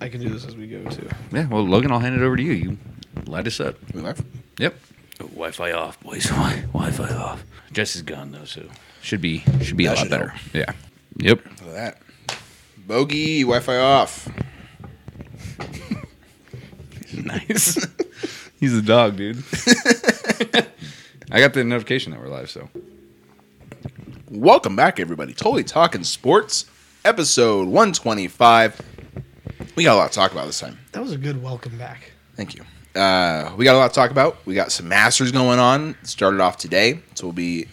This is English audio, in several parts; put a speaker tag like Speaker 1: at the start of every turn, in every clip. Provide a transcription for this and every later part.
Speaker 1: I can do this as we go too.
Speaker 2: Yeah, well, Logan, I'll hand it over to you. You light us up.
Speaker 3: We left.
Speaker 2: Yep.
Speaker 4: Wi-Fi off, boys. Wi-Fi off. Jess is gone though, so
Speaker 2: Should be should be a
Speaker 3: That
Speaker 2: lot
Speaker 3: should
Speaker 2: better. Yeah. Yep.
Speaker 3: Look at that. Bogey, Wi-Fi off.
Speaker 4: nice.
Speaker 2: He's a dog, dude. I got the notification that we're live, so
Speaker 3: Welcome back, everybody. Totally talking sports, episode 125. We got a lot to talk about this time.
Speaker 1: That was a good welcome back.
Speaker 3: Thank you. Uh, we got a lot to talk about. We got some masters going on. Started off today, so we'll be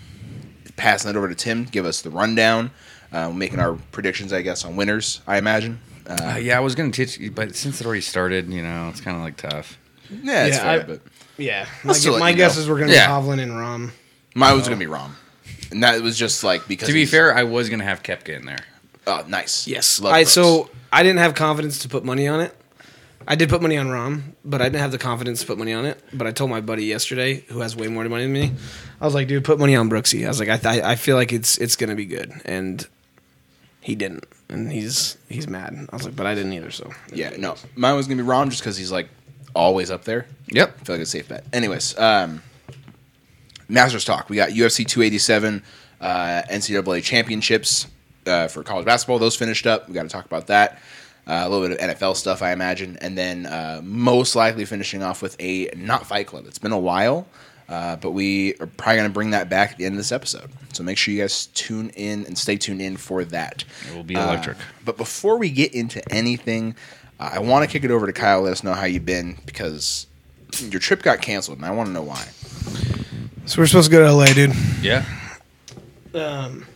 Speaker 3: passing it over to Tim. to Give us the rundown. Uh, making our predictions, I guess, on winners. I imagine. Uh,
Speaker 2: uh, yeah, I was gonna teach, you, but since it already started, you know, it's kind of like tough.
Speaker 3: yeah, it's
Speaker 1: Yeah,
Speaker 3: fair,
Speaker 1: I-
Speaker 3: but
Speaker 1: Yeah, my,
Speaker 3: still
Speaker 1: gu-
Speaker 3: let
Speaker 1: my
Speaker 3: you
Speaker 1: guess
Speaker 3: know.
Speaker 1: is we're gonna
Speaker 2: Yeah.
Speaker 1: be Hovland and Rom.
Speaker 3: mine was gonna be Rom, and that was just like because
Speaker 2: To be
Speaker 3: he's-
Speaker 2: fair, I was gonna have Kepka in there.
Speaker 3: oh, nice. Love
Speaker 1: I
Speaker 3: Brooks.
Speaker 1: so I didn't have confidence to put money on it. I did put money on Rom, but I didn't have the confidence to put money on it. But I told my buddy yesterday, who has way more money than me, I was like, "Dude, put money on Brooksy." I was like, "I th- I feel like it's it's gonna be good," and he didn't, and he's he's mad. I was like, "But I didn't either." So
Speaker 3: yeah, no, mine was gonna be Rom just because he's like always up there.
Speaker 2: Yep.
Speaker 3: I feel like it's a safe bet. Anyways, um, Masters talk. We got UFC 287, uh, NCAA championships uh, for college basketball. Those finished up. We got to talk about that. Uh, a little bit of NFL stuff, I imagine, and then uh, most likely finishing off with a not Fight Club. It's been a while, uh, but we are probably going to bring that back at the end of this episode. So make sure you guys tune in and stay tuned in for that.
Speaker 2: It will be electric.
Speaker 3: Uh, But before we get into anything, uh, I want to kick it over to Kyle. Let us know how you've been because your trip got canceled, and I want to know why.
Speaker 1: so we're supposed to go to LA, dude.
Speaker 2: yeah.
Speaker 1: um,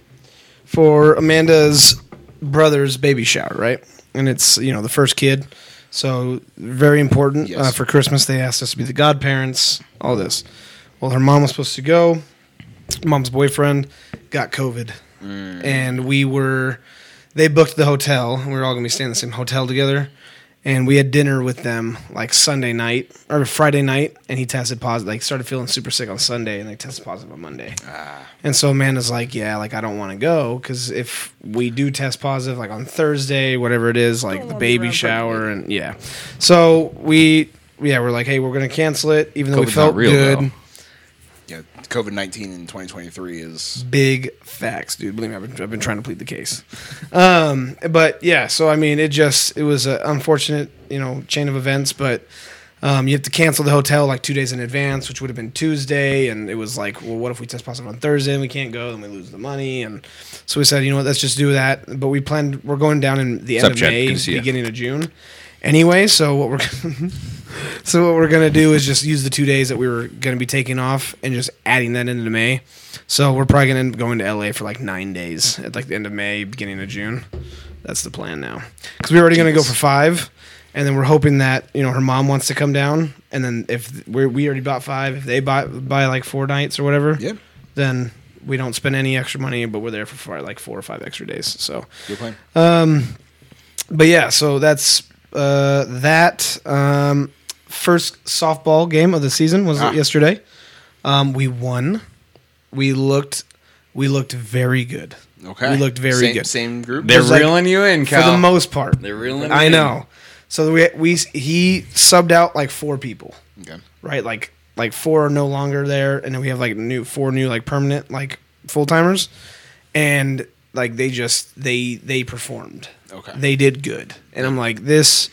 Speaker 1: for Amanda's brother's baby shower, right? And it's you know the first kid, so very important
Speaker 3: Yes.
Speaker 1: uh, for Christmas. They asked us to be the godparents, all this. Well, her mom was supposed to go. Mom's boyfriend got COVID, and we were they booked the hotel. We were all gonna be staying in the same hotel together. And we had dinner with them like Sunday night or Friday night, and he tested positive. Like started feeling super sick on Sunday, and they tested positive on Monday.
Speaker 2: Ah.
Speaker 1: And so Amanda's like, yeah, like I don't want to go because if we do test positive, like on Thursday, whatever it is, like the baby shower and yeah. So we, yeah, we're like, hey, we're gonna cancel it, even though we
Speaker 2: COVID's
Speaker 1: felt
Speaker 2: not real,
Speaker 1: good.
Speaker 2: though.
Speaker 3: Yeah, COVID nineteen in twenty twenty three is
Speaker 1: Big facts, dude. Believe me, I've been, I've been trying to plead the case. Um, but yeah, so I mean, it just it was an unfortunate, you know, chain of events. But um, you have to cancel the hotel like two days in advance, which would have been Tuesday. And it was like, well, what if we test positive on Thursday and we can't go? Then we lose the money. And so we said, you know what, let's just do that. But we planned we're going down in the end
Speaker 2: Sup,
Speaker 1: of
Speaker 2: Chad?
Speaker 1: May,
Speaker 2: Good to see ya.
Speaker 1: beginning of June. Anyway, so what we're so what we're gonna do is just use the two days that we were gonna be taking off and just adding that into May. So we're probably gonna end up going to LA for like nine days at like the end of May, beginning of June. That's the plan now because we we're already gonna go for five, and then we're hoping that you know her mom wants to come down, and then if we we already bought five, if they buy buy like four nights or whatever,
Speaker 3: Yeah.
Speaker 1: then we don't spend any extra money, but we're there for four, like four or five extra days. So
Speaker 3: your plan.
Speaker 1: Uh, but yeah, so that's uh, that um, first softball game of the season was
Speaker 3: Ah.
Speaker 1: yesterday. Um, we won. We looked. We looked very good.
Speaker 3: okay,
Speaker 1: We looked very
Speaker 3: same,
Speaker 1: good
Speaker 3: Same group.
Speaker 2: They're
Speaker 1: There's like-
Speaker 2: reeling you in, Cal.
Speaker 1: for the most part.
Speaker 2: They're reeling.
Speaker 1: I
Speaker 2: in.
Speaker 1: know. So we we he subbed out like four people
Speaker 3: Okay.
Speaker 1: right? Like like four are no longer there, and then we have like new four new like permanent like full timers, and like they just they they performed.
Speaker 3: Okay.
Speaker 1: they did good, and I'm like this.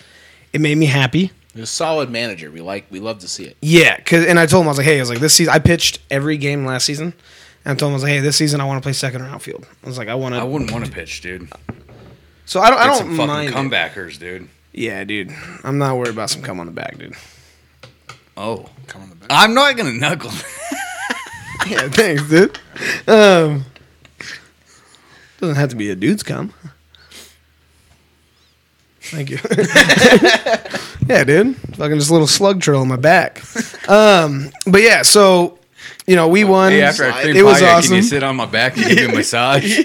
Speaker 1: It made me happy.
Speaker 3: They're a solid manager. We like. We love to see it.
Speaker 1: Yeah, cause and I told him I was like, hey, I was like this season I pitched every game last season, and I told him I was like, hey, this season I want to play second or outfield. I was like, I want
Speaker 2: I
Speaker 1: to.
Speaker 2: wouldn't want to pitch, dude.
Speaker 1: So I don't I
Speaker 2: Get
Speaker 1: don't
Speaker 2: some fucking
Speaker 1: mind. it.
Speaker 2: comebackers, dude.
Speaker 1: Yeah, dude, I'm not worried about some come on the back, dude.
Speaker 2: Oh,
Speaker 3: Come on the back.
Speaker 2: I'm not gonna knuckle.
Speaker 1: yeah, thanks, dude. Um, doesn't have to be a dude's cum. Thank you. yeah, dude. Fucking just a little slug trail on my back. Um, but yeah, so you know we won.
Speaker 2: hey, after I cream
Speaker 1: it was
Speaker 2: pie,
Speaker 1: awesome.
Speaker 2: can you sit on my back and give you a massage?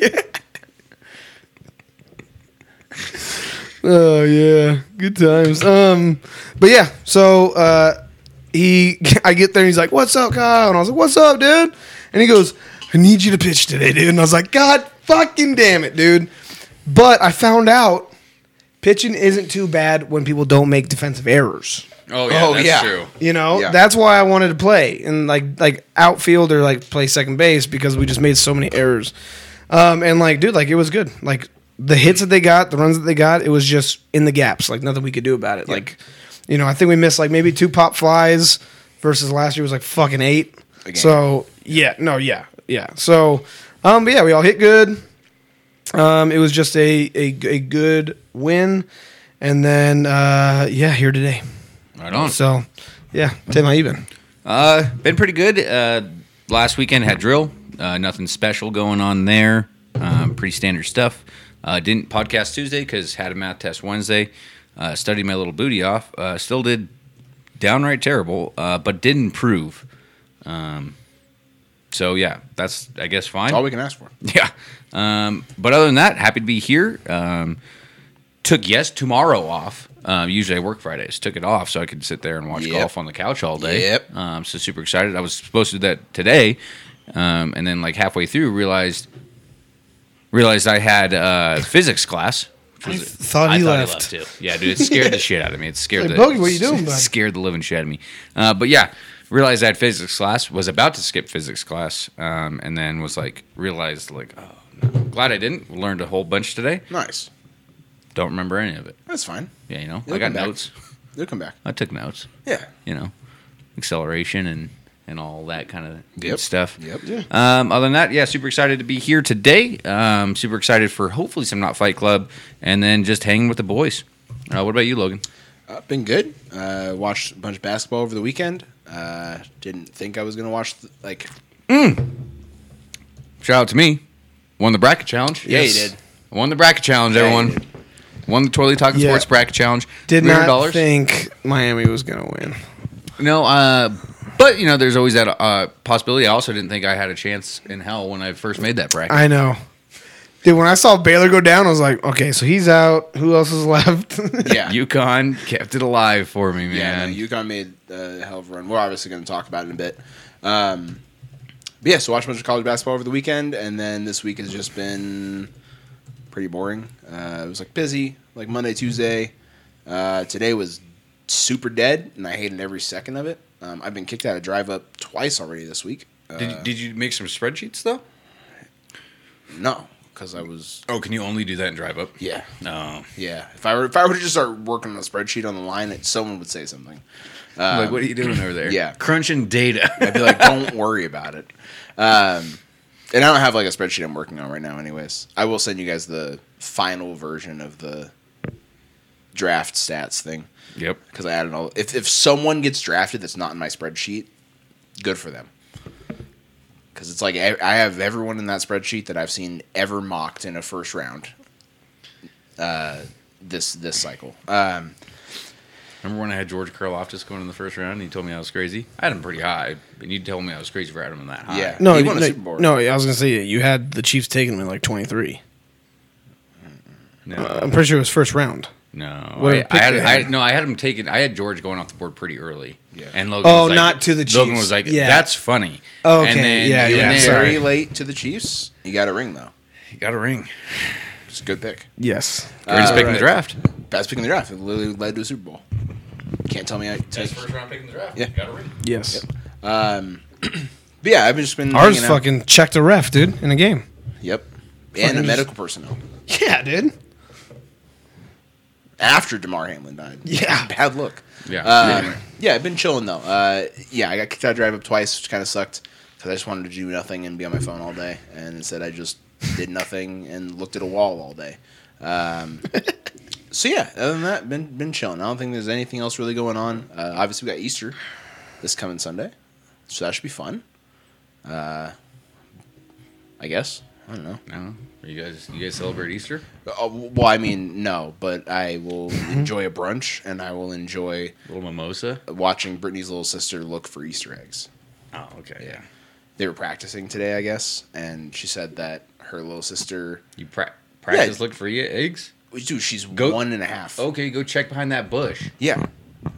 Speaker 1: Oh yeah, good times. Um, but yeah, so uh, he, I get there, and he's like, "What's up, Kyle?" And I was like, "What's up, dude?" And he goes, "I need you to pitch today, dude." And I was like, "God fucking damn it, dude!" But I found out pitching isn't too bad when people don't make defensive errors.
Speaker 2: Oh yeah,
Speaker 3: Oh,
Speaker 2: that's
Speaker 3: yeah.
Speaker 2: true.
Speaker 1: You know,
Speaker 3: Yeah.
Speaker 1: that's why I wanted to play and like like outfield or like play second base because we just made so many errors. Um, and like, dude, like it was good. Like the hits that they got, the runs that they got, it was just in the gaps. Like nothing we could do about it. Like, you know, I think we missed like maybe two pop flies versus last year was like fucking eight.
Speaker 3: Again.
Speaker 1: So yeah, no, yeah, yeah. So, um, but yeah, we all hit good. Um, it was just a a, a good win, and then uh, yeah, here today.
Speaker 2: Right on.
Speaker 1: So, yeah, Tim, how you been?
Speaker 4: Uh, been pretty good. Uh, last weekend had drill. Uh, nothing special going on there. Um, pretty standard stuff. Uh, didn't podcast Tuesday because had a math test Wednesday. Uh, studied my little booty off. Uh, still did downright terrible, uh, but did improve. Um, so yeah, that's I guess fine.
Speaker 3: That's all we can ask for.
Speaker 4: Yeah. Um, but other than that, happy to be here. Um, took yes tomorrow off. Um, usually I work Fridays. Took it off so I could sit there and watch
Speaker 3: Yep.
Speaker 4: golf on the couch all day.
Speaker 3: Yep.
Speaker 4: Um, so super excited. I was supposed to do that today, um, and then like halfway through realized realized I had uh, physics class. which was-
Speaker 1: Thought he left.
Speaker 4: too. Yeah, dude, it scared the shit out of me. It scared
Speaker 1: Hey,
Speaker 4: the
Speaker 1: Boogie, what you doing, bud?
Speaker 4: Scared the living shit out of me. Uh, but yeah, realized I had physics class. Was about to skip physics class, um, and then was like realized like, oh no, glad I didn't. Learned a whole bunch today.
Speaker 3: Nice.
Speaker 4: Don't remember any of it.
Speaker 3: That's fine.
Speaker 4: Yeah, you know,
Speaker 3: You'll
Speaker 4: I got
Speaker 3: come back.
Speaker 4: notes.
Speaker 3: They'll come back.
Speaker 4: I took notes.
Speaker 3: Yeah.
Speaker 4: You know, acceleration and and all that kind of
Speaker 3: Yep.
Speaker 4: good stuff.
Speaker 3: Yep. Yeah.
Speaker 4: Um, other than that, yeah, super excited to be here today. Um, super excited for hopefully some not fight club, and then just hanging with the boys. Uh, what about you, Logan?
Speaker 3: Uh, been good. Uh, watched a bunch of basketball over the weekend. Uh, didn't think I was gonna watch th- like.
Speaker 4: Shout out to me. Won the bracket challenge.
Speaker 3: Yeah, you did.
Speaker 4: Won the bracket challenge,
Speaker 3: Yeah, you
Speaker 4: everyone.
Speaker 3: did.
Speaker 4: Won the Twirly Talking
Speaker 1: Yeah.
Speaker 4: Sports bracket challenge.
Speaker 1: Did
Speaker 4: Three hundred
Speaker 1: not think Miami was gonna win.
Speaker 4: No, uh, but you know, there's always that uh, possibility. I also didn't think I had a chance in hell when I first made that bracket.
Speaker 1: I know, dude. When I saw Baylor go down, I was like, okay, so he's out. Who else is left?
Speaker 3: Yeah.
Speaker 4: UConn kept it alive for me, man.
Speaker 3: Yeah, no, UConn made a uh, hell of a run. We're obviously going to talk about it in a bit. Um, but yeah, so watched a bunch of college basketball over the weekend, and then this week has just been pretty boring. Uh, it was like busy, like Monday, Tuesday. Uh, today was super dead, and I hated every second of it. Um, I've been kicked out of drive up twice already this week. Uh,
Speaker 4: did, you- did you make some spreadsheets though?
Speaker 3: no, because I was
Speaker 4: Oh, can you only do that in drive up? Oh.
Speaker 3: yeah
Speaker 4: No.
Speaker 3: yeah. If I were if I were to just start working on a spreadsheet on the line, it, someone would say something. Um,
Speaker 4: like, what are you doing over there?
Speaker 3: yeah.
Speaker 4: crunching
Speaker 3: I'd be
Speaker 4: data.
Speaker 3: like, don't worry about it. Um, and I don't have like a spreadsheet I'm working on right now, anyways. I will send you guys the final version of the draft stats thing
Speaker 4: yep.
Speaker 3: because I added all. If if someone gets drafted that's not in my spreadsheet, good for them. Because it's like e-, I I have everyone in that spreadsheet that I've seen ever mocked in a first round. Uh, this this cycle. Um,
Speaker 4: Remember when I had George Karloftis going in the first round? and He told me I was crazy. I had him pretty high, and you told me I was crazy for having him that high.
Speaker 3: Yeah.
Speaker 1: no,
Speaker 3: He
Speaker 1: you-
Speaker 3: won a
Speaker 1: no,
Speaker 3: Super Bowl.
Speaker 1: no, I was gonna say you had the Chiefs taking him in like twenty three.
Speaker 4: No.
Speaker 1: I'm pretty sure it was first round.
Speaker 4: no.
Speaker 1: What a
Speaker 4: I, I had,
Speaker 1: pick
Speaker 4: I
Speaker 1: they had.
Speaker 4: no. I had him taken. I had George going off the board pretty early.
Speaker 3: Yeah.
Speaker 4: And Logan.
Speaker 1: Oh,
Speaker 4: was like-
Speaker 1: not to the
Speaker 4: Logan
Speaker 1: Chiefs.
Speaker 4: was like,
Speaker 1: Yeah.
Speaker 4: "That's funny."
Speaker 1: Okay,
Speaker 4: And then
Speaker 1: yeah,
Speaker 4: you
Speaker 1: yeah,
Speaker 4: and then-
Speaker 1: sorry.
Speaker 3: very late to the Chiefs. You got a ring though.
Speaker 4: He got a ring.
Speaker 3: It's a good pick.
Speaker 1: Yes.
Speaker 4: Greatest
Speaker 3: Uh,
Speaker 4: pick in
Speaker 3: right.
Speaker 4: the draft.
Speaker 3: Best pick in the draft. It literally led to a Super Bowl. Can't tell me I take.
Speaker 4: first round pick in the draft.
Speaker 3: Yeah.
Speaker 4: Got a ring.
Speaker 1: Yes.
Speaker 3: Um, but yeah, I've just been
Speaker 1: Ours
Speaker 3: hanging out.
Speaker 1: fucking checked a ref, dude, in a game.
Speaker 3: Yep,
Speaker 1: fucking
Speaker 3: and a
Speaker 1: just-
Speaker 3: medical personnel
Speaker 1: Yeah, dude.
Speaker 3: after Demar Hamlin died.
Speaker 1: Yeah.
Speaker 3: bad look.
Speaker 4: Yeah.
Speaker 3: Um,
Speaker 4: Yeah.
Speaker 3: yeah, I've been chilling though. Uh, yeah, I got kicked out of drive up twice, which kind of sucked because I just wanted to do nothing and be on my phone all day, and instead I just did nothing and looked at a wall all day. Um, so yeah, other than that, been been chilling. I don't think there's anything else really going on. Uh, obviously, we got Easter this coming Sunday, so that should be fun. Uh, I guess I don't know.
Speaker 4: No. You guys, you guys celebrate Easter?
Speaker 3: Uh, well, I mean, no, but I will
Speaker 4: Mm-hmm.
Speaker 3: enjoy a brunch and I will enjoy
Speaker 4: little mimosa.
Speaker 3: watching Brittany's little sister look for Easter eggs.
Speaker 4: Oh, okay. Yeah.
Speaker 3: They were practicing today, I guess, and she said that her little sister,
Speaker 4: You pra- practice look for your eggs.
Speaker 3: dude, she's
Speaker 4: Go- Oh.
Speaker 3: one and a half.
Speaker 4: Okay, go check behind that bush.
Speaker 3: Yeah.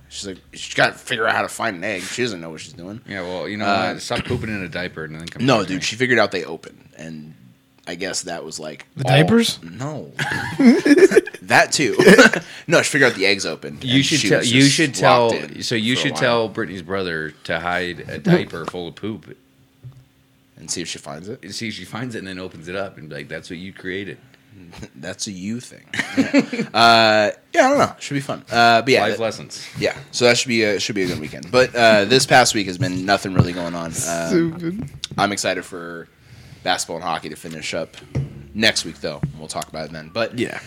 Speaker 3: She's like, she's got to figure out how to find an egg. She doesn't know what she's doing.
Speaker 4: Yeah, well, you know,
Speaker 3: Uh,
Speaker 4: what? stop pooping in a diaper and then come.
Speaker 3: No,
Speaker 4: back to
Speaker 3: dude,
Speaker 4: me.
Speaker 3: she figured out they open, and I guess that was like
Speaker 1: The
Speaker 3: all-
Speaker 1: diapers?
Speaker 3: No, that too. no, just figure out the eggs open.
Speaker 4: You
Speaker 3: And
Speaker 4: should
Speaker 3: she
Speaker 4: tell.
Speaker 3: was
Speaker 4: You
Speaker 3: just
Speaker 4: should tell.
Speaker 3: locked in
Speaker 4: So you
Speaker 3: for a
Speaker 4: should
Speaker 3: while.
Speaker 4: tell Brittany's brother to hide a diaper full of poop
Speaker 3: and see if she finds it.
Speaker 4: and see if she finds it and then opens it up and be like, "That's what you created."
Speaker 3: That's a you thing. uh, yeah, I don't know. Should be fun. Uh, but yeah,
Speaker 4: Life
Speaker 3: that-
Speaker 4: lessons.
Speaker 3: yeah. So that should be a should be a good weekend. But uh, this past week has been nothing really going on. Um,
Speaker 1: Stupid.
Speaker 3: I'm excited for basketball and hockey to finish up next week, though. We'll talk about it then. But
Speaker 1: Yeah.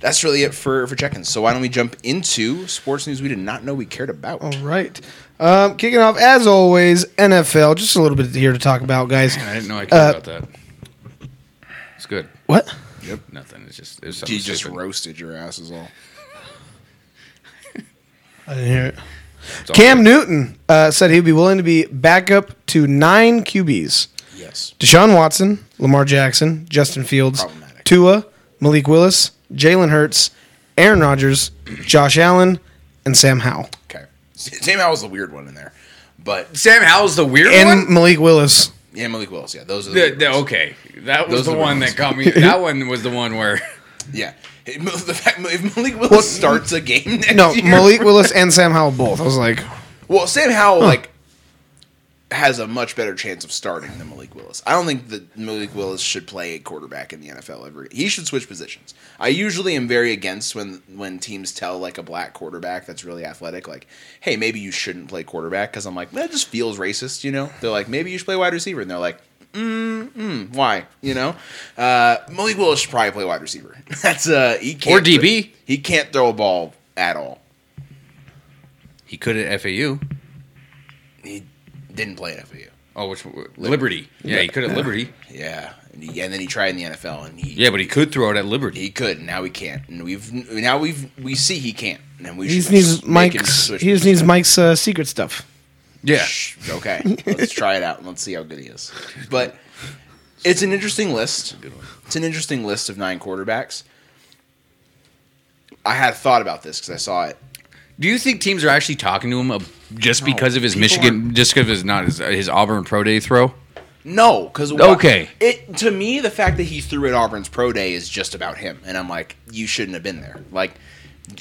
Speaker 3: that's really it for for check-ins. So why don't we jump into sports news we did not know we cared about?
Speaker 1: All right. Um, kicking off as always, NFL. Just a little bit here to talk about, guys.
Speaker 4: I didn't know I cared
Speaker 1: Uh,
Speaker 4: about that. It's good.
Speaker 1: What?
Speaker 4: Yep. Nothing. It's just. It's
Speaker 3: you just roasted your ass is all.
Speaker 1: I didn't hear it. Cam Newton uh, said he'd be willing to be backup to nine QBs:
Speaker 3: Yes.
Speaker 1: Deshaun Watson, Lamar Jackson, Justin Fields,
Speaker 3: Problematic.
Speaker 1: Tua, Malik Willis, Jalen Hurts, Aaron Rodgers, Josh Allen, and Sam Howell.
Speaker 3: Okay. Sam Howell's the weird one in there, but
Speaker 4: Sam Howell's the weird
Speaker 1: And Malik Willis.
Speaker 3: yeah, Malik Willis. Yeah, those are the,
Speaker 4: The,
Speaker 3: weird
Speaker 4: the-
Speaker 3: ones.
Speaker 4: okay, that was
Speaker 3: Those are
Speaker 4: the
Speaker 3: the
Speaker 4: one
Speaker 3: ones.
Speaker 4: that caught me. That one was the one where
Speaker 3: Yeah. It- the fact- If Malik Willis
Speaker 1: Well,
Speaker 3: starts a game next
Speaker 1: No,
Speaker 3: year,
Speaker 1: Malik Willis and Sam Howell both. I was like,
Speaker 3: Well, Sam Howell like has a much better chance of starting than Malik Willis. I don't think that Malik Willis should play quarterback in the NFL ever. He should switch positions. I usually am very against when when teams tell like a black quarterback that's really athletic like, "Hey, maybe you shouldn't play quarterback" cuz I'm like, "That just feels racist," you know? They're like, "Maybe you should play wide receiver." And they're like, "Mm, mm why?" You know? Uh, Malik Willis should probably play wide receiver. that's uh he can't
Speaker 4: Or DB.
Speaker 3: he can't throw a ball at all.
Speaker 4: he could at FAU.
Speaker 3: He didn't play at FAU.
Speaker 4: Oh, which Liberty? Yeah, he could at Liberty.
Speaker 3: Yeah, and, he, and then he tried in the NFL, and he
Speaker 4: Yeah, but he could throw it at Liberty.
Speaker 3: he could. and Now he can't, and we've now we've we see he can't, and we
Speaker 1: he just
Speaker 3: should
Speaker 1: needs
Speaker 3: make him
Speaker 1: Mike's.
Speaker 3: switch
Speaker 1: He just needs Mike's uh, secret stuff.
Speaker 4: Yeah,
Speaker 3: Shh, Okay, let's try it out and let's see how good he is. But it's an interesting list. It's an interesting list of nine quarterbacks. I had thought about this because I saw it.
Speaker 4: Do you think teams are actually talking to him ab- just because of his
Speaker 3: people
Speaker 4: Michigan, just because of his not his, uh, his Auburn pro day throw?
Speaker 3: No, because
Speaker 4: Okay.
Speaker 3: it to me the fact that he threw at Auburn's pro day is just about him, and I'm like, you shouldn't have been there. Like,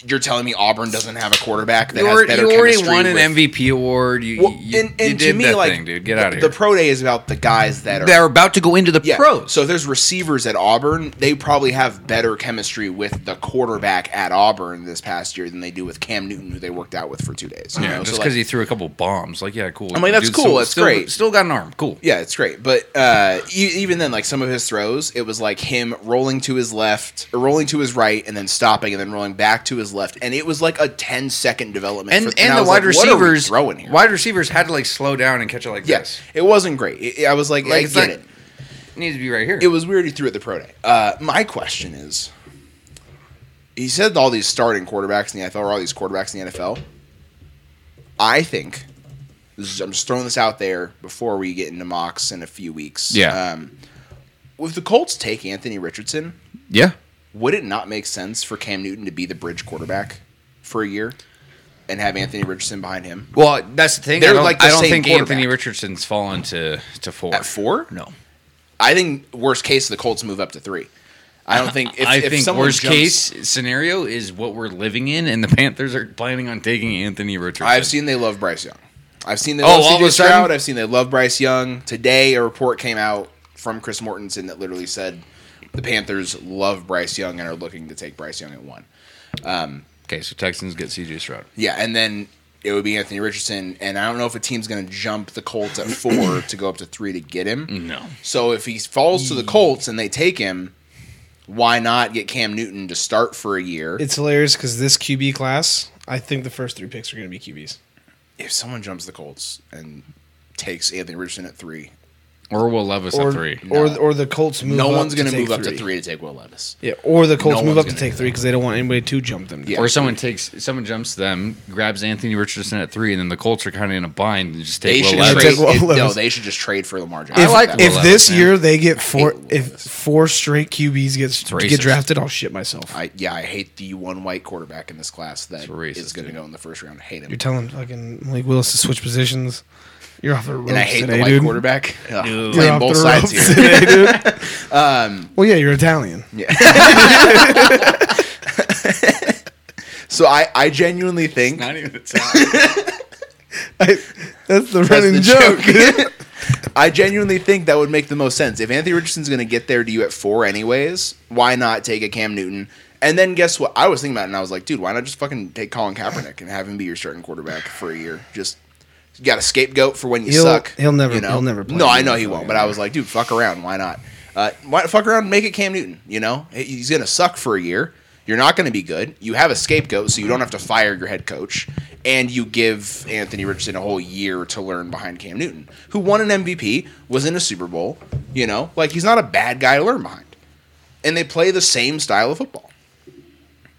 Speaker 3: you're telling me Auburn doesn't have a quarterback that
Speaker 4: You,
Speaker 3: has
Speaker 4: already-
Speaker 3: better
Speaker 4: you already
Speaker 3: chemistry
Speaker 4: won an
Speaker 3: with-
Speaker 4: MVP award. You,
Speaker 3: Well,
Speaker 4: you,
Speaker 3: and, and
Speaker 4: you
Speaker 3: to
Speaker 4: did
Speaker 3: me,
Speaker 4: that
Speaker 3: like,
Speaker 4: thing, dude. Get out of
Speaker 3: the,
Speaker 4: here.
Speaker 3: the pro day is about the guys that are
Speaker 4: They're about to go into the
Speaker 3: yeah.
Speaker 4: pros.
Speaker 3: So if there's receivers at Auburn, they probably have better chemistry with the quarterback at Auburn this past year than they do with Cam Newton, who they worked out with for two days. you
Speaker 4: yeah,
Speaker 3: know?
Speaker 4: just
Speaker 3: So,
Speaker 4: because
Speaker 3: like,
Speaker 4: he threw a couple bombs. Like, yeah, cool.
Speaker 3: I'm like, that's
Speaker 4: Dude's
Speaker 3: cool,
Speaker 4: still-
Speaker 3: that's
Speaker 4: still-
Speaker 3: great.
Speaker 4: Still got an arm. Cool.
Speaker 3: yeah, it's great. But uh, e- even then, like some of his throws, it was like him rolling to his left, or rolling to his right, and then stopping, and then rolling back to his left, and it was like a 10 second development.
Speaker 4: and
Speaker 3: for-
Speaker 4: and
Speaker 3: I
Speaker 4: the
Speaker 3: was
Speaker 4: wide
Speaker 3: like, what are we
Speaker 4: receivers
Speaker 3: throwing here.
Speaker 4: wide receivers had to like slow down and catch it like
Speaker 3: Yes,
Speaker 4: this.
Speaker 3: it wasn't great. It- I was like,
Speaker 4: Like,
Speaker 3: I
Speaker 4: it's
Speaker 3: get
Speaker 4: not-
Speaker 3: it.
Speaker 4: It needs to be right here.
Speaker 3: It was weird he threw at the pro day. Uh, my question is, he said all these starting quarterbacks in the NFL or all these quarterbacks in the NFL. I think this is, I'm just throwing this out there before we get into mocks in a few weeks.
Speaker 4: Yeah.
Speaker 3: Um, if the Colts take Anthony Richardson,
Speaker 4: yeah.
Speaker 3: would it not make sense for Cam Newton to be the bridge quarterback for a year and have Anthony Richardson behind him
Speaker 4: Well, that's the thing.
Speaker 3: They're
Speaker 4: I don't,
Speaker 3: like the
Speaker 4: I don't
Speaker 3: same
Speaker 4: think
Speaker 3: quarterback.
Speaker 4: Anthony Richardson's fallen to to four.
Speaker 3: at four?
Speaker 4: No.
Speaker 3: I think worst case the Colts move up to three. I don't think if,
Speaker 4: I
Speaker 3: if
Speaker 4: think
Speaker 3: someone
Speaker 4: worst
Speaker 3: jumps-
Speaker 4: case scenario is what we're living in, and the Panthers are planning on taking Anthony Richardson.
Speaker 3: I've seen they love Bryce Young. I've seen they
Speaker 4: Oh,
Speaker 3: love
Speaker 4: all of
Speaker 3: CJ
Speaker 4: a sudden?
Speaker 3: Stroud. I've seen they love Bryce Young. Today, a report came out from Chris Mortensen that literally said the Panthers love Bryce Young and are looking to take Bryce Young at one.
Speaker 4: Okay, so Texans get CJ Stroud.
Speaker 3: Yeah, and then it would be Anthony Richardson. And I don't know if a team's going to jump the Colts at four to go up to three to get him.
Speaker 4: No.
Speaker 3: So if he falls to the Colts and they take him, why not get Cam Newton to start for a year?
Speaker 1: It's hilarious because this QB class, I think the first three picks are going to be QBs.
Speaker 3: if someone jumps the Colts and takes Anthony Richardson at three,
Speaker 4: Or will Levis
Speaker 1: Or,
Speaker 4: at three.
Speaker 1: or or the Colts move.
Speaker 3: no
Speaker 1: up
Speaker 3: one's
Speaker 1: to
Speaker 3: going to
Speaker 1: take
Speaker 3: move up to three to take Will Levis.
Speaker 1: Yeah, or the Colts
Speaker 3: No
Speaker 1: move
Speaker 3: one's
Speaker 1: up to
Speaker 3: gonna
Speaker 1: take
Speaker 3: do
Speaker 1: three because they don't want anybody to jump them.
Speaker 3: Yeah.
Speaker 4: Or someone takes someone jumps them, grabs Anthony Richardson at three, and then the Colts are kind of in a bind and just
Speaker 3: They
Speaker 4: take Will
Speaker 3: should
Speaker 1: Levis.
Speaker 4: Levis.
Speaker 3: trade.
Speaker 1: Take Will
Speaker 3: it- no,
Speaker 1: Levis.
Speaker 3: they should just trade for Lamar
Speaker 1: If,
Speaker 3: Jackson.
Speaker 4: I like
Speaker 3: That-
Speaker 4: Will
Speaker 1: if
Speaker 4: Levis,
Speaker 1: this
Speaker 4: man.
Speaker 1: year they get four
Speaker 3: Will
Speaker 1: if
Speaker 3: Levis.
Speaker 1: four straight QBs get
Speaker 4: racist.
Speaker 1: get drafted, I'll shit myself.
Speaker 3: I, yeah, I hate the one white quarterback in this class that
Speaker 4: It's racist,
Speaker 3: is going to
Speaker 4: dude.
Speaker 3: go in the first round. I hate him,
Speaker 1: You're telling fucking Malik Willis to switch positions. You're off the ropes
Speaker 3: and I hate
Speaker 1: today,
Speaker 3: the white
Speaker 1: eh, dude.
Speaker 3: quarterback. Ugh,
Speaker 1: You're
Speaker 3: playing
Speaker 1: off
Speaker 3: both
Speaker 1: the
Speaker 3: sides
Speaker 1: ropes
Speaker 3: here.
Speaker 1: today,
Speaker 3: Um,
Speaker 1: dude. well, yeah, you're Italian.
Speaker 3: Yeah. So I, I genuinely think
Speaker 4: Not even the top.
Speaker 1: I, that's the
Speaker 3: that's
Speaker 1: running
Speaker 3: the
Speaker 1: joke.
Speaker 3: joke. I genuinely think that would make the most sense. If Anthony Richardson's going to get there to you at four anyways, why not take a Cam Newton? And then guess what? I was thinking about it and I was like, dude, why not just fucking take Colin Kaepernick and have him be your starting quarterback for a year? Just you got a scapegoat for when you
Speaker 1: He'll-
Speaker 3: suck.
Speaker 1: he'll never-
Speaker 3: you know?
Speaker 1: he'll never play
Speaker 3: No,
Speaker 1: in
Speaker 3: I
Speaker 1: the
Speaker 3: know he won't. But I was like, dude, fuck around. Why not? Uh, why fuck around? And make it Cam Newton. You know, He- he's gonna suck for a year. You're not gonna be good. You have a scapegoat, so you don't have to fire your head coach, and you give Anthony Richardson a whole year to learn behind Cam Newton, who won an MVP, was in a Super Bowl. You know, like he's not a bad guy to learn behind, and they play the same style of football.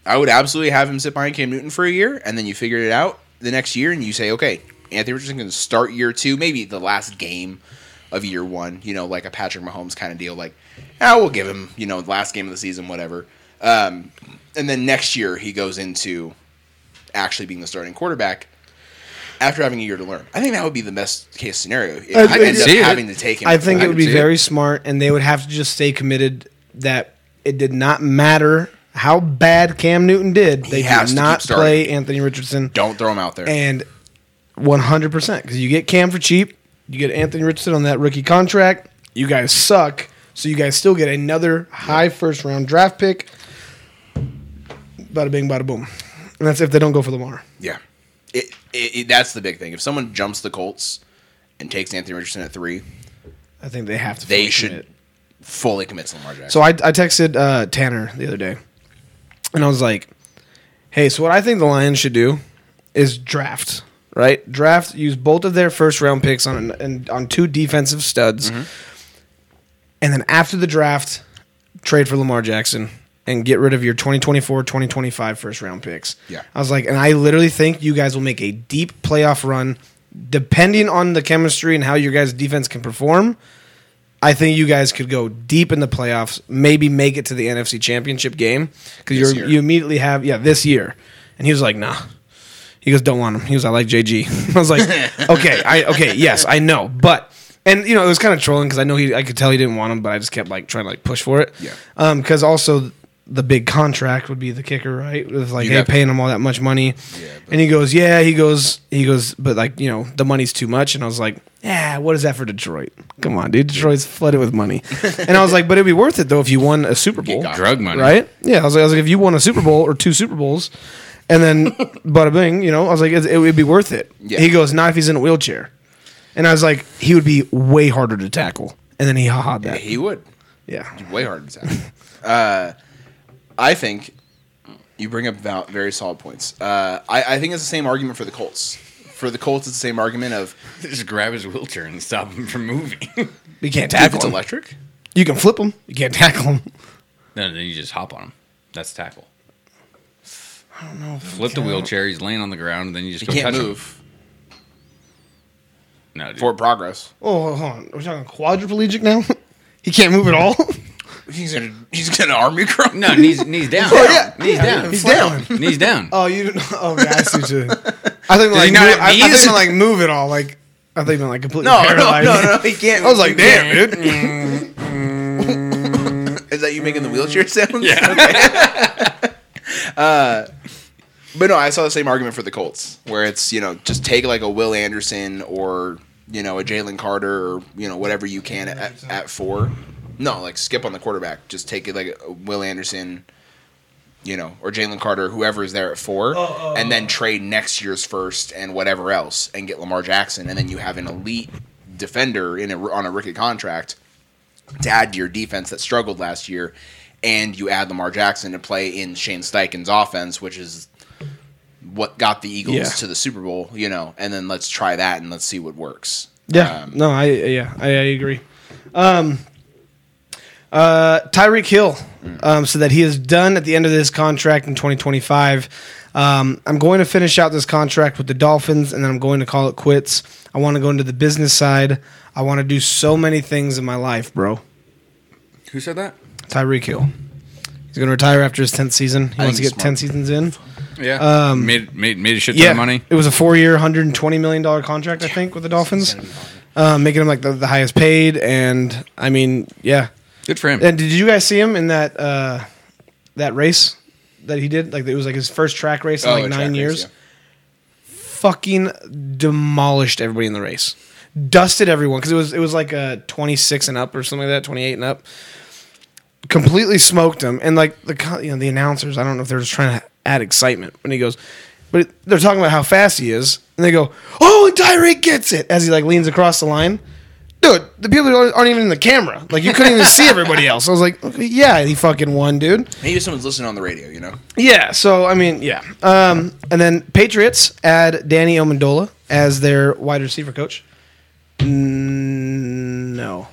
Speaker 3: I would absolutely have him sit behind Cam Newton for a year, and then you figure it out the next year, and you say, okay, Anthony Richardson can start year two, maybe the last game of year one, you know, like a Patrick Mahomes kind of deal. Like, ah, we'll give him, you know, the last game of the season, whatever. Um, and then next year he goes into actually being the starting quarterback after having a year to learn. I think that would be the best case scenario. If
Speaker 1: I
Speaker 3: I,
Speaker 1: think-
Speaker 3: end up
Speaker 4: See it.
Speaker 3: having to take him.
Speaker 1: I think
Speaker 2: I
Speaker 1: it would
Speaker 2: can
Speaker 1: be
Speaker 2: see it.
Speaker 1: very smart, and they would have to just stay committed that it did not matter how bad Cam Newton did. They
Speaker 3: has
Speaker 1: did
Speaker 3: to
Speaker 1: not
Speaker 3: keep starting.
Speaker 1: play Anthony Richardson
Speaker 3: don't throw him out there.
Speaker 1: and 100% because you get Cam for cheap, you get Anthony Richardson on that rookie contract. You guys suck, so you guys still get another high first round draft pick. Bada bing, bada boom. And that's if they don't go for Lamar.
Speaker 3: Yeah, it, it, it that's the big thing. If someone jumps the Colts and takes Anthony Richardson at three,
Speaker 1: I think they have to.
Speaker 3: they
Speaker 1: fully
Speaker 3: should
Speaker 1: commit.
Speaker 3: fully commit to Lamar Jackson.
Speaker 1: So I, I texted uh, Tanner the other day, and I was like, "Hey, so what I think the Lions should do is draft, right? Draft, use both of their first round picks on an, and on two defensive studs, and then after the draft, trade for Lamar Jackson." And get rid of your 2024, 2025 first round picks.
Speaker 3: Yeah.
Speaker 1: I was like, and I literally think you guys will make a deep playoff run, depending on the chemistry and how your guys' defense can perform. I think you guys could go deep in the playoffs, maybe make it to the NFC Championship game
Speaker 3: This
Speaker 1: because you
Speaker 3: year.
Speaker 1: you immediately have yeah this year. And he was like, nah. He goes, don't want him. He goes, I like JG. I was like, okay, I okay, yes, I know, but and you know it was kind of trolling because I know he I could tell he didn't want him, but I just kept like trying to like push for it.
Speaker 3: Yeah.
Speaker 1: Um, because also the big contract would be the kicker, right? It was like,
Speaker 3: You'd
Speaker 1: hey,
Speaker 3: have to-
Speaker 1: paying him all that much money.
Speaker 3: Yeah, but-
Speaker 1: and he goes, yeah, he goes, he goes, but like you know the money's too much. And I was like, yeah, what is that for Detroit? Come on, dude, Detroit's flooded with money. and I was like, but it'd be worth it though if you won a Super Bowl.
Speaker 4: Drug money.
Speaker 1: Right? Yeah. I was, like, I was like, if you won a Super Bowl or two Super Bowls, and then bada bing, you know, I was like, it, it would be worth it.
Speaker 3: Yeah.
Speaker 1: He goes, not if he's in a wheelchair. And I was like, he would be way harder to tackle. And then he ha that.
Speaker 3: he would
Speaker 1: Yeah.
Speaker 3: way harder to tackle. uh, I think you bring up val- very solid points. Uh, I, I think it's the same argument for the Colts. For the Colts, it's the same argument of
Speaker 4: Just grab his wheelchair and stop him from moving.
Speaker 1: You can't
Speaker 3: if
Speaker 1: tackle
Speaker 3: it's
Speaker 1: him.
Speaker 3: electric.
Speaker 1: You can flip him. You can't tackle him.
Speaker 4: no, then you just hop on him. That's tackle. I don't know. Flip the wheelchair. He's laying on the ground, and then you just
Speaker 3: He
Speaker 4: go
Speaker 3: can't
Speaker 4: touch him.
Speaker 3: move.
Speaker 4: No, dude.
Speaker 3: Forward progress.
Speaker 1: Oh, hold on. We're talking quadriplegic now? he can't move at all?
Speaker 3: He's gonna he's gonna army crawl.
Speaker 4: no knees, knees down.
Speaker 3: Oh, yeah.
Speaker 4: knees down.
Speaker 1: He's down.
Speaker 4: Knees down.
Speaker 1: Oh, you didn't. Oh, yeah, I see what you- I think
Speaker 4: he
Speaker 1: like, move,
Speaker 4: not have
Speaker 1: I, I think
Speaker 4: knees?
Speaker 1: they like move at all. Like I think they're like completely
Speaker 3: No, no,
Speaker 1: paralyzed.
Speaker 3: no, no, he can't.
Speaker 1: I was like, damn, dude.
Speaker 3: Is that you making the wheelchair sounds?
Speaker 4: Yeah.
Speaker 3: Okay. uh, but no, I saw the same argument for the Colts, where it's you know just take like a Will Anderson or you know a Jalen Carter or you know whatever you can at, at four. No, like skip on the quarterback. Just take it like a Will Anderson, you know, or Jalen Carter, whoever is there at four, and then trade next year's first and whatever else, and get Lamar Jackson, and then you have an elite defender in a, on a rookie contract to add to your defense that struggled last year, and you add Lamar Jackson to play in Shane Steichen's offense, which is what got the Eagles
Speaker 1: Yeah.
Speaker 3: to the Super Bowl, you know, and then let's try that and let's see what works.
Speaker 1: Yeah.
Speaker 3: Um,
Speaker 1: no, I yeah, I, I agree. Um uh Tyreek Hill um said that he is done at the end of this contract in 2025. Um I'm going to finish out this contract with the Dolphins and then I'm going to call it quits. I want to go into the business side. I want to do so many things in my life, bro.
Speaker 4: Who said that?
Speaker 1: Tyreek Hill. He's going to retire after his 10th season. He wants to
Speaker 3: he's
Speaker 1: get
Speaker 3: smart.
Speaker 1: 10 seasons in.
Speaker 4: Yeah. made made made a shit ton
Speaker 1: Um, Yeah,
Speaker 4: of money.
Speaker 1: It was a four-year, hundred and twenty million dollar contract, I think, with the Dolphins, uh, making him like the, the highest paid. And I mean, yeah.
Speaker 4: Good for him.
Speaker 1: And did you guys see him in that uh, that race that he did. Like it was like his first track race in
Speaker 3: Oh,
Speaker 1: like
Speaker 3: a track
Speaker 1: nine
Speaker 3: race,
Speaker 1: years.
Speaker 3: yeah.
Speaker 1: Fucking demolished everybody in the race. Dusted everyone because it was it was like a twenty six and up or something like that, twenty eight and up. Completely smoked him, and like the co- you know the announcers, I don't know if they're just trying to add excitement when he goes, but they're talking about how fast he is, and they go, "Oh, and Tyreek gets it!" as he like leans across the line dude, the people aren't aren't even in the camera. Like you couldn't even see everybody else. I was like, okay, yeah, he fucking won, dude.
Speaker 3: Maybe someone's listening on the radio, you know?
Speaker 1: Yeah. So I mean, yeah. Um, and then Patriots add Danny Amendola as their wide receiver coach. Mm, No.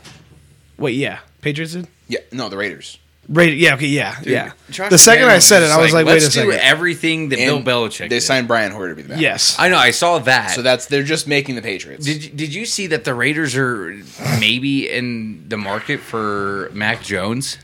Speaker 1: Wait, yeah. Patriots did.
Speaker 3: Yeah, no, the Raiders.
Speaker 1: Right. Yeah. Okay. Yeah. yeah.
Speaker 4: Josh
Speaker 1: the second I
Speaker 4: McDaniels
Speaker 1: said it,
Speaker 4: is
Speaker 1: I was like, wait
Speaker 4: let's
Speaker 1: a
Speaker 4: do
Speaker 1: second.
Speaker 4: everything that
Speaker 3: And
Speaker 4: Bill Belichick.
Speaker 3: They
Speaker 4: did.
Speaker 3: signed Brian Hoyer to be the back.
Speaker 1: yes.
Speaker 4: I know. I saw that.
Speaker 3: So that's they're just making the Patriots.
Speaker 4: Did you, did you see that the Raiders are maybe in the market for Mac Jones?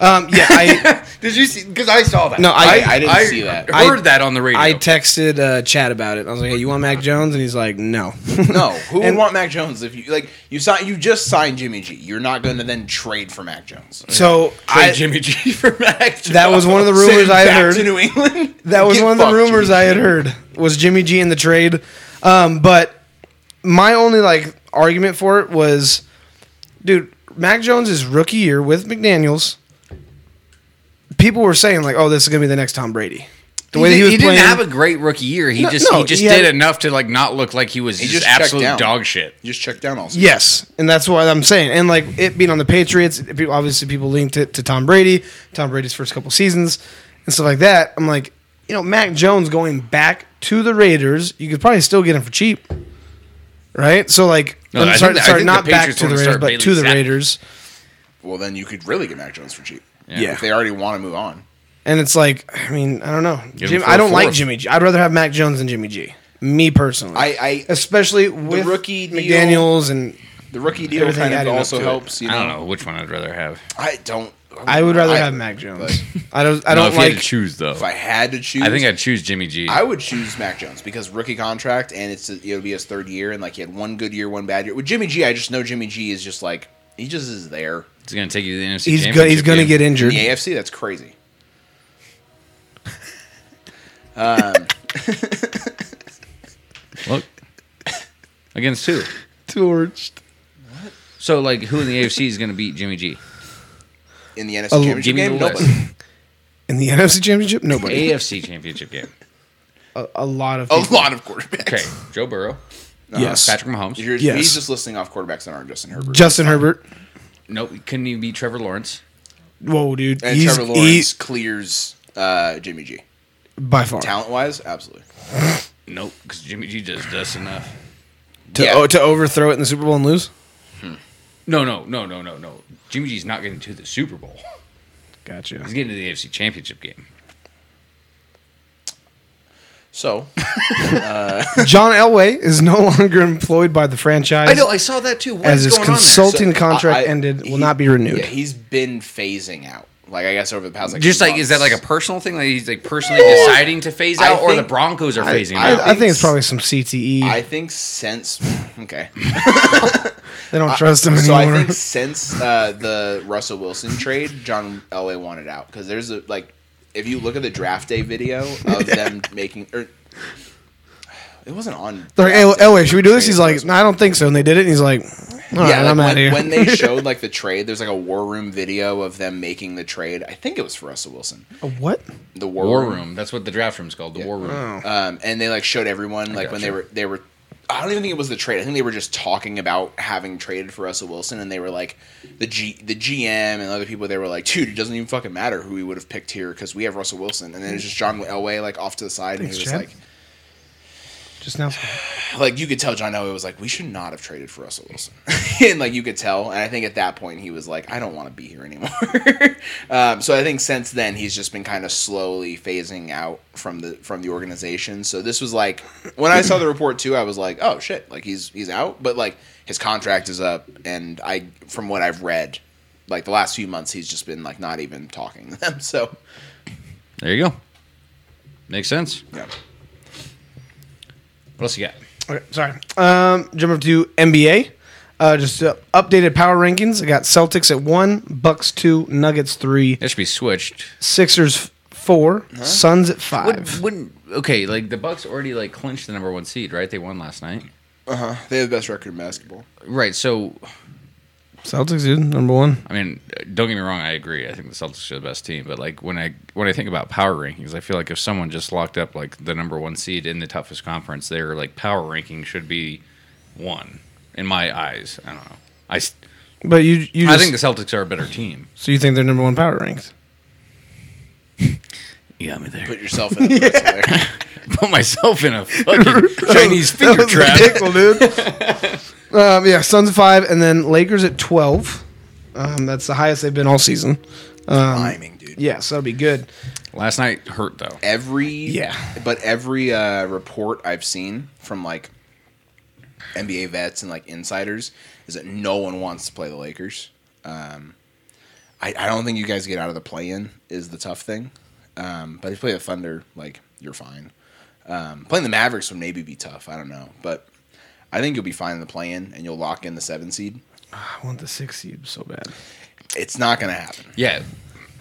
Speaker 1: um, yeah. I
Speaker 4: Did you see? Because I saw that.
Speaker 1: no. I.
Speaker 3: I- I didn't see that.
Speaker 4: Heard
Speaker 1: I-
Speaker 4: that on the radio.
Speaker 1: I texted uh, Chad about it. I was like, "Hey, you want Mac Jones?" And he's like, "No."
Speaker 3: no, who
Speaker 1: And-
Speaker 3: would want Mac Jones if you like you sign you just signed Jimmy G. You're not going to then trade for Mac Jones.
Speaker 1: so
Speaker 4: Trade
Speaker 1: I,
Speaker 4: Jimmy G for Mac. Jones.
Speaker 1: That was one of the rumors
Speaker 3: Send him
Speaker 1: I had
Speaker 3: back
Speaker 1: heard.
Speaker 3: to New England.
Speaker 1: That was
Speaker 3: Get
Speaker 1: one of the
Speaker 3: fucked,
Speaker 1: rumors
Speaker 3: Jimmy
Speaker 1: I had
Speaker 3: G.
Speaker 1: heard was Jimmy G in the trade. Um, but my only like argument for it was, dude, Mac Jones is rookie year with McDaniel's. People were saying like, oh, this is gonna be the next Tom Brady. The way
Speaker 4: he,
Speaker 1: that he was
Speaker 4: he
Speaker 1: playing,
Speaker 4: didn't have a great rookie year. He
Speaker 1: No,
Speaker 4: just
Speaker 1: no,
Speaker 4: he just
Speaker 1: he
Speaker 4: did
Speaker 1: had-
Speaker 4: enough to like not look like he was just,
Speaker 3: just checked
Speaker 4: absolute
Speaker 3: down.
Speaker 4: dog shit.
Speaker 3: You just check down also.
Speaker 1: yes, and that's what I'm saying. And like it being on the Patriots, it- people- obviously people linked it to Tom Brady, Tom Brady's first couple seasons, and stuff like that. I'm like, you know, Mac Jones going back to the Raiders, you could probably still get him for cheap. right? So like,
Speaker 4: No,
Speaker 1: I'm
Speaker 4: I
Speaker 1: sorry,
Speaker 4: think the- I
Speaker 1: sorry,
Speaker 4: think
Speaker 1: not
Speaker 4: the
Speaker 1: back
Speaker 4: Patriots
Speaker 1: to the
Speaker 4: wanna
Speaker 1: Raiders,
Speaker 4: start
Speaker 1: but
Speaker 4: Bailey
Speaker 1: to the
Speaker 4: Zappi.
Speaker 1: Raiders.
Speaker 3: Well, then you could really get Mac Jones for cheap.
Speaker 1: Yeah.
Speaker 3: If they already want to move on.
Speaker 1: And it's like, I mean, I don't know.
Speaker 4: Give
Speaker 1: Jim,
Speaker 4: him
Speaker 1: I don't
Speaker 4: four
Speaker 1: like
Speaker 4: fourths.
Speaker 1: Jimmy G. I'd rather have Mac Jones than Jimmy G. Me personally,
Speaker 3: I, I
Speaker 1: especially with
Speaker 3: rookie deal-
Speaker 1: McDaniels, and
Speaker 3: the rookie deal
Speaker 1: Everything
Speaker 3: kind of
Speaker 1: added up
Speaker 3: also
Speaker 1: to it.
Speaker 3: helps. You
Speaker 4: I
Speaker 3: know,
Speaker 4: don't know which one I'd rather have.
Speaker 3: I don't.
Speaker 1: I would rather have
Speaker 3: Mac
Speaker 1: Mac Jones. I don't. I don't
Speaker 4: if you had
Speaker 1: like.
Speaker 4: to choose though,
Speaker 3: If I had to choose,
Speaker 4: I think I'd choose Jimmy G.
Speaker 3: I would choose Mac Jones because rookie contract, and it's it'll be his third year, and like he had one good year, one bad year. With Jimmy G, I just know Jimmy G is just like he just is there.
Speaker 4: It's gonna take you to the NFC.
Speaker 1: He's go,
Speaker 4: Championship
Speaker 1: he's going to
Speaker 4: game.
Speaker 1: get
Speaker 3: In
Speaker 1: injured.
Speaker 3: the AFC, that's crazy.
Speaker 4: look against two.
Speaker 1: Torched.
Speaker 4: So like, who in the AFC is gonna beat Jimmy G?
Speaker 3: In the NFC
Speaker 1: Oh,
Speaker 4: Give
Speaker 3: Championship
Speaker 4: me the
Speaker 3: game,
Speaker 4: list.
Speaker 3: nobody.
Speaker 1: In the NFC Championship, nobody.
Speaker 4: AFC Championship game.
Speaker 1: A, a lot of
Speaker 3: a
Speaker 1: people.
Speaker 3: lot of quarterbacks. Uh-huh.
Speaker 4: Okay, Joe Burrow,
Speaker 1: Yes.
Speaker 4: Patrick Mahomes.
Speaker 3: You're-
Speaker 1: Yes.
Speaker 3: He's just listing off quarterbacks that aren't Justin Herbert.
Speaker 1: Justin Herbert.
Speaker 4: Nope, couldn't even beat Trevor Lawrence.
Speaker 1: Whoa, dude.
Speaker 3: and
Speaker 1: he's
Speaker 3: Trevor Lawrence
Speaker 1: he-
Speaker 3: clears uh, Jimmy G.
Speaker 1: by far
Speaker 3: Talent wise, absolutely.
Speaker 4: Nope, because Jimmy G does dust enough.
Speaker 1: to
Speaker 3: Yeah.
Speaker 1: oh, to overthrow it in the Super Bowl and lose.
Speaker 4: No, no, no, no, no, no. Jimmy G's not getting to the Super Bowl.
Speaker 1: Gotcha.
Speaker 4: He's getting to the AFC Championship game.
Speaker 3: So
Speaker 1: John Elway is no longer employed by the franchise.
Speaker 4: I saw that too. What
Speaker 1: as his consulting
Speaker 3: So,
Speaker 1: contract
Speaker 3: I- I-
Speaker 1: ended, will
Speaker 3: he-
Speaker 1: not be renewed.
Speaker 3: Yeah, he's been phasing out. Like I guess over the past like
Speaker 4: Just
Speaker 3: few
Speaker 4: like, is that like a
Speaker 3: months.
Speaker 4: personal thing? Like he's like personally deciding to phase
Speaker 3: I
Speaker 4: out, or the
Speaker 3: think-
Speaker 4: Broncos are phasing
Speaker 1: I,
Speaker 4: out.
Speaker 1: I think it's probably some E. CTE.
Speaker 3: I think since okay,
Speaker 1: they don't trust him
Speaker 3: so I
Speaker 1: anymore.
Speaker 3: think since uh, the Russell Wilson trade, John Elway wanted out because there's a like if you look at the draft day video of them making or it wasn't on.
Speaker 1: They're like,
Speaker 3: draft
Speaker 1: "Hey,
Speaker 3: day
Speaker 1: Elway, should we do this?
Speaker 3: trade
Speaker 1: He's
Speaker 3: for
Speaker 1: like,
Speaker 3: Russell
Speaker 1: no, I don't think so. And they did it. And he's like, all right,
Speaker 3: yeah, like,
Speaker 1: I'm out
Speaker 3: when,
Speaker 1: of here.
Speaker 3: when they showed like the trade, there's like a war room video of them making the trade. I think it was for Russell Wilson.
Speaker 1: A what?
Speaker 3: The war,
Speaker 4: War
Speaker 3: room.
Speaker 4: room. That's what the draft room's called. The war room.
Speaker 1: Oh.
Speaker 3: Um, and they like showed everyone like when they were they were. I don't even think it was the trade. I think they were just talking about having traded for Russell Wilson, and they were like the G the GM and other people. They were like, dude, it doesn't even fucking matter who we would have picked here because we have Russell Wilson. And then it's just John Elway like off to the side, and he
Speaker 1: Thanks,
Speaker 3: was
Speaker 1: Chad. Just now.
Speaker 3: like, like you could tell John Elway was like, we should not have traded for Russell Wilson, and like you could tell. And I think at that point he was like, I don't want to be here anymore. um, so I think since then he's just been kind of slowly phasing out from the from the organization. So this was like when I saw the report too, I was like, oh shit, like he's he's out, but like his contract is up, and I from what I've read, like the last few months he's just been like not even talking to them. So
Speaker 4: There you go. Makes sense.
Speaker 3: yeah.
Speaker 4: What else you got?
Speaker 1: Okay, sorry. Um, jump up to NBA. Uh, just uh, updated power rankings. I got Celtics at one, Bucks two, Nuggets three,
Speaker 4: That should be switched.
Speaker 1: Sixers f- four, Suns at
Speaker 4: Would,
Speaker 1: five.
Speaker 4: wouldn't okay? Like the Bucks already like clinched the number one seed, right? They won last night,
Speaker 3: Uh huh. They have the best record in basketball.
Speaker 4: right? So
Speaker 1: Celtics, dude, number one.
Speaker 4: I mean, don't get me wrong. I agree. I think the Celtics are the best team, but like when I when I think about power rankings, I feel like if someone just locked up like the number one seed in the toughest conference, their like power ranking should be one in my eyes. I don't know. I s-
Speaker 1: But you, you
Speaker 4: I
Speaker 1: just,
Speaker 4: think the Celtics are a better team.
Speaker 1: so you think they're number one power ranked?
Speaker 4: You got me there.
Speaker 3: Put yourself in the pretzel there.
Speaker 4: Put myself in a fucking Chinese finger trap.
Speaker 1: Pickle, dude. um, yeah, Suns at five, and then Lakers at twelve. Um, that's the highest they've been all season.
Speaker 3: Timing, dude.
Speaker 1: Yeah, so that'd be good.
Speaker 4: Last night hurt though.
Speaker 3: Every
Speaker 1: Yeah.
Speaker 3: but every uh, report I've seen from like NBA vets and like insiders is that no one wants to play the Lakers. Um, I, I don't think you guys get out of the play in is the tough thing. Um, but if you play the Thunder, like you're fine. Um, playing the Mavericks would maybe be tough. I don't know, but I think you'll be fine in the play in and you'll lock in the seven seed.
Speaker 1: I want the six seed so bad.
Speaker 3: It's not going to happen.
Speaker 4: Yeah.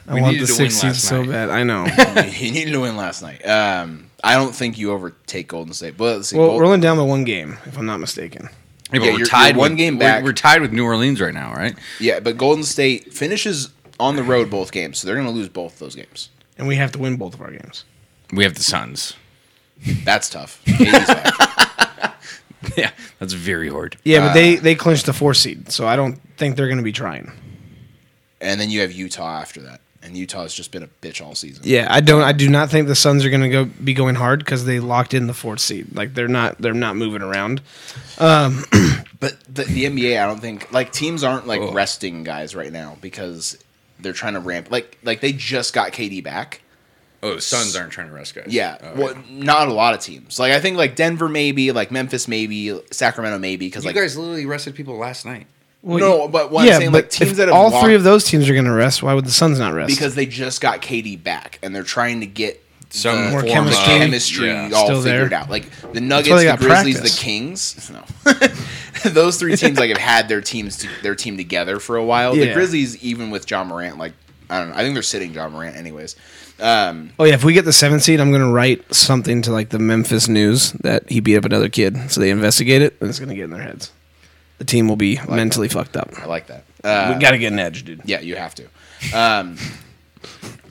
Speaker 1: I
Speaker 4: We
Speaker 1: want the
Speaker 4: needed to
Speaker 1: six
Speaker 4: win
Speaker 1: seed
Speaker 4: last
Speaker 1: so
Speaker 4: night.
Speaker 1: bad. I know.
Speaker 3: you needed to win last night. Um, I don't think you overtake Golden State. But let's see.
Speaker 1: well,
Speaker 3: Gol-
Speaker 1: we're only down by one game, if I'm not mistaken.
Speaker 4: Yeah, but
Speaker 3: Yeah,
Speaker 4: we're
Speaker 3: you're-
Speaker 4: tied
Speaker 3: you're one
Speaker 4: with-
Speaker 3: game
Speaker 4: we're-
Speaker 3: back.
Speaker 4: We're, tied with New Orleans right now, right?
Speaker 3: Yeah, but Golden State finishes on the road both games, so they're going to lose both those games.
Speaker 1: And we have to win both of our games.
Speaker 4: We have the Suns.
Speaker 3: That's tough. KD's back.
Speaker 4: yeah, that's very hard.
Speaker 1: Yeah, but they they clinched the four seed, so I don't think they're going to be trying.
Speaker 3: and then you have Utah after that, and Utah's just been a bitch all season.
Speaker 1: Yeah, I don't. I do not think the Suns are going to go be going hard because they locked in the fourth seed. Like they're not. They're not moving around.
Speaker 3: But the, the NBA, I don't think like teams aren't like resting guys right now because they're trying to ramp like like they just got KD back.
Speaker 4: Oh, the Suns aren't trying to rest guys.
Speaker 3: Yeah,
Speaker 4: Oh,
Speaker 3: well, not a lot of teams. Like I think like Denver maybe, like Memphis maybe, Sacramento maybe because
Speaker 4: You
Speaker 3: like
Speaker 4: guys literally arrested people last night.
Speaker 1: Well,
Speaker 3: No,
Speaker 1: you-
Speaker 3: but what I'm saying, like,
Speaker 1: if
Speaker 3: teams that have
Speaker 1: all
Speaker 3: locked-
Speaker 1: three of those teams are going to rest. Why would the Suns not rest?
Speaker 3: because they just got KD back and they're trying to get
Speaker 4: Some
Speaker 3: the
Speaker 1: More
Speaker 4: form
Speaker 1: chemistry.
Speaker 4: of
Speaker 3: chemistry
Speaker 4: Yeah.
Speaker 3: all
Speaker 1: Still
Speaker 3: figured
Speaker 1: there.
Speaker 3: out. Like the
Speaker 1: why
Speaker 3: Nuggets,
Speaker 1: they
Speaker 3: the
Speaker 1: got
Speaker 3: Grizzlies,
Speaker 1: practice.
Speaker 3: the Kings. No, those three teams like have had their teams to, their team together for a while.
Speaker 1: Yeah.
Speaker 3: The Grizzlies, even with John Morant, like I don't know, I think they're sitting John Morant anyways. Um,
Speaker 1: oh yeah, if we get the seventh seed, I'm going to write something to like the Memphis News that he beat up another kid. So they investigate it, and it's going to get in their heads. The team will be mentally fucked up.
Speaker 3: I like that. Uh,
Speaker 1: we got to get an edge, dude.
Speaker 3: yeah, you have to. Um,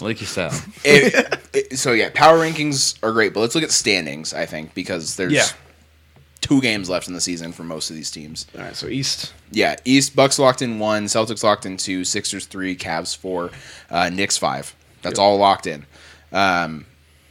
Speaker 4: Like you said.
Speaker 3: it- it- so yeah, power rankings are great, but let's look at standings. I think because there's
Speaker 1: Yeah.
Speaker 3: two games left in the season for most of these teams.
Speaker 1: All right, so East.
Speaker 3: Yeah, East Bucks locked in one, Celtics locked in two, Sixers three, Cavs four, uh, Knicks five. That's all locked in. Um,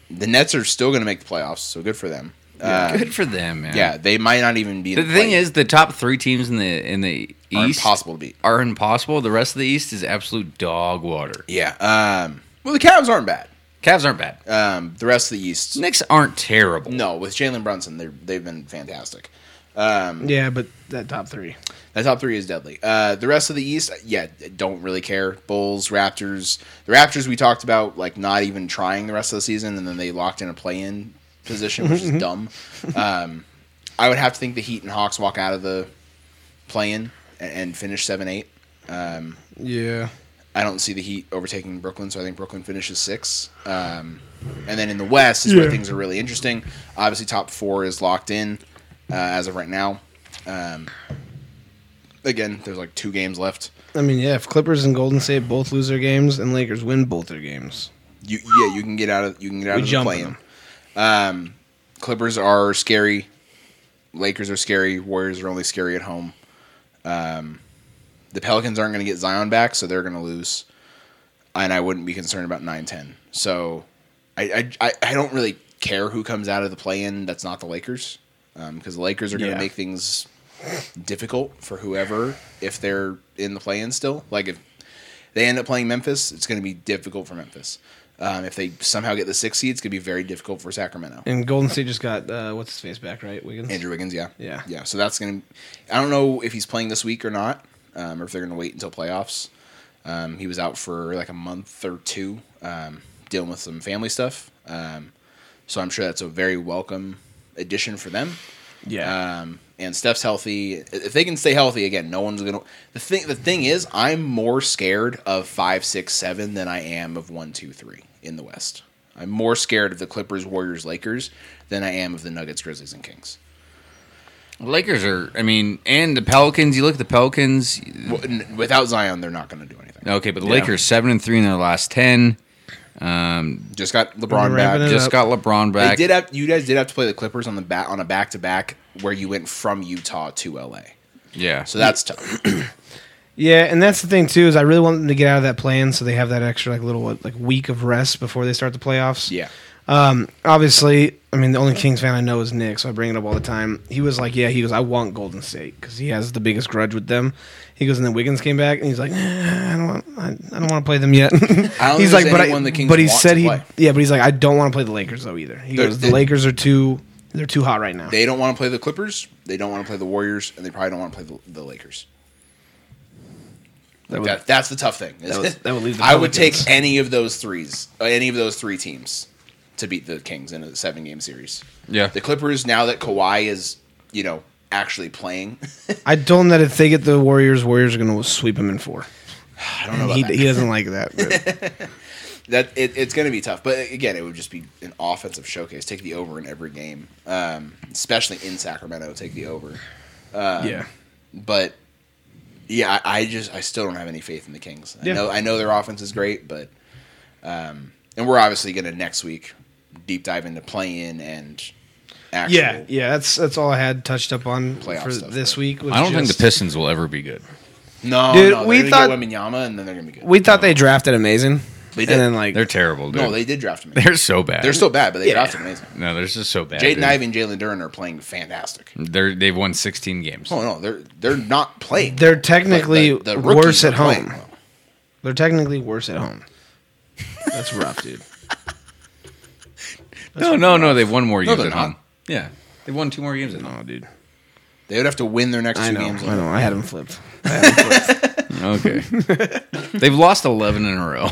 Speaker 3: the Nets are still going to make the playoffs, so good for them. Uh,
Speaker 4: Good for them, man.
Speaker 3: yeah, they might not even be. in
Speaker 4: The thing
Speaker 3: play-
Speaker 4: is, the top three teams in the in the
Speaker 3: are
Speaker 4: East
Speaker 3: impossible to beat.
Speaker 4: are impossible. The rest of the East is absolute dog water.
Speaker 3: Yeah. Um, well, the Cavs aren't bad.
Speaker 4: Cavs aren't bad.
Speaker 3: Um, the rest of the East,
Speaker 4: Knicks aren't terrible.
Speaker 3: no, with Jalen Brunson, they they've been fantastic.
Speaker 1: Yeah, but that top three.
Speaker 3: That top three is deadly. Uh, the rest of the East, yeah, don't really care. Bulls, Raptors. The Raptors we talked about, like not even trying the rest of the season, and then they locked in a play-in position, which is dumb. Um, I would have to think the Heat and Hawks walk out of the play-in and, and finish seven eight.
Speaker 1: Yeah.
Speaker 3: I don't see the Heat overtaking Brooklyn, so I think Brooklyn finishes six. Um, and then in the West is where things are really interesting. Obviously, top four is locked in uh, as of right now. Um, again, there's like two games left.
Speaker 1: I mean, yeah, if Clippers and Golden State both lose their games and Lakers win both their games,
Speaker 3: You yeah, you can get out of you can get out
Speaker 1: We
Speaker 3: of the
Speaker 1: jump
Speaker 3: play-in.
Speaker 1: them.
Speaker 3: Um, Clippers are scary. Lakers are scary. Warriors are only scary at home. Um, the Pelicans aren't going to get Zion back, so they're going to lose. And I wouldn't be concerned about 9-10. So I, I, I, I don't really care who comes out of the play-in that's not the Lakers because the Lakers are going to
Speaker 1: Yeah.
Speaker 3: make things difficult for whoever if they're in the play-in still. Like if they end up playing Memphis, it's going to be difficult for Memphis. Um, if they somehow get the six seed, it's going to be very difficult for Sacramento.
Speaker 1: and Golden State just got uh, what's his face back, right? Wiggins.
Speaker 3: Andrew Wiggins, yeah,
Speaker 1: Yeah.
Speaker 3: yeah. So that's going to. I don't know if he's playing this week or not, um, or if they're going to wait until playoffs. Um, he was out for like a month or two, um, dealing with some family stuff. Um, so I'm sure that's a very welcome addition for them. Yeah. Um, and Steph's healthy. If they can stay healthy again, no one's gonna. The thing, the thing is, I'm more scared of five, six, seven than I am of one, two, three in the West. I'm more scared of the Clippers, Warriors, Lakers than I am of the Nuggets, Grizzlies, and Kings.
Speaker 4: Lakers are, I mean, and the Pelicans. You look at the Pelicans.
Speaker 3: W- n- Without Zion, they're not going to do anything.
Speaker 4: Okay, but the Lakers seven and three in their last ten.
Speaker 3: Just got LeBron
Speaker 1: Ramping
Speaker 3: back.
Speaker 1: it
Speaker 4: Just
Speaker 1: up.
Speaker 4: got LeBron
Speaker 3: They
Speaker 4: back.
Speaker 3: did have you guys did have to play the Clippers on the bat on a back to back where you went from Utah to LA.
Speaker 4: Yeah.
Speaker 3: So that's tough.
Speaker 1: Yeah, and that's the thing too is I really want them to get out of that plan so they have that extra like little like week of rest before they start the playoffs.
Speaker 3: Yeah.
Speaker 1: Obviously, I mean the only Kings fan I know is Nick, so I bring it up all the time. He was like, "Yeah," he goes, "I want Golden State because he has the biggest grudge with them." He goes, and then Wiggins came back, and he's like, "Eh, "I don't want, I, I don't want to play them yet."
Speaker 3: there's
Speaker 1: he's like, "But I,
Speaker 3: anyone the Kings
Speaker 1: but he
Speaker 3: want
Speaker 1: said
Speaker 3: to
Speaker 1: he,
Speaker 3: play.
Speaker 1: yeah, but he's like, I don't want to play the Lakers though either." He
Speaker 3: They're-
Speaker 1: goes,
Speaker 3: they-
Speaker 1: "The Lakers are too, they're too hot right now."
Speaker 3: They don't want to play the Clippers. They don't want to play the Warriors, and they probably don't want to play the, the Lakers.
Speaker 1: That was-
Speaker 3: That, that's the tough thing.
Speaker 1: That would- that would leave the
Speaker 3: I would take
Speaker 1: Pelicans.
Speaker 3: any of those threes, uh, any of those three teams, to beat the Kings in a seven game series.
Speaker 4: Yeah.
Speaker 3: The Clippers now that Kawhi is you know actually playing.
Speaker 1: I told him that if they get the Warriors, Warriors are going to sweep him in four.
Speaker 3: I don't know about
Speaker 1: He,
Speaker 3: that.
Speaker 1: he doesn't like that. but-
Speaker 3: that it, it's going to be tough. But again, it would just be an offensive showcase. Take the over in every game, um, especially in Sacramento. Take the over. Uh,
Speaker 1: yeah.
Speaker 3: But yeah, I, I just I still don't have any faith in the Kings. I
Speaker 1: Yeah.
Speaker 3: know I know their offense is great, but um, and we're obviously going to next week deep dive into play in and actual
Speaker 1: Yeah, yeah, that's that's all I had touched up on
Speaker 3: Playoff
Speaker 1: for
Speaker 3: stuff,
Speaker 1: this
Speaker 3: but-
Speaker 1: week. Was
Speaker 4: I don't think
Speaker 1: just-
Speaker 4: the Pistons will ever be good.
Speaker 3: No,
Speaker 1: Dude,
Speaker 3: no,
Speaker 1: we
Speaker 3: we
Speaker 1: thought-
Speaker 3: thought Weminyama, and then they're going to be good.
Speaker 1: we thought they drafted amazing.
Speaker 3: They did.
Speaker 1: And then like
Speaker 4: They're terrible, dude.
Speaker 3: no, they did draft him.
Speaker 4: are so bad.
Speaker 3: They're still bad, but they
Speaker 1: Yeah.
Speaker 3: drafted amazing.
Speaker 4: no, they're just so bad.
Speaker 3: Jaden
Speaker 4: dude.
Speaker 3: Ivey and Jalen Duran are playing fantastic.
Speaker 4: They're they've won 16 games.
Speaker 3: Oh no, they're they're not playing.
Speaker 1: they're technically
Speaker 3: But the- the rookies
Speaker 1: worse
Speaker 3: are
Speaker 1: at home.
Speaker 3: playing well.
Speaker 1: They're technically worse at home. That's rough, dude.
Speaker 4: No, no, no. They've won more games
Speaker 3: they're
Speaker 4: at
Speaker 3: not.
Speaker 4: home. Yeah, they've won two more games at home.
Speaker 1: No, dude.
Speaker 3: They would have to win their next
Speaker 1: I
Speaker 3: two
Speaker 1: know.
Speaker 3: games.
Speaker 1: I know. I had them flipped. I had 'em flipped.
Speaker 4: Okay, they've lost 11 in a row.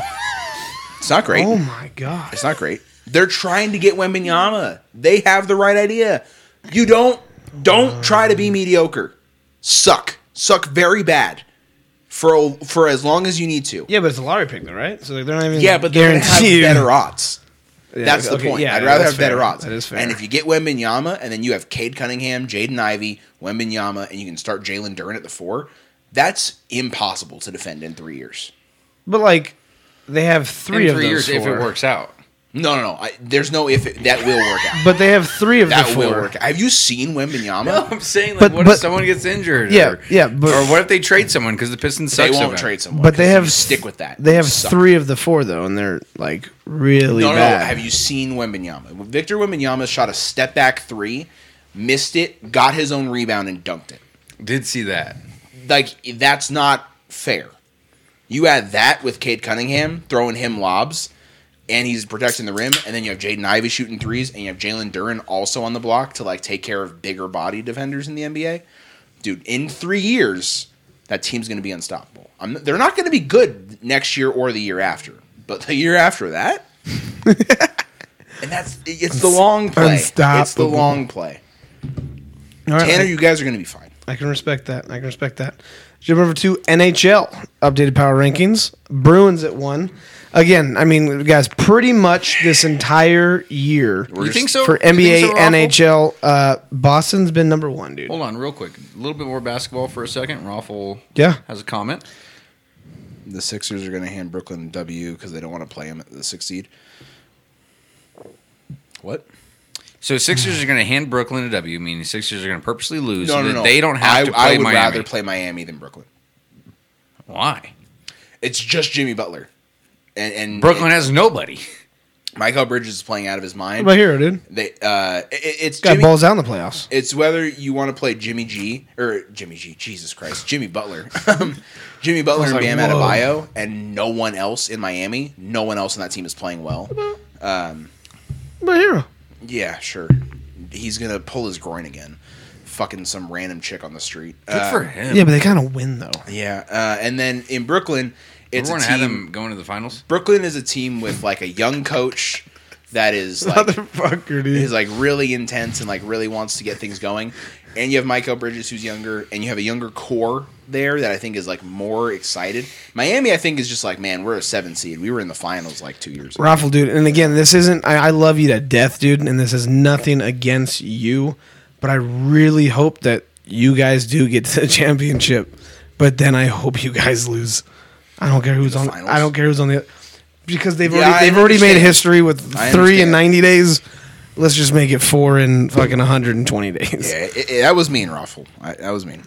Speaker 3: It's not great.
Speaker 1: oh my god.
Speaker 3: It's not great. They're trying to get Wembenyama. They have the right idea. You don't don't try to be mediocre. Suck. Suck very bad for a- for as long as you need to.
Speaker 1: Yeah, but it's a lottery pick, though, right? So like, they're not even
Speaker 3: Yeah, but they're gonna have
Speaker 1: guaranteed.
Speaker 3: better odds.
Speaker 1: Yeah,
Speaker 3: That's the
Speaker 1: okay,
Speaker 3: point.
Speaker 1: yeah,
Speaker 3: I'd rather
Speaker 1: that's
Speaker 3: have better
Speaker 1: fair.
Speaker 3: odds.
Speaker 1: That is fair.
Speaker 3: And if you get Wembenyama and then you have Cade Cunningham, Jaden Ivey, Wembenyama, and you can start Jalen Duran at the four, that's impossible to defend in three years.
Speaker 1: but like they have three
Speaker 4: in
Speaker 1: of
Speaker 4: three
Speaker 1: those
Speaker 4: years if
Speaker 1: four.
Speaker 4: it works out.
Speaker 3: No, no, no. I, there's no if it, that will work out.
Speaker 1: But they have three of the
Speaker 3: That
Speaker 1: four.
Speaker 3: will work. out. Have you seen Wembenyama?
Speaker 4: No, I'm saying like,
Speaker 1: But-
Speaker 4: what
Speaker 1: but-
Speaker 4: if someone gets injured?
Speaker 1: Yeah,
Speaker 4: or,
Speaker 1: yeah, but-
Speaker 4: or what if they trade someone because the Pistons suck
Speaker 3: They
Speaker 4: so
Speaker 3: won't
Speaker 4: bad?
Speaker 3: trade someone.
Speaker 1: But they
Speaker 3: 'cause
Speaker 1: have
Speaker 3: you stick with that.
Speaker 1: They have
Speaker 3: Suck.
Speaker 1: three of the four though, and they're like really
Speaker 3: No, no, no.
Speaker 1: bad.
Speaker 3: Have you seen Wembenyama? Victor Wembenyama shot a step back three, missed it, got his own rebound and dunked it.
Speaker 4: Did see that?
Speaker 3: Like that's not fair. You add that with Cade Cunningham throwing him lobs, and he's protecting the rim, and then you have Jaden Ivey shooting threes, and you have Jalen Duran also on the block to like take care of bigger body defenders in the NBA. Dude, in three years, that team's going to be unstoppable. I'm, they're not going to be good next year or the year after, but the year after that, and that's it's the long play. It's the
Speaker 1: Unstoppable.
Speaker 3: long play.
Speaker 1: All right,
Speaker 3: Tanner,
Speaker 1: I-
Speaker 3: you guys are going to be fine.
Speaker 1: I can respect that. I can respect that. Jump over to NHL updated power rankings. Bruins at one. Again, I mean, guys, pretty much this entire year
Speaker 4: You think so?
Speaker 1: for
Speaker 4: You think
Speaker 1: NBA,
Speaker 4: so, Raffle?
Speaker 1: NHL, uh, Boston's been number one, dude.
Speaker 4: Hold on, real quick. A little bit more basketball for a second. Raffle
Speaker 1: Yeah.
Speaker 4: has a comment.
Speaker 3: the Sixers are going to hand Brooklyn a W because they don't want to play him at the sixth seed. What?
Speaker 4: So Sixers are going to hand Brooklyn a W, meaning Sixers are going to purposely lose
Speaker 3: No,
Speaker 4: so
Speaker 3: no,
Speaker 4: that
Speaker 3: no.
Speaker 4: they don't have
Speaker 3: I,
Speaker 4: to
Speaker 3: I
Speaker 4: play
Speaker 3: would
Speaker 4: Miami.
Speaker 3: rather play Miami than Brooklyn.
Speaker 4: Why?
Speaker 3: It's just Jimmy Butler, and, and
Speaker 4: Brooklyn has nobody.
Speaker 3: and Michael Bridges is playing out of his mind.
Speaker 1: Right here, dude.
Speaker 3: They, uh, it, it's
Speaker 1: Got
Speaker 3: Jimmy,
Speaker 1: balls out in the playoffs.
Speaker 3: It's whether you want to play Jimmy G or Jimmy G. Jesus Christ, Jimmy Butler, Um, Jimmy Butler and
Speaker 1: like,
Speaker 3: Bam
Speaker 1: whoa.
Speaker 3: Adebayo, and no one else in Miami. No one else in that team is playing well.
Speaker 1: Right here.
Speaker 3: Yeah, sure. He's gonna pull his groin again. Fucking some random chick on the street.
Speaker 4: Good
Speaker 3: Uh,
Speaker 4: for him.
Speaker 1: Yeah, but they kind of win though.
Speaker 3: Yeah, uh, and then in Brooklyn, it's
Speaker 4: Everyone
Speaker 3: a
Speaker 4: had
Speaker 3: team.
Speaker 4: them going to the finals.
Speaker 3: Brooklyn is a team with like a young coach, that is like
Speaker 1: Motherfucker, dude.
Speaker 3: is like really intense and like really wants to get things going. And you have Michael Bridges who's younger, and you have a younger core there that I think is like more excited. Miami, I think, is just like, man, we're a seven seed. We were in the finals like two years ago.
Speaker 1: Raffle, dude. And again, this isn't. I, I love you to death, dude. And this is nothing against you, but I really hope that you guys do get to the championship. But then I hope you guys lose. I don't care who's
Speaker 3: The
Speaker 1: on.
Speaker 3: finals?
Speaker 1: I don't care who's on the. Because they've
Speaker 3: Yeah, I
Speaker 1: already they've already made
Speaker 3: understand.
Speaker 1: history with
Speaker 3: I
Speaker 1: three in
Speaker 3: understand.
Speaker 1: ninety days. Let's just make it four in fucking one hundred and twenty days.
Speaker 3: Yeah, it, it- that was mean, Raffle. I, that was mean.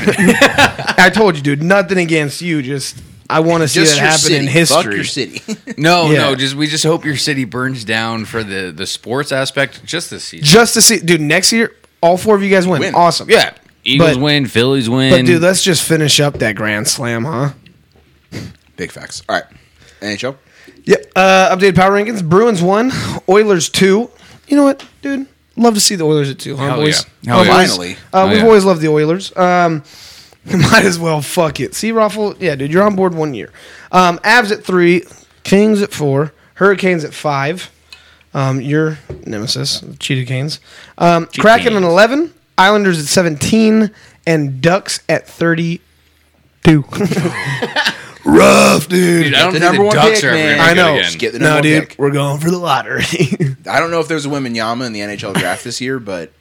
Speaker 1: I told you, dude. Nothing against you. Just I want to see that happen in history.
Speaker 3: Fuck your city.
Speaker 4: No,
Speaker 1: Yeah.
Speaker 4: no, just we just hope your city burns down for the the sports aspect just this season.
Speaker 1: just to see, dude. Next year, all four of you guys win.
Speaker 3: Win.
Speaker 1: Awesome.
Speaker 4: Yeah, Eagles
Speaker 1: But-
Speaker 4: win, Phillies win.
Speaker 1: But dude, let's just finish up that grand slam, huh?
Speaker 3: Big facts. All right, NHL.
Speaker 1: Yep. Uh, updated power rankings: Bruins one, Oilers two. You know what, dude? Love to see the Oilers at two, huh,
Speaker 4: Hell
Speaker 1: boys?
Speaker 4: yeah. Hell
Speaker 1: Huh,
Speaker 3: yeah.
Speaker 1: boys?
Speaker 3: Finally.
Speaker 1: uh,
Speaker 4: Oh,
Speaker 1: we've
Speaker 4: yeah.
Speaker 1: always loved the Oilers. Um, might as well fuck it. See, Raffle, yeah, dude, you're on board one year. Um, Abs at three, Kings at four, Hurricanes at five. Um, your nemesis, the Cheetah Canes. Um, Kraken at
Speaker 4: Canes.
Speaker 1: eleven, Islanders at seventeen, and Ducks at thirty-two. Rough, dude.
Speaker 4: Dude, I don't
Speaker 3: The
Speaker 4: think
Speaker 3: number
Speaker 4: the
Speaker 3: one
Speaker 4: Ducks
Speaker 3: pick,
Speaker 4: are ever
Speaker 3: man.
Speaker 4: gonna
Speaker 1: I
Speaker 4: get
Speaker 1: know.
Speaker 4: again.
Speaker 3: Just get the number
Speaker 1: No,
Speaker 3: one
Speaker 1: dude,
Speaker 3: pick.
Speaker 1: we're going for the lottery.
Speaker 3: I don't know if there's a women Yama in the NHL draft this year, but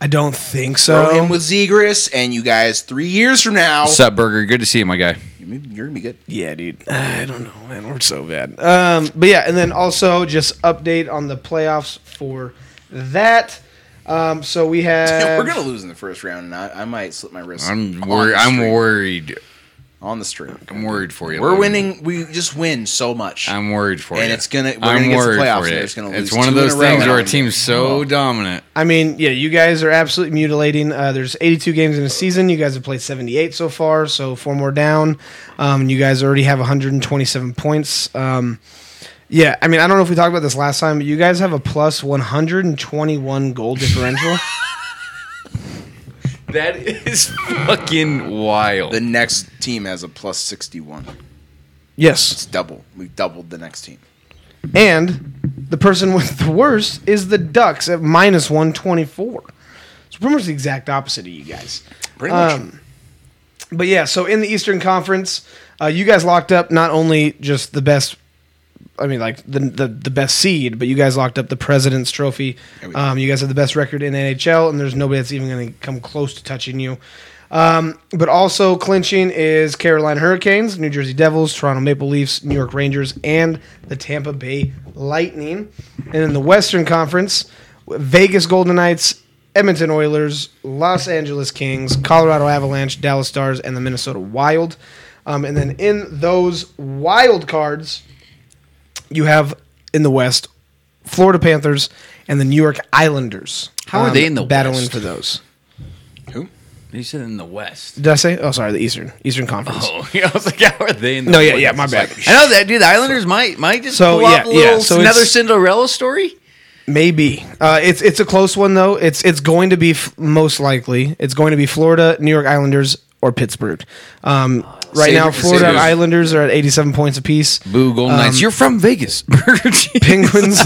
Speaker 1: I don't think
Speaker 3: throw
Speaker 1: so.
Speaker 3: him with Zegris, and you guys three years from now,
Speaker 4: What's up, Burger? Good to see you, my guy.
Speaker 3: you- you're gonna be good.
Speaker 1: yeah, dude. I don't know, man. We're so bad. Um, but yeah, and then also just update on the playoffs for that. Um, so we have
Speaker 3: We're gonna lose in the first round, and I, I might slip my wrist.
Speaker 4: I'm
Speaker 3: on
Speaker 4: worried.
Speaker 3: the
Speaker 4: I'm
Speaker 3: stream.
Speaker 4: worried.
Speaker 3: on the stream.
Speaker 4: I'm worried for you.
Speaker 3: We're
Speaker 4: Logan.
Speaker 3: winning. We just win so much.
Speaker 4: I'm worried for you.
Speaker 3: And it's gonna- we're
Speaker 4: I'm
Speaker 3: gonna get to the
Speaker 4: worried
Speaker 3: playoffs
Speaker 4: for
Speaker 3: and
Speaker 4: you.
Speaker 3: they're just gonna
Speaker 4: It's
Speaker 3: lose
Speaker 4: one of
Speaker 3: two in
Speaker 4: those
Speaker 3: a row
Speaker 4: things
Speaker 3: now.
Speaker 4: where a team's so dominant.
Speaker 1: I mean, yeah, you guys are absolutely mutilating. Uh, there's 82 games in a season. You guys have played 78 so far, so four more down. Um, you guys already have 127 points. Um, yeah, I mean, I don't know if we talked about this last time, but you guys have a plus 121 goal differential.
Speaker 4: That is fucking wild.
Speaker 3: the next team has a plus sixty-one.
Speaker 1: yes,
Speaker 3: It's double. We've doubled the next team.
Speaker 1: And the person with the worst is the Ducks at minus 124. So pretty much the exact opposite of you guys.
Speaker 3: Pretty much.
Speaker 1: Um, But yeah, so in the Eastern Conference, uh, you guys locked up not only just the best, I mean, like the, the, the best seed, but you guys locked up the President's Trophy.
Speaker 3: Yeah, we did.
Speaker 1: Um, you guys have the best record in NHL, and there's nobody that's even going to come close to touching you. Um, but also clinching is Carolina Hurricanes, New Jersey Devils, Toronto Maple Leafs, New York Rangers, and the Tampa Bay Lightning. And in the Western Conference, Vegas Golden Knights, Edmonton Oilers, Los Angeles Kings, Colorado Avalanche, Dallas Stars, and the Minnesota Wild. Um, and then in those wild cards, you have in the West Florida Panthers and the New York Islanders. um,
Speaker 4: How are they in the
Speaker 1: battling
Speaker 4: West?
Speaker 1: for those?
Speaker 3: Who?
Speaker 4: You said in the West.
Speaker 1: Did I say? Oh, sorry, the Eastern Eastern Conference.
Speaker 4: Oh, yeah, I was like, how are they in the
Speaker 1: No,
Speaker 4: West?
Speaker 1: yeah, yeah, my bad.
Speaker 4: I know that, dude. The Islanders might might just
Speaker 1: So,
Speaker 4: pull off
Speaker 1: yeah,
Speaker 4: a little,
Speaker 1: yeah, so
Speaker 4: another
Speaker 1: it's-
Speaker 4: Cinderella story.
Speaker 1: Maybe uh, it's it's a close one though. It's it's going to be f- most likely it's going to be Florida, New York Islanders, or Pittsburgh. Um, right
Speaker 3: Save-
Speaker 1: now, Florida
Speaker 3: save-
Speaker 1: Islanders are at eighty-seven points apiece.
Speaker 4: Boo, Golden Knights. You're from Vegas.
Speaker 1: Penguins.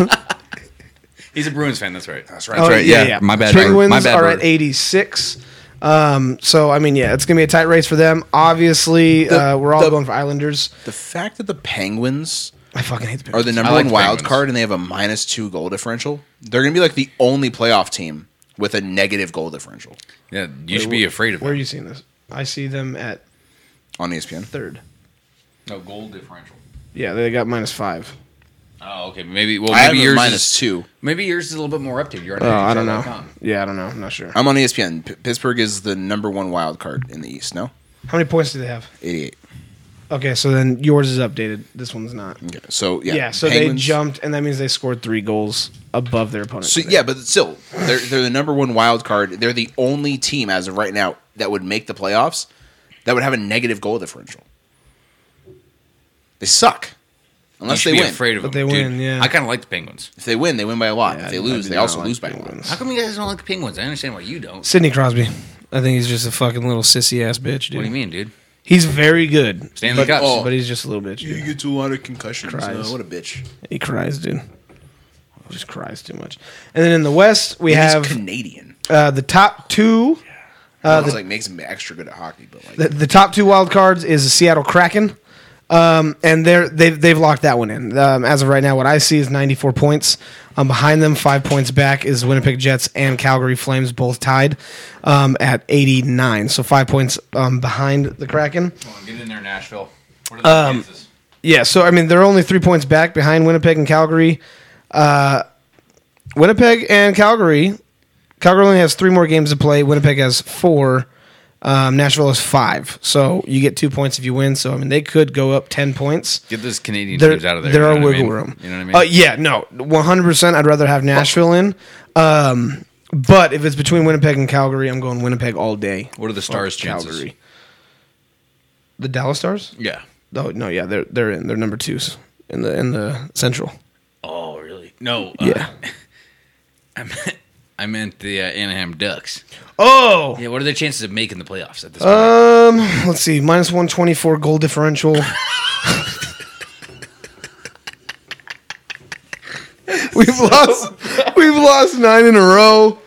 Speaker 4: He's a Bruins fan. That's right.
Speaker 3: That's right.
Speaker 1: Oh,
Speaker 4: right, yeah. My bad,
Speaker 1: Penguins
Speaker 4: my bad
Speaker 1: are
Speaker 4: word.
Speaker 1: at 86. Um, so I mean, yeah, it's gonna be a tight race for them. Obviously,
Speaker 3: The-
Speaker 1: uh, we're all
Speaker 3: the-
Speaker 1: going for Islanders.
Speaker 3: The fact that the Penguins
Speaker 1: I fucking hate the Penguins.
Speaker 3: are the number
Speaker 4: I like
Speaker 3: one
Speaker 4: the
Speaker 3: wild
Speaker 4: Penguins.
Speaker 3: card and they have a minus two goal differential, they're gonna be like the only playoff team with a negative goal differential
Speaker 4: Yeah, you should be afraid of
Speaker 1: Where are
Speaker 4: it.
Speaker 1: you seeing this? I see them at
Speaker 3: on E ESPN.
Speaker 1: third.
Speaker 4: No goal differential.
Speaker 1: Yeah, they got minus five.
Speaker 4: Oh, okay. Maybe. Well,
Speaker 3: I have
Speaker 4: maybe
Speaker 3: a
Speaker 4: yours
Speaker 3: minus
Speaker 4: is
Speaker 3: two.
Speaker 4: maybe yours is a little bit more updated. You're on
Speaker 1: Oh, I don't know.
Speaker 4: NHL.com.
Speaker 1: Yeah, I don't know. I'm not sure.
Speaker 3: I'm on ESPN. P- Pittsburgh is the number one wild card in the East. No,
Speaker 1: How many points do they have?
Speaker 3: eighty-eight.
Speaker 1: Okay, so then yours is updated. This one's not.
Speaker 3: Okay. So yeah,
Speaker 1: Yeah, so
Speaker 3: Penguins-
Speaker 1: they jumped, and that means they scored three goals above their opponent.
Speaker 3: So yeah, but still, they're they're the number one wild card. They're the only team as of right now that would make the playoffs that would have a negative goal differential. They suck,
Speaker 4: You
Speaker 3: unless
Speaker 4: should
Speaker 3: they
Speaker 4: be
Speaker 3: win.
Speaker 4: afraid of
Speaker 1: But
Speaker 4: them,
Speaker 1: they
Speaker 4: dude.
Speaker 1: win, yeah.
Speaker 4: I kind of like the Penguins.
Speaker 3: If they win, they win by a lot.
Speaker 1: Yeah,
Speaker 3: if they
Speaker 1: I
Speaker 3: lose,
Speaker 1: do
Speaker 3: they
Speaker 1: not
Speaker 3: also
Speaker 1: like
Speaker 3: lose by a
Speaker 1: Penguins.
Speaker 3: lot.
Speaker 4: How come you guys don't like the Penguins? I understand why you don't.
Speaker 1: Sidney Crosby. I think he's just a fucking little sissy ass bitch, dude.
Speaker 4: What do you mean, dude?
Speaker 1: He's very good,
Speaker 4: Stanley
Speaker 1: but,
Speaker 4: Cups.
Speaker 1: but he's just a little bitch. Dude.
Speaker 3: get to a lot of concussions.
Speaker 1: Cries.
Speaker 3: Uh, what a bitch!
Speaker 1: He cries, dude. just cries too much. And then in the West, we
Speaker 3: He's
Speaker 1: have
Speaker 3: Canadian.
Speaker 1: uh, the top two.
Speaker 3: Uh, like makes him extra good at hockey, but like
Speaker 1: The, the top two wild cards is the Seattle Kraken, um, and they're they've they've locked that one in. Um, as of right now, what I see is 94 points. Um, behind them, five points back is Winnipeg Jets and Calgary Flames, both tied um, at 89. So five points um, behind the Kraken.
Speaker 4: Get in there, Nashville. What are
Speaker 1: Um,
Speaker 4: chances?
Speaker 1: Yeah, so I mean they're only three points back behind Winnipeg and Calgary. Uh, Winnipeg and Calgary. Calgary only has three more games to play. Winnipeg has four. Um, Nashville has five. So you get two points if you win. So I mean they could go up ten points.
Speaker 4: Get those Canadian
Speaker 1: There,
Speaker 4: teams out of there.
Speaker 1: there
Speaker 4: you
Speaker 1: are
Speaker 4: know what I
Speaker 1: wiggle
Speaker 4: mean?
Speaker 1: room.
Speaker 4: You know what I mean?
Speaker 1: Uh, yeah, no, one hundred percent. I'd rather have Nashville in. Um, but if it's between Winnipeg and Calgary, I'm going Winnipeg all day.
Speaker 4: what are the Stars' chances?
Speaker 1: The Dallas Stars?
Speaker 4: Yeah.
Speaker 1: Oh no, yeah, they're they're in. They're number twos in the in the Central.
Speaker 4: Oh, really? No. Uh,
Speaker 1: Yeah.
Speaker 4: I meant, I meant the uh, Anaheim Ducks.
Speaker 1: Oh.
Speaker 4: Yeah. What are their chances of making the playoffs at this point?
Speaker 1: Um, let's see. Minus 124 goal differential. we've lost we've lost 9 in a row.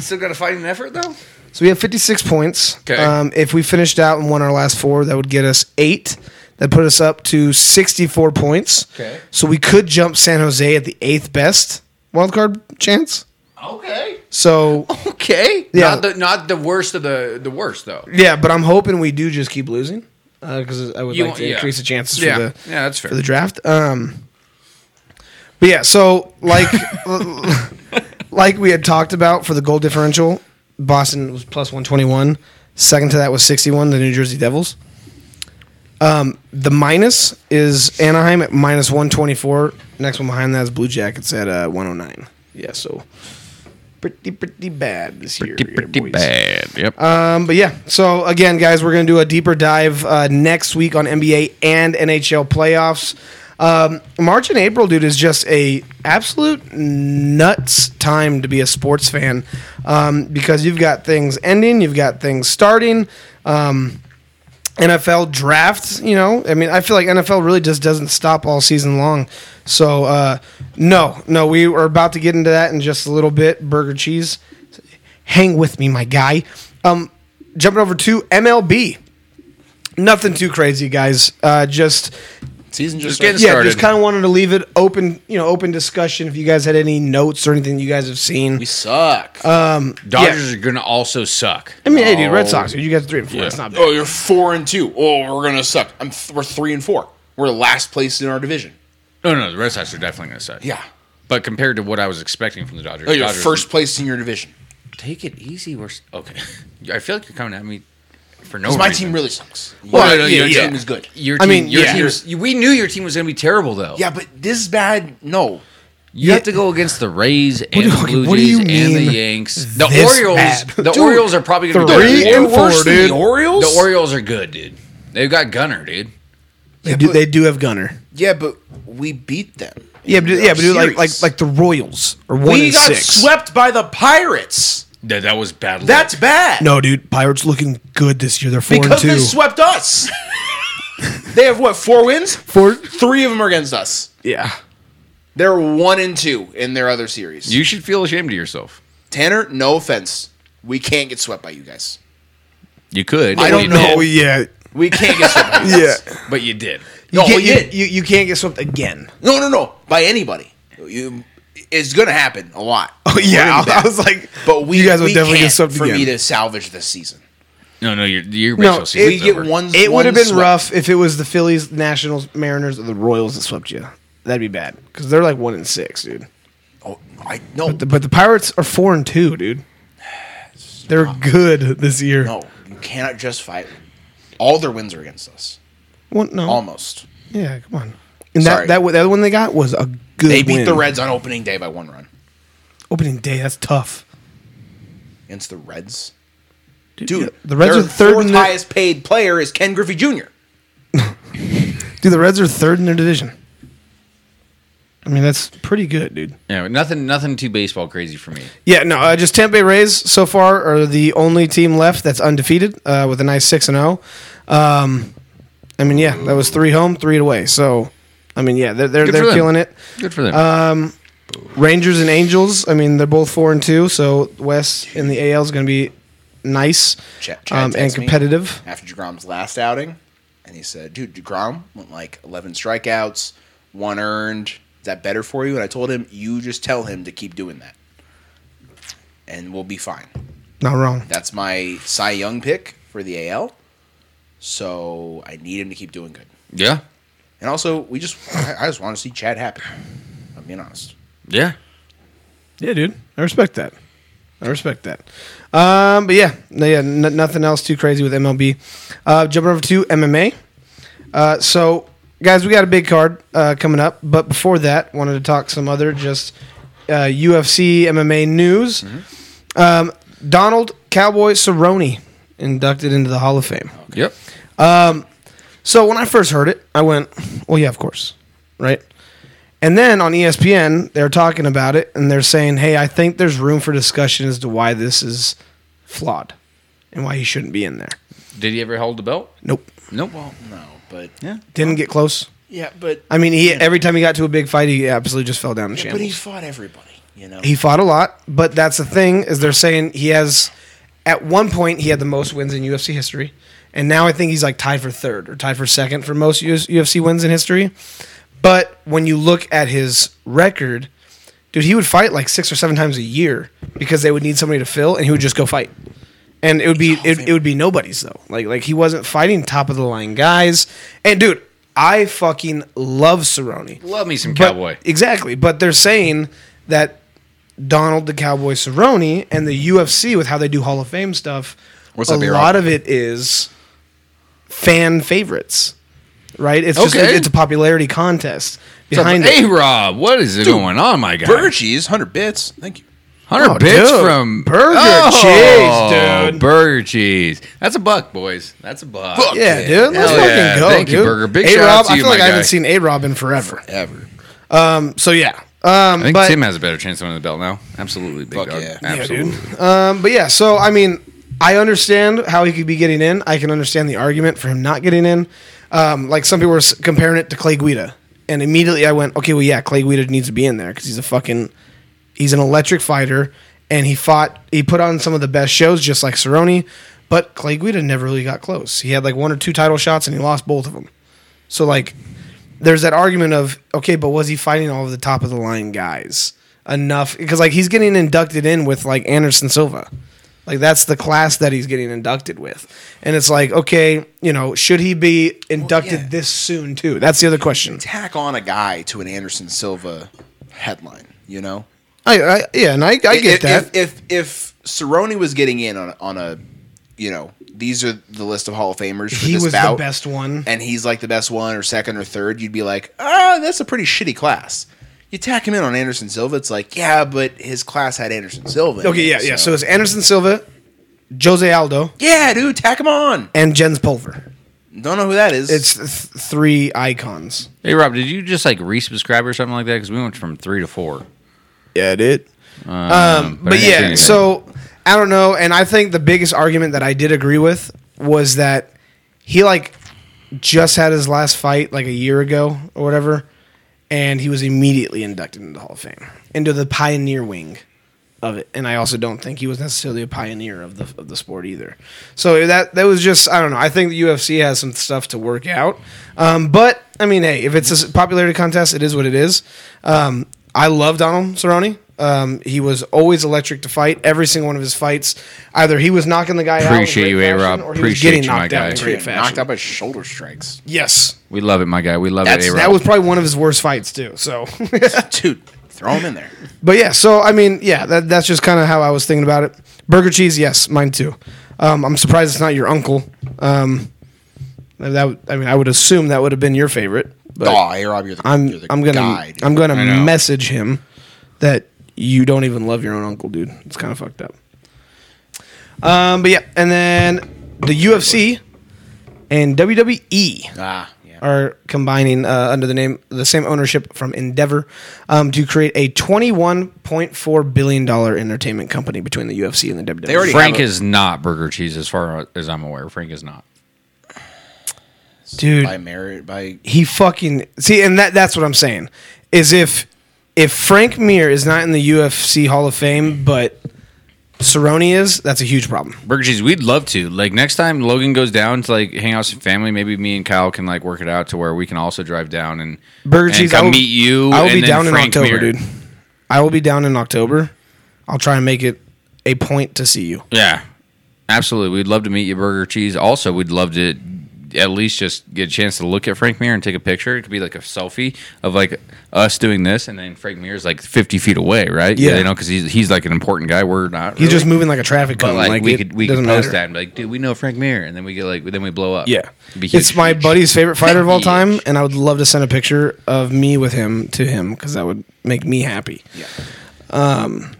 Speaker 4: Still got a fighting effort though.
Speaker 1: So we have 56 points.
Speaker 4: Okay.
Speaker 1: Um, if we finished out and won our last four, that would get us 8. That put us up to 64 points.
Speaker 4: Okay.
Speaker 1: So we could jump San Jose at the 8th best wild card chance.
Speaker 4: Okay.
Speaker 1: So
Speaker 4: Okay.
Speaker 1: Yeah.
Speaker 4: Not the not the worst of the the worst though.
Speaker 1: yeah, but I'm hoping we do just keep losing. Because I would
Speaker 4: You
Speaker 1: like
Speaker 4: want-
Speaker 1: to
Speaker 4: yeah.
Speaker 1: increase the chances
Speaker 4: yeah.
Speaker 1: for the
Speaker 4: yeah. That's fair.
Speaker 1: for the draft. Um, but yeah, so like like we had talked about for the goal differential, Boston was plus one twenty one. Second to that was sixty one, the New Jersey Devils. Um, the minus is Anaheim at minus one twenty four. Next one behind that is Blue Jackets at uh, one hundred nine. Yeah, so pretty pretty bad this year. yeah, boys.
Speaker 4: bad. Yep.
Speaker 1: Um, but yeah, so again, guys, we're gonna do a deeper dive uh, next week on NBA and NHL playoffs. Um, March and April, dude, is just a absolute nuts time to be a sports fan um, because you've got things ending, you've got things starting. um, NFL drafts, you know, I mean, I feel like NFL really just doesn't stop all season long. So, uh, no, no, we are about to get into that in just a little bit. Burger cheese, hang with me, my guy. Um, jumping over to MLB, nothing too crazy, guys. Uh, just
Speaker 3: season
Speaker 4: Just
Speaker 3: just,
Speaker 4: getting
Speaker 3: started.
Speaker 4: started.
Speaker 1: yeah, just kind of wanted to leave it open, you know, open discussion. If you guys had any notes or anything you guys have seen,
Speaker 3: We suck.
Speaker 4: Dodgers are gonna also suck.
Speaker 1: Um,
Speaker 4: Oh,
Speaker 1: I mean, hey, dude, Red Sox, you guys are three and four. That's not bad.
Speaker 3: oh, you're four and two. Oh, we're gonna suck. I'm th- we're three and four. We're last place in our division.
Speaker 4: No, no, the Red Sox are definitely gonna suck.
Speaker 3: Yeah.
Speaker 4: But compared to what I was expecting from the Dodgers,
Speaker 3: Oh, you're
Speaker 4: Dodgers-
Speaker 3: first place in your division.
Speaker 4: Take it easy. We're s- okay. I feel like you're coming at me for no.
Speaker 3: Because my
Speaker 4: reason.
Speaker 3: team really sucks.
Speaker 4: Well,
Speaker 3: Your-
Speaker 4: no, no,
Speaker 3: your
Speaker 4: Oh, yeah,
Speaker 3: team
Speaker 4: yeah.
Speaker 3: is good.
Speaker 4: Your
Speaker 1: I
Speaker 4: team,
Speaker 1: mean,
Speaker 4: your
Speaker 1: yeah.
Speaker 4: team's- you- we knew your team was going to be terrible, though.
Speaker 3: Yeah, but this is bad. No,
Speaker 4: you have to go against the Rays and
Speaker 1: do-
Speaker 4: the
Speaker 1: okay,
Speaker 4: Blue
Speaker 1: what do you
Speaker 4: Jays and the
Speaker 1: mean
Speaker 4: Yanks. The
Speaker 1: this
Speaker 4: Orioles,
Speaker 1: bad?
Speaker 4: the
Speaker 1: Dude,
Speaker 4: Orioles are probably going to
Speaker 1: three
Speaker 4: be better.
Speaker 1: and
Speaker 4: than
Speaker 1: four, dude.
Speaker 3: the
Speaker 4: you.
Speaker 3: Orioles.
Speaker 4: The Orioles are good, dude. They've got Gunner, dude.
Speaker 1: They do, they do have Gunner.
Speaker 3: yeah, but we beat them.
Speaker 1: Yeah, but,
Speaker 3: in
Speaker 1: yeah,
Speaker 3: our
Speaker 1: but dude, like like
Speaker 3: series.
Speaker 1: like the Royals or one
Speaker 3: we
Speaker 1: and
Speaker 3: got
Speaker 1: six.
Speaker 3: swept by the Pirates.
Speaker 4: That, that was bad. luck.
Speaker 3: That's bad.
Speaker 1: No, dude, Pirates looking good this year. They're four
Speaker 3: because
Speaker 1: and
Speaker 3: they
Speaker 1: two.
Speaker 3: swept us. they have what four wins?
Speaker 1: Four-
Speaker 3: Three of them are against us.
Speaker 1: yeah,
Speaker 3: They're one and two in their other series.
Speaker 4: you should feel ashamed of yourself.
Speaker 3: Tanner, no offense, we can't get swept by you guys.
Speaker 4: You could. but
Speaker 3: I don't
Speaker 4: you
Speaker 3: know.
Speaker 1: Oh yeah,
Speaker 3: We can't get swept. by you
Speaker 1: yeah.
Speaker 3: guys.
Speaker 4: did. but you did.
Speaker 1: You,
Speaker 3: No,
Speaker 1: can't,
Speaker 3: we
Speaker 1: you,
Speaker 3: did.
Speaker 1: you, you can't get swept again.
Speaker 3: No, no, no. By anybody. You, it's going to happen a lot.
Speaker 1: Oh yeah,
Speaker 3: We're gonna be
Speaker 1: I,
Speaker 3: bad.
Speaker 1: was like,
Speaker 3: but we
Speaker 1: you guys would
Speaker 3: we
Speaker 1: definitely
Speaker 3: can't
Speaker 1: get swept
Speaker 3: for
Speaker 1: again.
Speaker 3: me to salvage this season.
Speaker 4: No, no, your your
Speaker 1: No,
Speaker 4: baseball
Speaker 1: it-
Speaker 4: season's
Speaker 3: we get
Speaker 4: over.
Speaker 3: one.
Speaker 1: it
Speaker 3: one
Speaker 1: would have been
Speaker 3: swept.
Speaker 1: rough if it was the Phillies, Nationals, Mariners, or the Royals that swept you. That'd be bad because they're like one and six, dude.
Speaker 3: Oh, I no,
Speaker 1: The- but the Pirates are four and two, dude. They're good this year.
Speaker 3: no. You cannot justify it. All their wins are against us.
Speaker 1: One- no.
Speaker 3: Almost.
Speaker 1: Yeah, come on. And
Speaker 3: Sorry.
Speaker 1: that, that the other one they got was a good.
Speaker 3: They beat the
Speaker 1: win.
Speaker 3: Reds on opening day by one run.
Speaker 1: opening day. That's tough.
Speaker 3: Against the Reds. Dude,
Speaker 1: the Reds
Speaker 3: their
Speaker 1: are third
Speaker 3: fourth
Speaker 1: in the-
Speaker 3: highest paid player is Ken Griffey Jr.
Speaker 1: Dude, the Reds are third in their division. I mean, that's pretty good, dude.
Speaker 4: Yeah, nothing, nothing too baseball crazy for me.
Speaker 1: Yeah, no, uh, just Tampa Bay Rays so far are the only team left that's undefeated uh, with a nice six and zero. Um, I mean, yeah, that was three home, three away. So I mean, yeah, they're they're,
Speaker 4: Good for
Speaker 1: they're
Speaker 4: them.
Speaker 1: killing it.
Speaker 4: Good for them.
Speaker 1: Uh, Rangers and Angels. I mean, they're both four and two, so West in the AL is going to be nice
Speaker 3: Chad- Chad
Speaker 1: um, and
Speaker 3: texted me
Speaker 1: competitive.
Speaker 3: after Degrom's last outing, and he said, "Dude, Degrom went like 11 strikeouts, one earned. Is that better for you?" And I told him, "You just tell him to keep doing that, and we'll be fine."
Speaker 1: Not wrong.
Speaker 3: That's my Cy Young pick for the AL. So I need him to keep doing good.
Speaker 4: yeah.
Speaker 3: And also, we just I, I just want to see Chad happy. I'm being honest.
Speaker 4: Yeah.
Speaker 1: Yeah, dude, I respect that. I respect that. Um, but yeah, no, yeah, n- nothing else too crazy with MLB. Uh, jumping over to MMA. Uh, so, guys, we got a big card uh, coming up, but before that, wanted to talk some other just uh, UFC MMA news. Um, Donald Cowboy Cerrone inducted into the Hall of Fame.
Speaker 4: Yep.
Speaker 1: So when I first heard it, I went, "Well, yeah, of course, right." And then on E ESPN, they're talking about it and they're saying, "Hey, I think there's room for discussion as to why this is flawed and why he shouldn't be in there."
Speaker 4: Did he ever hold the belt?
Speaker 1: Nope,
Speaker 4: Nope.
Speaker 3: Well, no, but
Speaker 4: Yeah.
Speaker 1: didn't get close.
Speaker 3: yeah, but
Speaker 1: I mean, he every time he got to a big fight, he absolutely just fell down in
Speaker 3: but he
Speaker 1: shambles.
Speaker 3: fought everybody. You know,
Speaker 1: He fought a lot, but that's the thing is they're saying he has. At one point, he had the most wins in UFC history, and now I think he's like tied for third or tied for second for most US UFC wins in history. But when you look at his record, dude, he would fight like six or seven times a year because they would need somebody to fill, and he would just go fight. And it would be it, it would be nobody's though. Like like he wasn't fighting top of the line guys. And dude, I fucking love Cerrone.
Speaker 4: Love me some
Speaker 1: But-
Speaker 4: cowboy.
Speaker 1: Exactly. But they're saying that Donald the Cowboy Cerrone and the UFC with how they do Hall of Fame stuff,
Speaker 3: What's
Speaker 1: a
Speaker 3: up, A-Rod?
Speaker 1: lot of it is fan favorites. Right? It's just
Speaker 4: Okay.
Speaker 1: it's a popularity contest behind it.
Speaker 4: Hey Rob, what is going on, my guy?
Speaker 3: burger cheese, hundred bits. Thank you.
Speaker 4: Hunter
Speaker 1: Oh,
Speaker 4: Bits
Speaker 1: dude.
Speaker 4: from
Speaker 1: Burger cheese, dude.
Speaker 4: Burger cheese. That's a buck, boys. That's a buck.
Speaker 3: Buck.
Speaker 1: Yeah,
Speaker 3: Yeah,
Speaker 1: dude. Let's
Speaker 4: hell
Speaker 1: fucking
Speaker 4: yeah.
Speaker 1: go,
Speaker 4: Thank you,
Speaker 1: dude.
Speaker 4: Burger. Big
Speaker 1: A-Rob,
Speaker 4: shout out to
Speaker 1: I
Speaker 4: you,
Speaker 1: feel like
Speaker 4: my
Speaker 1: I
Speaker 4: guy.
Speaker 1: haven't seen A Rob in forever.
Speaker 3: Ever.
Speaker 1: So yeah.
Speaker 4: I think
Speaker 1: but-
Speaker 4: Tim has a better chance of winning the belt now. Absolutely, big
Speaker 3: Fuck
Speaker 4: dog.
Speaker 3: yeah. Yeah,
Speaker 4: Absolutely.
Speaker 1: Um, but yeah, so I mean, I understand how he could be getting in. I can understand the argument for him not getting in. Um, like some people were s- comparing it to Clay Guida, and immediately I went, okay, well, yeah, Clay Guida needs to be in there because he's a fucking, he's an electric fighter, and he fought, he put on some of the best shows, just like Cerrone. But Clay Guida never really got close. He had like one or two title shots, and he lost both of them. So like, there's that argument of okay, but was he fighting all of the top of the line guys enough? Because like he's getting inducted in with like Anderson Silva, like that's the class that he's getting inducted with, and it's like okay, you know, should he be inducted
Speaker 3: yeah.
Speaker 1: this soon too? That's the other question.
Speaker 3: Tack on a guy to an Anderson Silva headline. You know,
Speaker 1: I, I yeah, and I, I
Speaker 3: if,
Speaker 1: get that.
Speaker 3: If, if if Cerrone was getting in on on a, you know, these are the list of Hall of Famers. For
Speaker 1: he
Speaker 3: this
Speaker 1: was
Speaker 3: bout,
Speaker 1: the best one.
Speaker 3: and he's like the best one or second or third. You'd be like, ah, that's a pretty shitty class. You tack him in on Anderson Silva. It's like, yeah, but his class had Anderson Silva. in
Speaker 1: Okay,
Speaker 3: it,
Speaker 1: yeah, yeah. So it's Anderson Silva, Jose Aldo,
Speaker 3: yeah, dude, tack him on.
Speaker 1: and Jens Pulver.
Speaker 3: Don't know who that is.
Speaker 1: It's th- three icons.
Speaker 4: Hey Rob, did you just like resubscribe or something like that? Because we went from three to four.
Speaker 1: Yeah, dude. Um,
Speaker 4: but
Speaker 1: but
Speaker 4: I didn't see
Speaker 1: yeah,
Speaker 4: anything.
Speaker 1: so I don't know, and I think the biggest argument that I did agree with was that he like just had his last fight like a year ago or whatever, and he was immediately inducted into the Hall of Fame, into the pioneer wing of it. And I also don't think he was necessarily a pioneer of the of the sport either. So that that was just I don't know. I think the UFC has some stuff to work out. Um, but I mean, hey, if it's a popularity contest, it is what it is. Um, I love Donald Cerrone. Um, he was always electric to fight. Every single one of his fights, either he was knocking the guy out, in
Speaker 4: Appreciate
Speaker 1: great
Speaker 4: you,
Speaker 1: fashion,
Speaker 4: A-Rob.
Speaker 1: or he was
Speaker 4: Appreciate
Speaker 1: getting
Speaker 4: you, my
Speaker 1: knocked out in
Speaker 4: guy.
Speaker 1: great
Speaker 3: Freaking
Speaker 1: fashion.
Speaker 3: knocked out by shoulder strikes.
Speaker 1: Yes,
Speaker 4: We love it, my guy. We love
Speaker 3: That's-
Speaker 4: it, A
Speaker 1: that was probably one of his worst fights too. So
Speaker 3: Dude, throw him in there.
Speaker 1: But yeah, so I mean, yeah, that, that's just kind of how I was thinking about it. Burger cheese, yes, mine too. Um, I'm surprised it's not your uncle. Um, that would- I mean, I would assume that would have been your favorite. But
Speaker 3: Aw, hey, Rob, you're the,
Speaker 1: I'm
Speaker 3: you're the
Speaker 1: I'm gonna
Speaker 3: guy. dude.
Speaker 1: I'm gonna
Speaker 4: I know.
Speaker 1: message him that you don't even love your own uncle, dude. It's kind of fucked up. Um, but yeah, and then the UFC and E. WWE
Speaker 3: ah, yeah.
Speaker 1: are combining uh, under the name the same ownership from Endeavor um, to create a 21.4 billion dollar entertainment company between the UFC and the E. WWE.
Speaker 3: They already-
Speaker 4: Frank is not burger cheese, as far as I'm aware. Frank is not.
Speaker 3: Yes.
Speaker 1: Dude.
Speaker 3: By merit, by
Speaker 1: he fucking see, and that that's what I'm saying is if if Frank Mir is not in the UFC Hall of Fame, but Cerrone is, that's a huge problem.
Speaker 4: Burger Cheese, we'd love to. Like next time Logan goes down to like hang out with some family, maybe me and Kyle can like work it out to where we can also drive down and
Speaker 1: Burger
Speaker 4: and
Speaker 1: Cheese, I
Speaker 4: Come
Speaker 1: will-
Speaker 4: meet you.
Speaker 1: I will
Speaker 4: and
Speaker 1: be
Speaker 4: then
Speaker 1: down in
Speaker 4: Frank
Speaker 1: October,
Speaker 4: Mir.
Speaker 1: dude. I will be down in October. I'll try and make it a point to see you.
Speaker 4: Yeah, absolutely. We'd love to meet you, Burger Cheese. Also, we'd love to at least just get a chance to look at Frank Mir and take a picture. It could be like a selfie of like us doing this, and then Frank Mir's like fifty feet away, right?
Speaker 1: Yeah.
Speaker 4: you know, because he's he's like an important guy. We're not.
Speaker 1: He's
Speaker 4: really.
Speaker 1: just moving like a traffic
Speaker 4: But
Speaker 1: cone.
Speaker 4: like, we
Speaker 1: it
Speaker 4: could we could
Speaker 1: doesn't
Speaker 4: post
Speaker 1: matter.
Speaker 4: that and be like, dude, we know Frank Mir, and then we get like then we blow up.
Speaker 1: Yeah.
Speaker 4: It'd be
Speaker 1: It's
Speaker 4: huge.
Speaker 1: my buddy's favorite fighter of all time,
Speaker 4: Huge.
Speaker 1: and I would love to send a picture of me with him to him because that would make me happy.
Speaker 3: yeah.
Speaker 1: Um,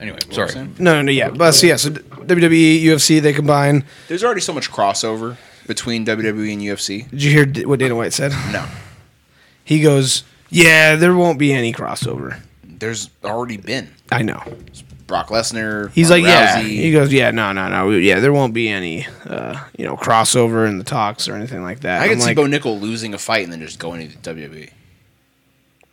Speaker 4: Anyway,
Speaker 3: were
Speaker 4: sorry.
Speaker 3: you saying?
Speaker 1: No, no, no, yeah. But so, yeah, so WWE, UFC, they combine.
Speaker 3: There's already so much crossover between WWE and UFC.
Speaker 1: Did you hear D- what Dana White said?
Speaker 3: No,
Speaker 1: He goes, Yeah, there won't be any crossover.
Speaker 3: there's already been
Speaker 1: I know.
Speaker 3: Brock Lesnar.
Speaker 1: He's
Speaker 3: Ronda
Speaker 1: like, Yeah.
Speaker 3: Rousey.
Speaker 1: He goes, Yeah, no, no, no. Yeah, there won't be any, uh, you know, crossover in the talks or anything like that.
Speaker 3: I
Speaker 1: I'm
Speaker 3: can see
Speaker 1: like,
Speaker 3: Bo Nickel losing a fight and then just going to WWE.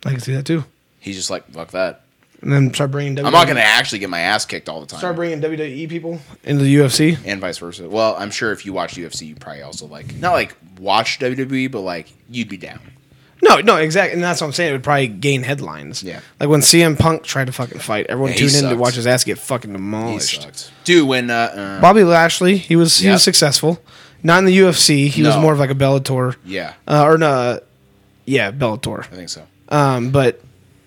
Speaker 1: I can see that too.
Speaker 3: He's just like, fuck that.
Speaker 1: And then start bringing WWE.
Speaker 3: I'm not gonna actually get my ass kicked all the time.
Speaker 1: start bringing WWE people into the UFC.
Speaker 3: and vice versa. Well, I'm sure if you watch UFC, you probably also like not like watch WWE, but like you'd be down.
Speaker 1: No, no, exactly, and that's what I'm saying. It would probably gain headlines.
Speaker 3: Yeah.
Speaker 1: like when CM Punk tried to fucking fight, everyone
Speaker 3: Yeah, he
Speaker 1: tuned in to
Speaker 3: sucked.
Speaker 1: watch his ass get fucking
Speaker 3: He
Speaker 1: demolished.
Speaker 3: sucked, dude. When uh, uh
Speaker 1: Bobby Lashley, he was he
Speaker 3: Yeah.
Speaker 1: was successful, not in the UFC. He was
Speaker 3: No.
Speaker 1: more of like a Bellator,
Speaker 3: yeah,
Speaker 1: uh, or no, yeah, Bellator.
Speaker 3: I think so.
Speaker 1: Um, but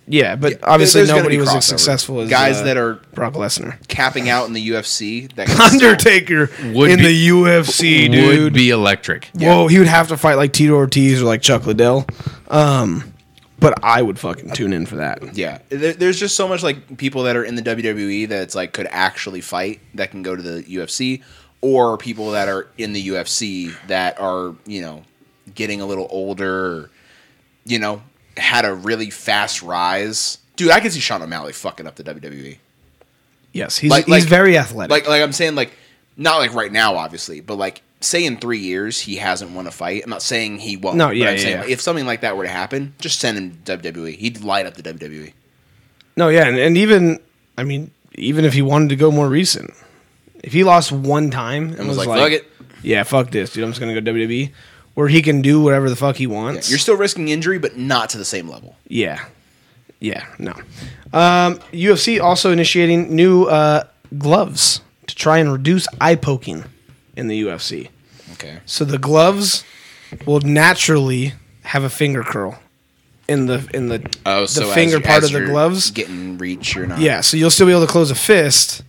Speaker 1: yeah, but obviously
Speaker 3: there's gonna
Speaker 1: nobody
Speaker 3: be
Speaker 1: was
Speaker 3: crossover.
Speaker 1: as successful as
Speaker 3: Guys
Speaker 1: uh,
Speaker 3: that are-
Speaker 1: Brock Lesnar,
Speaker 3: Capping out in the UFC, that can still-
Speaker 1: Undertaker
Speaker 4: Would
Speaker 1: in
Speaker 4: be-
Speaker 1: the UFC, dude.
Speaker 4: Would be electric.
Speaker 1: Whoa, he would have to fight like Tito Ortiz or like Chuck Liddell. Um, but I would fucking tune in for that.
Speaker 3: Yeah, there, there's just so much like people that are in the WWE that it's like could actually fight that can go to the UFC, or people that are in the UFC that are you know getting a little older, you know, had a really fast rise. Dude, I can see Sean O'Malley fucking up the E. WWE.
Speaker 1: Yes, he's
Speaker 3: Like-
Speaker 1: he's
Speaker 3: like-
Speaker 1: very athletic.
Speaker 3: Like like I'm saying like not like right now obviously, but like say in 3 years he hasn't won a fight. I'm not saying he won't.
Speaker 1: No,
Speaker 3: but
Speaker 1: yeah,
Speaker 3: I'm
Speaker 1: yeah,
Speaker 3: saying,
Speaker 1: yeah.
Speaker 3: like, if something like that were to happen, just send him to WWE. He'd light up the E. WWE.
Speaker 1: No, yeah, and, and even I mean, even if he wanted to go more recent, if he lost one time and, was,
Speaker 3: was like,
Speaker 1: like,
Speaker 3: "Fuck it."
Speaker 1: yeah, fuck this, dude, I'm just gonna go WWE, where he can do whatever the fuck he
Speaker 3: Yeah,
Speaker 1: wants.
Speaker 3: You're still risking injury but not to the same level.
Speaker 1: yeah, yeah, no. Um, UFC also initiating new uh, gloves to try and reduce eye poking in the UFC.
Speaker 3: Okay.
Speaker 1: So the gloves will naturally have a finger curl in the in the
Speaker 3: Oh,
Speaker 1: the
Speaker 3: so as-
Speaker 1: finger
Speaker 3: as
Speaker 1: part of the
Speaker 3: you're
Speaker 1: gloves.
Speaker 3: getting reach or not.
Speaker 1: Yeah, so you'll still be able to close a fist,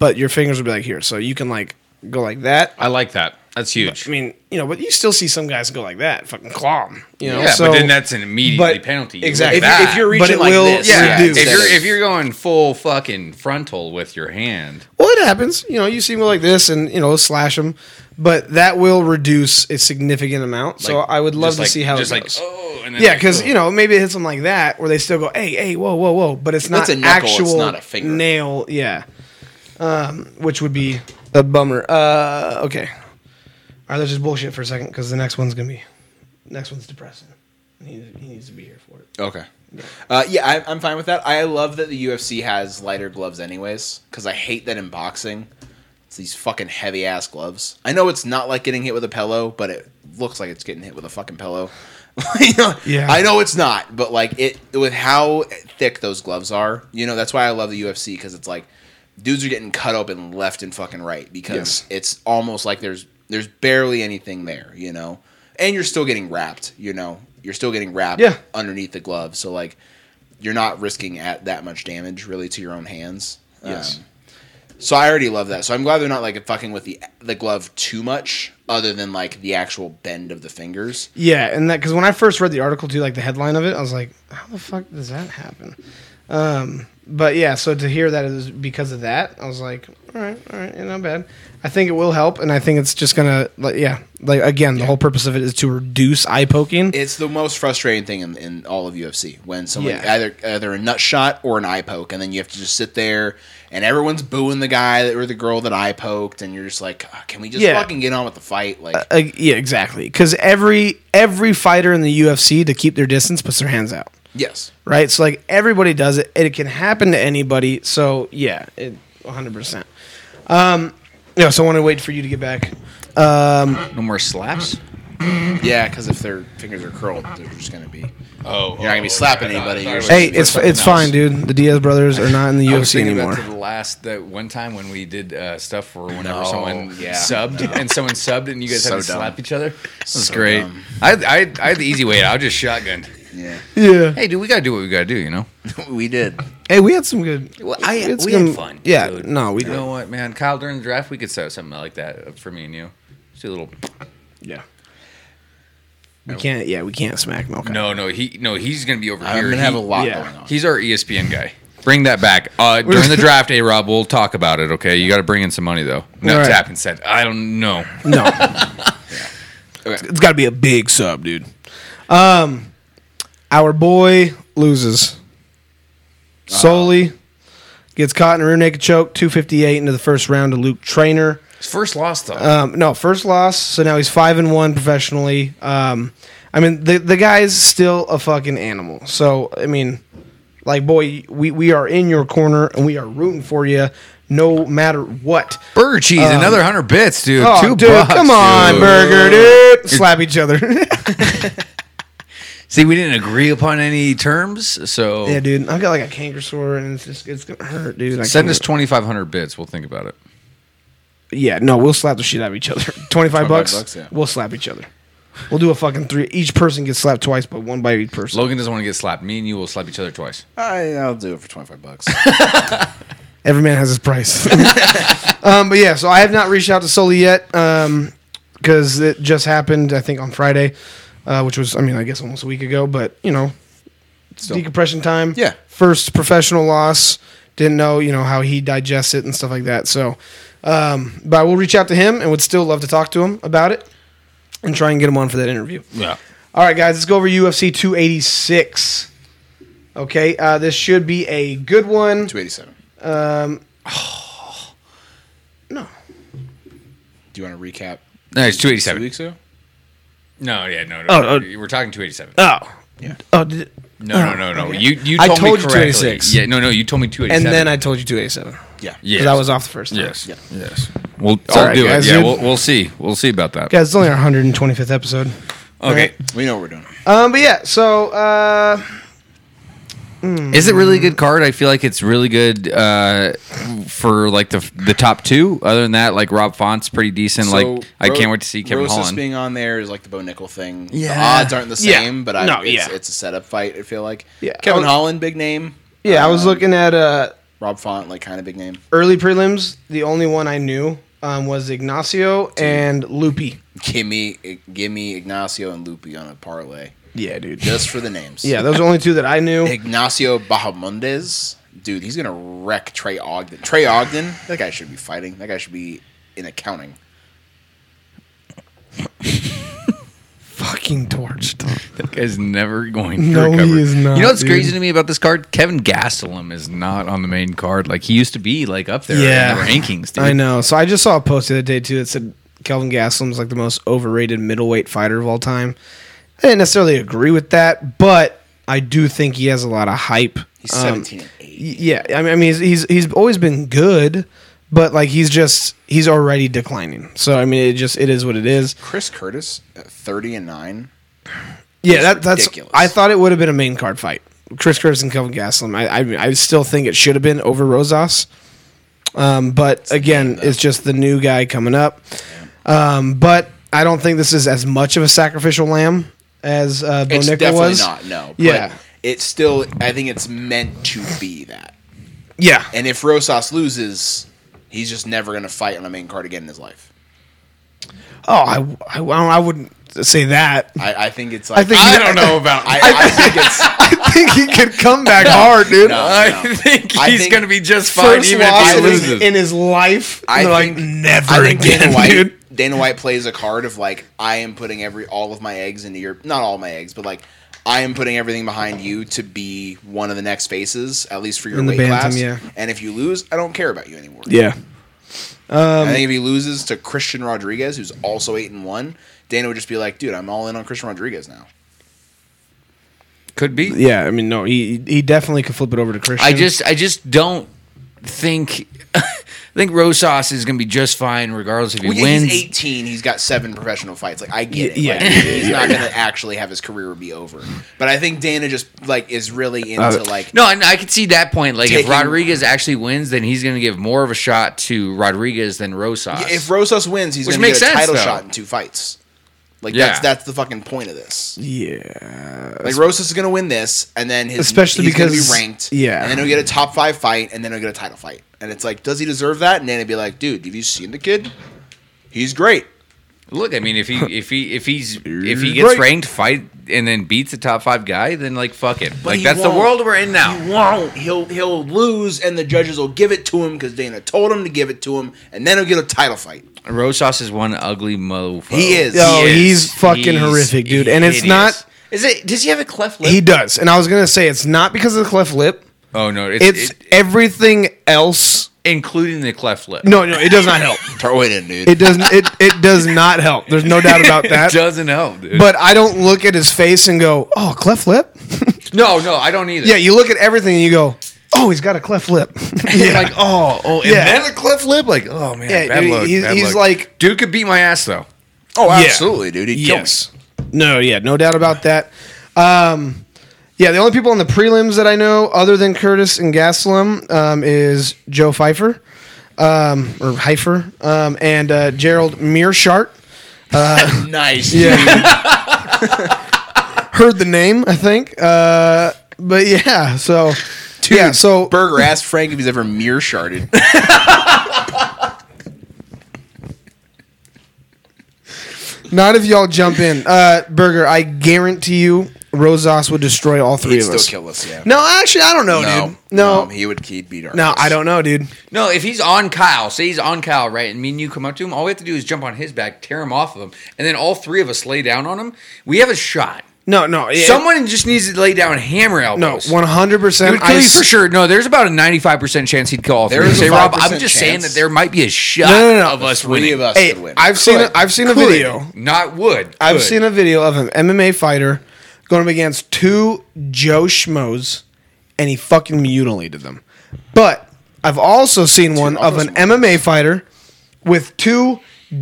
Speaker 1: but your fingers will be like here. So you can like go like that.
Speaker 4: I like that. That's huge.
Speaker 1: I mean, you know, but you still see some guys go like that, fucking claw 'em, You know,
Speaker 4: yeah,
Speaker 1: so,
Speaker 4: but then that's an immediate
Speaker 1: but-
Speaker 4: penalty.
Speaker 1: exactly.
Speaker 4: Exactly.
Speaker 1: If-
Speaker 3: if you're
Speaker 1: but
Speaker 3: reaching
Speaker 1: it
Speaker 3: like
Speaker 1: will
Speaker 3: this,
Speaker 4: yeah,
Speaker 3: Yeah,
Speaker 1: reduce.
Speaker 4: if you're
Speaker 3: instead of-
Speaker 4: if you're going full fucking frontal with your hand,
Speaker 1: well, it happens. You know, you see them go like this, and you know, slash them, but that will reduce a significant amount. So
Speaker 4: like,
Speaker 1: I would love
Speaker 4: just
Speaker 1: to
Speaker 4: like-
Speaker 1: see how
Speaker 4: just
Speaker 1: it
Speaker 4: like,
Speaker 1: goes.
Speaker 4: oh, and then
Speaker 1: yeah,
Speaker 4: like,
Speaker 1: because
Speaker 4: oh.
Speaker 1: you know maybe it hits them like that, where they still go, "Hey, hey, whoa, whoa, whoa!" But it's not
Speaker 3: That's a knuckle, it's
Speaker 1: actual
Speaker 3: not a finger.
Speaker 1: nail. Yeah, um, which would be a bummer. Uh, okay, all right. Let's just bullshit for a second because the next one's gonna be next one's depressing. He, he needs to be here for it.
Speaker 3: Okay. Uh, yeah, I, I'm fine with that. I love that the UFC has lighter gloves, anyways, because I hate that in boxing. It's these fucking heavy ass gloves. I know it's not like getting hit with a pillow, but it looks like it's getting hit with a fucking pillow. You know,
Speaker 1: Yeah.
Speaker 3: I know it's not, but like it with how thick those gloves are. You know, that's why I love the UFC because it's like dudes are getting cut open left and fucking right because
Speaker 1: Yes.
Speaker 3: it's almost like there's there's barely anything there. You know, and you're still getting wrapped. You know, you're still getting wrapped
Speaker 1: Yeah.
Speaker 3: underneath the glove. So like you're not risking at that much damage really to your own hands.
Speaker 1: Yes.
Speaker 3: Um, so I already love that. So I'm glad they're not like fucking with the the glove too much, other than like the actual bend of the fingers.
Speaker 1: Yeah, and that because when I first read the article too, like the headline of it, I was like, "How the fuck does that happen?" Um, but yeah, so to hear that is because of that, I was like, all right, all right, yeah, not bad. I think it will help, and I think it's just gonna, like, yeah, like again, the whole purpose of it is to reduce eye poking.
Speaker 3: It's the most frustrating thing in, in all of UFC when someone
Speaker 1: Yeah.
Speaker 3: either either a nut shot or an eye poke, and then you have to just sit there and everyone's booing the guy that, or the girl that eye poked, and you're just like, "Ah, can we just
Speaker 1: Yeah.
Speaker 3: fucking get on with the fight? Like,
Speaker 1: Uh, yeah, exactly. Because every every fighter in the UFC to keep their distance puts their hands out,
Speaker 3: yes,
Speaker 1: right? So like everybody does it, and it can happen to anybody. So yeah, it, 100%. Um, yeah, so I want to wait for you to get back.
Speaker 4: No more slaps.
Speaker 3: yeah, because if their fingers are curled, they're just gonna be. Oh, you're not gonna be slapping anybody. You're just-
Speaker 1: Hey, it's
Speaker 3: something
Speaker 1: it's fine, dude. The Diaz brothers are not in the
Speaker 4: I was
Speaker 1: UFC
Speaker 4: thinking
Speaker 1: anymore.
Speaker 4: about the last that one time when we did uh, stuff for whenever
Speaker 3: No,
Speaker 4: someone
Speaker 3: yeah,
Speaker 4: subbed and someone subbed and you guys
Speaker 3: So
Speaker 4: had to
Speaker 3: dumb.
Speaker 4: slap each other. This is
Speaker 3: So
Speaker 4: great.
Speaker 3: dumb.
Speaker 4: I, I I had the easy way out. I just shotgunned.
Speaker 3: yeah,
Speaker 1: yeah.
Speaker 4: Hey, dude, we gotta do what we gotta do. You know.
Speaker 3: we did.
Speaker 1: Hey, we had some good.
Speaker 4: Well, I,
Speaker 1: It's
Speaker 4: we
Speaker 1: gonna-
Speaker 4: had fun.
Speaker 1: yeah,
Speaker 4: dude.
Speaker 1: no, we
Speaker 4: You know what, man? Kyle, during the draft, we could set up something like that uh, for me and you. Just do a little.
Speaker 1: Yeah. We can't. Yeah, we can't smack Milk.
Speaker 4: No, no, he, no, he's gonna be over
Speaker 3: I'm
Speaker 4: here.
Speaker 3: gonna
Speaker 4: He-
Speaker 3: have a lot
Speaker 1: yeah.
Speaker 3: going on.
Speaker 4: He's our E ESPN guy. Bring that back uh, during the draft, A Rob. We'll talk about it. Okay, you got to bring in some money though. No
Speaker 1: All right.
Speaker 4: tap and said, I don't know.
Speaker 1: no. It's got to be a big sub, dude. Um, our boy loses. Solely gets caught in a rear naked choke, two fifty eight into the first round to Luke Trainer.
Speaker 4: His first loss though.
Speaker 1: Um, no, first loss. So now he's five and one professionally. Um, I mean, the the guy's still a fucking animal. So I mean, like, boy, we we are in your corner and we are rooting for you, no matter what.
Speaker 4: Burger cheese, another hundred bits, dude.
Speaker 1: Um, Oh,
Speaker 4: Two
Speaker 1: dude,
Speaker 4: bucks,
Speaker 1: come on,
Speaker 4: dude.
Speaker 1: burger, dude. Slap each other.
Speaker 4: See, we didn't agree upon any terms, so
Speaker 1: yeah, dude. I've got like a canker sore, and it's just it's gonna hurt, dude. I
Speaker 4: send
Speaker 1: can't-
Speaker 4: us twenty five hundred bits. We'll think about it.
Speaker 1: Yeah, no, we'll slap the shit out of each other. Twenty five bucks.
Speaker 3: bucks, yeah.
Speaker 1: We'll slap each other. We'll do a fucking three. Each person gets slapped twice, but one by each person.
Speaker 4: Logan doesn't want to get slapped. Me and you will slap each other twice.
Speaker 3: I, I'll do it for twenty five bucks.
Speaker 1: Every man has his price. um, but yeah, so I have not reached out to Sully yet because it just happened, I think, on Friday, uh, which was, I mean, I guess almost a week ago, but, you know, it's decompression time.
Speaker 3: Yeah.
Speaker 1: First professional loss. Didn't know, you know, how he digests it and stuff like that. So, um, but I will reach out to him and would still love to talk to him about it and try and get him on for that interview.
Speaker 4: Yeah.
Speaker 1: All right, guys, let's go over UFC 286. Okay, uh, this should be a good one.
Speaker 3: Two eighty seven.
Speaker 1: No.
Speaker 3: Do you want to recap?
Speaker 4: No, it's two eighty
Speaker 3: Two
Speaker 4: seven.
Speaker 3: weeks ago.
Speaker 4: No, yeah, no, no.
Speaker 1: Oh, oh.
Speaker 4: we're talking two eighty seven.
Speaker 1: Oh.
Speaker 3: Yeah.
Speaker 1: Oh, did it-
Speaker 4: No, no, no, no.
Speaker 1: okay.
Speaker 4: You you
Speaker 1: I
Speaker 4: told,
Speaker 1: told
Speaker 4: me
Speaker 1: you
Speaker 4: correctly.
Speaker 1: 286.
Speaker 4: Yeah, no, no. You told me two eighty
Speaker 1: and
Speaker 4: seven.
Speaker 1: then I told you 287 because
Speaker 3: Yeah.
Speaker 4: yes,
Speaker 1: I was off the first. time.
Speaker 4: Yes,
Speaker 3: Yeah.
Speaker 4: yes. We'll
Speaker 1: all right,
Speaker 4: I'll do
Speaker 1: guys,
Speaker 4: it. Yeah,
Speaker 1: dude.
Speaker 4: we'll, we'll see. We'll see about that.
Speaker 1: guys, it's only our 125th episode.
Speaker 4: Okay.
Speaker 3: We know what we're doing.
Speaker 1: Um, but yeah, so uh,
Speaker 4: Is it really a good card? I feel like it's really good uh, for like the the top two. Other than that, like Rob Font's pretty decent. like
Speaker 3: So,
Speaker 4: I
Speaker 3: Ro-
Speaker 4: can't wait to see Kevin
Speaker 3: Rosas
Speaker 4: Holland.
Speaker 3: being on there is like the Bo Nickel thing. The
Speaker 4: Yeah.
Speaker 3: odds aren't the
Speaker 1: Yeah.
Speaker 3: same, but I,
Speaker 1: No,
Speaker 3: it's,
Speaker 1: yeah.
Speaker 3: it's a setup fight. I feel like.
Speaker 1: Yeah.
Speaker 3: Kevin
Speaker 1: I was-
Speaker 3: Holland, big name.
Speaker 1: yeah, I was
Speaker 3: Um,
Speaker 1: looking at uh,
Speaker 3: Rob Font, like kind of big name.
Speaker 1: early prelims. The only one I knew um, was Ignacio and Loopy.
Speaker 3: Give me, give me Ignacio and Lupi on a parlay
Speaker 1: Yeah, dude.
Speaker 3: just for the names.
Speaker 1: Yeah, those are the only two that I knew.
Speaker 3: Ignacio Bahamondes, dude, he's gonna wreck Trey Ogden. Trey Ogden, that guy should be fighting. That guy should be in accounting.
Speaker 1: Fucking torched.
Speaker 4: that guy's never going to
Speaker 1: No, he
Speaker 4: recover.
Speaker 1: is not,
Speaker 4: You know what's
Speaker 1: dude.
Speaker 4: crazy to me about this card? Kevin Gastelum is not on the main card. Like he used to be like up there
Speaker 1: Yeah.
Speaker 4: in the rankings. Dude.
Speaker 1: I know. So I just saw a post the other day too that said Kelvin Gastelum's like the most overrated middleweight fighter of all time. I didn't necessarily agree with that, but I do think he has a lot of hype.
Speaker 3: He's
Speaker 1: Um,
Speaker 3: seventeen and eight.
Speaker 1: Y- Yeah, I mean, I mean, he's, he's he's always been good, but like he's just he's already declining. So I mean, it just it is what it is.
Speaker 3: Chris Curtis, at thirty and nine.
Speaker 1: Yeah, that, that's
Speaker 3: ridiculous.
Speaker 1: I thought it would have been a main card fight. Chris Curtis and Kelvin Gastelum. I I, mean, I still think it should have been over Rosas. Um, but again, it's just the new guy coming up. Um, but I don't think this is as much of a sacrificial lamb as uh, Bo
Speaker 3: It's
Speaker 1: Nickel
Speaker 3: definitely
Speaker 1: was.
Speaker 3: not. No.
Speaker 1: Yeah.
Speaker 3: It's still. I think it's meant to be that.
Speaker 1: Yeah,
Speaker 3: And if Rosas loses, he's just never gonna fight on a main card again in his life.
Speaker 1: Oh, I, I, I wouldn't say that.
Speaker 3: I, I think it's like.
Speaker 1: think he-
Speaker 3: I don't know about. I, I think it's.
Speaker 1: think he could come back hard, dude.
Speaker 3: No.
Speaker 4: I think
Speaker 3: I
Speaker 4: he's
Speaker 3: think
Speaker 4: going to be just fine,
Speaker 1: First
Speaker 4: even if
Speaker 1: loss
Speaker 4: he
Speaker 1: in his,
Speaker 4: loses.
Speaker 1: in his life.
Speaker 3: I
Speaker 1: I they're
Speaker 3: think-
Speaker 1: like never
Speaker 3: I think
Speaker 1: again,
Speaker 3: Dana White.
Speaker 1: dude.
Speaker 3: Dana White plays a card of like, I am putting every all of my eggs into your not all my eggs, but like, I am putting everything behind you to be one of the next faces, at least for your
Speaker 1: In the
Speaker 3: weight
Speaker 1: Bantam,
Speaker 3: class.
Speaker 1: yeah.
Speaker 3: And if you lose, I don't care about you anymore.
Speaker 1: Yeah.
Speaker 3: I
Speaker 4: Um,
Speaker 3: think if he loses to Christian Rodriguez, who's also eight and one, Dana would just be like, dude, I'm all in on Christian Rodriguez now.
Speaker 4: Could be.
Speaker 1: Yeah, I mean, no, he he definitely could flip it over to Christian.
Speaker 4: I just I just don't think I think Rosas is going to be just fine regardless if he
Speaker 3: Well, yeah,
Speaker 4: wins.
Speaker 3: he's 18. He's got seven professional fights. Like I get it.
Speaker 1: Yeah.
Speaker 3: Like, he's not gonna actually have his career be over. But I think Dana just like is really
Speaker 4: Uh,
Speaker 3: into like
Speaker 4: No, and I could see that point. Like if
Speaker 3: Taking-
Speaker 4: Rodriguez actually wins, then he's going to give more of a shot to Rodriguez than Rosas.
Speaker 3: if Rosas wins, he's
Speaker 4: Which
Speaker 3: gonna get
Speaker 4: makes
Speaker 3: a
Speaker 4: sense,
Speaker 3: title
Speaker 4: though.
Speaker 3: shot in two fights. Like
Speaker 4: Yeah.
Speaker 3: that's that's the fucking point of this.
Speaker 1: yeah,
Speaker 3: Like Rosas is gonna win this, and then his
Speaker 1: Especially
Speaker 3: he's gonna
Speaker 1: because-
Speaker 3: be ranked.
Speaker 1: yeah.
Speaker 3: and then he'll get a top five fight, and then he'll get a title fight. And it's like, does he deserve that? And Dana would be like, dude, have you seen the kid? He's great.
Speaker 4: Look, I mean, if he if he if he's if he gets
Speaker 1: Right.
Speaker 4: ranked, fight and then beats a top five guy, then like fuck it. like
Speaker 3: he
Speaker 4: that's the
Speaker 3: won't.
Speaker 4: world we're in now.
Speaker 3: He won't. He'll he'll lose, and the judges will give it to him because Dana told him to give it to him, and then he'll get a title fight.
Speaker 4: Rosas is one ugly mofo.
Speaker 3: He is.
Speaker 1: Yo, he's fucking horrific, dude. And it's not-
Speaker 4: Is it? Does he have a cleft lip?
Speaker 1: he does. And I was gonna say it's not because of the cleft lip.
Speaker 4: oh no, it's,
Speaker 1: It's
Speaker 4: it-
Speaker 1: everything else.
Speaker 4: including the cleft lip.
Speaker 1: No, no, it does not help.
Speaker 3: Throw it in, dude.
Speaker 1: It does. It it does not help. There's no doubt about that.
Speaker 4: it doesn't help. Dude.
Speaker 1: But I don't look at his face and go, "Oh, cleft lip."
Speaker 4: no, no, I don't either.
Speaker 1: Yeah, you look at everything and you go, "Oh, he's got a cleft lip."
Speaker 4: You're like oh, oh, and
Speaker 1: Yeah.
Speaker 4: then a cleft lip. Like oh man,
Speaker 1: Yeah,
Speaker 4: bad
Speaker 1: dude,
Speaker 4: luck,
Speaker 1: he's-
Speaker 4: bad
Speaker 1: he's
Speaker 4: luck.
Speaker 1: like-
Speaker 4: dude could beat my ass though.
Speaker 3: oh,
Speaker 1: Yeah.
Speaker 3: absolutely, dude. He'd kill me.
Speaker 1: No, yeah, no doubt about that. Um, yeah, the only people on the prelims that I know, other than Curtis and Gaslam, um, is Joe Pfeiffer, um, or Heifer, um, and uh, Gerald Mearshart.
Speaker 3: Nice.
Speaker 1: Yeah. Heard the name, I think. Uh, but yeah, so. yeah, so
Speaker 3: Burger asked Frank if he's ever mirror sharded.
Speaker 1: not if y'all jump in. Uh, Burger, I guarantee you, Rosas would destroy all 3
Speaker 3: He'd
Speaker 1: of
Speaker 3: still
Speaker 1: us.
Speaker 3: kill us. Yeah.
Speaker 1: No, actually, I don't know, dude. No,
Speaker 3: he would. He'd beat our.
Speaker 1: no,
Speaker 3: ass.
Speaker 1: I don't know, dude.
Speaker 4: No, if he's on Kyle, say he's on Kyle, right, and me and you come up to him, all we have to do is jump on his back, tear him off of him, and then all three of us lay down on him. We have a shot.
Speaker 1: No, no. yeah.
Speaker 4: Someone just needs to lay down hammer
Speaker 1: No,
Speaker 4: elbows.
Speaker 1: one hundred
Speaker 4: Dude,
Speaker 1: percent.
Speaker 4: Cody, for sure. No, there's about a 95% chance he'd call.
Speaker 3: There
Speaker 4: There
Speaker 3: is a
Speaker 4: say, Rob, I'm
Speaker 3: 5%
Speaker 4: just
Speaker 3: chance.
Speaker 4: saying that there might be a shot
Speaker 1: No, no, no.
Speaker 4: of us
Speaker 3: Three
Speaker 4: winning.
Speaker 3: of us
Speaker 1: Hey,
Speaker 3: could win.
Speaker 1: I've seen a, I've seen a video.
Speaker 4: Not would.
Speaker 1: I've
Speaker 4: Could.
Speaker 1: seen a video of an MMA fighter going up against two Joe Schmoes, and he fucking mutilated them. But I've also seen one of
Speaker 3: other
Speaker 1: an
Speaker 3: Schmoes.
Speaker 1: MMA fighter with two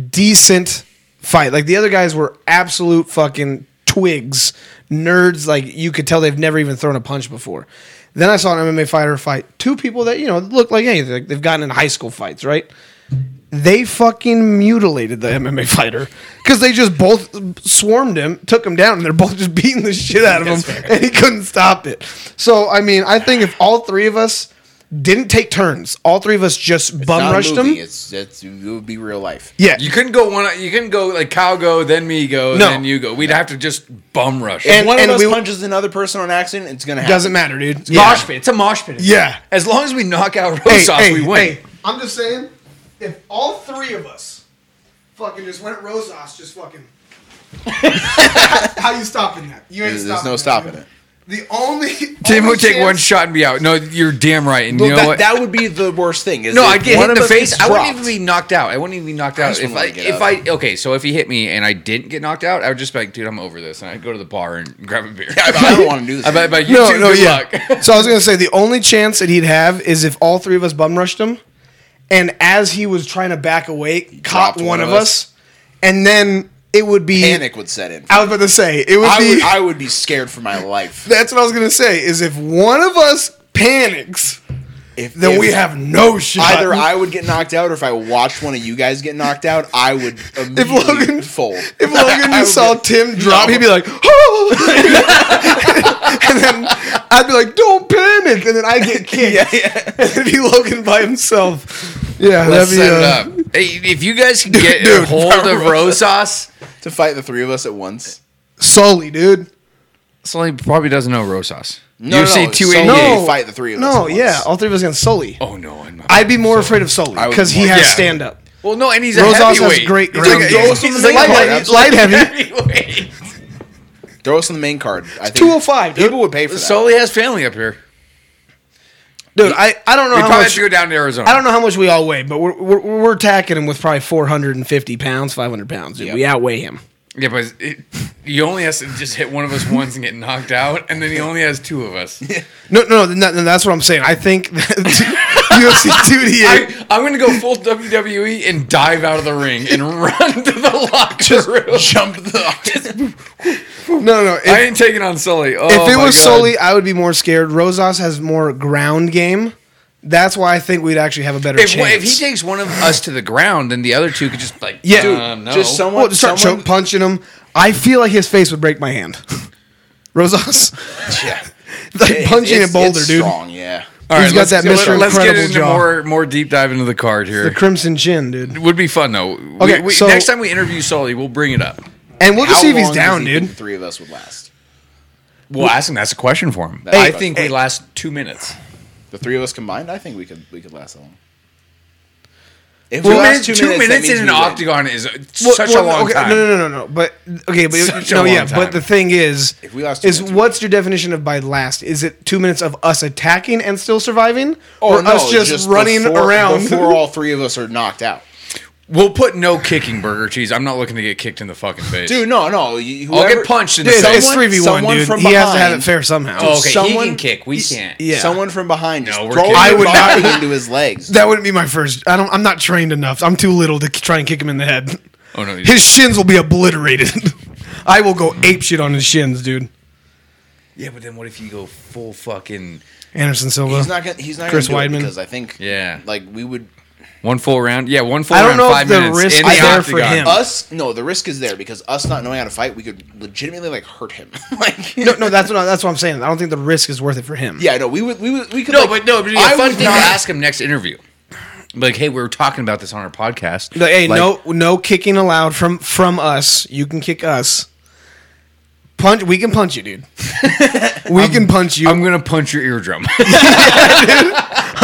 Speaker 1: decent fight. Like the other guys were absolute fucking twigs, nerds. Like you could tell they've never even thrown a punch before. Then I saw an MMA fighter fight two people that you know look like hey they- they've gotten in high school fights, right? They fucking mutilated the MMA fighter because they just both swarmed him, took him down, and they're both just beating the shit out of him, and he couldn't stop it. So I mean, I think if all three of us didn't take turns, all three of us just
Speaker 3: It's not
Speaker 1: bum
Speaker 3: a
Speaker 1: rushed
Speaker 3: movie.
Speaker 1: him.
Speaker 3: It's, it's it would be real life.
Speaker 1: Yeah,
Speaker 4: You couldn't go one. You couldn't go like Kyle go, then me go,
Speaker 1: No.
Speaker 4: then you go. We'd have to just bum rush.
Speaker 1: And-
Speaker 4: And,
Speaker 3: One of us
Speaker 1: we-
Speaker 3: punches another person on accident. It's gonna happen.
Speaker 1: doesn't matter, dude.
Speaker 4: it's mosh pit. It's a mosh pit.
Speaker 1: Yeah.
Speaker 4: As long as we knock out
Speaker 1: Hey,
Speaker 4: Rosas,
Speaker 1: hey,
Speaker 4: we win.
Speaker 1: hey, I'm just saying, if all three of us fucking just went Rosas, just fucking. how you stopping that? You ain't
Speaker 3: There's
Speaker 1: stopping
Speaker 3: no
Speaker 1: that,
Speaker 3: stopping
Speaker 1: dude.
Speaker 3: it.
Speaker 1: The only
Speaker 4: Tim
Speaker 1: only
Speaker 4: would take
Speaker 1: chance-
Speaker 4: one shot and be out. No, you're damn right. And
Speaker 3: Well,
Speaker 4: you know
Speaker 3: that,
Speaker 4: what?
Speaker 3: that would be the worst thing. Is
Speaker 4: no,
Speaker 3: if
Speaker 4: I'd get
Speaker 3: one
Speaker 4: hit in
Speaker 3: of
Speaker 4: the
Speaker 3: us
Speaker 4: face.
Speaker 3: gets
Speaker 4: I wouldn't
Speaker 3: dropped.
Speaker 4: even be knocked out. I wouldn't even be knocked out
Speaker 3: just
Speaker 4: if
Speaker 3: wouldn't
Speaker 4: I
Speaker 3: wanna get
Speaker 4: if
Speaker 3: up.
Speaker 4: I okay. So if he hit me and I didn't get knocked out, I would just be like, dude, I'm over this, and I'd go to the bar and grab a beer.
Speaker 3: I, I don't want to do this.
Speaker 4: I bet, but you
Speaker 1: No,
Speaker 4: two,
Speaker 1: no,
Speaker 4: good
Speaker 1: yeah.
Speaker 4: luck.
Speaker 1: so I was gonna say the only chance that he'd have is if all three of us bum rushed him, and as he was trying to back away, caught
Speaker 3: dropped
Speaker 1: one, of us, and then it would be.
Speaker 3: Panic would set in.
Speaker 1: I was about to say it would
Speaker 3: I
Speaker 1: be.
Speaker 3: would, I would be scared for my life.
Speaker 1: that's what I was gonna say. Is if one of us panics,
Speaker 3: If,
Speaker 1: then
Speaker 3: if
Speaker 1: we have no shot.
Speaker 3: either I would get knocked out, or if I watched one of you guys get knocked out, I would immediately
Speaker 1: Logan-
Speaker 3: fold.
Speaker 1: If Logan
Speaker 3: I
Speaker 1: you
Speaker 3: would
Speaker 1: saw
Speaker 3: get-
Speaker 1: Tim drop,
Speaker 3: No.
Speaker 1: he'd be like, "Oh!" and then I'd be like, "Don't panic!" And then I get kicked. And it'd be Logan by himself. Yeah, that'd
Speaker 4: Let's
Speaker 1: be.
Speaker 4: set it
Speaker 1: uh,
Speaker 4: up. Hey, if you guys can get a
Speaker 1: dude,
Speaker 4: hold of Rosas,
Speaker 3: to fight the three of us at once.
Speaker 1: Sully, dude.
Speaker 4: Sully probably doesn't know Rosas.
Speaker 3: No,
Speaker 4: UFC
Speaker 3: no,
Speaker 4: 288.
Speaker 3: Solo
Speaker 1: No.
Speaker 3: fight the three of us.
Speaker 1: No,
Speaker 3: at
Speaker 1: yeah,
Speaker 3: once.
Speaker 1: all three of us against Sully.
Speaker 4: Oh no, I'm not.
Speaker 1: I'd be more afraid of Sully
Speaker 3: I would
Speaker 1: because he
Speaker 3: more-
Speaker 1: has
Speaker 2: Yeah.
Speaker 1: stand up.
Speaker 4: well, no, and he's a
Speaker 1: Rosas has
Speaker 4: heavyweight.
Speaker 1: great
Speaker 4: He's like
Speaker 1: ground
Speaker 4: a-
Speaker 1: game.
Speaker 4: he's
Speaker 3: He's
Speaker 4: like
Speaker 3: like
Speaker 4: a
Speaker 3: light-
Speaker 4: heavy-
Speaker 1: light heavy.
Speaker 4: heavyweight.
Speaker 3: Throw us in the main card. I think
Speaker 1: 205, dude.
Speaker 3: People would pay for that.
Speaker 4: Sully has family up here.
Speaker 1: Dude, I, I don't know
Speaker 4: We
Speaker 1: how
Speaker 4: probably
Speaker 1: much.
Speaker 4: have to go down to Arizona.
Speaker 1: I don't know how much we all weigh, but we're we're, we're tacking him with probably 450 pounds, 500 pounds, dude.
Speaker 3: Yep.
Speaker 1: We outweigh him.
Speaker 4: Yeah, but it, he only has to just hit one of us once and get knocked out, and then he only has two of us.
Speaker 1: No, no, no, no, that's what I'm saying. I think that UFC 288.
Speaker 4: I, I'm going to go full WWE and dive out of the ring and run to the locker room.
Speaker 3: Jump the.
Speaker 1: No, no, no.
Speaker 4: I
Speaker 1: If,
Speaker 4: ain't taking on Sully. Oh,
Speaker 1: if it
Speaker 4: my
Speaker 1: was
Speaker 4: God.
Speaker 1: Sully, I would be more scared. Rosas has more ground game. That's why I think we'd actually have a better
Speaker 4: if,
Speaker 1: chance.
Speaker 4: if he takes one of us to the ground, then the other two could just like
Speaker 1: Yeah.
Speaker 4: uh, no.
Speaker 3: Just someone.
Speaker 1: well, just start
Speaker 3: someone
Speaker 1: choke punching him. I feel like his face would break my hand. Rosas,
Speaker 3: yeah.
Speaker 1: like
Speaker 3: It-
Speaker 1: punching
Speaker 3: it's-
Speaker 1: a boulder,
Speaker 3: it's
Speaker 1: dude.
Speaker 3: Strong, yeah.
Speaker 4: All
Speaker 1: He's got
Speaker 4: let's-
Speaker 1: that
Speaker 4: let-
Speaker 1: Mr.
Speaker 4: Let's get
Speaker 1: Incredible
Speaker 4: into
Speaker 1: jaw.
Speaker 4: more more deep dive into the card
Speaker 1: The
Speaker 4: here.
Speaker 1: crimson chin, dude.
Speaker 4: It would be fun though.
Speaker 1: Okay,
Speaker 4: we, we,
Speaker 1: so-
Speaker 4: next time we interview Sully, we'll bring it up.
Speaker 1: And we'll just
Speaker 3: How
Speaker 1: see if he's
Speaker 3: long does
Speaker 1: down,
Speaker 3: he think
Speaker 1: dude.
Speaker 3: the Three of us would last.
Speaker 4: We'll ask him. That's a question for him.
Speaker 3: Hey,
Speaker 4: I think we
Speaker 3: hey.
Speaker 4: last two minutes.
Speaker 3: The three of us combined, I think we could we could last that long. If
Speaker 4: Two,
Speaker 3: we
Speaker 4: minutes,
Speaker 3: last
Speaker 4: two,
Speaker 3: that
Speaker 4: minutes,
Speaker 3: means
Speaker 4: in an
Speaker 3: we win.
Speaker 4: octagon is uh,
Speaker 1: Well,
Speaker 4: such
Speaker 1: well,
Speaker 4: a long
Speaker 1: okay,
Speaker 4: time.
Speaker 1: No, no, no, no, no. But okay, but
Speaker 4: Such a
Speaker 1: no,
Speaker 4: long
Speaker 1: yeah.
Speaker 4: time.
Speaker 1: But the thing is,
Speaker 3: If we lost two
Speaker 1: is
Speaker 3: minutes, we
Speaker 1: what's your definition of by last? Is it two minutes of us attacking and still surviving,
Speaker 3: Oh,
Speaker 1: or
Speaker 3: no,
Speaker 1: us just, running
Speaker 3: before,
Speaker 1: around?
Speaker 3: before all three of us are knocked out.
Speaker 4: We'll put no kicking burger cheese. I'm not looking to get kicked in the fucking face.
Speaker 3: Dude, no, no. You,
Speaker 4: I'll
Speaker 3: whoever,
Speaker 4: get punched in the
Speaker 1: Dude,
Speaker 4: face.
Speaker 1: it's three v one,
Speaker 3: someone
Speaker 1: dude.
Speaker 3: from
Speaker 1: he has to have
Speaker 3: behind-
Speaker 1: it fair somehow.
Speaker 4: Oh, okay,
Speaker 3: someone-
Speaker 4: he can kick. We can't.
Speaker 1: yeah.
Speaker 3: Someone from behind just
Speaker 4: No, we're
Speaker 3: throwing
Speaker 4: kidding.
Speaker 1: I
Speaker 3: I
Speaker 1: would
Speaker 3: would
Speaker 1: not-
Speaker 3: into his legs.
Speaker 1: That wouldn't be my first. I don't. I'm not trained enough. I'm too little to k- try and kick him in the head.
Speaker 4: Oh no.
Speaker 1: His shins will be obliterated. I will go ape shit on his shins, dude.
Speaker 4: yeah, but then what if you go full fucking
Speaker 1: Anderson Silva.
Speaker 3: He's not gonna. He's not
Speaker 1: Chris
Speaker 3: gonna do
Speaker 1: Weidman.
Speaker 3: it because I think.
Speaker 4: Yeah.
Speaker 3: Like we would
Speaker 4: one full round? Yeah, one full
Speaker 1: I don't
Speaker 4: round.
Speaker 1: know if
Speaker 4: five
Speaker 1: the
Speaker 4: minutes
Speaker 1: risk
Speaker 4: in
Speaker 1: is
Speaker 4: the
Speaker 1: there for
Speaker 4: octagon.
Speaker 1: him.
Speaker 3: us. No, the risk is there because us not knowing how to fight, we could legitimately like hurt him. like
Speaker 1: no, no. That's what. I, that's what I'm saying. I don't think the risk is worth it for him.
Speaker 3: Yeah, no, we would. We would. We could.
Speaker 4: No,
Speaker 3: like-
Speaker 4: but no. But it'd be
Speaker 3: I
Speaker 4: a fun
Speaker 3: would
Speaker 4: thing
Speaker 3: not-
Speaker 4: to ask him next interview. Like, hey, we were talking about this on our podcast.
Speaker 1: No, hey,
Speaker 4: Like,
Speaker 1: no, no kicking allowed from from us. You can kick us. Punch. We can punch you, dude. we can punch you.
Speaker 4: I'm
Speaker 1: I'm,
Speaker 4: gonna punch your eardrum.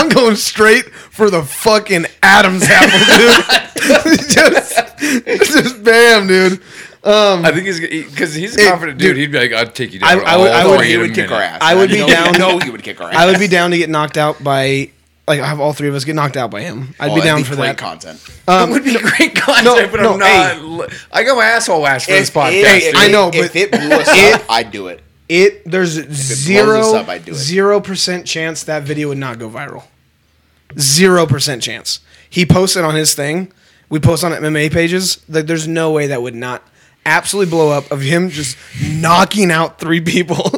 Speaker 1: going straight for the fucking Adam's apple, dude. just, just bam, dude.
Speaker 4: I think he's because he's a
Speaker 1: Hey,
Speaker 4: confident dude.
Speaker 1: dude.
Speaker 4: He'd be like, "I'd take you
Speaker 1: I-
Speaker 4: down."
Speaker 1: I would-
Speaker 4: all
Speaker 1: I would-
Speaker 4: three
Speaker 3: he
Speaker 4: in a
Speaker 3: would kick
Speaker 4: minute."
Speaker 3: our ass.
Speaker 1: I would be
Speaker 3: know-
Speaker 1: down-
Speaker 3: No, he would kick our ass.
Speaker 1: I would be down to get knocked out by. Like have all three of us get knocked out by him. I'd
Speaker 3: Oh,
Speaker 1: be
Speaker 3: that'd
Speaker 1: down for
Speaker 3: great
Speaker 1: that. Um,
Speaker 3: content.
Speaker 4: it would be great content,
Speaker 1: no,
Speaker 4: but
Speaker 1: no,
Speaker 4: I'm not. I got my asshole washed for this
Speaker 3: If
Speaker 4: podcast.
Speaker 3: it-
Speaker 4: dude.
Speaker 1: I know,
Speaker 3: if
Speaker 1: but-
Speaker 3: it blew us up, I'd do it.
Speaker 1: It there's
Speaker 3: us
Speaker 1: zero
Speaker 3: up, I'd do it.
Speaker 1: zero percent chance that video would not go viral. Zero percent chance. He posted on his thing. We post on MMA pages. Like there's no way that would not absolutely blow up of him just knocking out three people.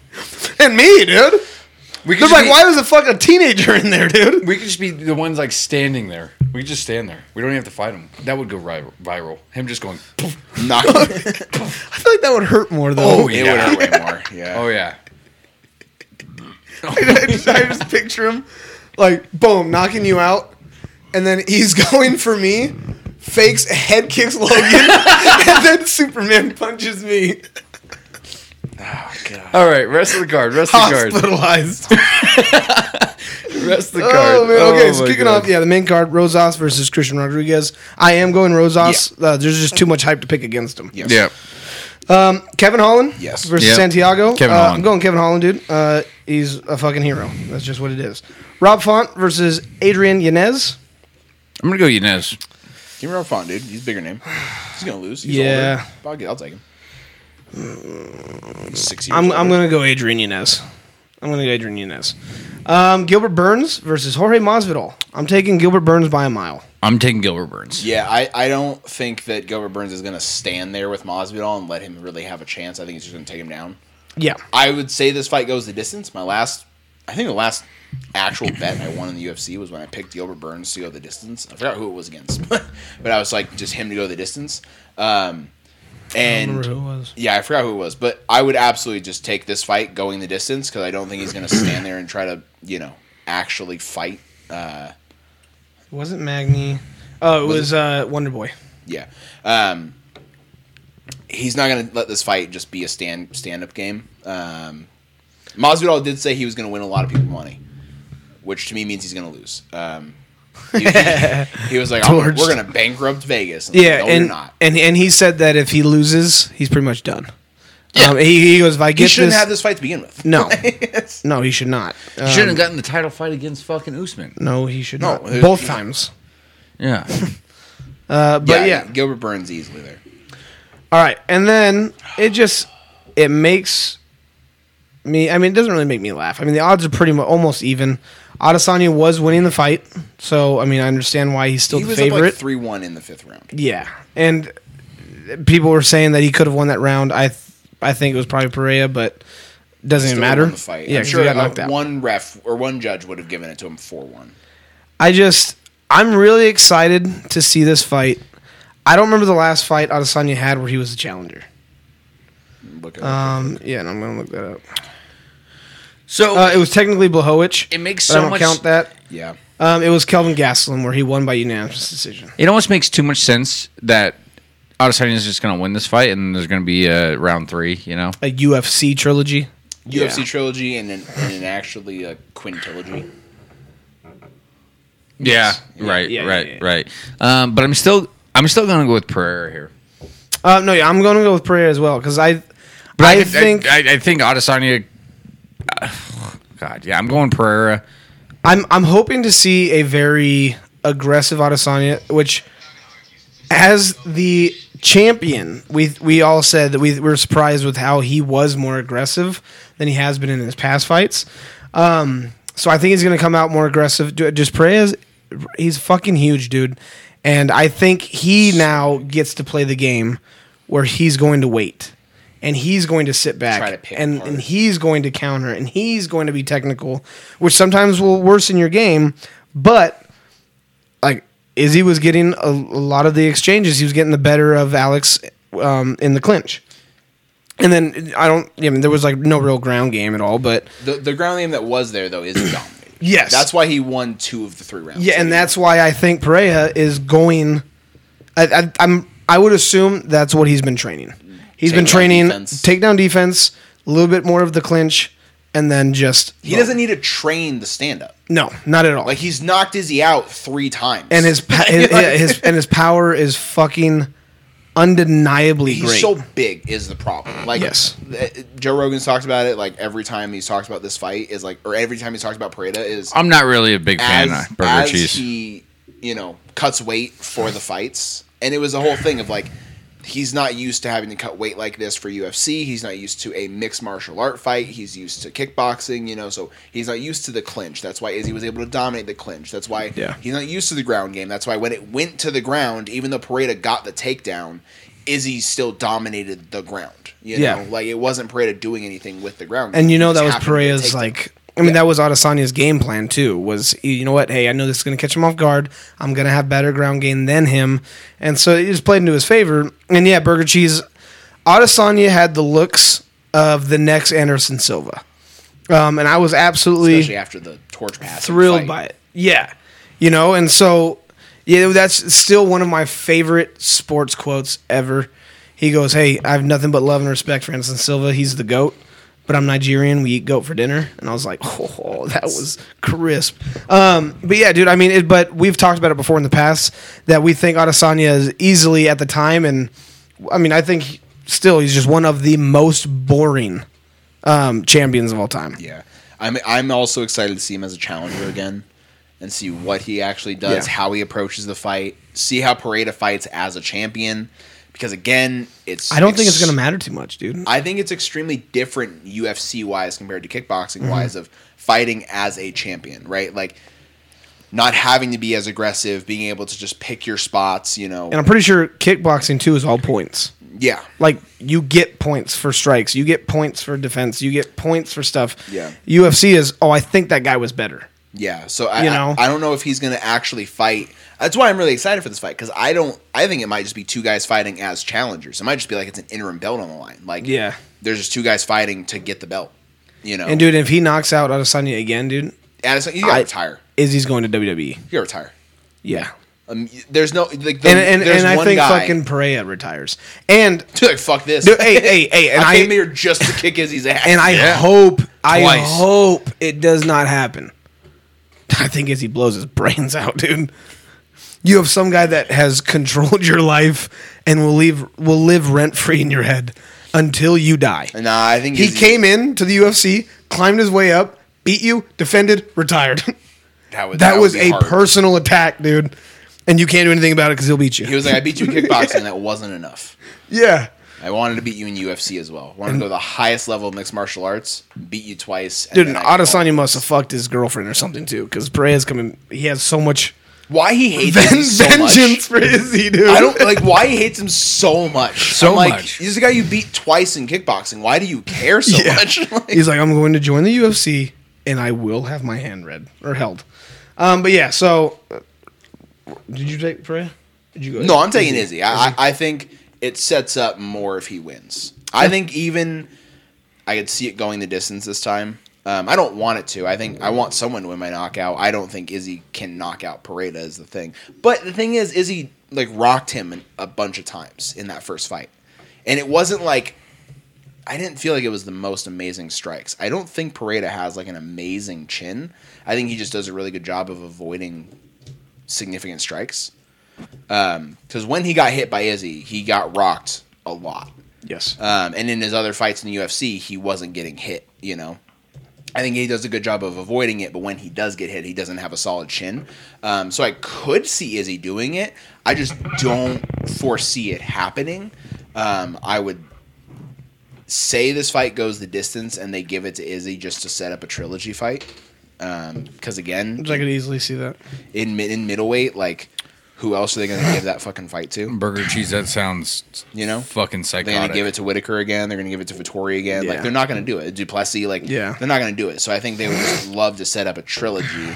Speaker 1: and me, dude.
Speaker 4: we could
Speaker 1: They're
Speaker 4: just
Speaker 1: like,
Speaker 4: be-
Speaker 1: why was the fuck a teenager in there, dude?
Speaker 4: We could just be the ones like standing there. We could just stand there. We don't even have to fight him. That would go ri- viral. Him just going. "Poof."
Speaker 3: Knock.
Speaker 1: I feel like that would hurt more though.
Speaker 4: Oh, yeah.
Speaker 3: It would hurt way more. Yeah.
Speaker 4: Oh yeah.
Speaker 1: I just, I just picture him like boom, knocking you out, and then he's going for me, fakes head kicks Logan, and then Superman punches me.
Speaker 4: All right. Rest of the card. Rest of the card.
Speaker 1: Hospitalized.
Speaker 4: Rest of the card.
Speaker 1: Oh man. Okay, so
Speaker 4: my
Speaker 1: kicking
Speaker 4: God.
Speaker 1: off, yeah, the main card, Rosas versus Christian Rodriguez. I am going Rosas. Uh, there's just too much hype to pick against him.
Speaker 3: Yes.
Speaker 4: Yeah.
Speaker 1: Kevin Holland
Speaker 3: Yes.
Speaker 1: versus
Speaker 4: Yep.
Speaker 1: Santiago.
Speaker 4: Kevin
Speaker 1: Uh,
Speaker 4: Holland.
Speaker 1: I'm going Kevin Holland, dude. Uh, he's a fucking hero. That's just what it is. Rob Font versus Adrian Yanez.
Speaker 4: I'm gonna go Yanez.
Speaker 3: Give me our font, dude. He's a bigger name. He's gonna lose. He's
Speaker 1: Yeah.
Speaker 3: Older. I'll, get, I'll take him. He's Six years
Speaker 1: I'm, I'm
Speaker 3: older.
Speaker 1: going to go Adrian Yanez. I'm going to go Adrian Yanez. Um, Gilbert Burns versus Jorge Masvidal. I'm taking Gilbert Burns by a mile.
Speaker 4: I'm taking Gilbert Burns.
Speaker 3: Yeah, I, I don't think that Gilbert Burns is gonna stand there with Masvidal and let him really have a chance. I think he's just gonna take him down.
Speaker 1: Yeah.
Speaker 3: I would say this fight goes the distance. My last, I think the last actual bet I won in the UFC was when I picked Gilbert Burns to go the distance. I forgot who it was against, but, but I was like just him to go the distance. Um, and
Speaker 1: was.
Speaker 3: yeah, I forgot who it was, but I would absolutely just take this fight going the distance because I don't think he's going to stand there and try to you know actually fight. Uh,
Speaker 1: Was it Magni? Oh, it was, uh, Wonder Boy.
Speaker 3: yeah, um, he's not going to let this fight just be a stand stand up game. Um, Masvidal did say he was going to win a lot of people money, which to me means he's going to lose. Um, he, he- he was like, "I'm-
Speaker 1: Torched.
Speaker 3: "We're going to bankrupt Vegas." I'm like,
Speaker 1: Yeah,
Speaker 3: no,
Speaker 1: and,
Speaker 3: you're not.
Speaker 1: and and he said that if he loses, he's pretty much done.
Speaker 3: Yeah.
Speaker 1: Um, he, he goes, if I
Speaker 3: He
Speaker 1: get
Speaker 3: shouldn't
Speaker 1: this,
Speaker 3: have this fight to begin with.
Speaker 1: No.
Speaker 3: It's-
Speaker 1: no, he should not. Um,
Speaker 4: Shouldn't have gotten the title fight against fucking Usman.
Speaker 1: No, uh, he should
Speaker 3: No,
Speaker 1: not.
Speaker 3: it-
Speaker 1: Both times.
Speaker 4: Yeah.
Speaker 1: Uh, but yeah,
Speaker 3: Gilbert Burns easily there.
Speaker 1: all right. And then it just it makes me. I mean, it doesn't really make me laugh. I mean, the odds are pretty much almost even. Adesanya was winning the fight, so I mean, I understand why he's still
Speaker 3: He
Speaker 1: the
Speaker 3: was up
Speaker 1: favorite.
Speaker 3: like three one in the fifth round.
Speaker 1: yeah, and people were saying that he could have won that round. I th- I think it was probably Perea, but doesn't even
Speaker 3: Still
Speaker 1: matter.
Speaker 3: won The fight.
Speaker 1: Yeah,
Speaker 3: I'm
Speaker 1: 'cause
Speaker 3: sure
Speaker 1: he got
Speaker 3: uh,
Speaker 1: knocked out.
Speaker 3: one ref or one judge would have given it to him four one.
Speaker 1: I just I'm really excited to see this fight. I don't remember the last fight Adesanya had where he was the challenger.
Speaker 3: Look at
Speaker 1: Um, yeah, and I'm gonna look that up.
Speaker 4: So
Speaker 1: Uh, it was technically Blahowicz.
Speaker 4: It makes
Speaker 1: but
Speaker 4: so
Speaker 1: I don't
Speaker 4: much-
Speaker 1: count that.
Speaker 3: yeah.
Speaker 1: Um, it was Kelvin Gastelum where he won by unanimous decision.
Speaker 4: it almost makes too much sense that Adesanya is just going to win this fight, and there's going to be a round three. You know,
Speaker 1: A UFC trilogy.
Speaker 3: UFC
Speaker 1: Yeah.
Speaker 3: trilogy and an, and an actually a quintilogy.
Speaker 4: Yeah, right,
Speaker 1: yeah,
Speaker 4: right,
Speaker 1: yeah, yeah.
Speaker 4: right. Um, but I'm still, I'm still going to go with Pereira here.
Speaker 1: Uh, no, yeah, I'm gonna go with Pereira as well because I,
Speaker 4: But
Speaker 1: I,
Speaker 4: I, could- I
Speaker 1: think
Speaker 4: I, I think Adesanya. uh, God, yeah, I'm going Pereira.
Speaker 1: I'm I'm hoping to see a very aggressive Adesanya, which as the champion, we we all said that we, we were surprised with how he was more aggressive than he has been in his past fights. Um, so I think he's going to come out more aggressive. Ju- Just Perez, he's fucking huge, dude, and I think he now gets to play the game where he's going to wait. And he's going to sit
Speaker 3: Try to
Speaker 1: back,
Speaker 3: pick
Speaker 1: and,
Speaker 3: apart.
Speaker 1: and he's going to counter, and he's going to be technical, which sometimes will worsen your game. But like Izzy was getting a, a lot of the exchanges. He was getting the better of Alex um, in the clinch. And then I don't. I mean, there was like no real ground game at all. But
Speaker 3: The the ground game that was there though is dominated.
Speaker 1: Yes.
Speaker 3: that's why he won two of the three rounds.
Speaker 1: yeah, and that's why I think Perea is going. I, I, I'm. I would assume that's what he's been training. He's been
Speaker 3: Takedown
Speaker 1: training
Speaker 3: defense.
Speaker 1: takedown defense, a little bit more of the clinch, and then just
Speaker 3: he doesn't need to train the stand up.
Speaker 1: No, not at all.
Speaker 3: Like he's knocked Izzy out three times,
Speaker 1: and his, pa- his, his and his power is fucking undeniably
Speaker 3: he's
Speaker 1: great.
Speaker 3: so big is the problem. Like
Speaker 1: Yes.
Speaker 3: th- Joe Rogan's talked about it. Like every time he's talked about this fight is like, or every time he's talked about Pareda is
Speaker 4: I'm not really a big fan
Speaker 3: as,
Speaker 4: of burger
Speaker 3: as
Speaker 4: cheese.
Speaker 3: he you know cuts weight for the fights, and it was a whole thing of like. He's not used to having to cut weight like this for UFC. He's not used to a mixed martial art fight. He's used to kickboxing, you know, so he's not used to the clinch. That's why Izzy was able to dominate the clinch. That's why
Speaker 1: Yeah.
Speaker 3: he's not used to the ground game. That's why when it went to the ground, even though Pareda got the takedown, Izzy still dominated the ground. You
Speaker 1: Yeah.
Speaker 3: know, like it wasn't Pareda doing anything with the ground.
Speaker 1: And
Speaker 3: game.
Speaker 1: you know
Speaker 3: He
Speaker 1: that
Speaker 3: just
Speaker 1: was
Speaker 3: happened to
Speaker 1: Perea's
Speaker 3: take the-
Speaker 1: like. I mean, that was Adesanya's game plan too. Was you know what? Hey, I know this is going to catch him off guard. I'm going to have better ground game than him, and so it just played into his favor. And yeah, Burger Cheese, Adesanya had the looks of the next Anderson Silva, um, and I was absolutely
Speaker 3: especially after the torch pass. and
Speaker 1: thrilled
Speaker 3: fight.
Speaker 1: by it. Yeah, you know, and so yeah, that's still one of my favorite sports quotes ever. He goes, "Hey, I have nothing but love and respect for Anderson Silva. He's the goat, but I'm Nigerian. We eat goat for dinner." And I was like, "Oh, that was crisp." Um, but yeah, dude, I mean, it, but we've talked about it before in the past that we think Adesanya is easily at the time, and I mean, I think he- still he's just one of the most boring um, champions of all time.
Speaker 3: Yeah, I'm. I'm also excited to see him as a challenger again, and see what he actually does,
Speaker 1: Yeah.
Speaker 3: how he approaches the fight, see how Pareda fights as a champion, because again, it's.
Speaker 1: I don't think it's
Speaker 3: ex-
Speaker 1: going to matter too much, dude.
Speaker 3: I think it's extremely different UFC wise compared to kickboxing wise
Speaker 1: Mm-hmm.
Speaker 3: of fighting as a champion, right? Like not having to be as aggressive, being able to just pick your spots, you know.
Speaker 1: And I'm pretty sure kickboxing too is all points.
Speaker 3: yeah.
Speaker 1: Like you get points for strikes, you get points for defense, you get points for stuff.
Speaker 3: Yeah.
Speaker 1: UFC is oh, I think that guy was better.
Speaker 3: Yeah, so I,
Speaker 1: You
Speaker 3: I-
Speaker 1: know?
Speaker 3: I, don't know if he's going to actually fight. That's why I'm really excited for this fight because I don't. I think it might just be two guys fighting as challengers. It might just be like it's an interim belt on the line. Like
Speaker 1: Yeah.
Speaker 3: there's just two guys fighting to get the belt. You know,
Speaker 1: And dude, if he knocks out Adesanya again, dude,
Speaker 3: Addison, you gotta
Speaker 1: I-
Speaker 3: retire.
Speaker 1: Izzy's going to WWE.
Speaker 3: You gotta retire.
Speaker 1: Yeah.
Speaker 3: Um, there's no like the,
Speaker 1: and and,
Speaker 3: there's
Speaker 1: and I
Speaker 3: one
Speaker 1: think
Speaker 3: guy
Speaker 1: fucking Perea retires. And
Speaker 3: like fuck this.
Speaker 1: dude, hey, hey, hey, and
Speaker 3: I, came
Speaker 1: I,
Speaker 3: here just to kick Izzy's ass.
Speaker 1: and I
Speaker 4: Yeah.
Speaker 1: hope I
Speaker 4: Twice.
Speaker 1: hope it does not happen. I think as he blows his brains out, dude. You have some guy that has controlled your life and will leave will live rent free in your head until you die.
Speaker 3: nah, I think
Speaker 1: He
Speaker 3: Izzy-
Speaker 1: came in to the UFC, climbed his way up, beat you, defended, retired.
Speaker 3: That, would-
Speaker 1: that,
Speaker 3: would
Speaker 1: was
Speaker 3: be
Speaker 1: a
Speaker 3: hard.
Speaker 1: personal attack, dude. And you can't do anything about it because he'll beat you.
Speaker 3: He was like, I beat you in kickboxing. That wasn't enough.
Speaker 1: yeah.
Speaker 3: I wanted to beat you in UFC as well. I wanted to go to the highest level of mixed martial arts. Beat you twice. And
Speaker 1: Dude,
Speaker 3: then I-
Speaker 1: Adesanya must have fucked his girlfriend or something too, because Perea's coming. He has so much
Speaker 3: Why he hates
Speaker 1: ven-
Speaker 3: Izzy so
Speaker 1: vengeance
Speaker 3: much?
Speaker 1: for Izzy, dude.
Speaker 3: I don't like why he hates him so much.
Speaker 4: So
Speaker 3: I'm like,
Speaker 4: much.
Speaker 3: He's the guy you beat twice in kickboxing. Why do you care so
Speaker 1: Yeah.
Speaker 3: much? Like-
Speaker 1: He's like, I'm going to join the UFC, and I will have my hand read or held. Um, but yeah, so uh, did you take Perea? Did you go?
Speaker 3: No, I'm taking Izzy. I, I I think it sets up more if he wins. I think even I could see it going the distance this time. Um, I don't want it to. I think I want someone to win my knockout. I don't think Izzy can knock out Pareda is the thing. But the thing is, Izzy like rocked him in, a bunch of times in that first fight, and it wasn't like I didn't feel like it was the most amazing strikes. I don't think Pareda has like an amazing chin. I think he just does a really good job of avoiding significant strikes. Because when he got hit by Izzy, he got rocked a lot.
Speaker 1: Yes.
Speaker 3: Um, and in his other fights in the UFC, he wasn't getting hit, you know? I think he does a good job of avoiding it, but when he does get hit, he doesn't have a solid chin. Um, so I could see Izzy doing it. I just don't foresee it happening. Um, I would say this fight goes the distance and they give it to Izzy just to set up a trilogy fight. Because again,
Speaker 1: I could easily see that.
Speaker 3: in, mid- in middleweight, like, who else are they going to give that fucking fight to?
Speaker 4: Burger cheese. That sounds
Speaker 3: You know?
Speaker 4: fucking
Speaker 3: They're
Speaker 4: psychotic.
Speaker 3: going to give it to Whitaker again. They're going to give it to Vittori again.
Speaker 1: Yeah.
Speaker 3: Like they're not going to do it. Duplessis, like
Speaker 1: Yeah.
Speaker 3: they're not going to do it. So I think they would just love to set up a trilogy,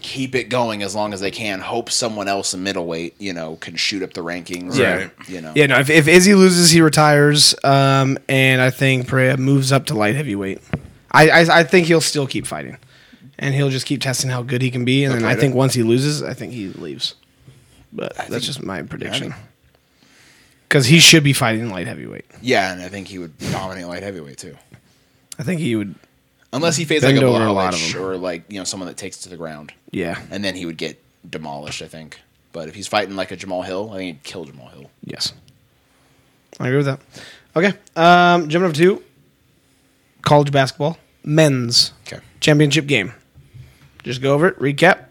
Speaker 3: keep it going as long as they can. Hope someone else in middleweight, you know, can shoot up the rankings.
Speaker 1: Yeah.
Speaker 3: or, you know,
Speaker 1: Yeah, no. If, if Izzy loses, he retires, um, and I think Perea moves up to light heavyweight. I, I I think he'll still keep fighting, and he'll just keep testing how good he can be. And then I
Speaker 3: Perea.
Speaker 1: think once he loses, I think he leaves. But that's just my prediction. Because he should be fighting light heavyweight.
Speaker 3: yeah, and I think he would dominate light heavyweight too,
Speaker 1: I think he would.
Speaker 3: unless he faced like
Speaker 1: Bend
Speaker 3: a
Speaker 1: over a lot
Speaker 3: lot
Speaker 1: of 'em.
Speaker 3: or like you know someone that takes it to the ground,
Speaker 1: Yeah.
Speaker 3: and then he would get demolished. I think. But if he's fighting like a Jamal Hill, I think he'd kill Jamal Hill.
Speaker 1: Yes. I agree with that. Okay. Um, jumping up to college basketball men's
Speaker 3: Okay.
Speaker 1: championship game. Just go over it. Recap.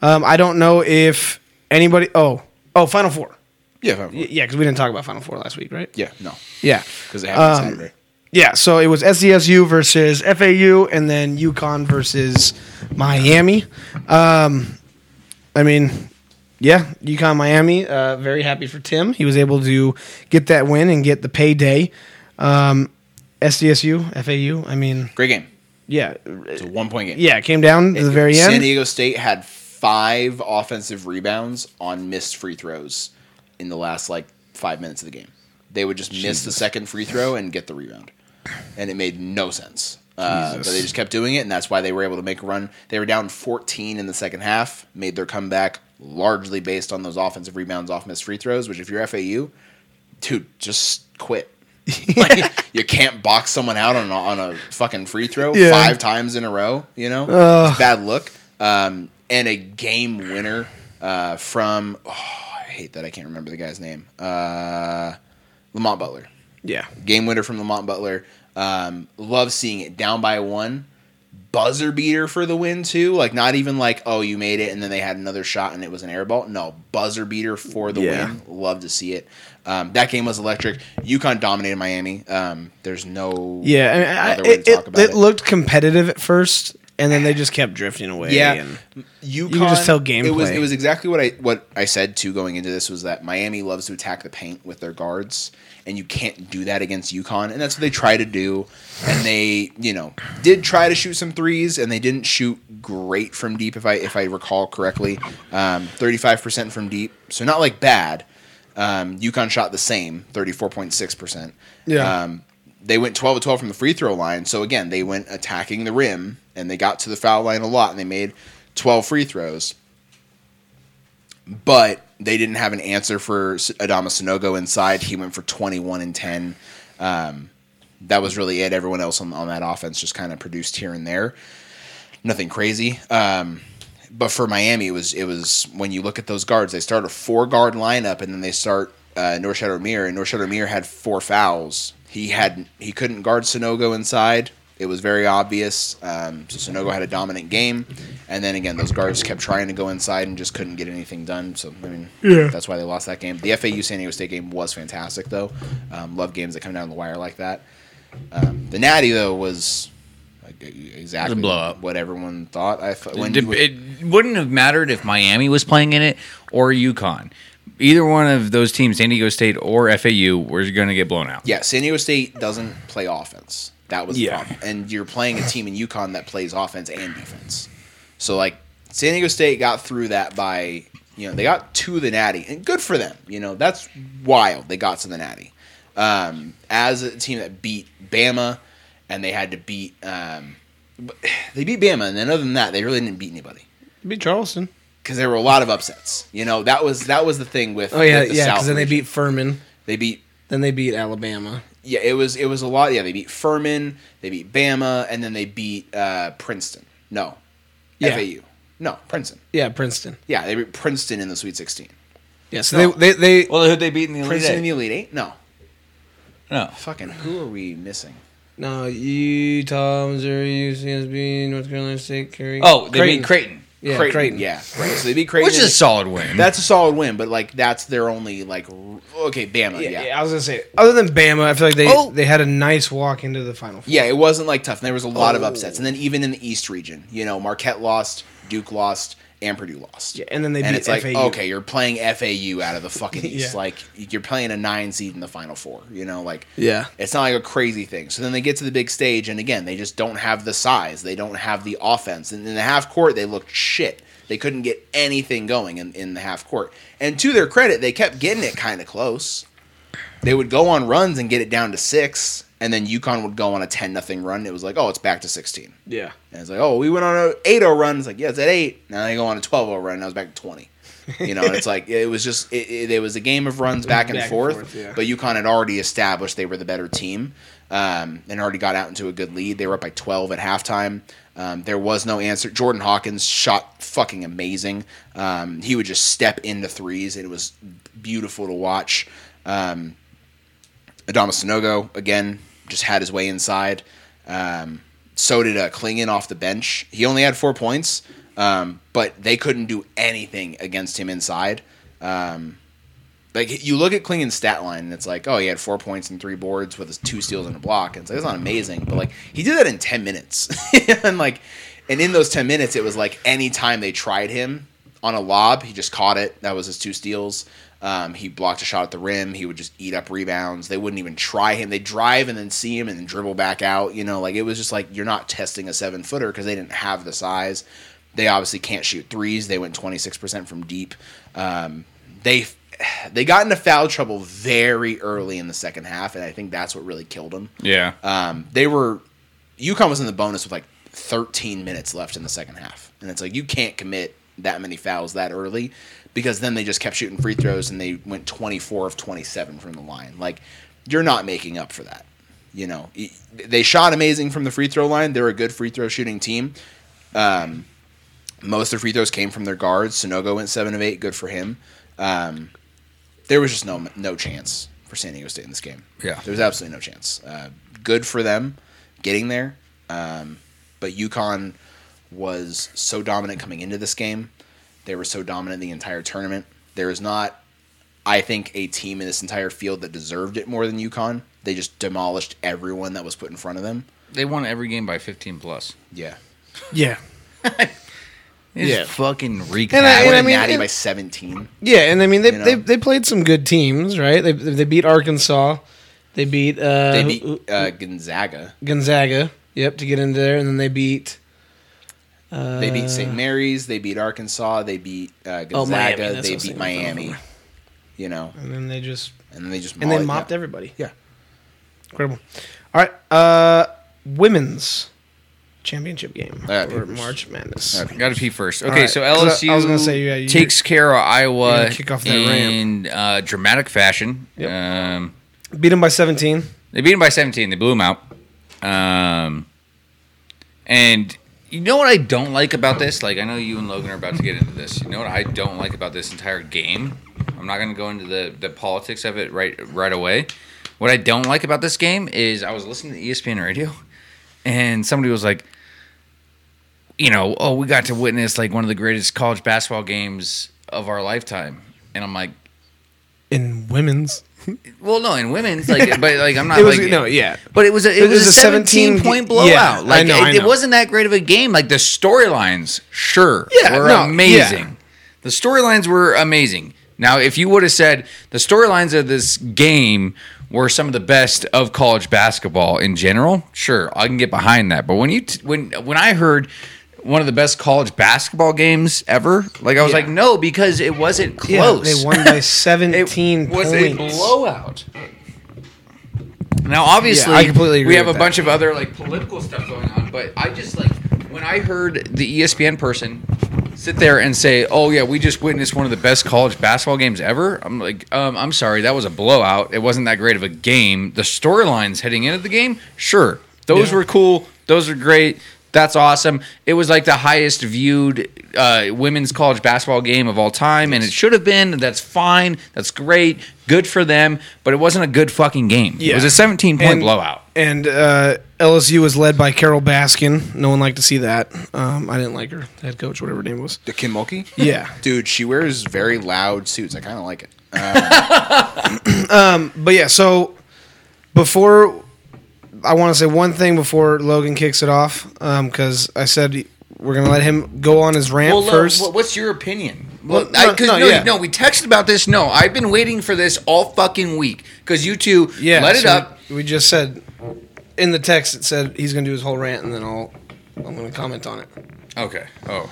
Speaker 1: Um, I don't know if anybody. Oh, oh, Final Four.
Speaker 3: Yeah.
Speaker 1: Y- yeah, because we didn't talk about Final Four last week, right?
Speaker 3: Yeah. No.
Speaker 1: Yeah.
Speaker 3: Because they have
Speaker 1: Um, Yeah, so it was SDSU versus FAU, and then UConn versus Miami. Um, I mean, yeah, UConn Miami. Uh, very happy for Tim. He was able to get that win and get the payday. Um, SDSU, FAU. I mean,
Speaker 3: Great game.
Speaker 1: yeah,
Speaker 3: It's a one point game.
Speaker 1: yeah, it came down to the very
Speaker 3: San
Speaker 1: end.
Speaker 3: Diego State had five offensive rebounds on missed free throws in the last like five minutes of the game. They would just miss the second free throw and get the rebound, and it made no sense. Uh, but they just kept doing it, and that's why they were able to make a run. They were down 14 in the second half, made their comeback largely based on those offensive rebounds off missed free throws. Which, if you're FAU, dude, just quit. like, you can't box someone out on a, on a fucking free throw
Speaker 1: Yeah.
Speaker 3: five times in a row. You know, It's a bad look. Um, and a game winner uh, from oh, I hate that I can't remember the guy's name. Uh, Lamont Butler,
Speaker 1: Yeah,
Speaker 3: game winner from Lamont Butler. Um, love seeing it down by one. Buzzer beater for the win too. Like not even like oh you made it and then they had another shot and it was an air ball. No buzzer beater for the
Speaker 1: Yeah.
Speaker 3: win. Love to see it. Um, that game was electric. UConn dominated Miami. Um, there's no
Speaker 1: yeah. I mean, I-
Speaker 3: other way
Speaker 1: it,
Speaker 3: to talk
Speaker 1: it-
Speaker 3: about
Speaker 1: it
Speaker 3: it.
Speaker 1: looked competitive at first, and then they just kept drifting away.
Speaker 3: Yeah.
Speaker 1: and-
Speaker 3: UConn,
Speaker 1: can just tell game
Speaker 3: It was
Speaker 1: play.
Speaker 3: it was exactly what I what I said too going into this was that Miami loves to attack the paint with their guards, and you can't do that against UConn, and that's what they try to do. And they you know did try to shoot some threes, and they didn't shoot great from deep if I if I recall correctly, thirty five percent from deep, so not like bad. Um, UConn shot the same, thirty four point six percent.
Speaker 1: Yeah.
Speaker 3: Um, they went 12 of 12 from the free throw line. So again, they went attacking the rim and they got to the foul line a lot and they made 12 free throws. but they didn't have an answer for S- Adama Sinogo inside. He went for 21 and 10. Um, that was really it. Everyone else on, on that offense just kind of produced here and there. Nothing crazy. Um, but for Miami, it was it was when you look at those guards, they start a four guard lineup, and then they start uh, Norshad O'Meara, and Norshad O'Meara had four fouls. He had he couldn't guard Sonogo inside. It was very obvious. Um, so Sonogo had a dominant game, and then again, those guards kept trying to go inside and just couldn't get anything done. So I mean, that's why they lost that game. The FAU San Diego State game was fantastic, though. Um, love games that come down the wire like that. Um, the Natty though was. like, e-, Exactly
Speaker 4: blowout.
Speaker 3: what everyone thought. I thought
Speaker 4: It-
Speaker 3: you-
Speaker 4: it wouldn't have mattered if Miami was playing in it or UConn. Either one of those teams, San Diego State or FAU, was going to get blown out.
Speaker 3: Yeah, San Diego State doesn't play offense. That was the
Speaker 2: Yeah.
Speaker 3: problem. And you're playing a team in UConn that plays offense and defense. So like San Diego State got through that by you know, they got to the natty. And good for them. You know, that's wild. They got to the natty. Um, as a team that beat Bama and they had to beat um, they beat Bama and then other than that they really didn't beat anybody.
Speaker 1: Beat Charleston.
Speaker 3: Because there were a lot of upsets. You know, that was that was the thing with
Speaker 1: Oh yeah,
Speaker 3: with the
Speaker 1: yeah. Because
Speaker 3: South
Speaker 1: then they
Speaker 3: region.
Speaker 1: beat Furman.
Speaker 3: they beat
Speaker 1: Then they beat Alabama.
Speaker 3: yeah, it was it was a lot. Yeah, they beat Furman, they beat Bama, and then they beat uh, Princeton. No,
Speaker 1: Yeah.
Speaker 3: FAU. No, Princeton.
Speaker 1: Yeah, Princeton.
Speaker 3: Yeah, they beat Princeton in the Sweet Sixteen.
Speaker 1: Yeah, so they they, they
Speaker 4: Well, who'd they beat in the
Speaker 3: Princeton in the Elite Eight. No,
Speaker 4: No.
Speaker 3: fucking who are we missing?
Speaker 1: no Utah, Missouri, UCSB, North Carolina State, Creighton.
Speaker 4: Oh, they beat Creighton,
Speaker 1: Yeah, Creighton.
Speaker 3: Yeah, right. So they beat Creighton.
Speaker 4: which is a solid win.
Speaker 3: that's a solid win, but like that's their only like r- okay Bama.
Speaker 1: Yeah,
Speaker 3: Yeah, yeah.
Speaker 1: yeah, I was gonna say. Other than Bama, I feel like they
Speaker 4: Oh.
Speaker 1: they had a nice walk into the final. Four.
Speaker 3: it wasn't like tough. And there was a lot of
Speaker 1: Oh.
Speaker 3: upsets, and then even in the East region, you know, Marquette lost, Duke lost, and Purdue lost.
Speaker 1: Yeah, and then they
Speaker 3: and
Speaker 1: beat
Speaker 3: it's like
Speaker 1: FAU.
Speaker 3: okay, you're playing FAU out of the fucking east.
Speaker 1: Yeah.
Speaker 3: Like you're playing a nine seed in the final four. You know, like
Speaker 1: Yeah.
Speaker 3: it's not like a crazy thing. So then they get to the big stage, and again, they just don't have the size. They don't have the offense. And in the half court, they looked shit. They couldn't get anything going in, in the half court. And to their credit, they kept getting it kind of close. They would go on runs and get it down to six, and then UConn would go on a ten nothing run. It was like, oh, it's back to sixteen.
Speaker 1: Yeah.
Speaker 3: And it's like, oh, we went on a 8 0 run. It's like, yeah, it's at 8. Now they go on a 12 0 run. And I was back to 20. You know, and it's like, it was just, it, it, it was a game of runs back and
Speaker 1: Back and
Speaker 3: forth.
Speaker 1: forth, yeah.
Speaker 3: But UConn had already established they were the better team um, and already got out into a good lead. They were up by 12 at halftime. Um, there was no answer. Jordan Hawkins shot fucking amazing. Um, he would just step into threes, and it was beautiful to watch. Um, Adama Sinogo again just had his way inside. Um, so did uh, Klingon off the bench. He only had four points, um, but they couldn't do anything against him inside. Um, like you look at Klingon's stat line, and it's like, oh, he had four points and three boards with his two steals and a block. And it's like, that's not amazing, but like he did that in ten minutes, and like, and in those ten minutes, it was like any time they tried him on a lob, he just caught it. That was his two steals. Um, he blocked a shot at the rim. He would just eat up rebounds. They wouldn't even try him. They drive and then see him and then dribble back out. You know, like it was just like you're not testing a seven footer because they didn't have the size. They obviously can't shoot threes. They went 26% from deep. Um, they they got into foul trouble very early in the second half, and I think that's what really killed them.
Speaker 4: yeah,
Speaker 1: Uh,
Speaker 3: Um, they were UConn was in the bonus with like 13 minutes left in the second half, and it's like you can't commit that many fouls that early because then they just kept shooting free throws and they went 24 of 27 from the line. Like you're not making up for that. You know, Y- they shot amazing from the free throw line. They're a good free throw shooting team. Um, Most of their free throws came from their guards. Sonogo went seven of eight. Good for him. Um, there was just no no chance for San Diego State in this game.
Speaker 4: Yeah.
Speaker 3: there was absolutely no chance. Uh, good for them getting there, um, but UConn was so dominant coming into this game. They were so dominant the entire tournament. There is not, I think, a team in this entire field that deserved it more than UConn. They just demolished everyone that was put in front of them.
Speaker 4: they won every game by 15 plus.
Speaker 3: Yeah,
Speaker 1: Yeah.
Speaker 4: It's
Speaker 1: Yeah.
Speaker 4: fucking reeked.
Speaker 1: And I-
Speaker 3: I
Speaker 1: and
Speaker 3: would
Speaker 1: I
Speaker 3: have
Speaker 1: mean,
Speaker 3: natty
Speaker 1: and-
Speaker 3: by seventeen.
Speaker 1: Yeah, and I mean they
Speaker 3: You know?
Speaker 1: they, they played some good teams, right? They they beat Arkansas, they beat uh,
Speaker 3: They
Speaker 1: who-
Speaker 3: beat uh, Gonzaga.
Speaker 1: Gonzaga, yep, to get into there, and then they beat. Uh,
Speaker 3: They beat St. Mary's. They beat Arkansas. They beat uh, Gonzaga.
Speaker 1: Oh, Miami, that's what I
Speaker 3: they
Speaker 1: was thinking
Speaker 3: beat
Speaker 1: of.
Speaker 3: Miami. You know,
Speaker 1: and then they just
Speaker 3: and then they just
Speaker 1: and they
Speaker 3: mollied
Speaker 1: mopped
Speaker 3: them.
Speaker 1: everybody.
Speaker 3: Yeah.
Speaker 1: incredible. All right, uh, women's championship game
Speaker 3: Alright,
Speaker 1: or
Speaker 3: Peepers.
Speaker 1: March Madness.
Speaker 3: Alright.
Speaker 4: Got to pee first.
Speaker 1: All
Speaker 4: Okay,
Speaker 1: right,
Speaker 4: so
Speaker 1: 'cause I- I was
Speaker 4: LSU
Speaker 1: gonna say, yeah, you-
Speaker 4: takes care of Iowa
Speaker 1: gonna kick off that
Speaker 4: in uh, dramatic fashion.
Speaker 1: Yep.
Speaker 4: Um,
Speaker 1: Beat them by 17.
Speaker 4: they beat him by 17. They blew him out. Um, and you know what I don't like about this? Like, I know you and Logan are about to get into this. You know what I don't like about this entire game? I'm not going to go into the, the politics of it right right away. What I don't like about this game is I was listening to E ESPN radio, and somebody was like, you know, oh, we got to witness like one of the greatest college basketball games of our lifetime. And I'm like,
Speaker 1: In women's.
Speaker 4: well, no, in women's, like, but like, I'm not
Speaker 1: It was-
Speaker 4: like,
Speaker 1: no, yeah.
Speaker 4: but it was a, it, was, a 17, point blowout.
Speaker 1: yeah, I
Speaker 4: like,
Speaker 1: know,
Speaker 4: it,
Speaker 1: I
Speaker 4: it
Speaker 1: know.
Speaker 4: wasn't that great of a game. Like the storylines, sure,
Speaker 1: Yeah,
Speaker 4: were
Speaker 1: no,
Speaker 4: amazing.
Speaker 1: yeah.
Speaker 4: The storylines were amazing. Now, if you would have said the storylines of this game were some of the best of college basketball in general, sure, I can get behind that. But when you t- when when I heard one of the best college basketball games ever, like I was
Speaker 1: Yeah.
Speaker 4: like, no, because it wasn't
Speaker 1: Yeah,
Speaker 4: close.
Speaker 1: they won by
Speaker 4: It
Speaker 1: 17
Speaker 4: was a
Speaker 1: points.
Speaker 4: blowout. Now, obviously,
Speaker 1: Yeah, I completely agree
Speaker 4: we have a
Speaker 1: with that.
Speaker 4: bunch of other like political stuff going on, but I just like when I heard the E ESPN person sit there and say, "Oh yeah, we just witnessed one of the best college basketball games ever." I'm like, um, "I'm sorry, that was a blowout. It wasn't that great of a game. The storylines heading into the game, sure, those
Speaker 1: Yeah.
Speaker 4: were cool. Those are great." That's awesome. It was like the highest viewed uh, women's college basketball game of all time, and it should have been. That's fine. That's great. Good for them. But it wasn't a good fucking game. It was
Speaker 1: Yeah.
Speaker 4: a 17 point
Speaker 1: And-
Speaker 4: blowout.
Speaker 1: And uh, LSU was led by Carol Baskin. No one liked to see that. Um, I didn't like her, the head coach, whatever her name was.
Speaker 3: The Kim Mulkey?
Speaker 1: Yeah.
Speaker 3: Dude, she wears very loud suits. I kind of like it.
Speaker 1: But yeah, so before I want to say one thing before Logan kicks it off because I said we're gonna let him go on his rant
Speaker 4: Lo,
Speaker 1: first.
Speaker 4: wh- what's your opinion?
Speaker 1: Well,
Speaker 4: Well, I,
Speaker 1: no,
Speaker 4: 'cause
Speaker 1: no,
Speaker 4: no,
Speaker 1: yeah.
Speaker 4: no, we texted about this. No, I've been waiting for this all fucking week because you two
Speaker 1: yeah,
Speaker 4: let it
Speaker 1: so
Speaker 4: up.
Speaker 1: We just said in the text it said he's gonna do his whole rant and then I'll I'm gonna comment on it.
Speaker 4: Okay. Oh.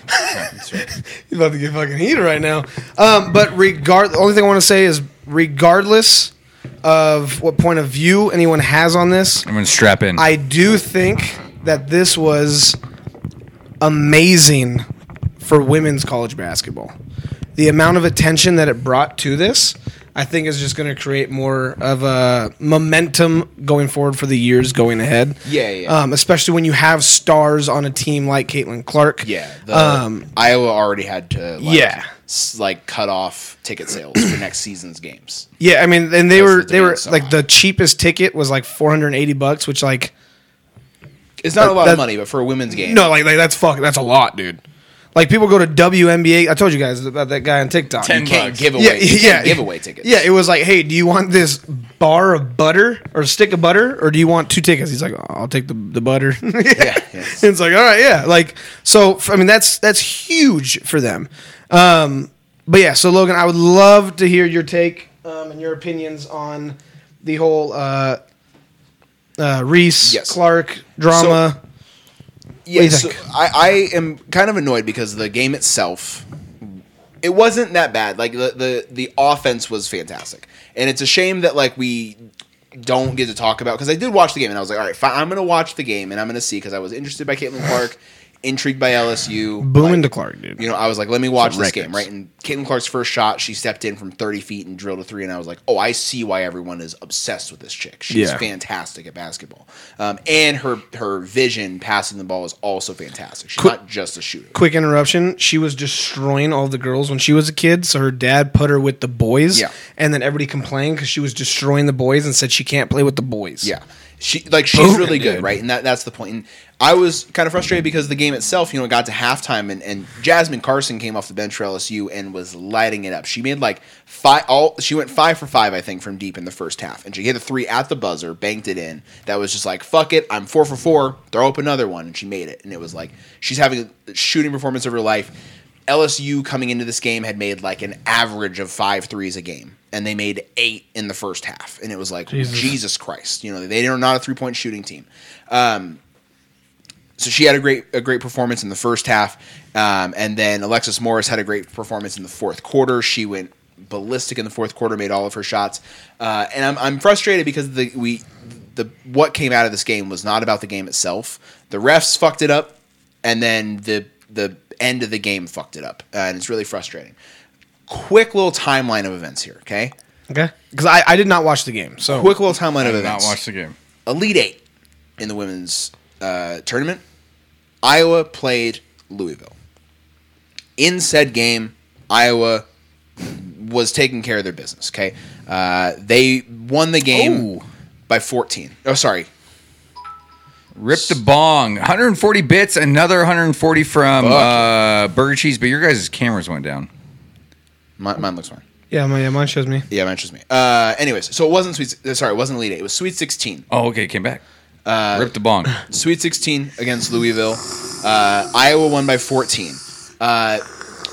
Speaker 1: You're about to get fucking heated right now. Um, but regard, the only thing I want to say is regardless of what point of view anyone has on this,
Speaker 4: I'm going to strap in.
Speaker 1: I do think that this was amazing for women's college basketball. The amount of attention that it brought to this, I think, is just going to create more of a momentum going forward for the years going ahead.
Speaker 3: Yeah, yeah, yeah.
Speaker 1: Um, especially when you have stars on a team like Caitlin Clark.
Speaker 3: Yeah. The,
Speaker 1: Um,
Speaker 3: Iowa already had to, like,
Speaker 1: Yeah.
Speaker 3: s- like, cut off ticket sales for next season's games.
Speaker 1: Yeah, I mean, and they
Speaker 3: Because
Speaker 1: were
Speaker 3: the
Speaker 1: they were
Speaker 3: demand's so
Speaker 1: like
Speaker 3: high.
Speaker 1: the cheapest ticket was like 480 bucks, which like
Speaker 3: It's not a lot
Speaker 1: That-
Speaker 3: of money, but for a women's game.
Speaker 1: no, like, like that's fuck, that's a lot, dude. Like people go to WNBA. I told you guys about that guy on TikTok.
Speaker 3: you
Speaker 4: Ten
Speaker 3: can't
Speaker 4: bucks.
Speaker 3: give away,
Speaker 1: yeah,
Speaker 3: you
Speaker 1: yeah,
Speaker 3: can't give away tickets.
Speaker 1: Yeah, it was like, hey, do you want this bar of butter or a stick of butter, or do you want two tickets? He's like, "Oh, I'll take the the butter. yeah,
Speaker 3: yes.
Speaker 1: it's like, all right, yeah, like so. f- I mean, that's that's huge for them. Um, but yeah, so Logan, I would love to hear your take um, and your opinions on the whole uh, uh, Reese
Speaker 3: Yes.
Speaker 1: Clark drama.
Speaker 3: yeah,
Speaker 1: you
Speaker 3: so
Speaker 1: think?
Speaker 3: I, I am kind of annoyed because the game itself, it wasn't that bad. Like the, the the offense was fantastic, and it's a shame that like we don't get to talk about because I did watch the game and I was like, all right, fine, I'm gonna watch the game and I'm gonna see because I was interested by Caitlin Clark, intrigued by LSU,
Speaker 1: Boom
Speaker 3: like,
Speaker 1: into Clark, dude.
Speaker 3: You know, I was like, let me watch this
Speaker 2: records.
Speaker 3: game, right? And Caitlin Clark's first shot, she stepped in from 30 feet and drilled a three, and I was like, oh, I see why everyone is obsessed with this chick. She's
Speaker 1: Yeah.
Speaker 3: fantastic at basketball, um, and her her vision passing the ball is also fantastic. She's not just a shooter.
Speaker 1: quick interruption she was destroying all the girls when she was a kid so her dad put her with the boys
Speaker 3: Yeah.
Speaker 1: and then everybody complained because she was destroying the boys and said she can't play with the boys
Speaker 3: Yeah. She like she's
Speaker 1: Boom.
Speaker 3: really good, right? And that that's the point. And I was kind of frustrated because the game itself, you know, it got to halftime and, and Jasmine Carson came off the bench for LSU and was lighting it up. She made like five all she went five for five, I think, from deep in the first half. And she hit a three at the buzzer, banked it in. That was just like, fuck it, I'm four for four, throw up another one, and she made it. And it was like she's having a shooting performance of her life. LSU coming into this game had made like an average of five threes a game, and they made eight in the first half, and it was like Jesus, Christ, you know they are not a three point shooting team. Um, so she had a great a great performance in the first half, um, and then Alexis Morris had a great performance in the fourth quarter. She went ballistic in the fourth quarter, made all of her shots, uh, and I'm, I'm frustrated because the we the what came out of this game was not about the game itself. The refs fucked it up, and then the the end of the game fucked it up, uh, and it's really frustrating. Quick little timeline of events here, okay?
Speaker 1: Okay. Because I, I did not watch the game. So
Speaker 3: Quick little timeline
Speaker 2: I
Speaker 3: of
Speaker 2: did not
Speaker 3: events.
Speaker 2: watch the game.
Speaker 3: Elite Eight in the women's uh, tournament. Iowa played Louisville. In said game, Iowa was taking care of their business. Okay, uh, they won the game by 14. Oh, sorry,
Speaker 4: Rip the bong. 140 bits, another 140 from uh, Burger Cheese, but your guys' cameras went down.
Speaker 3: mine, mine looks fine.
Speaker 1: yeah, my, yeah, mine shows me.
Speaker 3: Yeah, mine interests me. Uh, anyways, so it wasn't sweet. uh, Sorry, it wasn't Elite Eight. It was Sweet 16.
Speaker 4: Oh, okay, it came back. Uh, Rip the bong.
Speaker 3: Sweet 16 against Louisville. Uh, Iowa won by 14. Uh,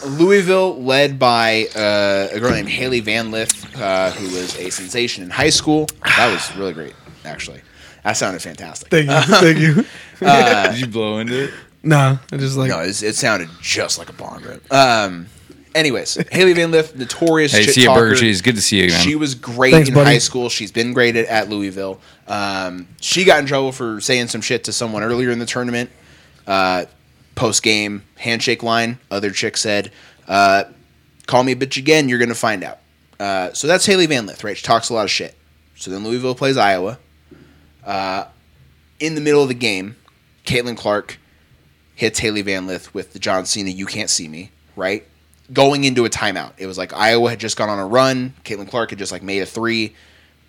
Speaker 3: Louisville led by uh, a girl named Haley Van Lith, uh, who was a sensation in high school. That was really great, actually. That sounded fantastic. Uh,
Speaker 1: Thank you. Thank you.
Speaker 2: Did you blow into it?
Speaker 1: No, I just like
Speaker 3: No, it's, it sounded just like a bong rip. Um, anyways, Haley Van Lith, notorious.
Speaker 4: Hey,
Speaker 3: shit
Speaker 4: see you, Burger
Speaker 3: talker.
Speaker 4: Cheese. Good to see you, man.
Speaker 3: She was great
Speaker 1: Thanks,
Speaker 3: in
Speaker 1: buddy.
Speaker 3: high school. She's been great at, at Louisville. Um, she got in trouble for saying some shit to someone earlier in the tournament. Uh, Post game handshake line. Other chick said, uh, "Call me a bitch again. You're gonna find out." Uh, so that's Haley Van Lith, right? She talks a lot of shit. So then Louisville plays Iowa. Uh, in the middle of the game, Caitlin Clark hits Haley Van Lith with the John Cena "You Can't See Me," right? Going into a timeout, it was like Iowa had just gone on a run. Caitlin Clark had just like made a three,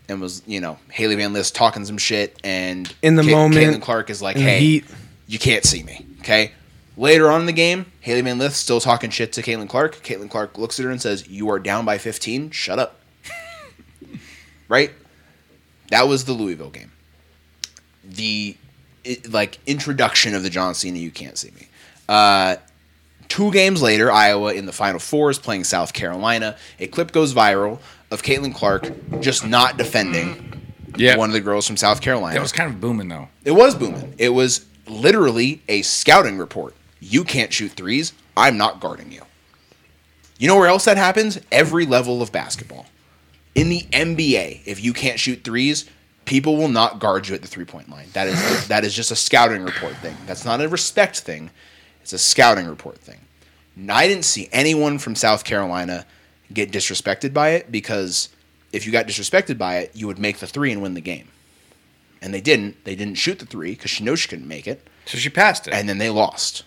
Speaker 3: and was you know Haley Van Lith talking some shit, and
Speaker 1: In the moment,
Speaker 3: Caitlin Clark is like,
Speaker 1: in the
Speaker 3: "Hey,
Speaker 1: heat."
Speaker 3: you can't see me." Okay. Later on in the game, Haley Van Lith still talking shit to Caitlin Clark. Caitlin Clark looks at her and says, "You are down by 15. Shut up." right? That was the Louisville game. The it, like introduction of the John Cena "You Can't See Me." Uh, two games later, Iowa in the Final Four is playing South Carolina. A clip goes viral of Caitlin Clark just not defending
Speaker 4: yeah.
Speaker 3: one of the girls from South Carolina.
Speaker 4: that was kind of booming, though.
Speaker 3: it was booming. It was literally a scouting report. You can't shoot threes. I'm not guarding you. You know where else that happens? Every level of basketball. In the NBA, if you can't shoot threes, people will not guard you at the three point line. That is that is just a scouting report thing. That's not a respect thing. It's a scouting report thing. And I didn't see anyone from South Carolina get disrespected by it because if you got disrespected by it, you would make the three and win the game. And they didn't. They didn't shoot the three because she knows she couldn't make it
Speaker 4: So she passed it.
Speaker 3: and then they lost.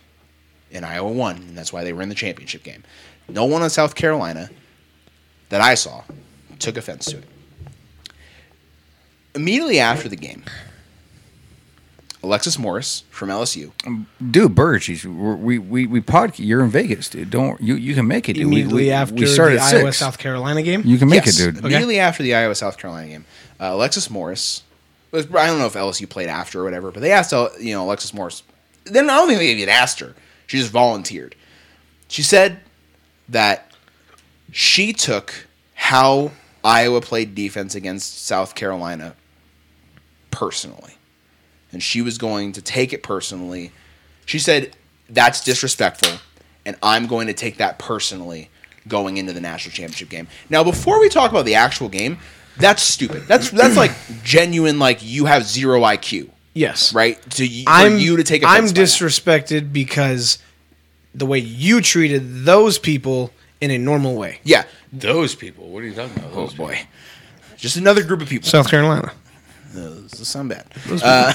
Speaker 3: And Iowa won, and that's why they were in the championship game. No one in South Carolina that I saw took offense to it. Immediately after the game, Alexis Morris from LSU.
Speaker 4: dude, Burger Cheese, we're- we we we podcast. You're in Vegas, dude. Don't you you can make it. Dude. We-
Speaker 1: immediately
Speaker 4: we,
Speaker 1: after
Speaker 4: we started
Speaker 1: the
Speaker 4: at
Speaker 1: Iowa
Speaker 4: six.
Speaker 1: South Carolina game.
Speaker 4: You can make
Speaker 3: Yes,
Speaker 4: it, dude.
Speaker 3: Immediately after the Iowa South Carolina game, uh, Alexis Morris was, I don't know if LSU played after or whatever, but they asked uh, you know Alexis Morris. Then I don't think they even asked her. She just volunteered. She said that she took how Iowa played defense against South Carolina personally. And she was going to take it personally. She said, That's disrespectful. And I'm going to take that personally going into the national championship game. Now, before we talk about the actual game, that's stupid. That's that's like genuine, like you have zero IQ,
Speaker 1: Yes.
Speaker 3: right? To you,
Speaker 1: I'm
Speaker 3: for you to take
Speaker 1: I'm
Speaker 3: offense by that.
Speaker 1: disrespected because the way you treated those people in a normal way.
Speaker 3: Yeah,
Speaker 4: Those people. What are you talking about? Oh boy.
Speaker 3: just another group of people.
Speaker 1: South Carolina.
Speaker 3: This does sound bad. Uh,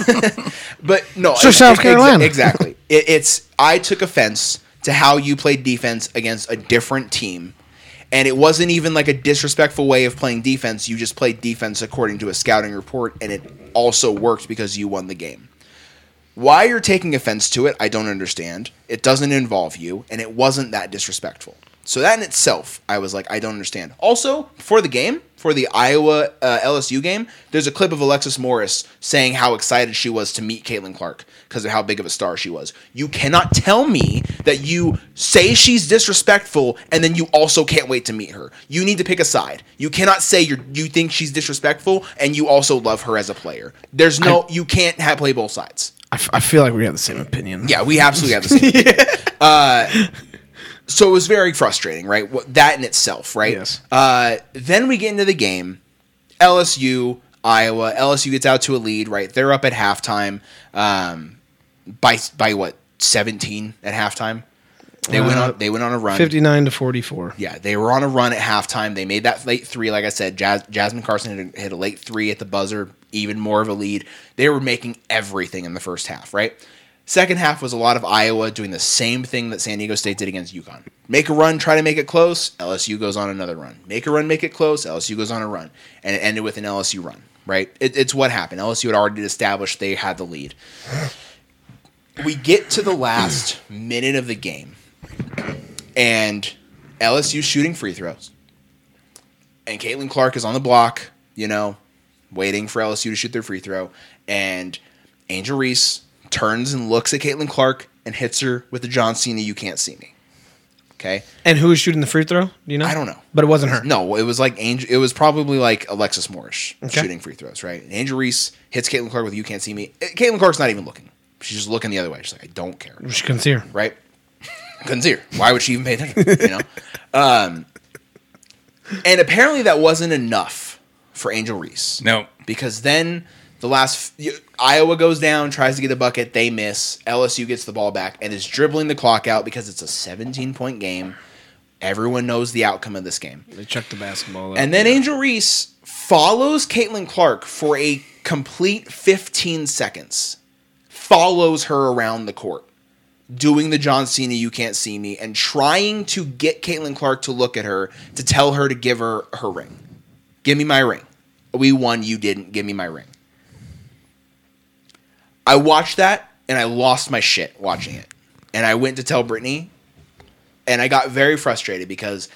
Speaker 3: but no,
Speaker 1: So South Carolina.
Speaker 3: exactly. It, it's I took offense to how you played defense against a different team, and it wasn't even like a disrespectful way of playing defense. You just played defense according to a scouting report, and it also worked because you won the game. Why you're taking offense to it, I don't understand. It doesn't involve you, and it wasn't that disrespectful. So that in itself, I was like, I don't understand. Also, for the game, for the Iowa uh, LSU game, there's a clip of Alexis Morris saying how excited she was to meet Caitlin Clark because of how big of a star she was. You cannot tell me that you say she's disrespectful and then you also can't wait to meet her. You need to pick a side. You cannot say you you think she's disrespectful and you also love her as a player. There's no, you can't ha play both sides.
Speaker 1: I, f- I feel like we have the same opinion.
Speaker 3: Yeah, we absolutely have the same. opinion. Uh, so it was very frustrating, right? What, that in itself, right?
Speaker 1: Yes.
Speaker 3: Uh, then we get into the game. LSU, Iowa. LSU gets out to a lead, right? They're up at halftime. Um, by by what seventeen at halftime. They went
Speaker 1: Uh,
Speaker 3: on. They went on a run.
Speaker 1: 59 to 44.
Speaker 3: Yeah, they were on a run at halftime. They made that late three. Like I said, Jas- Jasmine Carson hit a, hit a late three at the buzzer, even more of a lead. They were making everything in the first half, right? Second half was a lot of Iowa doing the same thing that San Diego State did against UConn. Make a run, try to make it close. LSU goes on another run. Make a run, make it close. LSU goes on a run. And it ended with an LSU run, right? It, it's what happened. LSU had already established they had the lead. We get to the last minute of the game and LSU shooting free throws. And Caitlin Clark is on the block, you know, waiting for LSU to shoot their free throw. And Angel Reese turns and looks at Caitlin Clark and hits her with the John Cena, you can't see me. Okay.
Speaker 1: And who was shooting the free throw? Do you know?
Speaker 3: I don't know.
Speaker 1: But it wasn't her.
Speaker 3: No, it was like Angel. It was probably like Alexis Morris
Speaker 1: Okay.
Speaker 3: shooting free throws, right? And Angel Reese hits Caitlin Clark with "You can't see me." Eh, Caitlin Clark's not even looking; she's just looking the other way. She's like, "I don't care."
Speaker 1: She couldn't see her.
Speaker 3: right? Couldn't see her. Why would she even pay attention? You know. Um, and apparently that wasn't enough for Angel Reese.
Speaker 4: No.
Speaker 3: Because then the last you- Iowa goes down, tries to get a bucket, they miss. LSU gets the ball back and is dribbling the clock out because it's a 17 point game. Everyone knows the outcome of this game.
Speaker 1: They chucked the basketball.
Speaker 3: And then Angel Reese follows Caitlin Clark for a complete 15 seconds, follows her around the court, doing the John Cena, you can't see me, and trying to get Caitlin Clark to look at her to tell her to give her her ring. Give me my ring. We won, you didn't. Give me my ring. I watched that and I lost my shit watching it. And I went to tell Brittany and I got very frustrated because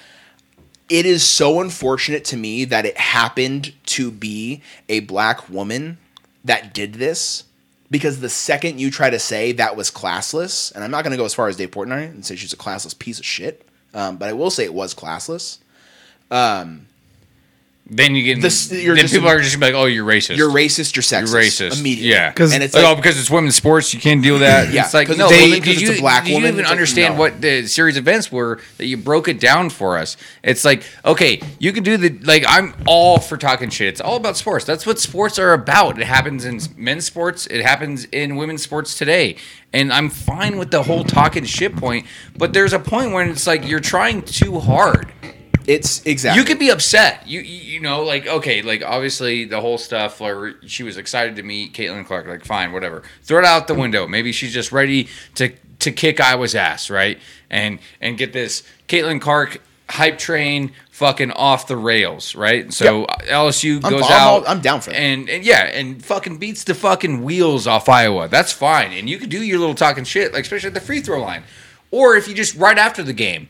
Speaker 3: it is so unfortunate to me that it happened to be a black woman that did this because the second you try to say that was classless, and I'm not going to go as far as Dave Portnoy and say she's a classless piece of shit, um, but I will say it was classless.
Speaker 4: Then you get
Speaker 3: This- you're
Speaker 4: then
Speaker 3: just-
Speaker 4: people are just gonna be like, oh, you're racist.
Speaker 3: You're racist, you're sexist.
Speaker 4: You're racist.
Speaker 3: Immediately.
Speaker 4: Yeah.
Speaker 1: Because-
Speaker 3: and it's
Speaker 4: Like,
Speaker 3: like,
Speaker 4: oh, because it's women's sports, you can't deal with that.
Speaker 3: Yeah,
Speaker 4: it's like
Speaker 3: 'cause
Speaker 4: no,
Speaker 3: they-
Speaker 4: well, then
Speaker 3: because
Speaker 4: did
Speaker 3: it's a
Speaker 4: you-
Speaker 3: black
Speaker 4: did
Speaker 3: woman,
Speaker 4: You even
Speaker 3: it's like,
Speaker 4: understand
Speaker 3: no.
Speaker 4: what the series events were that you broke it down for us. It's like okay, you can do the like. I'm all for talking shit. It's all about sports. That's what sports are about. It happens in men's sports. It happens in women's sports today. And I'm fine with the whole talking shit point. But there's a point when it's like you're trying too hard
Speaker 3: it's exactly.
Speaker 4: you could be upset. You you you know, like okay, like obviously the whole stuff. Or she was excited to meet Caitlin Clark. Like fine, whatever. Throw it out the window. Maybe she's just ready to to kick Iowa's ass, right? And and get this Caitlin Clark hype train fucking off the rails, right? So LSU
Speaker 3: I'm-
Speaker 4: goes
Speaker 3: I'm all-
Speaker 4: out.
Speaker 3: I'm down for that.
Speaker 4: And, and yeah, and fucking beats the fucking wheels off Iowa. That's fine. And you can do your little talking shit, like especially at the free throw line, or if you just right after the game.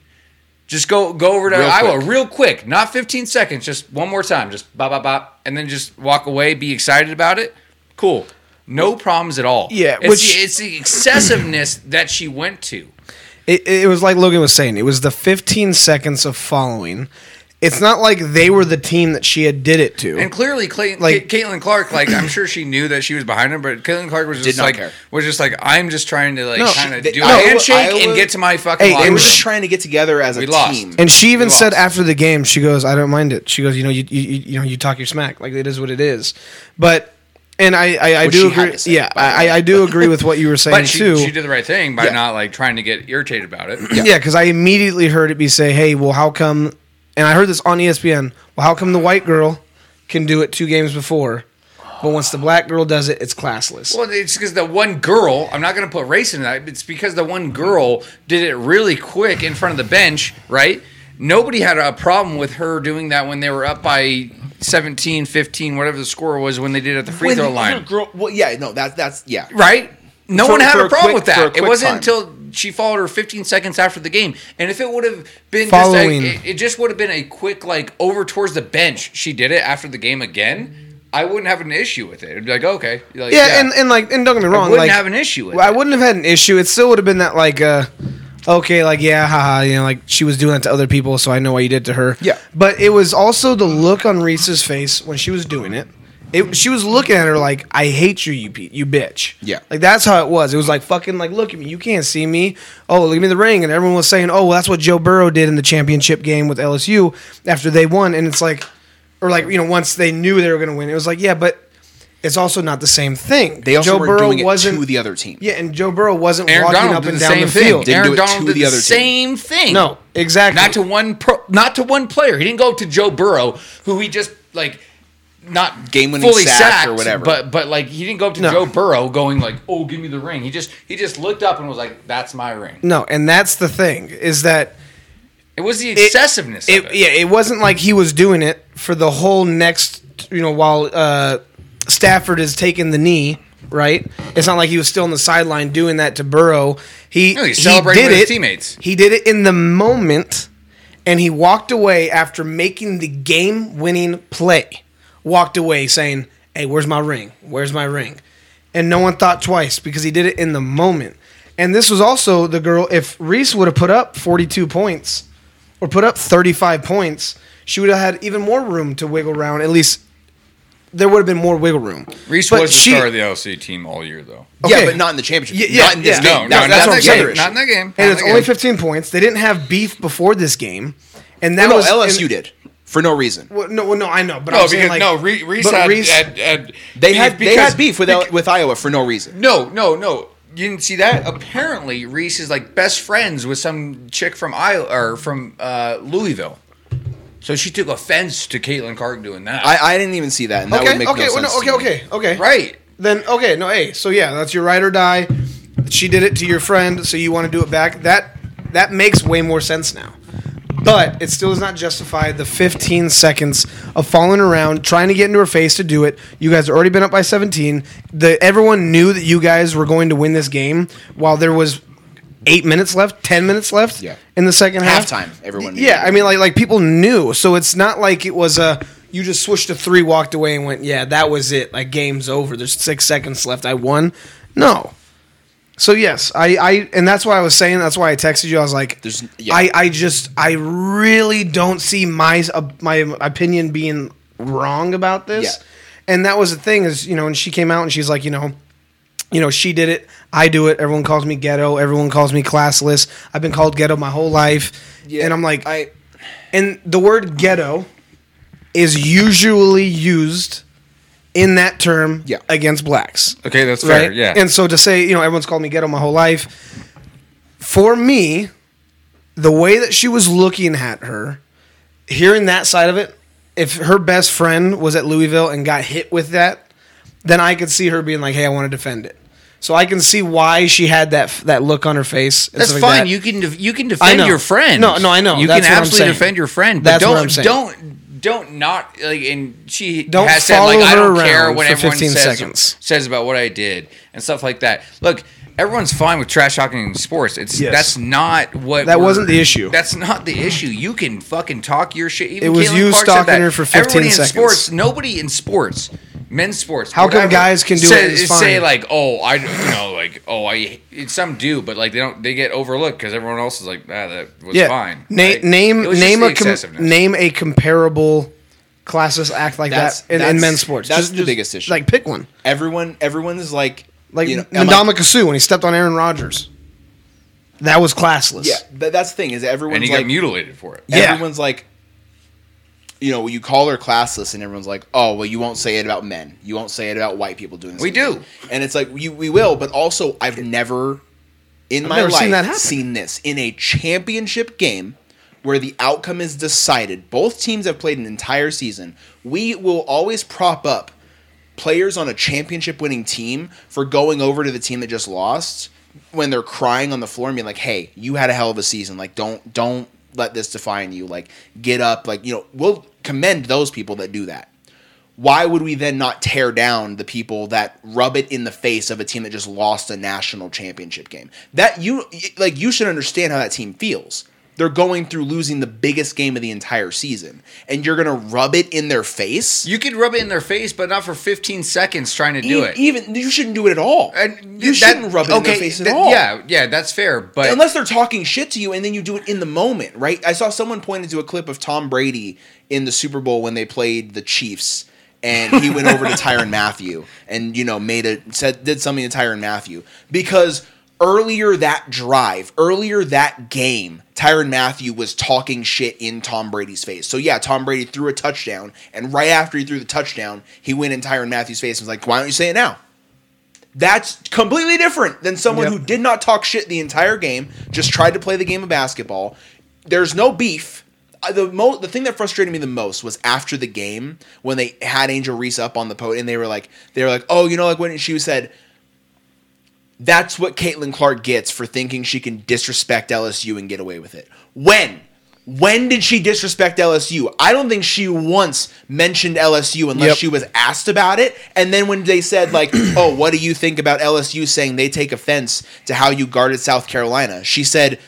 Speaker 4: Just go go over to
Speaker 3: Real
Speaker 4: Iowa
Speaker 3: quick.
Speaker 4: real quick, not 15 seconds, just one more time, just bop bop bop, and then just walk away, be excited about it. Cool, no problems at all.
Speaker 1: Yeah,
Speaker 4: it's,
Speaker 1: which-
Speaker 4: the, it's the excessiveness that she went to.
Speaker 1: It, it was like Logan was saying. It was the 15 seconds of following. It's not like they were the team that she had did it to.
Speaker 4: And clearly, Clay,
Speaker 1: Like-
Speaker 4: Ca- Caitlin Clark, like I'm sure she knew that she was behind him, but Caitlin Clark was just
Speaker 3: not
Speaker 4: like
Speaker 3: care.
Speaker 4: was just like I'm just trying to like
Speaker 1: No,
Speaker 4: kind of
Speaker 3: they-
Speaker 4: do
Speaker 3: Iowa-
Speaker 4: a handshake
Speaker 3: Iowa-
Speaker 4: and get to my fucking.
Speaker 1: Hey,
Speaker 4: locker
Speaker 3: they
Speaker 1: it
Speaker 4: room.
Speaker 3: were
Speaker 1: was-
Speaker 3: just trying to get together as a
Speaker 4: We lost.
Speaker 3: team.
Speaker 1: And she even
Speaker 3: We
Speaker 1: said
Speaker 3: lost.
Speaker 1: after the game, she goes, "I don't mind it." She goes, "You know, you you, you you know, you talk your smack. Like it is what it is." But and I I, I
Speaker 3: Which
Speaker 1: do
Speaker 3: she had
Speaker 1: agree.
Speaker 3: to say,
Speaker 1: Yeah,
Speaker 3: by the
Speaker 1: I,
Speaker 3: way.
Speaker 1: I do agree with what you were saying
Speaker 4: but she,
Speaker 1: too.
Speaker 4: she did the right thing by
Speaker 3: Yeah.
Speaker 4: not like trying to get irritated about it.
Speaker 1: yeah, because I immediately heard it be say, "Hey, well, how come?" And I heard this on E ESPN. Well, how come the white girl can do it two games before, but once the black girl does it, it's classless.
Speaker 4: Well, it's because the one girl, I'm not going to put race in that. It's because the one girl did it really quick in front of the bench, right? Nobody had a problem with her doing that when they were up by 17, 15, whatever the score was when they did it at the free
Speaker 3: When
Speaker 4: throw
Speaker 3: the
Speaker 4: line.
Speaker 3: other girl- well, yeah, no, that's that's yeah.
Speaker 4: right? No
Speaker 3: For-
Speaker 4: one had
Speaker 3: for
Speaker 4: a
Speaker 3: a
Speaker 4: problem
Speaker 3: quick-
Speaker 4: with
Speaker 3: for a
Speaker 4: that. It
Speaker 3: quick
Speaker 4: wasn't
Speaker 3: time.
Speaker 4: until she followed her 15 seconds after the game. And if it would have been
Speaker 1: Following.
Speaker 4: just like, it, it just would have been a quick like over towards the bench, she did it after the game again. I wouldn't have an issue with it. It'd be like okay, Like,
Speaker 1: yeah, and and like and don't get me wrong,
Speaker 4: I wouldn't
Speaker 1: like
Speaker 4: have an issue with
Speaker 1: Well, I
Speaker 4: it.
Speaker 1: wouldn't have had an issue. It still would have been that like, uh, okay, like yeah, haha, you know, like she was doing that to other people, so I know why you did it to her.
Speaker 3: Yeah.
Speaker 1: But it was also the look on Reese's face when she was doing it. It, she was looking at her like, "I hate you, you pe- you bitch."
Speaker 3: Yeah.
Speaker 1: like that's how it was. It was like fucking like, look at me, you can't see me. Oh, look at me the ring, and everyone was saying, "Oh, well, that's what Joe Burrow did in the championship game with LSU after they won." And it's like, or like you know, once they knew they were going to win, it was like, yeah, but It's also not the same thing.
Speaker 3: They also
Speaker 1: Joe
Speaker 3: were
Speaker 1: Burrow
Speaker 3: doing it
Speaker 1: wasn't
Speaker 3: to the other team.
Speaker 1: yeah, and Joe Burrow wasn't
Speaker 4: Aaron
Speaker 1: walking
Speaker 4: Donald
Speaker 1: up
Speaker 4: did
Speaker 1: and
Speaker 4: the
Speaker 1: down
Speaker 4: same
Speaker 1: the
Speaker 4: thing.
Speaker 1: field.
Speaker 3: Didn't do
Speaker 4: Aaron
Speaker 3: it
Speaker 4: Donald
Speaker 3: to
Speaker 4: did
Speaker 3: the
Speaker 4: the
Speaker 3: other
Speaker 4: same
Speaker 3: team.
Speaker 4: thing.
Speaker 1: No, exactly.
Speaker 4: Not to one pro, not to one player. He didn't go to Joe Burrow, who he just like not
Speaker 3: Game-winning
Speaker 4: fully
Speaker 3: sack
Speaker 4: sacked
Speaker 3: or whatever.
Speaker 4: But but like he didn't go up to
Speaker 1: No.
Speaker 4: Joe Burrow going like, "Oh, give me the ring." He just he just looked up and was like, "That's my ring."
Speaker 1: no, and that's the thing is that
Speaker 4: It was the excessiveness
Speaker 1: it,
Speaker 4: of it.
Speaker 1: yeah, it wasn't like he was doing it for the whole next, you know, while uh, Stafford is taking the knee. Right, it's not like he was still on the sideline doing that to Burrow. He
Speaker 4: No, he's
Speaker 1: he
Speaker 4: celebrating
Speaker 1: did
Speaker 4: with his
Speaker 1: it.
Speaker 4: teammates.
Speaker 1: He did it in the moment, and he walked away after making the game-winning play. Walked away saying, "Hey, where's my ring? Where's my ring?" And no one thought twice because he did it in the moment. And this was also the girl. If Reese would have put up 42 points, or put up 35 points, she would have had even more room to wiggle around. At least there would have been more wiggle room.
Speaker 4: Reese
Speaker 1: But
Speaker 4: was the
Speaker 1: she- Oh,
Speaker 4: star of the LC team all year, though.
Speaker 1: Okay.
Speaker 3: Yeah, but not in the championship.
Speaker 1: Yeah, yeah,
Speaker 3: not in this
Speaker 1: yeah.
Speaker 3: game.
Speaker 1: No,
Speaker 4: no,
Speaker 3: That-
Speaker 4: not
Speaker 3: that's
Speaker 4: in
Speaker 3: what
Speaker 4: that
Speaker 3: I'm
Speaker 4: game.
Speaker 3: saying.
Speaker 4: Not in that game.
Speaker 1: And
Speaker 4: Not
Speaker 1: it's
Speaker 4: in that
Speaker 1: only
Speaker 4: game.
Speaker 1: 15 points. They didn't have beef before this game, and that
Speaker 3: No,
Speaker 1: was
Speaker 3: LSU
Speaker 1: and-
Speaker 3: did for no reason.
Speaker 1: Well, no, well, no, I know, but
Speaker 4: No,
Speaker 1: I'm saying
Speaker 4: because
Speaker 1: like
Speaker 4: no, Re- Reese
Speaker 1: but
Speaker 4: had,
Speaker 1: Reese-
Speaker 4: had- had
Speaker 3: They
Speaker 4: beef
Speaker 3: had they
Speaker 4: because-
Speaker 3: had beef with L- with Iowa for no reason.
Speaker 4: No, no, no. You didn't see that. Apparently, Reese is like best friends with some chick from Iowa or from uh, Louisville. So she took offense to Caitlin Clark doing that.
Speaker 3: I, I didn't even see that, and that would
Speaker 1: okay,
Speaker 3: make
Speaker 1: okay,
Speaker 3: no
Speaker 1: well,
Speaker 3: sense.
Speaker 1: no, okay,
Speaker 3: to me.
Speaker 1: okay, okay,
Speaker 4: right.
Speaker 1: Then okay, no, hey, so yeah, that's your ride or die. She did it to your friend, so you want to do it back. That that makes way more sense now. But it still does not justify the 15 seconds of falling around, trying to get into her face to do it. You guys have already been up by 17. The everyone knew that you guys were going to win this game while there was eight minutes left, ten minutes left
Speaker 3: Yeah.
Speaker 1: in the second half.
Speaker 3: Halftime, everyone knew.
Speaker 1: Yeah, I mean, like like people knew, so it's not like it was a you just swished a three, walked away, and went, yeah, that was it. Like game's over. There's six seconds left. I won. No. So yes, I, I and that's why I was saying. That's why I texted you. I was like,
Speaker 3: There's- yeah.
Speaker 1: I I just I really don't see my uh, my opinion being wrong about this.
Speaker 3: Yeah.
Speaker 1: And that was the thing is you know, and she came out and she's like, you know, you know, she did it. I do it. Everyone calls me ghetto. Everyone calls me classless. I've been called ghetto my whole life. and I'm like,
Speaker 3: I
Speaker 1: and the word ghetto is usually used in that term
Speaker 3: Yeah.
Speaker 1: against blacks.
Speaker 2: Okay, that's fair.
Speaker 1: Right?
Speaker 2: Yeah.
Speaker 1: And so to say, you know, everyone's called me ghetto my whole life. For me, the way that she was looking at her, hearing that side of it, if her best friend was at Louisville and got hit with that, then I could see her being like, "Hey, I want to defend it." So I can see why she had that that look on her face. and
Speaker 4: That's
Speaker 1: stuff like
Speaker 4: fine.
Speaker 1: that.
Speaker 4: you can def- you can
Speaker 1: I
Speaker 4: defend
Speaker 1: know.
Speaker 4: your friend.
Speaker 1: No, no, I know.
Speaker 4: You
Speaker 1: That's
Speaker 4: can
Speaker 1: what I'm
Speaker 4: absolutely
Speaker 1: saying.
Speaker 4: defend your friend, but
Speaker 1: That's what
Speaker 4: don't
Speaker 1: I'm saying.
Speaker 4: don't don't not like. And she
Speaker 1: Don't
Speaker 4: has said like
Speaker 1: follow
Speaker 4: I
Speaker 1: her
Speaker 4: don't care
Speaker 1: around
Speaker 4: what
Speaker 1: for
Speaker 4: everyone
Speaker 1: 15
Speaker 4: says
Speaker 1: seconds.
Speaker 4: says about what I did and stuff like that. Look. Everyone's fine with trash talking in sports. It's
Speaker 1: Yes.
Speaker 4: that's not what
Speaker 1: That
Speaker 4: we're-
Speaker 1: wasn't the issue.
Speaker 4: That's not the issue. You can fucking talk your shit. Even
Speaker 1: It was
Speaker 4: Caitlin
Speaker 1: you
Speaker 4: Clark said
Speaker 1: stalking
Speaker 4: that.
Speaker 1: her for 15
Speaker 4: Everybody in
Speaker 1: seconds.
Speaker 4: Sports, nobody in sports, men's sports.
Speaker 1: How come
Speaker 4: whatever,
Speaker 1: guys can do it
Speaker 4: say,
Speaker 1: and it's
Speaker 4: Say
Speaker 1: fine?
Speaker 4: like, oh, I, you know, like, oh, I. Some do, but like they don't. They get overlooked because everyone else is like, ah, that was fine.
Speaker 1: Na-
Speaker 4: right?
Speaker 1: Name
Speaker 4: It was just
Speaker 1: name
Speaker 4: the
Speaker 1: a com-
Speaker 4: excessiveness.
Speaker 1: name a comparable classes act like
Speaker 3: That's-
Speaker 1: that in, in
Speaker 3: that's-
Speaker 1: men's sports.
Speaker 3: that's the biggest issue.
Speaker 1: Like pick one.
Speaker 3: everyone everyone's like
Speaker 1: Like
Speaker 3: you know, am I-
Speaker 1: Ndama Kasu when he stepped on Aaron Rodgers. That was classless.
Speaker 3: Yeah, but that's the thing is
Speaker 4: and
Speaker 3: everyone's
Speaker 4: he
Speaker 3: like
Speaker 4: got mutilated for it.
Speaker 1: Yeah.
Speaker 3: everyone's like you know you call her classless and everyone's like oh well you won't say it about men you won't say it about white people doing this
Speaker 4: We do.
Speaker 3: and it's like we, we will but also i've never in my
Speaker 1: never
Speaker 3: life
Speaker 1: seen that happen.
Speaker 3: seen this in a championship game where the outcome is decided both teams have played an entire season we will always prop up players on a championship winning team for going over to the team that just lost when they're crying on the floor and being like, "Hey, you had a hell of a season. Like, don't don't let this define you. Like, get up. Like, you know, we'll commend those people that do that. Why would we then not tear down the people that rub it in the face of a team that just lost a national championship game? That you like, you should understand how that team feels. They're going through losing the biggest game of the entire season, and you're gonna rub it in their face.
Speaker 4: You could rub it in their face, but not for 15 seconds trying to do
Speaker 3: E-
Speaker 4: it.
Speaker 3: Even you shouldn't do it at all.
Speaker 4: and
Speaker 3: you
Speaker 4: that-
Speaker 3: shouldn't rub it in their face at
Speaker 4: that-
Speaker 3: all.
Speaker 4: Yeah, yeah, that's fair. But
Speaker 3: Unless they're talking shit to you and then you do it in the moment, right? I saw someone pointed to a clip of Tom Brady in the Super Bowl when they played the Chiefs and he went over to Tyron Matthew and you know made a said did something to Tyron Matthew because earlier that drive, earlier that game, Tyron Matthew was talking shit in Tom Brady's face. So yeah, Tom Brady threw a touchdown, and right after he threw the touchdown, he went in Tyron Matthew's face and was like, "Why don't you say it now?" That's completely different than someone
Speaker 1: Yep.
Speaker 3: who did not talk shit the entire game, just tried to play the game of basketball. There's no beef. Uh, The mo- the thing that frustrated me the most was after the game when they had Angel Reese up on the podium and they were like they were like, "Oh, you know like when she said that's what Caitlin Clark gets for thinking she can disrespect LSU and get away with it. When? When did she disrespect LSU? I don't think she once mentioned LSU unless
Speaker 1: Yep.
Speaker 3: she was asked about it. And then when they said, like, oh, what do you think about LSU saying they take offense to how you guarded South Carolina? She said,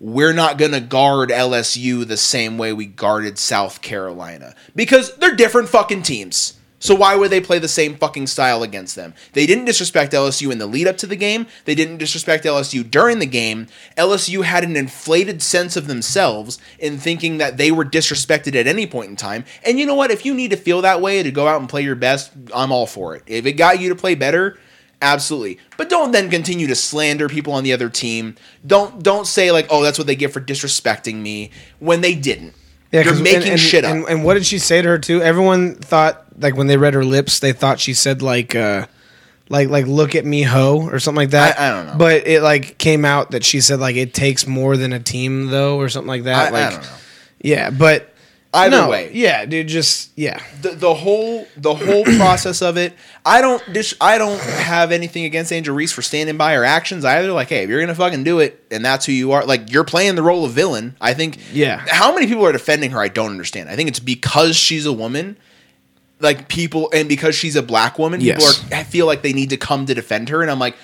Speaker 3: we're not going to guard LSU the same way we guarded South Carolina because they're different fucking teams. So why would they play the same fucking style against them? They didn't disrespect LSU in the lead up to the game. They didn't disrespect LSU during the game. LSU had an inflated sense of themselves in thinking that they were disrespected at any point in time. And you know what? If you need to feel that way to go out and play your best, I'm all for it. If it got you to play better, Absolutely. But don't then continue to slander people on the other team. Don't don't say like, "Oh, that's what they get for disrespecting me" when they didn't.
Speaker 1: Yeah,
Speaker 3: You're
Speaker 1: 'cause-
Speaker 3: making
Speaker 1: and,
Speaker 3: shit up.
Speaker 1: and, And what did she say to her too? Everyone thought like when they read her lips, they thought she said like uh like like look at me ho or something like that.
Speaker 3: I- I don't know.
Speaker 1: But it like came out that she said like it takes more than a team though or something like
Speaker 3: I,
Speaker 1: that.
Speaker 3: I
Speaker 1: like
Speaker 3: don't know.
Speaker 1: Yeah, but
Speaker 3: Either
Speaker 1: no,
Speaker 3: way.
Speaker 1: Yeah, dude, just yeah.
Speaker 3: the, the whole the whole process of it. I don't dis- I don't have anything against Angel Reese for standing by her actions either. Like, hey, if you're gonna fucking do it, and that's who you are, like you're playing the role of villain. I think.
Speaker 1: Yeah.
Speaker 3: How many people are defending her? I don't understand. I think it's because she's a woman. Like people, and because she's a black woman,
Speaker 1: Yes.
Speaker 3: people are, feel like they need to come to defend her, and I'm like.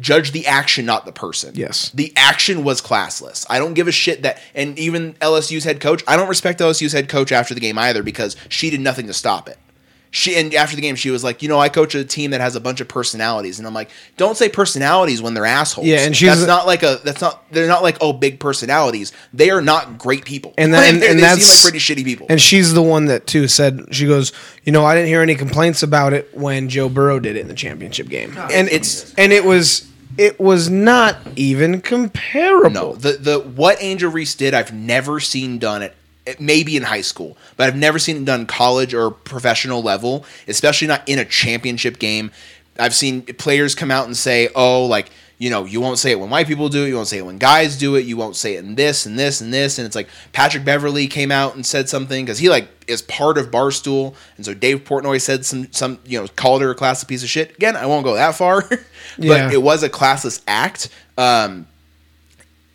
Speaker 3: Judge the action, not the person.
Speaker 1: Yes.
Speaker 3: The action was classless. I don't give a shit that, and even LSU's head coach, I don't respect LSU's head coach after the game either because she did nothing to stop it. She and after the game, she was like, you know, I coach a team that has a bunch of personalities, and I'm like, don't say personalities when they're assholes.
Speaker 1: Yeah, and she's-
Speaker 3: that's not like a that's not they're not like oh big personalities. They are not great people,
Speaker 1: And that-
Speaker 3: Like,
Speaker 1: and-
Speaker 3: they-
Speaker 1: and
Speaker 3: they
Speaker 1: that's-
Speaker 3: seem like pretty shitty people.
Speaker 1: And she's the one that too said she goes, you know, I didn't hear any complaints about it when Joe Burrow did it in the championship
Speaker 3: Oh,
Speaker 1: game, and
Speaker 3: it's-
Speaker 1: it's and it was it was not even comparable.
Speaker 3: No, the the what Angel Reese did, I've never seen done it. It maybe in high school, but I've never seen it done college or professional level, especially not in a championship game. I've seen players come out and say, "Oh, like you know, you won't say it when white people do it. You won't say it when guys do it. You won't say it in this and this and this." And it's like Patrick Beverly came out and said something because he like is part of Barstool, and so Dave Portnoy said some some you know called her a classic piece of shit. Again, I won't go that far, but
Speaker 1: Yeah.
Speaker 3: it was a classless act. Um,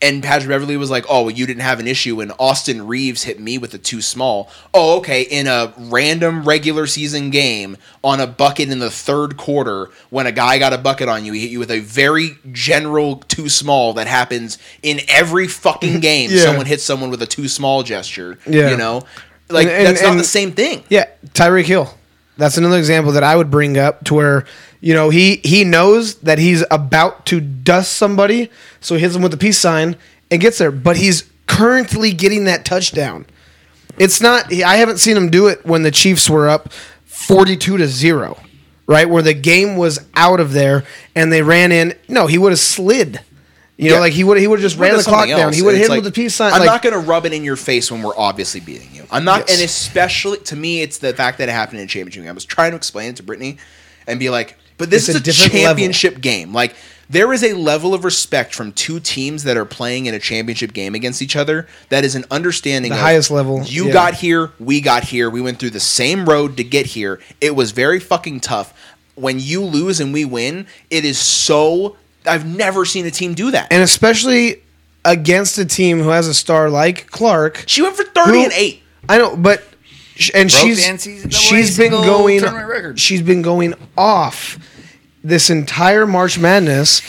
Speaker 3: and Patrick Beverly was like, "Oh, well, you didn't have an issue when Austin Reeves hit me with a too small." Oh, okay. In a random regular season game on a bucket in the third quarter, when a guy got a bucket on you, he hit you with a very general too small that happens in every fucking game.
Speaker 1: Yeah.
Speaker 3: Someone hits someone with a too small gesture.
Speaker 1: Yeah.
Speaker 3: you know, like
Speaker 1: And- and-
Speaker 3: that's not
Speaker 1: and-
Speaker 3: the same thing.
Speaker 1: Yeah, Tyreek Hill. That's another example that I would bring up to where, you know, he he knows that he's about to dust somebody, so he hits him with a peace sign and gets there, but he's currently getting that touchdown. It's not I haven't seen him do it when the Chiefs were up 42 to 0, right? Where the game was out of there and they ran in. No, he would have slid. You know,
Speaker 3: Yeah.
Speaker 1: like he would he would have just ran the
Speaker 3: Rid of
Speaker 1: clock
Speaker 3: something
Speaker 1: down.
Speaker 3: else.
Speaker 1: He would have
Speaker 3: It's
Speaker 1: hit him
Speaker 3: like,
Speaker 1: with a peace sign.
Speaker 3: I'm
Speaker 1: like-
Speaker 3: not going to rub it in your face when we're obviously beating you. I'm not,
Speaker 1: Yes.
Speaker 3: and especially to me, it's the fact that it happened in a championship game. I was trying to explain it to Brittany and be like, but
Speaker 1: It's
Speaker 3: this
Speaker 1: a
Speaker 3: is a,
Speaker 1: different level.
Speaker 3: championship game. Like there is a level of respect from two teams that are playing in a championship game against each other. That is an understanding.
Speaker 1: The
Speaker 3: of,
Speaker 1: highest level,
Speaker 3: You
Speaker 1: yeah.
Speaker 3: got here. We got here. We went through the same road to get here. It was very fucking tough. When you lose and we win, it is so. I've never seen a team do that.
Speaker 1: and especially against a team who has a star like Clark.
Speaker 3: She went for thirty
Speaker 1: who-
Speaker 3: and eight.
Speaker 1: I know, but sh- and
Speaker 4: Broke the
Speaker 1: she's
Speaker 4: NCAA
Speaker 1: she's been
Speaker 4: single
Speaker 1: going
Speaker 4: tournament record.
Speaker 1: she's been going off this entire March Madness,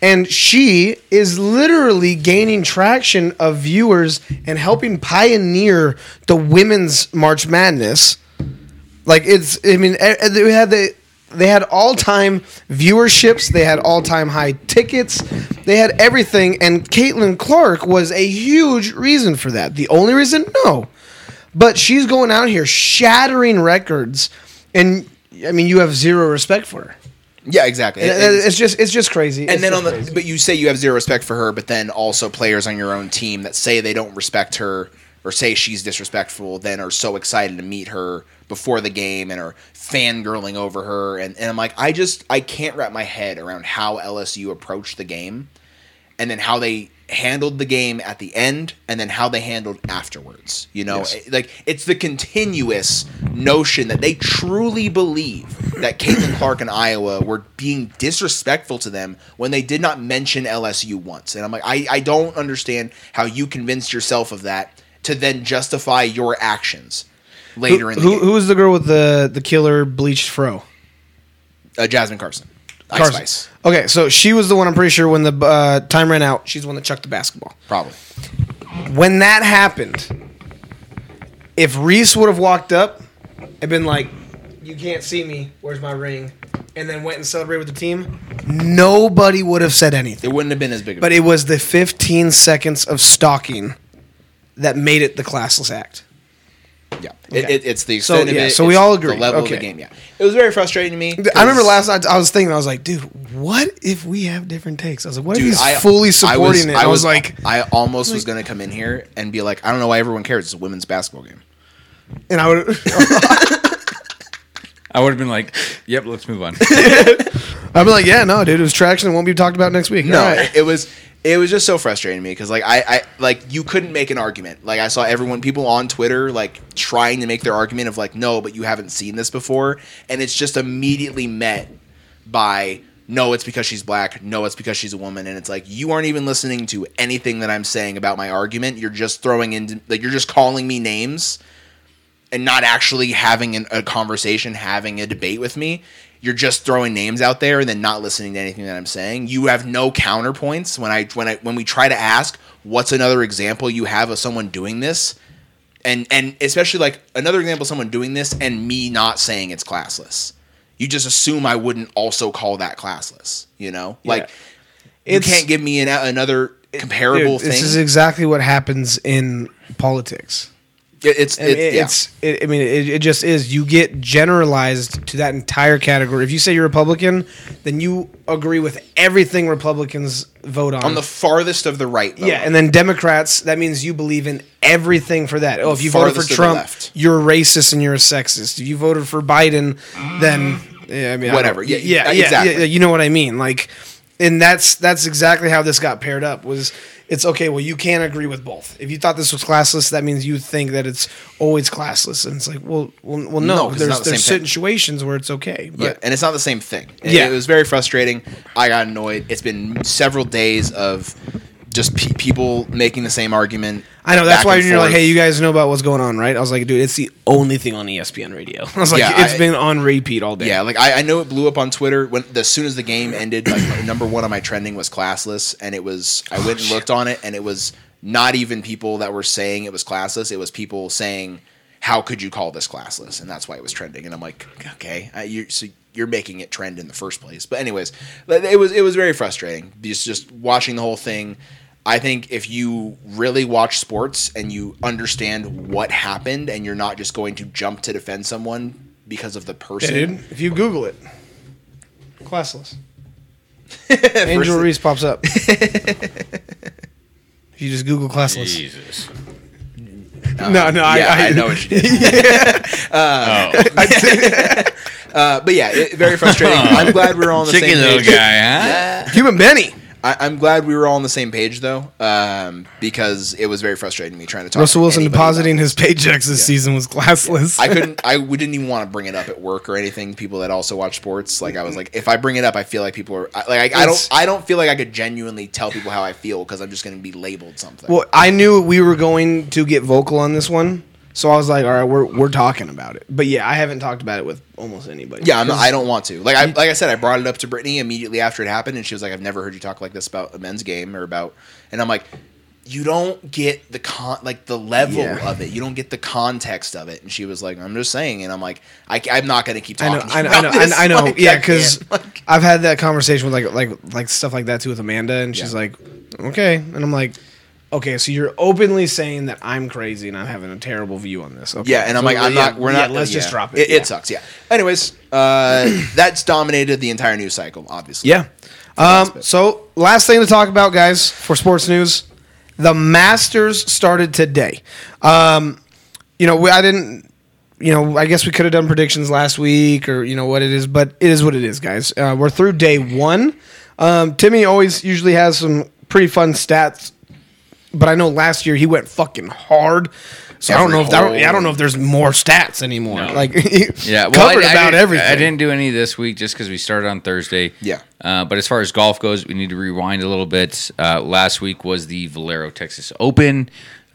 Speaker 1: and she is literally gaining traction of viewers and helping pioneer the women's March Madness. Like it's, I mean, e- e- they had the. They had all time viewerships. They had all time high tickets. They had everything. And Caitlin Clark was a huge reason for that. The only reason? No. But she's going out here shattering records, and I mean, you have zero respect for her.
Speaker 3: Yeah, exactly.
Speaker 1: And-
Speaker 3: And-
Speaker 1: and it's just it's just crazy.
Speaker 3: and then on the but you say you have zero respect for her, but then also players on your own team that say they don't respect her or say she's disrespectful, then are so excited to meet her before the game and are fangirling over her. And, and I'm like, I just I can't wrap my head around how LSU approached the game and then how they handled the game at the end and then how they handled afterwards you know It- like it's the continuous notion that they truly believe that caitlin clark and iowa were being disrespectful to them when they did not mention lsu once and i'm like i, I don't understand how you convinced yourself of that to then justify your actions later
Speaker 1: who,
Speaker 3: in the
Speaker 1: who,
Speaker 3: game
Speaker 1: who is the girl with the the killer bleached fro?
Speaker 3: uh, jasmine carson Ice
Speaker 1: Carson.
Speaker 3: Spice,
Speaker 1: Okay, so she was the one. I'm pretty sure when the uh, time ran out, she's the one that chucked the basketball.
Speaker 3: probably
Speaker 1: When that happened, if Reese would have walked up and been like, "You can't see me. Where's my ring?" and then went and celebrated with the team, nobody would have said anything.
Speaker 3: it wouldn't have been as big of
Speaker 1: But it was the 15 seconds of stalking that made it the classless act.
Speaker 3: Yeah, It-
Speaker 1: Okay.
Speaker 3: it, it's the
Speaker 1: So,
Speaker 3: extent of
Speaker 1: yeah,
Speaker 3: it,
Speaker 1: so we
Speaker 3: it's
Speaker 1: all
Speaker 3: The
Speaker 1: agree.
Speaker 3: level of
Speaker 1: Okay.
Speaker 3: the game, yeah, it was very frustrating to me.
Speaker 1: I remember last
Speaker 3: 'cause-
Speaker 1: night I was thinking I was like, dude, what if we have different takes? I was like, what
Speaker 3: Dude,
Speaker 1: if he's
Speaker 3: I-
Speaker 1: fully supporting
Speaker 3: I was,
Speaker 1: it?
Speaker 3: I was,
Speaker 1: like,
Speaker 3: I almost was going to come in here and be like, I don't know why everyone cares. It's a women's basketball game.
Speaker 1: and I would,
Speaker 4: I would have been like, "Yep, let's move on."
Speaker 1: I'd be like, yeah, no, dude, it was traction. It won't be talked about next week.
Speaker 3: No,
Speaker 1: All right.
Speaker 3: it was it was just so frustrating to me because like I, I like you couldn't make an argument. Like I saw everyone people on Twitter like trying to make their argument of like no, but you haven't seen this before, and it's just immediately met by no, it's because she's black. No, it's because she's a woman, and it's like you aren't even listening to anything that I'm saying about my argument. You're just throwing in like you're just calling me names. and not actually having an, a conversation, having a debate with me. You're just throwing names out there and then not listening to anything that I'm saying. You have no counterpoints when I when I when we try to ask what's another example you have of someone doing this, and and especially like another example of someone doing this and me not saying it's classless. You just assume I wouldn't also call that classless. You know, like you
Speaker 1: It's-
Speaker 3: can't give me an, another comparable
Speaker 1: Dude,
Speaker 3: thing.
Speaker 1: this is exactly what happens in politics.
Speaker 3: It- it's
Speaker 1: I mean,
Speaker 3: it- yeah.
Speaker 1: it's, it, I mean, it, it just is. You get generalized to that entire category. If you say you're Republican, then you agree with everything Republicans vote on.
Speaker 3: on the farthest of the right. Though.
Speaker 1: yeah, and then Democrats. That means you believe in everything for that. Oh, if you voted for
Speaker 3: farthest to the
Speaker 1: Trump,
Speaker 3: left.
Speaker 1: you're a racist and you're a sexist. If you voted for Biden, then yeah, I mean, I
Speaker 3: Whatever.
Speaker 1: don't-
Speaker 3: Yeah,
Speaker 1: yeah,
Speaker 3: yeah,
Speaker 1: yeah,
Speaker 3: exactly.
Speaker 1: yeah, You know what I mean? Like, and that's that's exactly how this got paired up. Was it's okay? Well, you can't agree with both. If you thought this was classless, that means you think that it's always classless. And it's like, well, well, well
Speaker 3: No,
Speaker 1: no.
Speaker 3: 'cause it's
Speaker 1: there's
Speaker 3: not the
Speaker 1: there's
Speaker 3: same thing.
Speaker 1: situations where it's okay. But
Speaker 3: yeah, and it's not the same thing. It-
Speaker 1: Yeah.
Speaker 3: it was very frustrating. I got annoyed. It's been several days of just pe- people making the same argument.
Speaker 1: I know that's
Speaker 3: back
Speaker 1: why
Speaker 3: and
Speaker 1: you're like,
Speaker 3: forth.
Speaker 1: hey, you guys know about what's going on, right? I was like, dude, it's the only thing on E ESPN radio. I was like,
Speaker 3: Yeah,
Speaker 1: it's
Speaker 3: I-
Speaker 1: been on repeat all day.
Speaker 3: Yeah, like I, I know it blew up on Twitter when the- as soon as the game ended, like my- number one on my trending was classless, and it was I went and looked on it, and it was not even people that were saying it was classless. It was people saying, "How could you call this classless?" And that's why it was trending. And I'm like, okay, I, you so you're making it trend in the first place. But anyways, but it was it was very frustrating. Just just watching the whole thing. I think if you really watch sports and you understand what happened, and you're not just going to jump to defend someone because of the person,
Speaker 1: dude. If you Google it, classless.
Speaker 3: First
Speaker 1: Angel
Speaker 3: thing-
Speaker 1: Reese pops up. if you just Google classless,
Speaker 4: Jesus.
Speaker 1: no, no,
Speaker 3: Um, yeah, I, know what you did.
Speaker 4: Oh,
Speaker 3: Uh, but yeah, it, very frustrating. I'm glad we were all on the
Speaker 4: chicken
Speaker 3: same
Speaker 4: little
Speaker 3: page.
Speaker 4: guy, huh?
Speaker 1: Cuban Benny.
Speaker 3: I, I'm glad we were all on the same page though, um, because it was very frustrating me trying to talk.
Speaker 1: Russell
Speaker 3: to
Speaker 1: Wilson
Speaker 3: anybody about
Speaker 1: depositing
Speaker 3: it.
Speaker 1: his paychecks this season was classless.
Speaker 3: I couldn't. I we didn't even want to bring it up at work or anything. People that also watch sports, like I was like, if I bring it up, I feel like people are I- like, I, I
Speaker 1: It's-
Speaker 3: don't. I don't feel like I could genuinely tell people how I feel because I'm just going to be labeled something.
Speaker 1: Well, I knew we were going to get vocal on this one, so I was like, all right, we're we're talking about it. But yeah, I haven't talked about it with almost anybody.
Speaker 3: yeah, I'm not, I don't want to. Like I like I said, I brought it up to Brittany immediately after it happened, and she was like, "I've never heard you talk like this about a men's game or about." And I'm like, "You don't get the con like the level
Speaker 1: Yeah.
Speaker 3: of it. You don't get the context of it." And she was like, "I'm just saying." And I'm like, I, am not going to keep
Speaker 1: I
Speaker 3: talking."
Speaker 1: know, I know,
Speaker 3: to you
Speaker 1: I know,
Speaker 3: about this.
Speaker 1: I know.
Speaker 3: Like,
Speaker 1: yeah,
Speaker 3: I
Speaker 1: because
Speaker 3: can't. Like,
Speaker 1: I've had that conversation with like, like, like stuff like that too with Amanda, and she's
Speaker 3: Yeah.
Speaker 1: like, okay, and I'm like, okay, so you're openly saying that I'm crazy and I'm having a terrible view on this. Okay.
Speaker 3: Yeah, and I'm
Speaker 1: So
Speaker 3: like, I'm
Speaker 1: yeah,
Speaker 3: not. We're
Speaker 1: yeah,
Speaker 3: not.
Speaker 1: Let's
Speaker 3: yeah.
Speaker 1: just drop
Speaker 3: It,
Speaker 1: it. yeah.
Speaker 3: sucks. Yeah. Anyways, uh, that's dominated the entire news cycle. Obviously.
Speaker 1: Yeah. Um, so, last thing to talk about, guys, for sports news, the Masters started today. Um, you know, we, I didn't. You know, I guess we could have done predictions last week or you know what it is, but it is what it is, guys. Uh, we're through day one. Um, Timmy always usually has some pretty fun stats, but I know last year he went fucking hard. So I don't know if that,
Speaker 3: Every
Speaker 1: I don't
Speaker 3: hole.
Speaker 1: know if there's more stats anymore. Like
Speaker 4: Yeah, well,
Speaker 1: covered
Speaker 4: I, I
Speaker 1: about
Speaker 4: didn't-
Speaker 1: everything.
Speaker 4: I didn't do any this week just because we started on Thursday.
Speaker 3: Yeah.
Speaker 4: Uh, but as far as golf goes, we need to rewind a little bit. Uh, last week was the Valero Texas Open.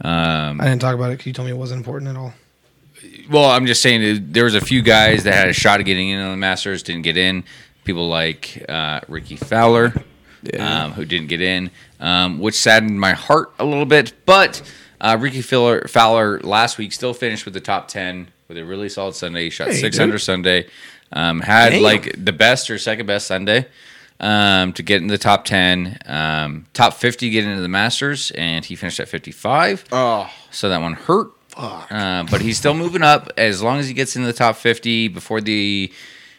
Speaker 4: Um,
Speaker 1: I didn't talk about it because you told me it wasn't important at all.
Speaker 4: well, I'm just saying that there was a few guys that had a shot at getting in on the Masters, didn't get in. People like uh, Ricky Fowler, um, who didn't get in, um, which saddened my heart a little bit. But uh, Ricky Fowler, Fowler last week still finished with the top ten with a really solid Sunday. He shot
Speaker 1: Hey,
Speaker 4: six
Speaker 1: dude.
Speaker 4: under Sunday. Um, had
Speaker 1: Damn.
Speaker 4: like the best or second best Sunday um, to get in the top ten, um, top fifty, get into the Masters, and he finished at fifty-five.
Speaker 3: Oh.
Speaker 4: So that one hurt. Uh, but he's still moving up. As long as he gets into the top 50 before the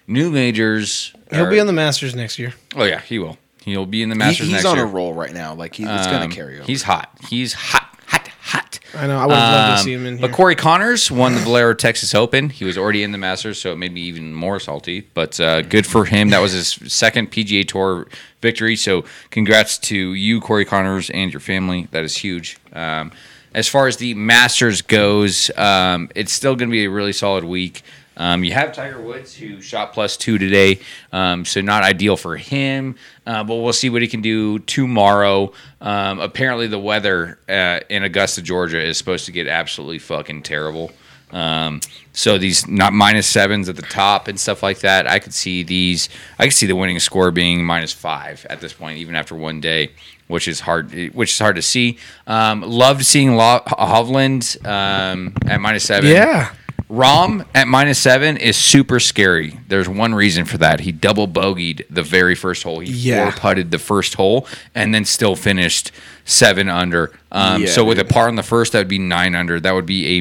Speaker 4: new majors.
Speaker 1: He'll
Speaker 4: or-
Speaker 1: be on the Masters next year.
Speaker 4: Oh, yeah, he will. He'll be in the
Speaker 3: He-
Speaker 4: Masters
Speaker 3: he's
Speaker 4: next
Speaker 3: on
Speaker 4: year.
Speaker 3: a roll right now. Like he, it's gonna
Speaker 4: Um,
Speaker 3: carry over.
Speaker 4: He's hot. He's hot, hot, hot.
Speaker 1: I know. I would have loved to
Speaker 4: Um,
Speaker 1: see him in here.
Speaker 4: But Corey Connors won the Valero Texas Open. He was already in the Masters, so it made me even more salty. But uh, good for him. That was his second PGA Tour victory. So congrats to you, Corey Connors, and your family. That is huge. Um, as far as the Masters goes, um, it's still going to be a really solid week. Um, you have Tiger Woods who shot plus two today, um, so not ideal for him. Uh, but we'll see what he can do tomorrow. Um, apparently, the weather uh, in Augusta, Georgia, is supposed to get absolutely fucking terrible. Um, so these not minus sevens at the top and stuff like that. I could see these. I could see the winning score being minus five at this point, even after one day, which is hard. Which is hard to see. Um, loved seeing Lo- Hovland um, at minus seven.
Speaker 1: Yeah.
Speaker 4: Rom at minus seven is super scary. There's one reason for that. He double bogeyed the very first hole. He
Speaker 1: Yeah.
Speaker 4: four putted the first hole and then still finished seven under. Um,
Speaker 3: Yeah,
Speaker 4: so with a par on the first, that would be nine under. That would be a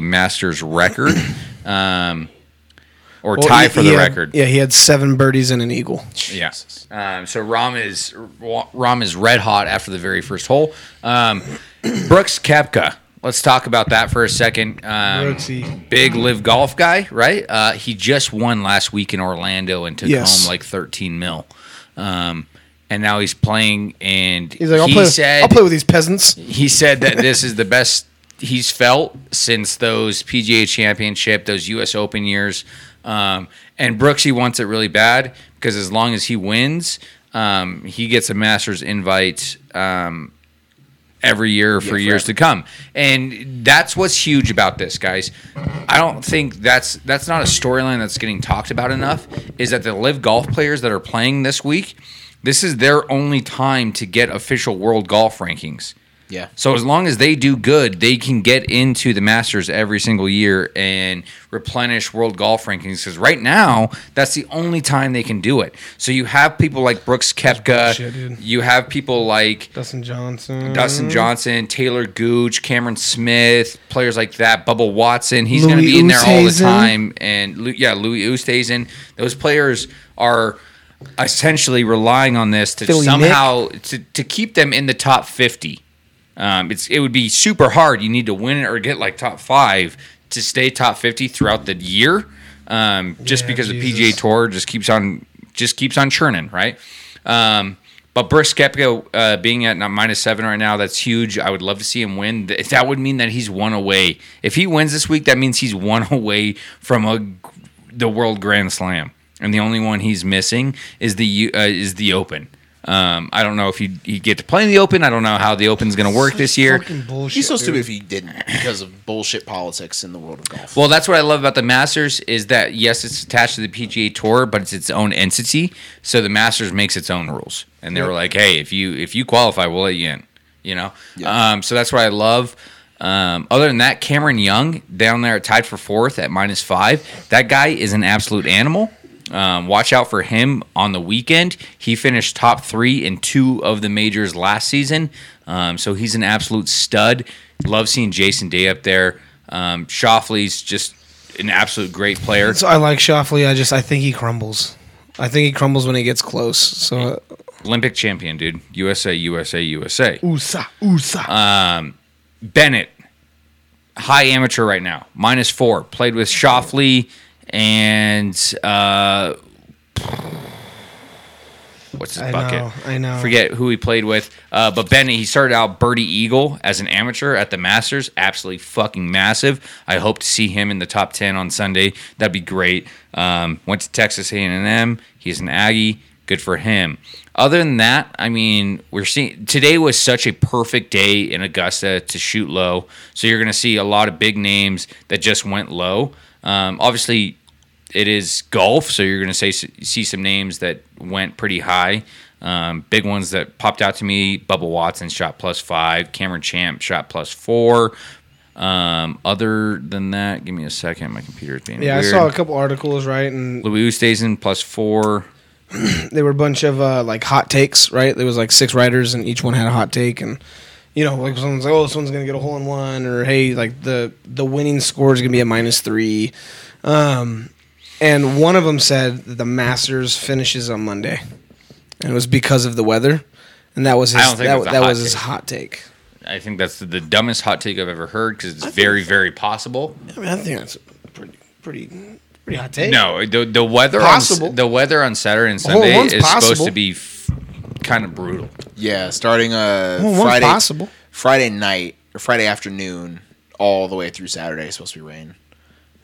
Speaker 4: Masters record, um, or
Speaker 1: Well,
Speaker 4: tie
Speaker 1: he-
Speaker 4: for
Speaker 1: he
Speaker 4: the
Speaker 1: had-
Speaker 4: record.
Speaker 1: Yeah, he had seven birdies and an eagle.
Speaker 4: Yeah. Um, so Rom is Rom is red hot after the very first hole. Um, Brooks Kepka. Let's talk about that for a second. Um,
Speaker 1: Brooksy.
Speaker 4: big live golf guy, right? Uh, he just won last week in Orlando and took
Speaker 1: Yes.
Speaker 4: home like 13 mil. Um, and now he's playing, and
Speaker 1: He's like, I'll,
Speaker 4: he
Speaker 1: play,
Speaker 4: said
Speaker 1: I'll play with these peasants.
Speaker 4: he said that this is the best he's felt since those PGA Championship, those U.S. Open years. Um, and Brooksy wants it really bad because as long as he wins, um, he gets a Masters invite um, every year for years to come. And that's what's huge about this, guys. I don't think that's that's not a storyline that's getting talked about enough. Is that the live golf players that are playing this week? This is their only time to get official world golf rankings.
Speaker 3: yeah.
Speaker 4: So as long as they do good, they can get into the Masters every single year and replenish world golf rankings. Because right now, that's the only time they can do it. So you have people like Brooks
Speaker 1: bullshit, dude.
Speaker 4: Kepka, you have people like
Speaker 1: Dustin Johnson.
Speaker 4: Dustin Johnson, Taylor Gooch, Cameron Smith, players like that. Bubba Watson, he's going to
Speaker 1: Louis
Speaker 4: be in there all the
Speaker 1: Oosthuizen.
Speaker 4: time. And Lu- yeah, Louis Oosthuizen. Those players are essentially relying on this to
Speaker 1: Philly
Speaker 4: somehow to, to keep them in the top fifty. Um, it's it would be super hard. You need to win or get like top five to stay top fifty throughout the year. Um, just
Speaker 1: Yeah,
Speaker 4: because the PGA
Speaker 1: Jesus.
Speaker 4: Tour just keeps on just keeps on churning, right? Um, but Brooks Koepka, uh being at not minus seven right now, that's huge. I would love to see him win. Th- That would mean that he's one away. If he wins this week, that means he's one away from a g- the World Grand Slam, and the only one he's missing is the U- uh, is the Open. Um, I don't know if he he get to play in the Open. I don't know how the Open's going to work this year.
Speaker 1: Fucking bullshit.
Speaker 3: He's so stupid
Speaker 1: dude.
Speaker 3: if he didn't because of bullshit politics in the world of golf.
Speaker 4: Well, that's what I love about the Masters is that yes, it's attached to the PGA Tour, but it's its own entity. So the Masters makes its own rules, and they were like, "Hey, if you if you qualify, we'll let you in." You know, um, so that's what I love. Um, other than that, Cameron Young down there tied for fourth at minus five. That guy is an absolute animal. Um, watch out for him on the weekend. He finished top three in two of the majors last season, um, so he's an absolute stud. Love seeing Jason Day up there. Um, Shoffley's just an absolute great player.
Speaker 1: So I like Shoffley. I just I think he crumbles. I think he crumbles when he gets close. So
Speaker 4: Olympic champion, dude. USA, USA, USA.
Speaker 1: uh, USA, USA.
Speaker 4: Bennett, high amateur right now, minus four. Played with Shoffley and uh, what's his
Speaker 1: I
Speaker 4: bucket?
Speaker 1: know, I know.
Speaker 4: Forget who he played with. Uh, but Bennett, he started out birdie eagle as an amateur at the Masters. Absolutely fucking massive. I hope to see him in the top ten on Sunday. That'd be great. Um, went to Texas A&M. He's an Aggie. Good for him. Other than that, I mean, we're seeing today was such a perfect day in Augusta to shoot low. So you're going to see a lot of big names that just went low. Um, obviously, it is golf, so you're going to say see some names that went pretty high. Um, big ones that popped out to me: Bubba Watson shot plus five, Cameron Champ shot plus four. Um, other than that, give me a second. My computer is being
Speaker 1: yeah,
Speaker 4: weird.
Speaker 1: I saw a couple articles right, and
Speaker 4: Louis Oosthuizen plus four.
Speaker 1: they were a bunch of uh, like hot takes. Right, there was like six writers, and each one had a hot take, and you know, like someone's like, oh, this one's gonna get a hole in one, or hey, like the the winning score is gonna be a minus three. Um, and one of them said that the Masters finishes on Monday, and it was because of the weather, and that was his,
Speaker 4: I don't think
Speaker 1: that,
Speaker 4: that's a
Speaker 1: that
Speaker 4: hot
Speaker 1: was his
Speaker 4: take.
Speaker 1: hot take.
Speaker 4: I think that's the dumbest hot take I've ever heard because it's very, very possible.
Speaker 1: I mean, I think that's a pretty pretty pretty hot take.
Speaker 4: No, the the weather
Speaker 1: Possible.
Speaker 4: on the weather on Saturday and
Speaker 1: Well,
Speaker 4: Sunday
Speaker 1: one's
Speaker 4: is supposed
Speaker 1: possible.
Speaker 4: to be f- kind of brutal.
Speaker 3: Yeah, starting uh
Speaker 1: Well, one
Speaker 3: Friday
Speaker 1: possible.
Speaker 3: Friday night or Friday afternoon all the way through Saturday is supposed to be rain.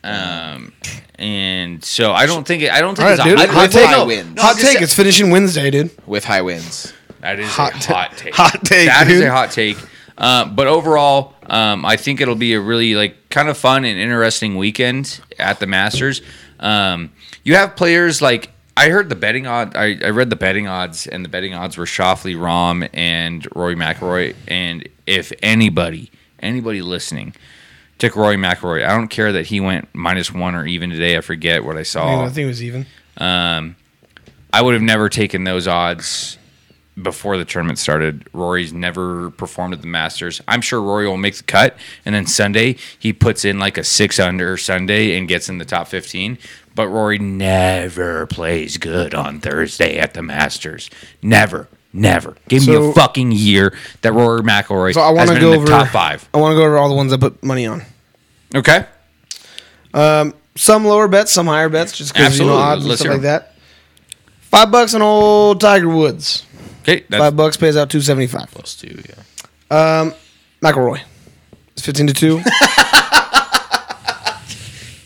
Speaker 4: Um, and so I don't think it, I don't think
Speaker 1: All
Speaker 4: it's
Speaker 1: right, dude.
Speaker 4: a
Speaker 1: Hot
Speaker 4: hot,
Speaker 1: take.
Speaker 4: no,
Speaker 3: wins.
Speaker 4: no,
Speaker 1: hot
Speaker 4: just-
Speaker 1: take. It's finishing Wednesday, dude.
Speaker 3: With high winds.
Speaker 4: That is
Speaker 1: Hot
Speaker 4: a
Speaker 1: ta-
Speaker 4: hot take.
Speaker 1: hot take,
Speaker 4: That is
Speaker 1: dude.
Speaker 4: a hot take. Uh, but overall, um, I think it'll be a really like kind of fun and interesting weekend at the Masters. Um, you have players like I heard the betting odd. I, I read the betting odds, and the betting odds were Shoffley, Rom, and Rory McIlroy. And if anybody, anybody listening, took Rory McIlroy, I don't care that he went minus one or even today. I forget what I saw.
Speaker 1: I think it was even.
Speaker 4: I would have never taken those odds before the tournament started. Rory's never performed at the Masters. I'm sure Rory will make the cut, and then Sunday he puts in like a six under Sunday and gets in the top 15. But Rory never plays good on Thursday at the Masters. Never, never. Give me
Speaker 1: So-
Speaker 4: a fucking year that Rory McIlroy
Speaker 1: So I
Speaker 4: has
Speaker 1: want to
Speaker 4: been
Speaker 1: go
Speaker 4: in
Speaker 1: over
Speaker 4: the top five.
Speaker 1: I want to go over all the ones I put money on.
Speaker 4: Okay,
Speaker 1: Some lower bets, some higher bets, just because you know
Speaker 4: Absolutely.
Speaker 1: odds and
Speaker 4: Let's
Speaker 1: stuff
Speaker 4: hear
Speaker 1: like that. Five bucks on old Tiger Woods.
Speaker 4: okay, that's
Speaker 1: Five bucks pays out two seventy five.
Speaker 2: Plus two, yeah.
Speaker 1: McElroy. It's fifteen to two.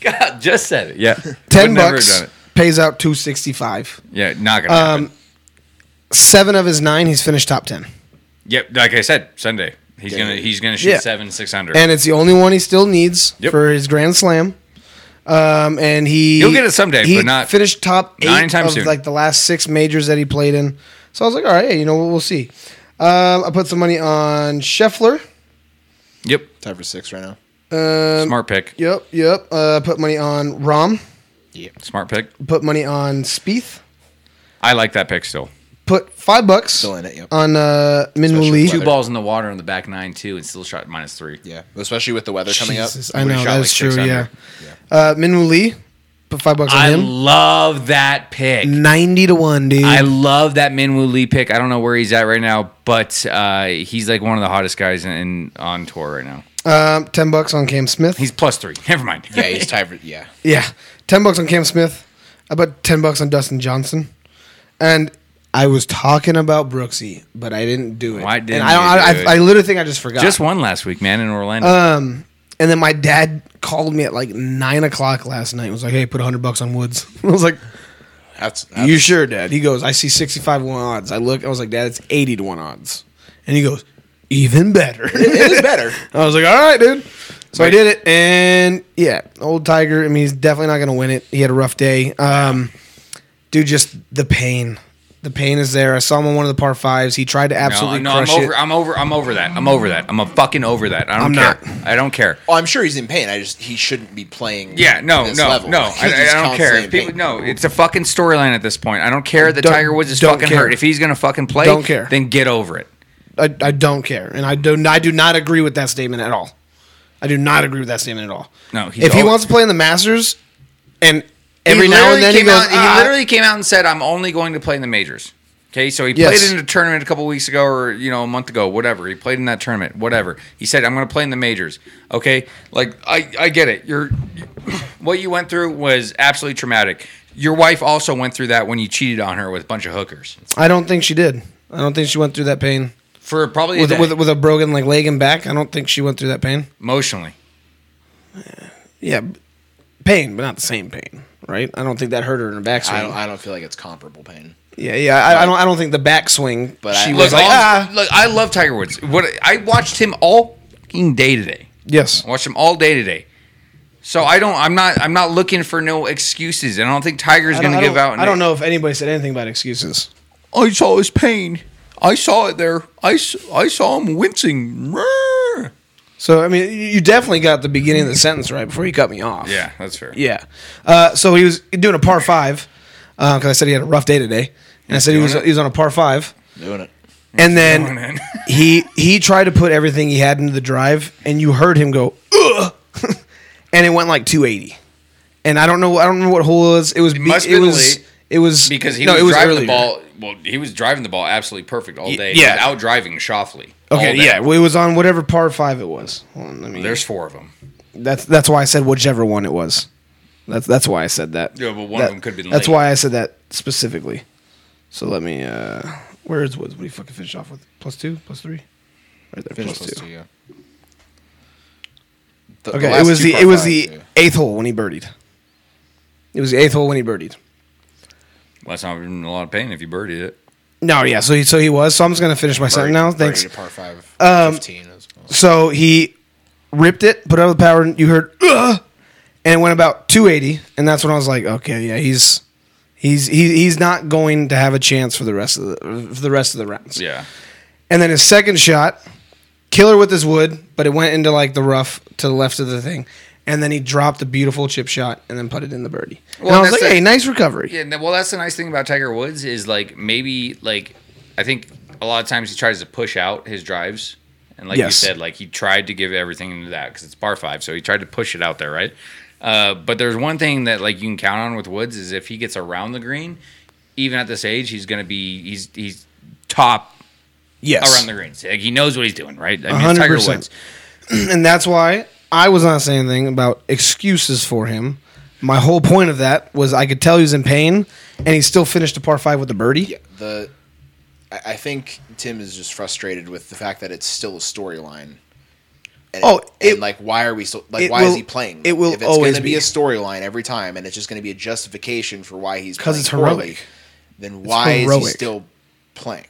Speaker 4: God, just said it. Yeah,
Speaker 1: Ten
Speaker 4: Would never have
Speaker 1: bucks
Speaker 4: done it.
Speaker 1: pays out two sixty five.
Speaker 4: Yeah, not gonna. happen.
Speaker 1: Seven of his nine, he's finished top ten.
Speaker 4: Yep, like I said, Sunday. He's gonna he's gonna shoot
Speaker 1: Yeah.
Speaker 4: seven six hundred.
Speaker 1: And it's the only one he still needs
Speaker 4: Yep.
Speaker 1: for his Grand Slam. Um, and he
Speaker 4: He'll get it someday,
Speaker 1: he
Speaker 4: but not-
Speaker 1: finished top eight
Speaker 4: not anytime
Speaker 1: of
Speaker 4: soon.
Speaker 1: like the last six majors that he played in. So I was like, all right, hey, you know what, we'll see. Um, I put some money on Scheffler.
Speaker 4: yep,
Speaker 3: Time for six right now.
Speaker 1: Um,
Speaker 4: smart pick,
Speaker 1: Yep, yep. Uh, put money on Rom.
Speaker 4: smart pick.
Speaker 1: Put money on Spieth.
Speaker 4: I like that pick still.
Speaker 1: Put five bucks
Speaker 3: Still in it, yep.
Speaker 1: on uh, Minwoo
Speaker 3: Especially
Speaker 1: Lee.
Speaker 3: with
Speaker 4: Two
Speaker 3: Weather.
Speaker 4: balls in the water on the back nine too, and still shot minus three.
Speaker 3: Yeah. Especially with the weather coming
Speaker 1: Jesus,
Speaker 3: up.
Speaker 1: I
Speaker 4: Would've
Speaker 1: know
Speaker 4: shot
Speaker 1: that's
Speaker 4: like
Speaker 1: true.
Speaker 4: six
Speaker 1: Yeah.
Speaker 4: under.
Speaker 1: Uh, Minwoo Lee. Put five bucks on
Speaker 4: I
Speaker 1: him. Mm.
Speaker 4: love that pick.
Speaker 1: Ninety to one, dude.
Speaker 4: I love that Minwoo Lee pick. I don't know where he's at right now, but uh, he's like one of the hottest guys in, in on tour right now.
Speaker 1: um, ten bucks on Cam Smith.
Speaker 4: He's plus three. Never mind.
Speaker 3: Yeah, he's tied for yeah.
Speaker 1: Yeah, ten bucks on Cam Smith. I bet ten bucks on Dustin Johnson. And I was talking about Brooksy, but I didn't do it.
Speaker 4: Why didn't
Speaker 1: and I,
Speaker 4: you do
Speaker 1: I, I,
Speaker 4: it?
Speaker 1: I literally think I just forgot.
Speaker 4: Just won last week, man, in Orlando.
Speaker 1: Um, and then my dad called me at like nine o'clock last night. and Was like, "Hey, put hundred bucks on Woods." I was like,
Speaker 3: That's, that's
Speaker 1: "You sure, Dad?" He goes, "I see sixty-five to one odds." I look, I was like, "Dad, it's eighty to one odds," and he goes, "Even better."
Speaker 3: it is better.
Speaker 1: I was like, "All right, dude." So I did it, and yeah, old Tiger. I mean, he's definitely not going to win it. He had a rough day. Um, dude, just the pain. The pain is there. I saw him on one of the par fives. He tried to absolutely
Speaker 4: no,
Speaker 1: crush
Speaker 4: I'm over.
Speaker 1: it.
Speaker 4: I'm over. I'm over that. I'm over that. I'm a fucking over that. I don't
Speaker 1: I'm
Speaker 4: care. I don't care.
Speaker 3: Oh, I'm sure he's in pain. I just he shouldn't be playing.
Speaker 4: Yeah, no,
Speaker 3: this
Speaker 4: no,
Speaker 3: level.
Speaker 4: no.
Speaker 3: He's
Speaker 4: I, I don't
Speaker 3: constantly
Speaker 4: care.
Speaker 3: in
Speaker 4: If people,
Speaker 3: pain.
Speaker 4: no, it's a fucking storyline at this point. I don't care that
Speaker 1: Don't-
Speaker 4: Tiger Woods is
Speaker 1: don't
Speaker 4: fucking
Speaker 1: care.
Speaker 4: hurt. If he's gonna fucking play,
Speaker 1: Don't care.
Speaker 4: Then get over it.
Speaker 1: I, I don't care, and I do I do not agree with that statement at all. I do not agree with that statement at all.
Speaker 4: No, he's
Speaker 1: if he
Speaker 4: al-
Speaker 1: wants to play in the Masters, and every
Speaker 4: He
Speaker 1: now and
Speaker 4: literally
Speaker 1: then he
Speaker 4: came
Speaker 1: goes,
Speaker 4: out-
Speaker 1: "Ah,
Speaker 4: he literally came out and said, "I'm only going to play in the majors." Okay, so he
Speaker 1: Yes.
Speaker 4: played in a tournament a couple weeks ago, or you know, a month ago, whatever. He played in that tournament, whatever. He said, "I'm going to play in the majors." Okay, like I, I get it. You're, what you went through was absolutely traumatic. Your wife also went through that when you cheated on her with a bunch of hookers
Speaker 1: I don't think she did. I don't think she went through that pain
Speaker 4: for probably a
Speaker 1: with
Speaker 4: day,
Speaker 1: with, with a broken like leg and back. I don't think she went through that pain.
Speaker 4: emotionally.
Speaker 1: Yeah, b- pain, but not the same pain, right? I don't think that hurt her in her
Speaker 3: I don't.
Speaker 1: backswing.
Speaker 3: I don't feel like it's comparable pain.
Speaker 1: Yeah, yeah. I, I don't. I don't think the backswing.
Speaker 3: But
Speaker 1: But
Speaker 3: I-
Speaker 1: she
Speaker 4: Look,
Speaker 1: was like,
Speaker 4: all-
Speaker 1: ah,
Speaker 4: look, I love Tiger Woods. What I watched him all fucking day today.
Speaker 1: yes.
Speaker 4: I watched him all day today. So I don't. I'm not. I'm not looking for no excuses. And I don't think Tiger's
Speaker 1: I don't,
Speaker 4: going to
Speaker 1: I
Speaker 4: give
Speaker 1: don't-
Speaker 4: out.
Speaker 1: I don't know if anybody said anything about excuses.
Speaker 4: I saw his pain. I saw it there. I, I saw him wincing.
Speaker 1: So I mean, you- you definitely got the beginning of the sentence right before you cut me off.
Speaker 4: Yeah, that's fair.
Speaker 1: Yeah. Uh, so he was doing a par five because I said he had a rough day today, and I said he was he was on a par five,
Speaker 3: Doing it.
Speaker 1: and
Speaker 4: doing
Speaker 1: then
Speaker 4: it.
Speaker 1: he he tried to put everything he had into the drive, and you heard him go, Ugh! and it went like 280, and I don't know I don't know what hole it was. It was be-
Speaker 4: must
Speaker 1: it
Speaker 4: been
Speaker 1: was
Speaker 4: late,
Speaker 1: it was
Speaker 4: Because he
Speaker 1: no,
Speaker 4: was,
Speaker 1: it was
Speaker 4: driving
Speaker 1: earlier.
Speaker 4: the ball. Well, he was driving the ball absolutely perfect all day.
Speaker 1: yeah.
Speaker 4: without driving Shoffley. all
Speaker 1: Okay,
Speaker 4: day.
Speaker 1: yeah, well, it was on whatever par five it was. Hold on, let me.
Speaker 4: There's four of them.
Speaker 1: That's that's why I said whichever one it was. That's that's why I said that.
Speaker 4: Yeah, but one of
Speaker 1: That-
Speaker 4: them could've been
Speaker 1: That's
Speaker 4: late.
Speaker 1: why I said that specifically. So let me. uh Where is Woods? What do you fucking finish off with? Plus two, plus three. Right there,
Speaker 3: Finish
Speaker 1: plus
Speaker 3: close
Speaker 1: two.
Speaker 3: to, yeah. The- the
Speaker 1: Okay, it
Speaker 3: last
Speaker 1: was
Speaker 3: two
Speaker 1: the
Speaker 3: par
Speaker 1: it was
Speaker 3: fives,
Speaker 1: the
Speaker 3: yeah.
Speaker 1: eighth hole when he birdied. It was the eighth hole when he birdied.
Speaker 4: Well, that's not even a lot of pain if you birdied it.
Speaker 1: No, yeah. So he so he was. So I'm just gonna finish my sentence now.
Speaker 3: Birdie
Speaker 1: Thanks.
Speaker 3: to Par five.
Speaker 1: Um,
Speaker 3: 15 as well.
Speaker 1: So he ripped it, put out the power, and you heard, Ugh! and it went about 280. And that's when I was like, okay, yeah, he's he's he, he's not going to have a chance for the rest of the for the rest of the rounds.
Speaker 4: Yeah.
Speaker 1: And then his second shot, killer with his wood, but it went into like the rough to the left of the thing. And then he dropped a beautiful chip shot and then put it in the birdie.
Speaker 4: Well,
Speaker 1: and I was
Speaker 4: that's
Speaker 1: like,
Speaker 4: the-
Speaker 1: hey, nice recovery.
Speaker 4: Yeah, no- well, that's the nice thing about Tiger Woods is like maybe like I think a lot of times he tries to push out his drives, and like
Speaker 1: Yes.
Speaker 4: you said, like he tried to give everything into that because it's par five, so he tried to push it out there, right? Uh, but there's one thing that like you can count on with Woods is if he gets around the green, even at this age, he's gonna be he's he's top
Speaker 1: Yes.
Speaker 4: around the greens. Like he knows what he's doing, right? I mean, it's Tiger
Speaker 1: 100%.
Speaker 4: Woods.
Speaker 1: and that's why I was not saying anything about excuses for him. My whole point of that was I could tell he was in pain, and he still finished a par five with a birdie.
Speaker 3: the I, I think Tim is just frustrated with the fact that it's still a storyline. And,
Speaker 1: Oh,
Speaker 3: and
Speaker 1: it-
Speaker 3: like why are we still like
Speaker 1: it
Speaker 3: why is
Speaker 1: will-
Speaker 3: he playing?
Speaker 1: it will
Speaker 3: if it's
Speaker 1: always
Speaker 3: gonna be,
Speaker 1: be.
Speaker 3: a storyline every time, and it's just going to be a justification for why he's
Speaker 1: 'Cause
Speaker 3: playing
Speaker 1: it's
Speaker 3: poorly,
Speaker 1: heroic.
Speaker 3: Then why is he
Speaker 1: heroic.
Speaker 3: still playing?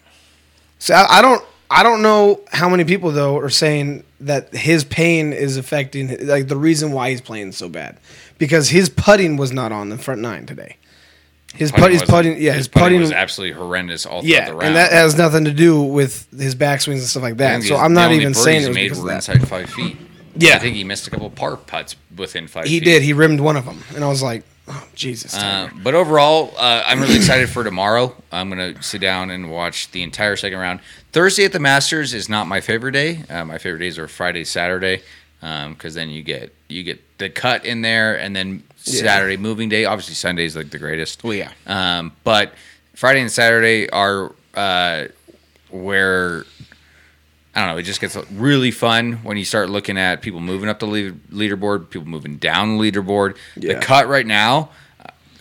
Speaker 1: So I, I don't, I don't know how many people though are saying that his pain is affecting like the reason why he's playing so bad because his putting was not on the front nine today. His put, his
Speaker 4: wasn't-
Speaker 1: putting, yeah, his,
Speaker 4: putting
Speaker 1: putting,
Speaker 4: was absolutely horrendous all throughout
Speaker 1: yeah,
Speaker 4: the round.
Speaker 1: and that has nothing to do with his backswings and stuff like
Speaker 4: I
Speaker 1: that.
Speaker 4: think
Speaker 1: So
Speaker 4: his-
Speaker 1: I'm
Speaker 4: the
Speaker 1: not
Speaker 4: only
Speaker 1: even
Speaker 4: birdies
Speaker 1: saying
Speaker 4: he
Speaker 1: it was
Speaker 4: made
Speaker 1: because of
Speaker 4: were
Speaker 1: that.
Speaker 4: inside five feet.
Speaker 1: Yeah.
Speaker 4: I think he missed a couple par putts within five.
Speaker 1: He
Speaker 4: feet.
Speaker 1: did. He rimmed one of them, and I was like, oh, Jesus.
Speaker 4: Uh,
Speaker 1: Tiger.
Speaker 4: but overall, uh, I'm really excited for tomorrow. I'm going to sit down and watch the entire second round. Thursday at the Masters is not my favorite day. Uh, my favorite days are Friday, Saturday, because then you get you get the cut in there, and then Saturday moving day. Obviously, Sunday is like the greatest.
Speaker 3: Well, yeah.
Speaker 4: Um, but Friday and Saturday are uh, where I don't know. It just gets really fun when you start looking at people moving up the lead- leaderboard, people moving down the leaderboard.
Speaker 1: Yeah.
Speaker 4: The cut right now,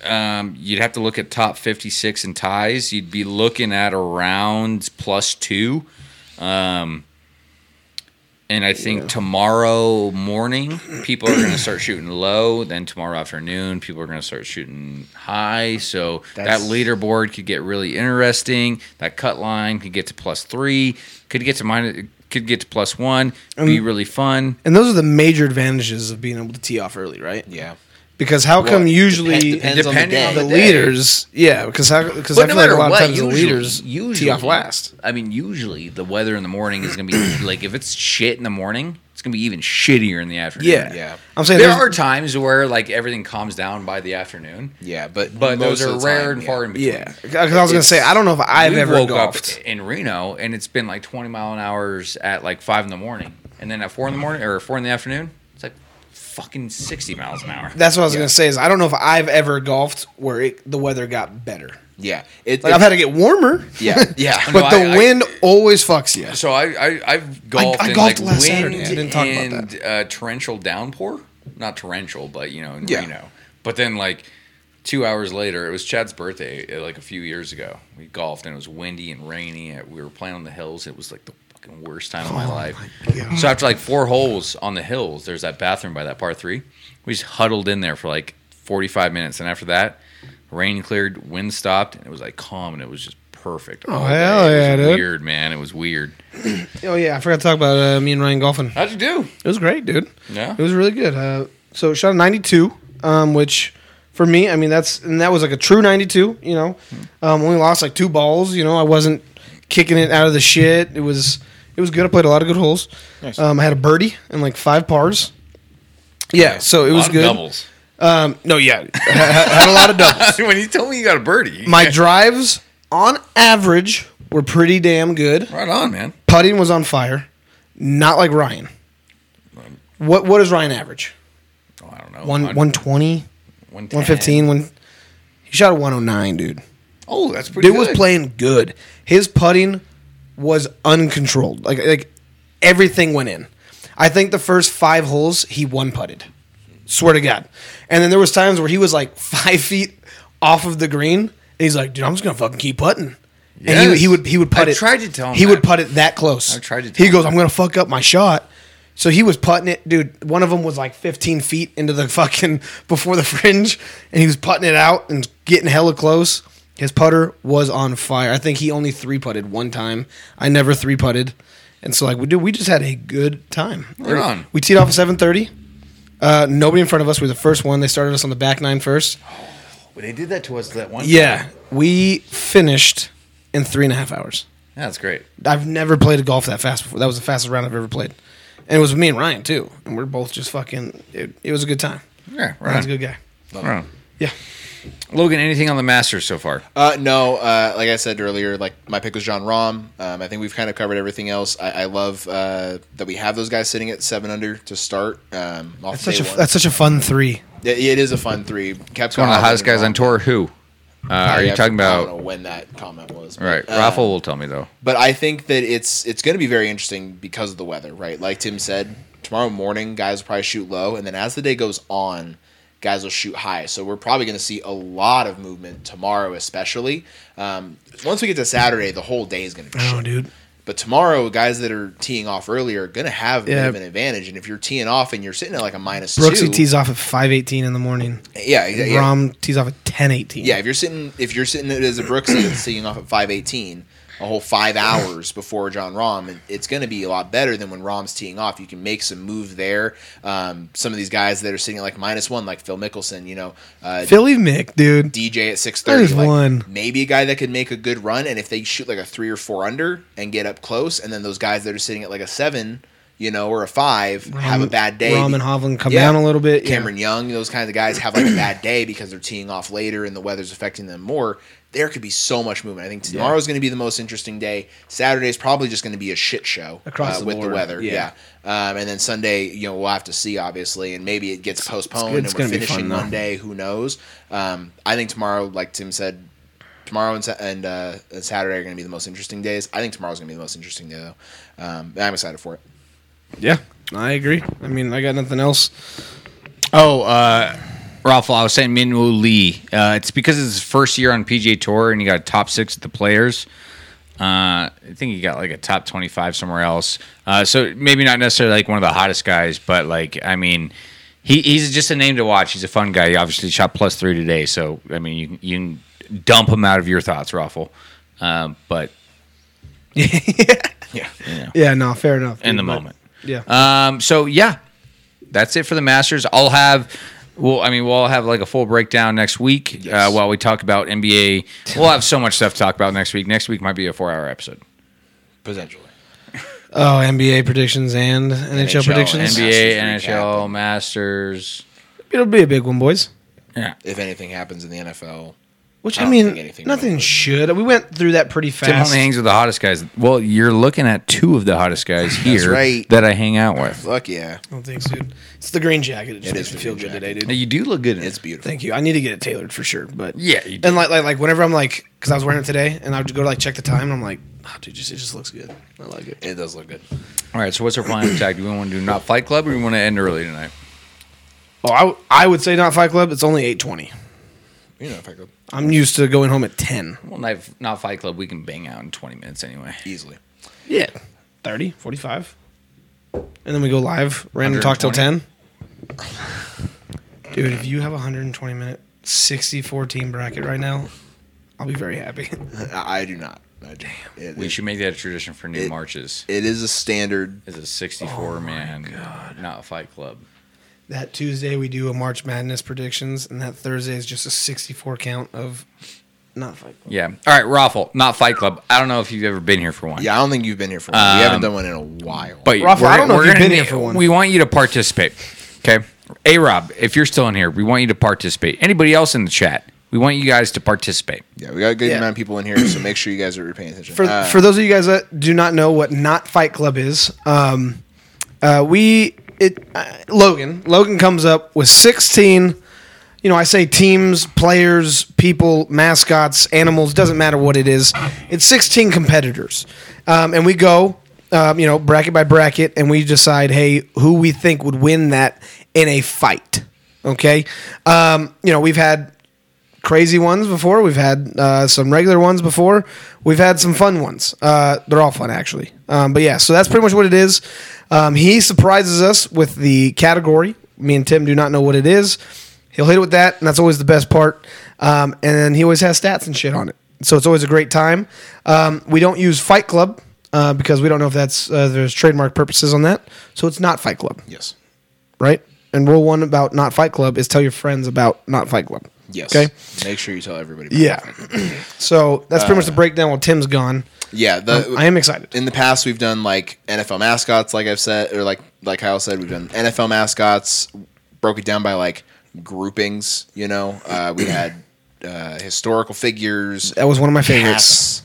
Speaker 4: um, you'd have to look at top 56 and ties. You'd be looking at around plus two. Um, and I think tomorrow morning, people are going to start shooting low. Then tomorrow afternoon, people are going to start shooting high. So
Speaker 3: That's-
Speaker 4: that leaderboard could get really interesting. That cut line could get to plus three, could get to minus, could get to plus one, be really fun.
Speaker 1: And those are the major advantages of being able to tee off early, right?
Speaker 3: Yeah,
Speaker 1: Because how come
Speaker 3: Well,
Speaker 1: usually
Speaker 3: depen- depends on the
Speaker 4: depending on
Speaker 3: day.
Speaker 1: the
Speaker 4: the day.
Speaker 1: leaders? Yeah, because I because I feel
Speaker 4: But no
Speaker 1: like
Speaker 4: matter
Speaker 1: a lot
Speaker 4: what,
Speaker 1: of times
Speaker 4: usually,
Speaker 1: the leaders
Speaker 4: usually,
Speaker 1: tee off last.
Speaker 4: I mean, usually the weather in the morning is going to be like if it's shit in the morning, it's going to be even shittier in the afternoon.
Speaker 1: Yeah,
Speaker 3: Yeah.
Speaker 1: I'm saying
Speaker 4: There
Speaker 1: there's
Speaker 4: are times where like everything calms down by the afternoon,
Speaker 3: Yeah, but
Speaker 4: but
Speaker 3: most
Speaker 4: those
Speaker 3: of
Speaker 4: are
Speaker 3: the
Speaker 4: rare
Speaker 3: time,
Speaker 4: and
Speaker 3: yeah.
Speaker 4: far in between.
Speaker 1: yeah. Because I was gonna say I don't know if I've
Speaker 4: we
Speaker 1: ever
Speaker 4: woke
Speaker 1: golfed.
Speaker 4: up in Reno and it's been like 20 mile an hours at like five in the morning, and then at four in the morning or four in the afternoon, it's like fucking 60 miles an hour.
Speaker 1: That's what I was gonna say is I don't know if I've ever golfed where it, the weather got better.
Speaker 3: Yeah, it,
Speaker 1: Like I've had to get warmer.
Speaker 3: Yeah, yeah.
Speaker 1: but
Speaker 4: No,
Speaker 1: the
Speaker 4: I- I-
Speaker 1: wind always fucks you.
Speaker 4: So I, I I've golfed
Speaker 1: I
Speaker 4: in
Speaker 1: golfed
Speaker 4: like
Speaker 1: last
Speaker 4: wind
Speaker 1: Saturday. I didn't talk about
Speaker 4: and Uh, torrential downpour. Not torrential, but you know, in
Speaker 3: Yeah.
Speaker 4: Reno. But then like two hours later, it was Chad's birthday uh, like a few years ago. We golfed and it was windy and rainy. and We were playing on the hills. It was like the fucking worst time of
Speaker 1: Oh
Speaker 4: my life. so after like four holes on the hills, there's that bathroom by that par three. We just huddled in there for like 45 minutes, and after that, rain cleared, wind stopped, and it was like calm and it was just perfect. all
Speaker 1: Oh,
Speaker 4: day.
Speaker 1: hell yeah,
Speaker 4: it was
Speaker 1: dude.
Speaker 4: Weird man, it was weird.
Speaker 1: Oh yeah, I forgot to talk about uh, me and Ryan golfing.
Speaker 4: How'd you do?
Speaker 1: It was great, dude.
Speaker 4: Yeah.
Speaker 1: It was really good. Uh, so shot a 92, um, which for me, I mean that's and that was like a true 92. You know,
Speaker 4: Hmm.
Speaker 1: um, only lost like two balls. You know, I wasn't kicking it out of the shit. It was it was good. I played a lot of good holes. Um, I had a birdie and like five pars. Yeah, so it was good.
Speaker 4: Doubles.
Speaker 1: Um, no, yeah, I had had a lot of doubles.
Speaker 4: when you told me you got a birdie,
Speaker 1: My drives on average were pretty damn good.
Speaker 4: right on, man.
Speaker 1: Putting was on fire, not like Ryan. What what is Ryan average?
Speaker 4: Oh, I don't know.
Speaker 1: One one twenty.
Speaker 4: 110.
Speaker 1: 115 when he shot a 109 dude
Speaker 4: Oh, that's pretty.
Speaker 1: dude
Speaker 4: good.
Speaker 1: was playing good his putting was uncontrolled like like everything went in i think the first five holes he one putted swear to god and then there was times where he was like five feet off of the green and he's like dude i'm just gonna fucking keep putting and
Speaker 4: Yes.
Speaker 1: he, he would he would putt
Speaker 4: I
Speaker 1: it
Speaker 4: tried to tell him
Speaker 1: he
Speaker 4: that.
Speaker 1: would putt it that close
Speaker 4: I tried to
Speaker 1: he
Speaker 4: tell
Speaker 1: goes
Speaker 4: him
Speaker 1: i'm gonna fuck up my shot so he was putting it, dude. One of them was like 15 feet into the fucking before the fringe, and he was putting it out and getting hella close. His putter was on fire. I think he only three putted one time. I never three putted, and so like we dude, we just had a good time.
Speaker 4: Right on.
Speaker 1: We teed off at 7:30. Uh, nobody in front of us. We were the first one. They started us on the back nine first.
Speaker 4: They did that to us that one.
Speaker 1: Yeah,
Speaker 4: time.
Speaker 1: we finished in three and a half hours.
Speaker 4: that's great.
Speaker 1: I've never played a golf that fast before. That was the fastest round I've ever played, and it was me and Ryan too. And we're both just fucking. It, it was a good time.
Speaker 4: Yeah, right.
Speaker 1: Ryan's
Speaker 4: on.
Speaker 1: a good guy.
Speaker 4: Right on.
Speaker 1: Yeah,
Speaker 4: Logan, anything on the Masters so far?
Speaker 3: Uh, no, uh, like I said earlier, like my pick was John Rahm. Um, I think we've kind of covered everything else. I, I love uh, that we have those guys sitting at seven under to start. Um, off
Speaker 1: that's such
Speaker 3: day
Speaker 1: a
Speaker 3: one.
Speaker 1: that's such a fun three.
Speaker 3: It- it is a fun three. Capcom
Speaker 4: One of the hottest guys on tour. Who? Uh, are you talking
Speaker 3: I don't
Speaker 4: about?
Speaker 3: know when that comment was. but,
Speaker 4: Right,
Speaker 3: uh,
Speaker 4: Rafa will tell me though.
Speaker 3: But I think that it's it's going to be very interesting because of the weather, right? Like Tim said, tomorrow morning guys will probably shoot low, and then as the day goes on, guys will shoot high. So we're probably going to see a lot of movement tomorrow, especially. Um, once we get to Saturday, the whole day is going to be.
Speaker 1: Oh,
Speaker 3: shit.
Speaker 1: dude.
Speaker 3: But tomorrow, guys that are teeing off earlier are going to have a bit
Speaker 1: Yeah.
Speaker 3: of an advantage, and if you're teeing off and you're sitting at like a minus
Speaker 1: Brooksy
Speaker 3: two,
Speaker 1: tees off at five eighteen in the morning.
Speaker 3: yeah, yeah, yeah.
Speaker 1: Rom tees off at ten eighteen.
Speaker 3: Yeah, if you're sitting if you're sitting as a Brooks and sitting off at five eighteen, a whole five hours before John Rom, and it's going to be a lot better than when Rom's teeing off. You can make some move there. Um, some of these guys that are sitting at like minus one, like Phil Mickelson, you know, uh,
Speaker 1: Philly Mick, dude.
Speaker 3: DJ at six
Speaker 1: There's
Speaker 3: thirty, like
Speaker 1: one.
Speaker 3: maybe a guy that could make a good run, and if they shoot like a three or four under and get up close, and then those guys that are sitting at like a seven, you know, or a five have a
Speaker 1: Rom-
Speaker 3: bad day.
Speaker 1: Rom and Hovland come down a little bit. Yeah.
Speaker 3: Cameron Young, those kinds of guys have like a bad day because they're teeing off later and the weather's affecting them more. There could be so much movement. I think tomorrow's going to be the most interesting day. Saturday's probably just going to be a shit show uh,
Speaker 1: Across the
Speaker 3: with
Speaker 1: board,
Speaker 3: the weather.
Speaker 1: yeah.
Speaker 3: Yeah. Um, and then Sunday, you know, we'll have to see, obviously, and maybe it gets postponed
Speaker 1: it's
Speaker 3: and
Speaker 1: gonna be
Speaker 3: we're finishing
Speaker 1: fun, though.
Speaker 3: Monday. Who knows? Um, I think tomorrow, like Tim said, tomorrow and, Sa- and uh, and Saturday are going to be the most interesting days. I think tomorrow's going to be the most interesting day, though. Um, I'm excited for it.
Speaker 1: Yeah, I agree. I mean, I got nothing else.
Speaker 4: Oh, uh, Ralph, I was saying Minwoo Lee. Uh, it's because it's his first year on PGA Tour and he got top six at the players. Uh, I think he got like a top 25 somewhere else. Uh, so maybe not necessarily like one of the hottest guys, but like, I mean, he, he's just a name to watch. He's a fun guy. He obviously shot plus three today. So, I mean, you, can- you can dump him out of your thoughts, Raffle. Um, but
Speaker 3: Yeah.
Speaker 1: Yeah, no, fair enough.
Speaker 4: in
Speaker 1: dude,
Speaker 4: the
Speaker 3: Uh,
Speaker 1: but-
Speaker 4: moment.
Speaker 1: Yeah.
Speaker 4: Um, so yeah, that's it for the Masters. I'll have Well, I mean, we'll have like a full breakdown next week uh, while we talk about NBA. We'll have so much stuff to talk about next week. Next week might be a four-hour episode.
Speaker 3: potentially.
Speaker 1: Oh, NBA predictions and NHL,
Speaker 3: NHL,
Speaker 1: predictions.
Speaker 3: Masters
Speaker 4: NBA,
Speaker 3: recap.
Speaker 4: NHL, Masters.
Speaker 1: It'll be a big one, boys.
Speaker 4: Yeah,
Speaker 3: If anything happens in the NFL,
Speaker 1: Which
Speaker 3: I
Speaker 1: I,
Speaker 3: don't
Speaker 1: mean,
Speaker 3: think anything
Speaker 1: nothing
Speaker 3: really-
Speaker 1: should. We went through that pretty
Speaker 4: Tim
Speaker 1: fast.
Speaker 4: only hangs with the hottest guys. Well, you're looking at two of the hottest guys here
Speaker 3: right.
Speaker 4: that I hang out with.
Speaker 3: fuck yeah,
Speaker 1: I don't think so. dude. It's the green jacket. It just
Speaker 3: It
Speaker 1: makes
Speaker 3: is
Speaker 1: me
Speaker 3: the
Speaker 1: feel
Speaker 3: green
Speaker 1: good today,
Speaker 3: jacket.
Speaker 1: dude.
Speaker 4: Now, you do look good. In
Speaker 3: it's
Speaker 4: it.
Speaker 3: beautiful.
Speaker 1: Thank you. I need to get it tailored for sure. But
Speaker 4: Yeah, you do.
Speaker 1: and like like like whenever I'm like, because I was wearing it today, and I would go to like check the time, and I'm like, oh, dude, just, it just looks good. I like it.
Speaker 3: It does look good.
Speaker 4: All right. So, what's our final tag? Do we want to do not Fight Club, or do we want to end early tonight?
Speaker 1: Oh, I, w- I would say not Fight Club. It's only eight twenty.
Speaker 3: You know, if I could
Speaker 1: I'm used to going home at ten.
Speaker 4: Well, not, not Fight Club. We can bang out in 20 minutes anyway.
Speaker 3: easily.
Speaker 1: Yeah, 30, 45. and then we go live, random talk till ten. Dude, if you have a hundred and twenty minute sixty-four team bracket right now, I'll be very happy.
Speaker 3: I, I do not. I do. It,
Speaker 4: We
Speaker 3: it-
Speaker 4: should make that a tradition for new
Speaker 3: It-
Speaker 4: marches.
Speaker 3: It is a standard.
Speaker 4: Is a
Speaker 1: Oh
Speaker 4: 64 man not Fight Club?
Speaker 1: that Tuesday we do a March Madness predictions, and that Thursday is just a sixty-four count of not Fight Club.
Speaker 4: Yeah. All right, Raffle, not Fight Club. I don't know if you've ever been here for one.
Speaker 3: Yeah, I don't think you've been here for. One. we haven't done one in a while.
Speaker 4: But
Speaker 1: Raffle,
Speaker 4: we're,
Speaker 1: I don't know
Speaker 4: we're
Speaker 1: if you've
Speaker 4: gonna
Speaker 1: been here
Speaker 4: need-
Speaker 1: for one.
Speaker 4: We want you to participate. Okay. A Rob, if you're still in here, we want you to participate. Anybody else in the chat, we want you guys to participate.
Speaker 3: yeah, we got a good
Speaker 1: Yeah.
Speaker 3: amount of people in here, so make sure you guys are paying attention.
Speaker 1: For
Speaker 3: Uh,
Speaker 1: for those of you guys that do not know what not Fight Club is, um, uh, we it uh, Logan Logan comes up with sixteen. You know, I say teams, players, people, mascots, animals, doesn't matter what it is. It's 16 competitors. Um, and we go, um, you know, bracket by bracket, and we decide, hey, who we think would win that in a fight. Okay. Um, you know, we've had crazy ones before. We've had uh, some regular ones before. We've had some fun ones. Uh, they're all fun, actually. Um, but yeah, so that's pretty much what it is. Um, he surprises us with the category. Me and Tim do not know what it is. He'll hit it with that, and that's always the best part. Um, and then he always has stats and shit on it. So it's always a great time. Um, we don't use Fight Club uh, because we don't know if that's uh, there's trademark purposes on that. So it's not Fight Club,
Speaker 3: yes,
Speaker 1: right? And rule one about not Fight Club is tell your friends about not Fight Club.
Speaker 3: yes.
Speaker 1: Okay.
Speaker 3: Make sure you tell everybody. about
Speaker 1: Yeah. so that's pretty much the
Speaker 3: Uh,
Speaker 1: breakdown while Tim's gone.
Speaker 3: it. yeah. The,
Speaker 1: I am excited.
Speaker 3: in the past we've done like NFL mascots, like I've said, or like like Kyle said, we've done NFL mascots, broke it down by like groupings. You know, uh, we had uh, historical figures.
Speaker 1: That was one of my favorites.
Speaker 3: Cats,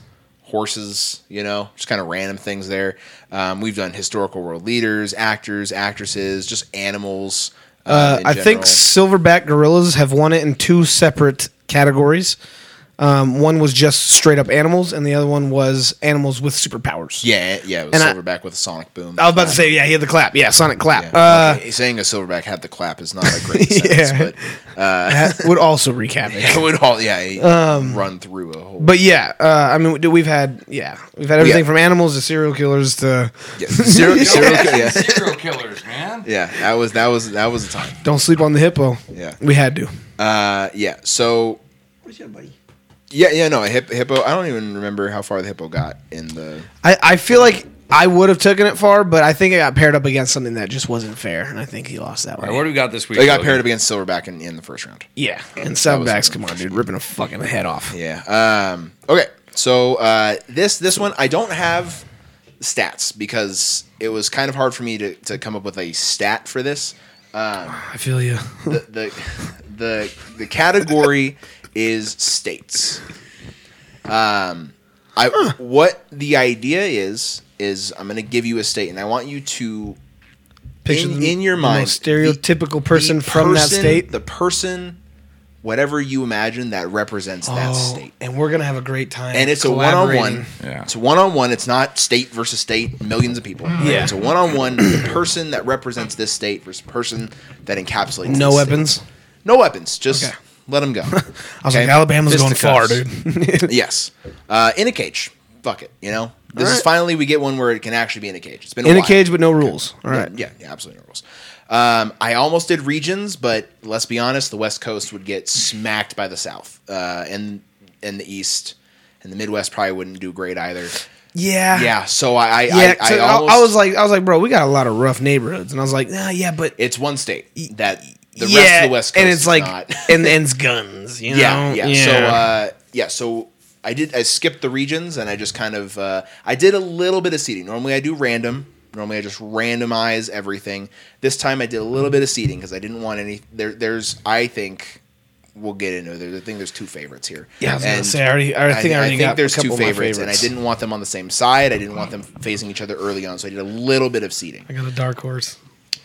Speaker 3: horses, you know, just kind of random things there. Um, we've done historical world leaders, actors, actresses, just animals. Uh, in
Speaker 1: I think
Speaker 3: general.
Speaker 1: silverback gorillas have won it in two separate categories. Um, one was just straight up animals, and the other one was animals with superpowers.
Speaker 3: Yeah, yeah, it was
Speaker 1: and I-
Speaker 3: Silverback with a sonic boom.
Speaker 1: I was about to say, yeah, he had the clap. Yeah, Sonic clap.
Speaker 3: Yeah.
Speaker 1: Uh,
Speaker 3: Okay, Saying a Silverback had the clap is not a great sentence,
Speaker 1: Yeah.
Speaker 3: but
Speaker 1: that would also wreak havoc.
Speaker 3: it would all yeah it run through a whole.
Speaker 1: Um, But yeah, uh, I mean, dude, we've had yeah, we've had everything
Speaker 3: Yeah.
Speaker 1: from animals to serial killers to
Speaker 3: Yeah, zero, zero, yeah,
Speaker 4: Serial killers, man.
Speaker 3: yeah, that was that was that was the time.
Speaker 1: don't sleep on the hippo.
Speaker 3: Yeah.
Speaker 1: we had to.
Speaker 3: Uh, yeah. So. Yeah, yeah, no, a hip, hippo. I don't even remember how far the hippo got in the.
Speaker 1: I, I feel like I would have taken it far, but I think I got paired up against something that just wasn't fair, and I think he lost that
Speaker 4: All
Speaker 1: way.
Speaker 4: right, what do we got this week?
Speaker 3: They got
Speaker 4: Logan?
Speaker 3: paired up against Silverback in, in the first round.
Speaker 1: yeah, and
Speaker 3: was-
Speaker 1: Saddlebags, come on, dude, ripping a fucking head off.
Speaker 3: Yeah. Um, okay. So uh, this this one I don't have stats because it was kind of hard for me to, to come up with a stat for this.
Speaker 1: I feel you.
Speaker 3: The the the, the category is states. Um, I what the idea is is I'm going to give you a state and I want you to
Speaker 1: Picture
Speaker 3: in,
Speaker 1: the-
Speaker 3: in your
Speaker 1: the
Speaker 3: mind
Speaker 1: most
Speaker 3: the-
Speaker 1: stereotypical
Speaker 3: the
Speaker 1: person from that
Speaker 3: person-
Speaker 1: state.
Speaker 3: the person whatever you imagine that represents that state
Speaker 1: Oh, and we're gonna have a great time.
Speaker 3: and it's a one on
Speaker 1: collaborating.
Speaker 3: one.
Speaker 4: Yeah.
Speaker 3: It's one on one. It's not state versus state, millions of people.
Speaker 1: Mm. Yeah.
Speaker 3: It's a one on one. The person that represents this state versus person that encapsulates
Speaker 1: No
Speaker 3: this
Speaker 1: weapons.
Speaker 3: state. No weapons. Just
Speaker 1: Okay.
Speaker 3: let them go.
Speaker 1: I was
Speaker 3: Okay?
Speaker 1: like, Alabama's going far,
Speaker 3: Fisticuffs.
Speaker 1: dude.
Speaker 3: yes. Uh, in a cage. Fuck it. You know. This
Speaker 1: All
Speaker 3: is
Speaker 1: right.
Speaker 3: finally we get one where it can actually be in a cage. It's been a
Speaker 1: in a
Speaker 3: while.
Speaker 1: cage with no rules. All
Speaker 3: Yeah,
Speaker 1: right.
Speaker 3: Yeah, yeah, absolutely no rules. Um, I almost did regions, but let's be honest, the West Coast would get smacked by the South, uh, and and the East, and the Midwest probably wouldn't do great either.
Speaker 1: Yeah.
Speaker 3: Yeah, so I, I,
Speaker 1: Yeah,
Speaker 3: I,
Speaker 1: 'cause I,
Speaker 3: I, almost,
Speaker 1: I was like, I was like, bro, we got a lot of rough neighborhoods, and I was like, nah, yeah, but
Speaker 3: it's one state that the rest of the West Coast
Speaker 1: and it's
Speaker 3: is
Speaker 1: like
Speaker 3: not.
Speaker 1: and and it's guns. You know?
Speaker 3: yeah, yeah, So uh, yeah, so I did. I skipped the regions and I just kind of uh, I did a little bit of seeding. Normally I do random. Normally I just randomize everything. This time I did a
Speaker 1: Mm-hmm.
Speaker 3: little bit of seeding because I didn't want any. There, there's I think we'll get into it. There's, I think there's two favorites here.
Speaker 1: yeah, I was gonna
Speaker 3: And
Speaker 1: say I already. I think I, already got
Speaker 3: there's
Speaker 1: a couple
Speaker 3: two
Speaker 1: of my
Speaker 3: favorites, and I
Speaker 1: favorites. Mm-hmm.
Speaker 3: didn't want them on the same side. I didn't want them facing each other early on, so I did a little bit of seeding
Speaker 1: I got a dark horse.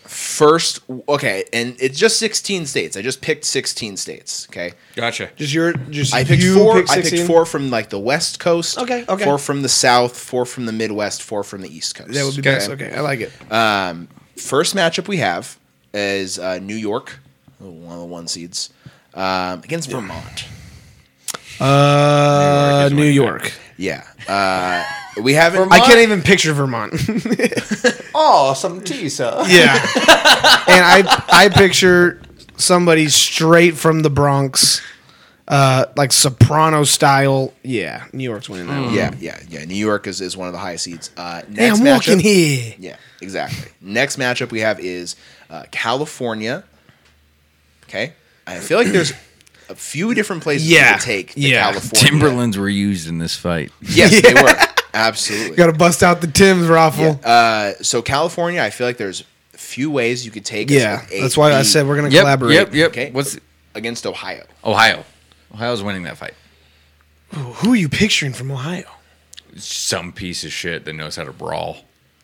Speaker 3: first okay and it's just 16 states i just picked 16 states okay
Speaker 4: Gotcha.
Speaker 1: Just your. Just
Speaker 3: i picked
Speaker 1: you
Speaker 3: four
Speaker 1: picked
Speaker 3: i picked
Speaker 1: 16?
Speaker 3: four from like the west coast
Speaker 1: Okay, okay.
Speaker 3: four from the south four from the midwest four from the east coast
Speaker 1: That would be
Speaker 3: okay?
Speaker 1: best. Okay, I like it.
Speaker 3: um first matchup we have is uh new york one of the one seeds um against vermont
Speaker 1: Uh,
Speaker 4: New
Speaker 1: New
Speaker 4: York
Speaker 1: York.
Speaker 3: yeah uh we haven't
Speaker 1: I can't even picture Vermont.
Speaker 5: Oh, some tea, sir.
Speaker 1: yeah, and I I picture somebody straight from the Bronx, uh, like soprano style. Yeah, New York's winning that. one.
Speaker 3: yeah yeah yeah new york is, is one of the highest seeds uh
Speaker 1: Hey,
Speaker 3: next
Speaker 1: I'm walking
Speaker 3: matchup-
Speaker 1: here.
Speaker 3: Yeah, exactly. Next matchup we have is uh, California. Okay, I feel like there's a few different places you
Speaker 1: Yeah,
Speaker 3: can take the
Speaker 1: yeah.
Speaker 3: California.
Speaker 4: Timberlands were used in this fight.
Speaker 3: Yes, they were absolutely.
Speaker 1: Got to bust out the Tim's raffle. Yeah,
Speaker 3: Uh, so California, I feel like there's a few ways you could take. it. Like a-
Speaker 1: that's why I
Speaker 3: B
Speaker 1: said we're gonna collaborate.
Speaker 4: Yep. Yep.
Speaker 3: Okay.
Speaker 4: What's
Speaker 3: against Ohio.
Speaker 4: Ohio? Ohio's winning that fight.
Speaker 1: Who are you picturing from Ohio?
Speaker 4: Some piece of shit that knows how to brawl.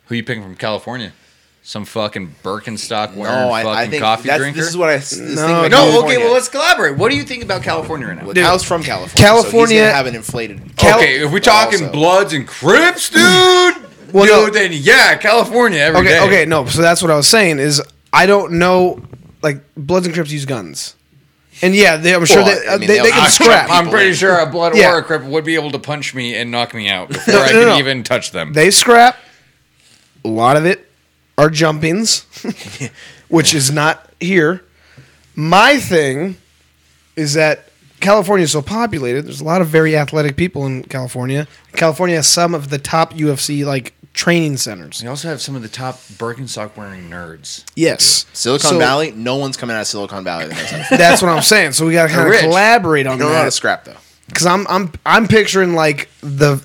Speaker 4: Who you picking from California? Some fucking Birkenstock wearing
Speaker 3: No, I,
Speaker 4: fucking
Speaker 3: I think
Speaker 4: coffee
Speaker 3: that's,
Speaker 4: drinker.
Speaker 3: this is what I s- this
Speaker 1: No,
Speaker 3: thing about
Speaker 1: no,
Speaker 4: no, okay,
Speaker 3: California.
Speaker 4: well, let's collaborate. What do you think about California right now?
Speaker 3: Well, Kyle's from California. so he's gonna
Speaker 1: California-
Speaker 3: have an inflated.
Speaker 1: Cal-
Speaker 4: okay, if we're talking
Speaker 3: also-
Speaker 4: Bloods and Crips, dude,
Speaker 1: Well,
Speaker 4: dude,
Speaker 1: no.
Speaker 4: then yeah, California every
Speaker 1: Okay,
Speaker 4: day.
Speaker 1: okay, no. So that's what I was saying is I don't know. Like Bloods and Crips use guns, and yeah, they, I'm sure
Speaker 3: Well,
Speaker 1: they, uh,
Speaker 3: I mean,
Speaker 1: they,
Speaker 3: they'll
Speaker 1: they can
Speaker 3: knock
Speaker 1: scrap.
Speaker 3: people
Speaker 4: I'm pretty sure a Blood
Speaker 1: Yeah.
Speaker 4: or a Crip would be able to punch me and knock me out before I
Speaker 1: no,
Speaker 4: could
Speaker 1: no.
Speaker 4: even touch them.
Speaker 1: They scrap. A lot of it are jumpings, which is not here. My thing is that California is so populated. There's a lot of very athletic people in California. California has some of the top UFC like training centers.
Speaker 4: They also have some of the top Birkenstock wearing nerds.
Speaker 1: Yes,
Speaker 3: Silicon
Speaker 1: So
Speaker 3: Valley. No one's coming out of Silicon Valley. That knows how to-
Speaker 1: That's what I'm saying. So we got to kind of
Speaker 4: rich.
Speaker 1: collaborate on
Speaker 3: you don't know how to
Speaker 1: that.
Speaker 3: scrap though.
Speaker 1: because I'm I'm I'm picturing like the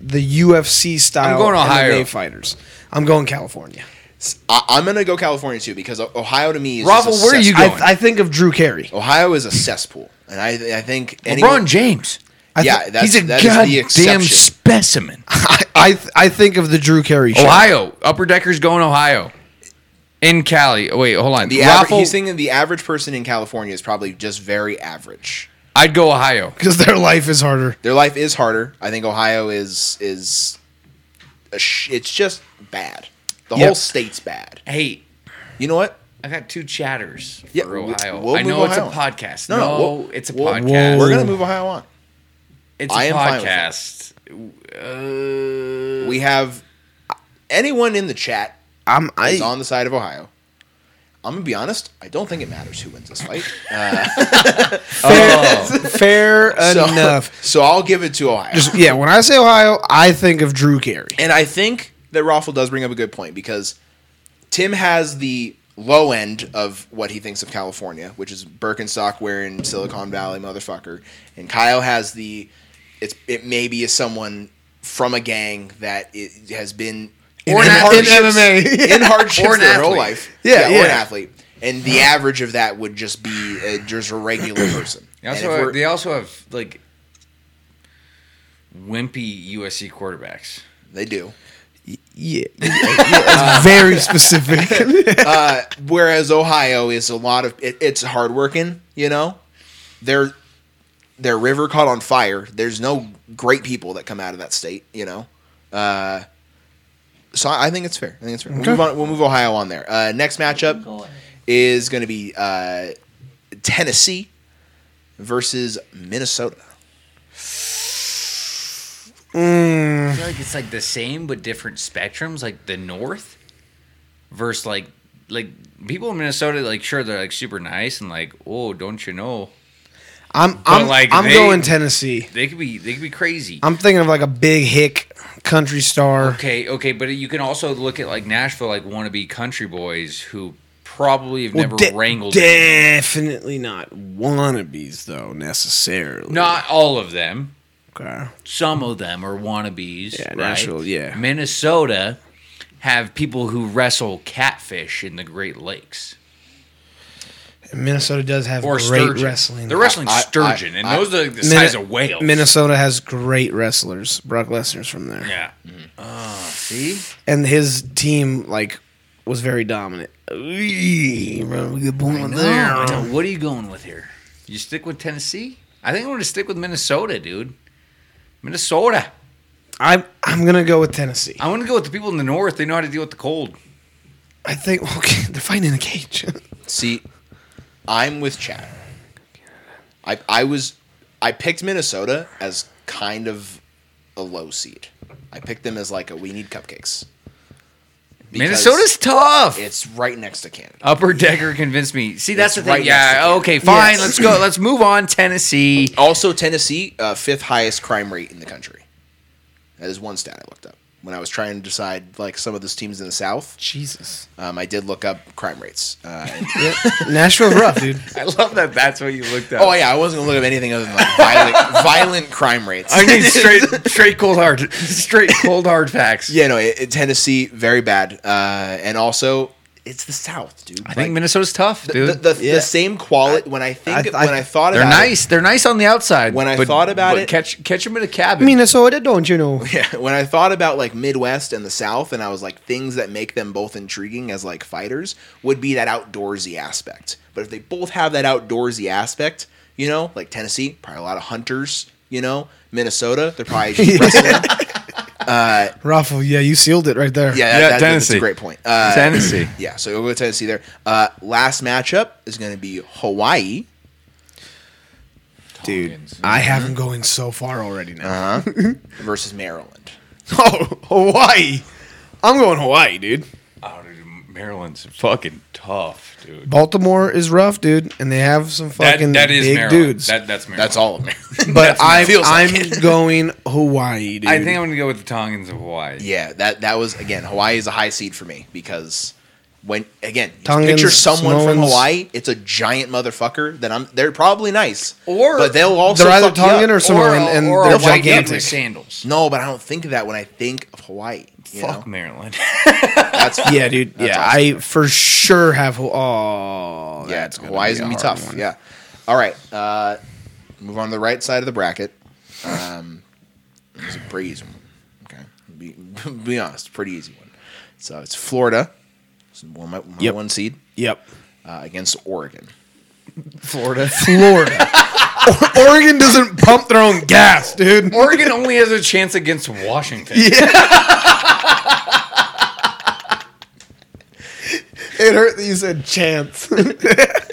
Speaker 1: the UFC style
Speaker 4: I'm going Ohio.
Speaker 1: MMA fighters. I'm going California.
Speaker 3: I, I'm gonna go California too because O- Ohio to me is
Speaker 4: Ravel,
Speaker 3: just a
Speaker 4: where are you
Speaker 3: cesspool.
Speaker 1: I,
Speaker 4: Going.
Speaker 1: I think of Drew Carey.
Speaker 3: Ohio is a cesspool, and I I think
Speaker 4: LeBron James.
Speaker 1: I thi-
Speaker 3: yeah, that's,
Speaker 4: He's a
Speaker 3: that is the
Speaker 4: goddamn
Speaker 3: exception.
Speaker 4: specimen.
Speaker 1: I I, th- I think of the Drew Carey show.
Speaker 4: Ohio. Upper Decker's going Ohio. In Cali. Oh, wait, hold on.
Speaker 3: the aver-
Speaker 4: Raffle,
Speaker 3: he's thinking the average person in California is probably just very average.
Speaker 4: I'd go Ohio.
Speaker 1: because their life is harder.
Speaker 3: Their life is harder. I think Ohio is is a sh- it's just bad. The
Speaker 1: Yep.
Speaker 3: whole state's bad.
Speaker 4: Hey,
Speaker 3: You know what?
Speaker 4: I got two chatters
Speaker 3: Yeah,
Speaker 4: for
Speaker 3: we-
Speaker 4: Ohio.
Speaker 3: we'll
Speaker 4: I know
Speaker 3: move
Speaker 4: it's a
Speaker 3: Ohio.
Speaker 4: podcast. No,
Speaker 3: No, no, we'll-
Speaker 4: it's a
Speaker 3: we'll-
Speaker 4: podcast.
Speaker 3: We're gonna move Ohio on.
Speaker 4: it's a
Speaker 3: I am fine with
Speaker 4: podcast. Uh,
Speaker 3: We have uh, anyone in the chat
Speaker 1: I'm I
Speaker 3: is on the side of Ohio. I'm gonna be honest. I don't think it matters who wins this fight.
Speaker 1: fair enough.
Speaker 3: So, so I'll give it to Ohio.
Speaker 1: Just yeah, when I say Ohio, I think of Drew Carey.
Speaker 3: And I think that Raffle does bring up a good point because Tim has the low end of what he thinks of California, which is Birkenstock wearing Silicon Valley motherfucker, and Kyle has the it's it maybe is someone from a gang that it has been
Speaker 1: In M- in MMA.
Speaker 3: in hardships
Speaker 4: Or an
Speaker 3: their whole
Speaker 4: athlete.
Speaker 3: life,
Speaker 1: Yeah,
Speaker 3: or an
Speaker 1: yeah.
Speaker 3: athlete, and the average of that would just be uh, just a regular person.
Speaker 4: they,
Speaker 3: And if
Speaker 4: also have,
Speaker 3: we're-
Speaker 4: they also have, like, wimpy USC quarterbacks.
Speaker 3: they do.
Speaker 1: Yeah, it's very specific.
Speaker 3: uh, whereas Ohio is a lot of it, it's hardworking. You know, their their river caught on fire. There's no great people that come out of that state. You know, uh, so I I think it's fair. I think it's fair. We'll, move on, we'll move Ohio on there. Uh, next matchup is going to be uh, Tennessee versus Minnesota.
Speaker 4: I feel like it's like the same but different spectrums, like the North versus like like people in Minnesota. Like sure, they're like super nice and like oh, don't you know
Speaker 1: I'm I'm,
Speaker 4: like,
Speaker 1: I'm
Speaker 4: they-
Speaker 1: going Tennessee.
Speaker 4: they could be they could be crazy.
Speaker 1: I'm thinking of like a big hick country star.
Speaker 4: okay, okay, but you can also look at like Nashville, like wannabe country boys who probably have never
Speaker 1: Well, de-
Speaker 4: wrangled.
Speaker 1: Definitely not wannabes, though necessarily.
Speaker 4: Not all of them.
Speaker 1: Okay.
Speaker 4: Some of them are wannabes.
Speaker 1: Yeah,
Speaker 4: right?
Speaker 1: Nashville, yeah.
Speaker 4: Minnesota have people who wrestle catfish in the Great Lakes
Speaker 1: Minnesota does have
Speaker 4: or
Speaker 1: great
Speaker 4: sturgeon.
Speaker 1: wrestling.
Speaker 4: They're wrestling
Speaker 3: I- I-
Speaker 4: sturgeon, and
Speaker 3: I-
Speaker 4: those are like the
Speaker 1: Minne-
Speaker 4: size of whales.
Speaker 1: Minnesota has great wrestlers. Brock Lesnar's from there,
Speaker 4: Yeah. Oh, see.
Speaker 1: and his team like was very dominant. Eee, bro, Good point there.
Speaker 4: I know. What are you going with here? You stick with Tennessee? I think I'm going to stick with Minnesota, dude. Minnesota.
Speaker 1: I'm I'm gonna go with Tennessee.
Speaker 4: I want to go with the people in the north. They know how to deal with the cold.
Speaker 1: I think okay, they're fighting in a cage.
Speaker 3: See, I'm with Chad. I I was I picked Minnesota as kind of a low seed. I picked them as like a we need cupcakes. Because
Speaker 4: Minnesota's tough.
Speaker 3: it's right next to Canada.
Speaker 4: Upper Decker convinced me. See, that's the
Speaker 3: It's
Speaker 4: thing.
Speaker 3: right next to
Speaker 4: yeah.
Speaker 3: you.
Speaker 4: Okay. Fine.
Speaker 1: Yes.
Speaker 4: Let's go. Let's move on. Tennessee.
Speaker 3: Also, Tennessee, uh, fifth highest crime rate in the country. That is one stat I looked up when I was trying to decide like some of those teams in the South.
Speaker 1: Jesus,
Speaker 3: Um, I did look up crime rates. Uh, and-
Speaker 1: Nashville's rough, dude.
Speaker 4: I love that. That's what you looked at.
Speaker 3: oh yeah, I wasn't gonna look up anything other than like violent, violent crime rates.
Speaker 4: I need straight, straight cold hard, straight cold hard facts.
Speaker 3: Yeah, no, it, it- Tennessee very bad, uh, and also it's the South, dude.
Speaker 4: I think Minnesota's tough, dude.
Speaker 3: the, the, the
Speaker 1: Yeah.
Speaker 3: same quality. When I think
Speaker 1: I- I-
Speaker 3: when I thought
Speaker 4: They're
Speaker 3: about
Speaker 4: nice. They're nice on the outside.
Speaker 3: When I
Speaker 4: but-
Speaker 3: thought about
Speaker 4: but
Speaker 3: it-
Speaker 4: catch catch them in a cabin.
Speaker 1: Minnesota, don't you know?
Speaker 3: it, yeah, when I thought about like Midwest and the South, and I was like things that make them both intriguing as like fighters would be that outdoorsy aspect. But if they both have that outdoorsy aspect, you know, like Tennessee, probably a lot of hunters. You know, Minnesota, they're probably wrestling.
Speaker 1: Raffle, yeah, you sealed it right there.
Speaker 3: yeah, that,
Speaker 2: Yeah,
Speaker 3: that- that's
Speaker 2: Tennessee.
Speaker 3: a great point. Uh,
Speaker 2: Tennessee.
Speaker 3: yeah, so we'll go with Tennessee there. Uh, last matchup is going to be Hawaii.
Speaker 1: dude, I have them going so far already now.
Speaker 3: versus Maryland.
Speaker 1: Oh, Hawaii. I'm going Hawaii, dude.
Speaker 2: Oh, dude, Maryland's fucking tough, dude.
Speaker 1: Baltimore is rough, dude, and they have some
Speaker 2: That,
Speaker 1: fucking
Speaker 2: that is
Speaker 1: big
Speaker 2: Maryland.
Speaker 1: dudes.
Speaker 2: That, that's Maryland.
Speaker 3: That's all of Maryland.
Speaker 1: but I'm,
Speaker 3: feels like
Speaker 1: I'm going Hawaii, dude.
Speaker 2: I think I'm gonna go with the Tongans of Hawaii.
Speaker 3: yeah, that that was again. Hawaii is a high seed for me because when again, you
Speaker 1: Tongans,
Speaker 3: picture someone from
Speaker 1: Samoans.
Speaker 3: Hawaii, it's a giant motherfucker. That I'm. They're probably nice,
Speaker 4: Or-
Speaker 3: but they'll also
Speaker 1: they're either
Speaker 3: fuck you up.
Speaker 1: Tongan or Samoan,
Speaker 4: a-
Speaker 1: and
Speaker 4: a
Speaker 1: they're
Speaker 4: white dude with
Speaker 1: gigantic.
Speaker 4: sandals.
Speaker 3: No, but I don't think of that when I think of Hawaii. You
Speaker 2: Fuck
Speaker 3: know?
Speaker 2: Maryland.
Speaker 3: that's
Speaker 1: Yeah, dude. Yeah, I for sure have. Ho- oh,
Speaker 3: yeah.
Speaker 1: that's
Speaker 3: Hawaii's gonna be
Speaker 1: a hard
Speaker 3: tough.
Speaker 1: one.
Speaker 3: Yeah. All right. Uh, move on to the right side of the bracket. Um, it's a pretty easy one. Okay. Be, be honest, pretty easy one. So it's Florida. It's one, my, my
Speaker 1: Yep.
Speaker 3: one seed.
Speaker 1: Yep.
Speaker 3: uh, against Oregon.
Speaker 1: Florida, Florida. O- Oregon doesn't pump their own gas, dude.
Speaker 2: Oregon only has a chance against Washington.
Speaker 1: It hurt that you said chance.
Speaker 3: Yeah.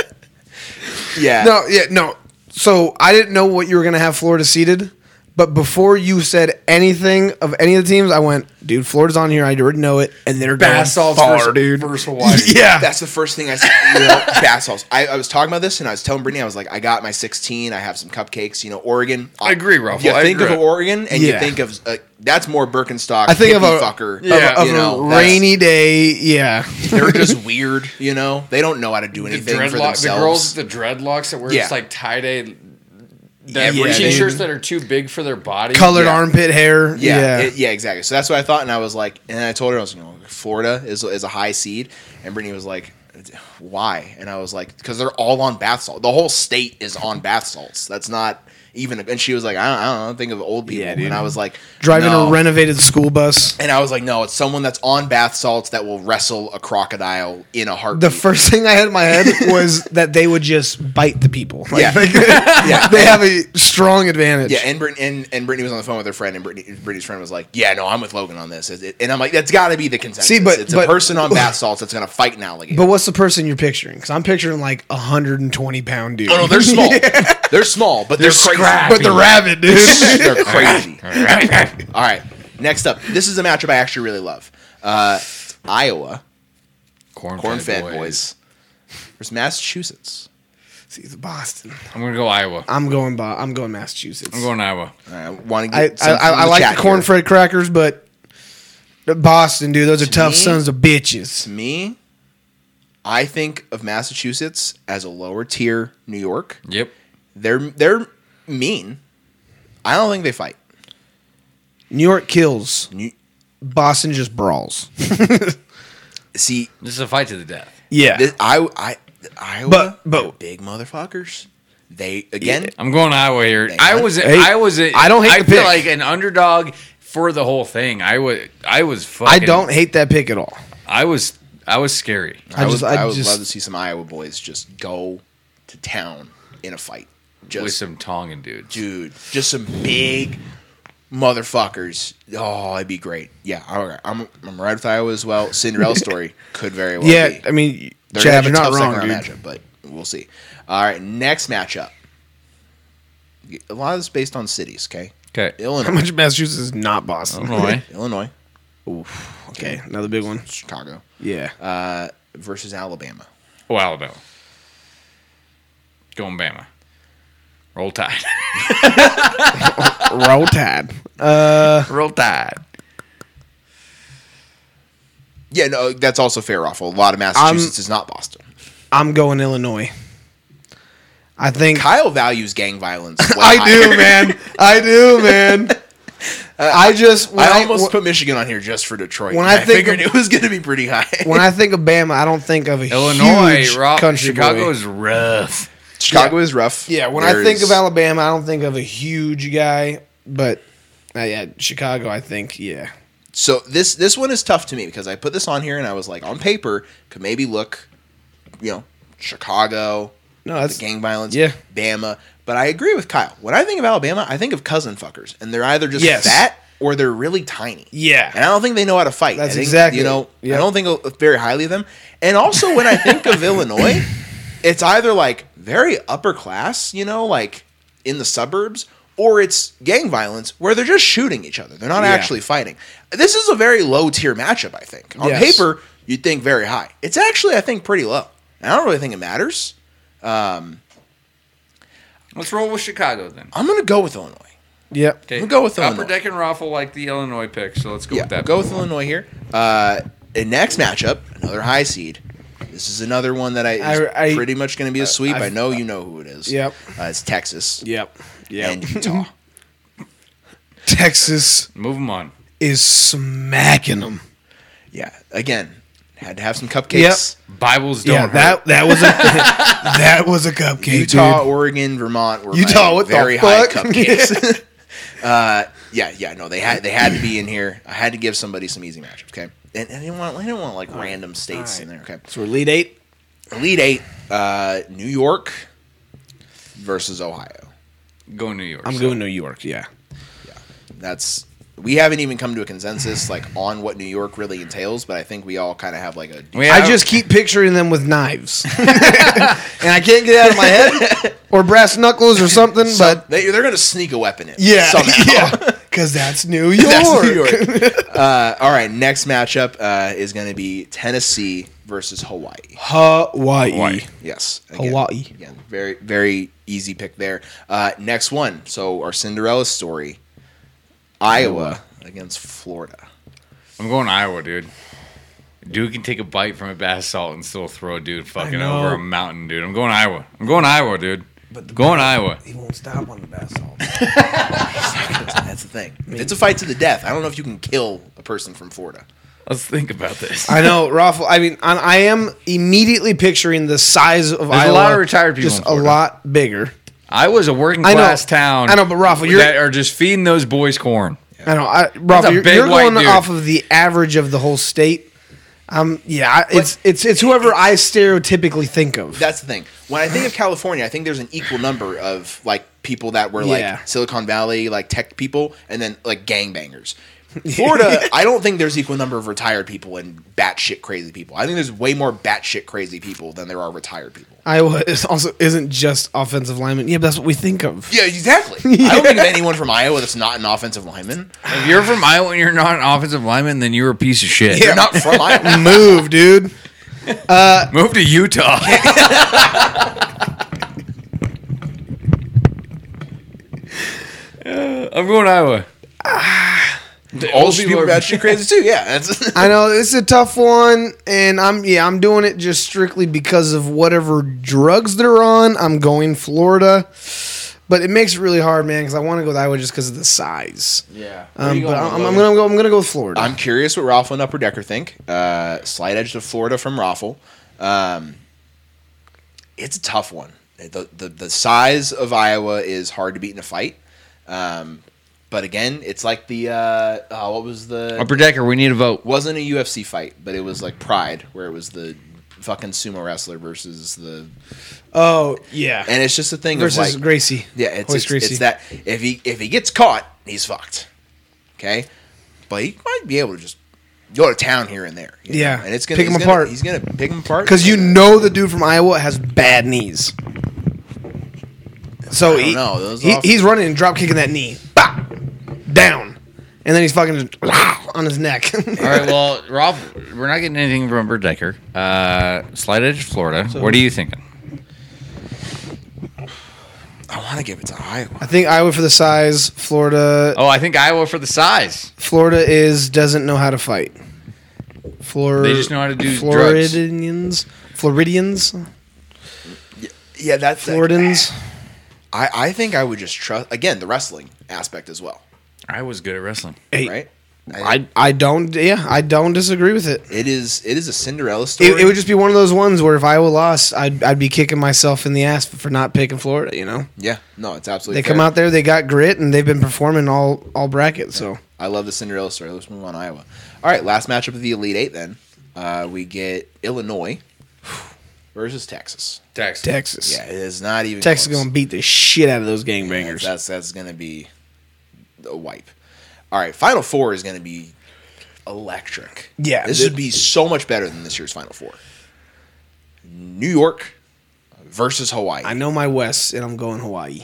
Speaker 1: No, yeah, no. So I didn't know what you were gonna have Florida seated, but before you said anything of any of the teams, I went, dude, Florida's on here. I already know it, and they're going
Speaker 2: Basalt
Speaker 1: far,
Speaker 2: versus,
Speaker 1: dude.
Speaker 2: versus Hawaii.
Speaker 1: yeah,
Speaker 3: That's the first thing I said. You know, bath salts. I, I was talking about this and I was telling Brittany, I was like, I got my 16. I have some cupcakes. You know, Oregon. uh,
Speaker 2: I agree, Ralph.
Speaker 3: You
Speaker 2: I
Speaker 3: think
Speaker 2: agree.
Speaker 3: of Oregon and
Speaker 1: Yeah.
Speaker 3: you think of uh, that's more Birkenstock.
Speaker 1: I think of
Speaker 3: hippie
Speaker 1: a-
Speaker 3: fucker.
Speaker 2: Yeah.
Speaker 1: of
Speaker 3: you
Speaker 1: a
Speaker 3: know, that's-
Speaker 1: rainy day. Yeah,
Speaker 3: They're just weird. You know, they don't know how to do
Speaker 2: The
Speaker 3: anything for
Speaker 2: dreadlock,
Speaker 3: themselves.
Speaker 2: the girls, with the dreadlocks that wear
Speaker 3: Yeah.
Speaker 2: just like tie dye
Speaker 1: dude.
Speaker 2: t-shirts that are too big for their body.
Speaker 1: colored
Speaker 3: Yeah.
Speaker 1: armpit hair.
Speaker 3: Yeah,
Speaker 1: Yeah,
Speaker 3: it- yeah, exactly. So that's what I thought, and I was like, and I told her I was, you know, Florida is is a high seed, and Brittany was like, why? And I was like, because they're all on bath salt. The whole state is on bath salts. That's not even. And she was like, I don't, I don't know, think of old people.
Speaker 1: Yeah, dude.
Speaker 3: and I was like,
Speaker 1: driving
Speaker 3: no.
Speaker 1: a renovated school bus.
Speaker 3: And I was like, no, it's someone that's on bath salts that will wrestle a crocodile in a heartbeat.
Speaker 1: The first thing I had in my head was that they would just bite the people. Like,
Speaker 3: Yeah.
Speaker 1: like,
Speaker 3: Yeah.
Speaker 1: they have a strong advantage.
Speaker 3: Yeah, and Brittany and, and Brittany was on the phone with her friend, and Brittany, Brittany's friend was like, "Yeah, no, I'm with Logan on this," It- it- and I'm like, "That's got to be the consensus."
Speaker 1: See, but-
Speaker 3: it's
Speaker 1: but-
Speaker 3: a person on bath salts that's going to fight an alligator.
Speaker 1: But what's the person you're picturing? Because I'm picturing like a hundred and twenty pound dude.
Speaker 3: Oh no, they're small. They're small, but they're, crazy.
Speaker 1: but the rabbit, dude.
Speaker 3: they're crazy. All right. Next up, this is a matchup I actually really love. Uh, Iowa
Speaker 2: Corn,
Speaker 3: Corn Fed Boys versus Massachusetts.
Speaker 1: See, it's Boston.
Speaker 2: I'm gonna go Iowa.
Speaker 1: I'm going. Bo- I'm going Massachusetts.
Speaker 2: I'm going Iowa.
Speaker 3: All right, I want to
Speaker 1: I
Speaker 3: get
Speaker 1: I,
Speaker 3: something
Speaker 1: I,
Speaker 3: from
Speaker 1: I like
Speaker 3: chat
Speaker 1: the corn
Speaker 3: here.
Speaker 1: fed crackers, but the Boston, dude, those are tough
Speaker 3: me-
Speaker 1: sons of bitches.
Speaker 3: Me, I think of Massachusetts as a lower tier New York.
Speaker 4: Yep.
Speaker 3: They're they're mean. I don't think they fight.
Speaker 1: New York kills.
Speaker 3: New-
Speaker 1: Boston just brawls.
Speaker 3: See,
Speaker 4: This is a fight to the death.
Speaker 1: Yeah.
Speaker 3: this, I I Iowa,
Speaker 1: But- but-
Speaker 3: they're big motherfuckers. They again,
Speaker 4: I'm going Iowa here.
Speaker 3: Thank
Speaker 4: I
Speaker 3: God.
Speaker 4: was
Speaker 1: Hey,
Speaker 4: I was I
Speaker 1: I don't hate
Speaker 4: I
Speaker 1: the
Speaker 4: feel
Speaker 1: pick.
Speaker 4: like an underdog for the whole thing. I was I was fucking
Speaker 1: I don't hate that pick at all.
Speaker 4: I was I was scary.
Speaker 3: I,
Speaker 1: I
Speaker 3: would,
Speaker 1: just- I
Speaker 3: I would
Speaker 1: just-
Speaker 3: love to see some Iowa boys just go to town in a fight.
Speaker 4: with
Speaker 3: Just
Speaker 4: some Tongan dudes.
Speaker 3: dude, just some big motherfuckers. Oh, it'd be great. Yeah, all right. I'm I'm right with Iowa as well. Cinderella story could very well
Speaker 1: Yeah,
Speaker 3: be.
Speaker 1: I mean,
Speaker 3: They're
Speaker 1: Chad, you're
Speaker 3: gonna have a
Speaker 1: not
Speaker 3: tough
Speaker 1: wrong,
Speaker 3: second
Speaker 1: dude.
Speaker 3: round matchup, but we'll see. All right, next matchup. A lot of this based on cities. Okay,
Speaker 4: Okay.
Speaker 1: How
Speaker 3: Illinois,
Speaker 1: much Massachusetts is not Boston?
Speaker 3: Oh,
Speaker 4: Illinois.
Speaker 3: Illinois,
Speaker 1: okay, another big one.
Speaker 3: Chicago
Speaker 1: Yeah.
Speaker 3: uh, versus Alabama.
Speaker 4: Oh, Alabama. Going Bama. Roll tide.
Speaker 1: Roll Tide. Uh,
Speaker 4: Roll tide.
Speaker 3: Yeah, no, that's also fair. Off a lot of Massachusetts is not Boston.
Speaker 1: I'm going Illinois. I think
Speaker 3: Kyle values gang violence. way
Speaker 1: I
Speaker 3: higher.
Speaker 1: do, man. I do, man. I just when
Speaker 3: I
Speaker 1: I,
Speaker 3: almost
Speaker 1: when-
Speaker 3: put Michigan on here just for Detroit.
Speaker 1: when
Speaker 3: and
Speaker 1: I
Speaker 3: I,
Speaker 1: think
Speaker 3: figured
Speaker 1: of-
Speaker 3: it was going to be pretty high.
Speaker 1: when I think of Bama, I don't think of a
Speaker 4: Illinois,
Speaker 1: huge
Speaker 4: rock,
Speaker 1: country
Speaker 4: Chicago
Speaker 1: boy.
Speaker 4: is rough.
Speaker 3: Chicago is rough.
Speaker 1: Yeah, when I
Speaker 3: There
Speaker 1: think
Speaker 3: is-
Speaker 1: of Alabama, I don't think of a huge guy, but uh, yeah, Chicago. I think yeah.
Speaker 3: so this this one is tough to me because I put this on here and I was like, on paper could maybe look, you know, Chicago,
Speaker 1: No, that's
Speaker 3: the gang violence,
Speaker 1: yeah.
Speaker 3: Bama. But I agree with Kyle. When I think of Alabama, I think of cousin fuckers, and they're either just
Speaker 1: Yes.
Speaker 3: fat or they're really tiny.
Speaker 1: Yeah.
Speaker 3: and I don't think they know how to fight.
Speaker 1: That's
Speaker 3: I think,
Speaker 1: exactly-
Speaker 3: you know.
Speaker 1: yeah.
Speaker 3: I don't think very highly of them. And also, when I think of Illinois, it's either like very upper class, you know, like in the suburbs, or it's gang violence where they're just shooting each other. They're not
Speaker 1: Yeah.
Speaker 3: actually fighting. This is a very low tier matchup. I think on
Speaker 1: Yes.
Speaker 3: paper you'd think very high. It's actually I think pretty low. And I don't really think it matters.
Speaker 4: Let's roll with Chicago then.
Speaker 3: I'm gonna go with Illinois.
Speaker 1: Yep.
Speaker 4: Okay.
Speaker 3: We'll go with
Speaker 4: upper
Speaker 3: Illinois.
Speaker 4: deck and raffle like the Illinois pick. So let's go
Speaker 3: yeah,
Speaker 4: with that.
Speaker 3: go with Illinois here. Uh, and next matchup, another high seed. This is another one that I is
Speaker 1: I- I-
Speaker 3: pretty much going to be a sweep. I,
Speaker 1: I've-
Speaker 3: know you know who it is.
Speaker 1: Yep.
Speaker 3: uh, it's Texas
Speaker 1: Yep.
Speaker 3: and Utah.
Speaker 1: Texas
Speaker 4: Move them on.
Speaker 1: is smacking them.
Speaker 3: yeah, again, had to have some cupcakes.
Speaker 4: Bibles don't
Speaker 1: Yeah, that
Speaker 4: hurt.
Speaker 1: that was a that was a cupcake.
Speaker 3: Utah,
Speaker 1: dude.
Speaker 3: Oregon, Vermont were
Speaker 1: Utah,
Speaker 3: my
Speaker 1: what the
Speaker 3: very high
Speaker 1: fuck?
Speaker 3: cupcakes. uh, yeah, yeah, no, they had they had to be in here. I had to give somebody some easy matchups. Okay, and, and I didn't want I didn't want like random states in there. Okay,
Speaker 1: So we're lead eight.
Speaker 3: Elite Eight, uh, New York versus Ohio.
Speaker 4: Go New York.
Speaker 1: I'm
Speaker 4: So-
Speaker 1: going New York. Yeah.
Speaker 3: That's we haven't even come to a consensus like on what New York really entails, but I think we all kind of have like a
Speaker 4: We have-
Speaker 1: I just keep picturing them with knives, and I can't get it out of my head or brass knuckles or something.
Speaker 3: some,
Speaker 1: but
Speaker 3: they, they're going to sneak a weapon in.
Speaker 1: yeah,
Speaker 3: somehow.
Speaker 1: yeah, because that's New York.
Speaker 3: That's New York. uh, all right, next matchup uh, is going to be Tennessee versus Hawaii.
Speaker 1: Hawaii.
Speaker 4: Hawaii.
Speaker 3: Yes,
Speaker 1: Hawaii.
Speaker 3: Again, very very easy pick there. Uh, next one. So our Cinderella story, Iowa against Florida.
Speaker 4: I'm going Iowa, dude. Dude can take a bite from a bath salt and still throw a dude fucking
Speaker 1: know.
Speaker 4: over a mountain, dude. I'm going Iowa. I'm going Iowa, dude. going Iowa.
Speaker 5: He won't stop on the bath salt.
Speaker 3: That's the thing. If it's a fight to the death. I don't know if you can kill a person from Florida.
Speaker 4: Let's think about this.
Speaker 1: I know, Raffle. I mean, I, I am immediately picturing the size of
Speaker 4: There's a
Speaker 1: Iowa,
Speaker 4: lot of retired people in
Speaker 1: just a
Speaker 4: Florida.
Speaker 1: lot bigger.
Speaker 4: Iowa's a working
Speaker 1: I know.
Speaker 4: class town.
Speaker 1: I know, but Rafa, you're-
Speaker 4: that are just feeding those boys corn.
Speaker 1: I know, I, Raffle.
Speaker 4: a
Speaker 1: You're,
Speaker 4: big
Speaker 1: you're
Speaker 4: white
Speaker 1: going
Speaker 4: dude.
Speaker 1: off of the average of the whole state. Um, yeah, I- it's it's it's whoever I stereotypically think of.
Speaker 3: That's the thing. When I think of California, I think there's an equal number of like people that were like
Speaker 1: Yeah.
Speaker 3: Silicon Valley, like tech people, and then like gangbangers. Florida, I don't think there's equal number of retired people and batshit crazy people. I think there's way more batshit crazy people than there are retired people.
Speaker 1: Iowa is also isn't just offensive linemen. Yeah, but that's what we think of.
Speaker 3: Yeah, exactly. I don't think of anyone from Iowa that's not an offensive lineman.
Speaker 4: If you're from Iowa and you're not an offensive lineman, then you're a piece of shit.
Speaker 3: They're not from Iowa.
Speaker 1: Move, dude.
Speaker 4: Move to Utah. I'm going Iowa.
Speaker 3: All people are bad shit crazy too. Yeah, that's,
Speaker 1: I know it's a tough one, and I'm yeah I'm doing it just strictly because of whatever drugs they're on. I'm going Florida, but it makes it really hard, man, because I want to go that way just because of the size.
Speaker 3: yeah.
Speaker 1: Um, but I'm, I'm gonna go. I'm gonna go with Florida.
Speaker 3: I'm curious what Raffle and Upper Decker think. Uh, slight edge to Florida from Raffle. Um, it's a tough one. The, the the size of Iowa is hard to beat in a fight. Um, but again, it's like the uh, oh, what was the
Speaker 4: Upper Decker, we need a vote.
Speaker 3: wasn't a UFC fight, but it was like Pride, where it was the fucking sumo wrestler versus the,
Speaker 1: oh yeah,
Speaker 3: and it's just a thing
Speaker 1: versus
Speaker 3: of like
Speaker 1: Gracie.
Speaker 3: yeah, it's,
Speaker 1: Hoist
Speaker 3: it's, it's that if he if he gets caught, he's fucked. Okay, but he might be able to just go to town here and there. you know?
Speaker 1: Yeah.
Speaker 3: and it's gonna
Speaker 1: Pick
Speaker 3: he's
Speaker 1: him
Speaker 3: gonna-
Speaker 1: apart.
Speaker 3: He's gonna pick him apart
Speaker 1: Because you
Speaker 3: And, uh,
Speaker 1: know the dude from Iowa has bad knees. So
Speaker 3: don't
Speaker 1: he-
Speaker 3: know. Those
Speaker 1: he-
Speaker 3: off-
Speaker 1: he's running and drop kicking that knee. Bah! Down. And then he's fucking just on his neck.
Speaker 4: All right, well, Rob, we're not getting anything from Upper Decker. Uh, Slide Edge, Florida. what are you thinking?
Speaker 3: I want to give it to Iowa.
Speaker 1: I think Iowa for the size. Florida.
Speaker 4: Oh, I think Iowa for the size.
Speaker 1: Florida is doesn't know how to fight. Flor-
Speaker 4: They just know how to do drugs.
Speaker 1: Floridians. Floridians.
Speaker 3: Yeah, that's
Speaker 1: Floridans.
Speaker 3: I I think I would just trust again the wrestling aspect as well.
Speaker 4: Iowa's good at wrestling.
Speaker 1: Hey,
Speaker 3: Right?
Speaker 1: I I don't. Yeah, I don't disagree with it.
Speaker 3: It is it is a Cinderella story.
Speaker 1: It, it would just be one of those ones where if Iowa lost, I'd, I'd be kicking myself in the ass for not picking Florida. You know,
Speaker 3: yeah, no, it's absolutely.
Speaker 1: they come
Speaker 3: fair.
Speaker 1: out there, they got grit, and they've been performing all all brackets. So
Speaker 3: I love the Cinderella story. Let's move on to Iowa. All right, last matchup of the Elite Eight. Then uh, we get Illinois versus Texas.
Speaker 4: Tax.
Speaker 1: Texas,
Speaker 3: Yeah, it is not even
Speaker 1: Texas
Speaker 3: close.
Speaker 1: gonna beat the shit out of those
Speaker 3: Yeah,
Speaker 1: gangbangers.
Speaker 3: That's that's gonna be a wipe. All right, Final Four is gonna be electric.
Speaker 1: Yeah,
Speaker 3: this
Speaker 1: the-
Speaker 3: would be so much better than this year's Final Four. New York versus Hawaii.
Speaker 1: I know my West, and I'm going Hawaii.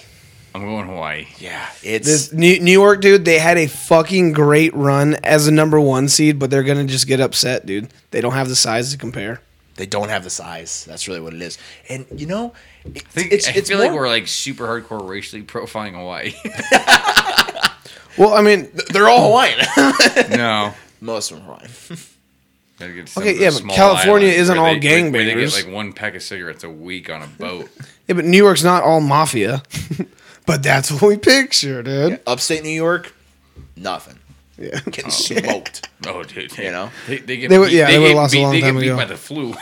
Speaker 4: I'm going Hawaii.
Speaker 3: yeah, it's
Speaker 1: This New, New York dude, they had a fucking great run as a number one seed, but they're gonna just get upset, dude. They don't have the size to compare.
Speaker 3: they don't have the size. That's really what it is. And you know, it,
Speaker 4: I, think,
Speaker 3: it's
Speaker 4: I
Speaker 3: it's
Speaker 4: feel like
Speaker 3: more-
Speaker 4: we're like super hardcore racially profiling Hawaii.
Speaker 1: Well, I mean,
Speaker 3: they're all Hawaiian.
Speaker 4: no.
Speaker 3: Most of them are Hawaiian.
Speaker 4: Gotta get some
Speaker 1: Okay,
Speaker 4: of the
Speaker 1: yeah, but
Speaker 4: small
Speaker 1: California
Speaker 4: islands
Speaker 1: isn't
Speaker 4: where
Speaker 1: all
Speaker 4: they- where- where They
Speaker 1: gangbangers.
Speaker 4: get like one pack of cigarettes a week on a boat.
Speaker 1: yeah, but New York's not all mafia, but that's what we picture, dude.
Speaker 3: Upstate New York, nothing.
Speaker 1: Yeah.
Speaker 3: Getting smoked.
Speaker 4: oh, dude.
Speaker 3: You know?
Speaker 4: They, they get
Speaker 1: They would-
Speaker 4: beat,
Speaker 1: yeah,
Speaker 4: they
Speaker 1: they would've
Speaker 4: get
Speaker 1: lost a
Speaker 4: beat-
Speaker 1: long
Speaker 4: they
Speaker 1: time
Speaker 4: get beat
Speaker 1: ago.
Speaker 4: by the flu.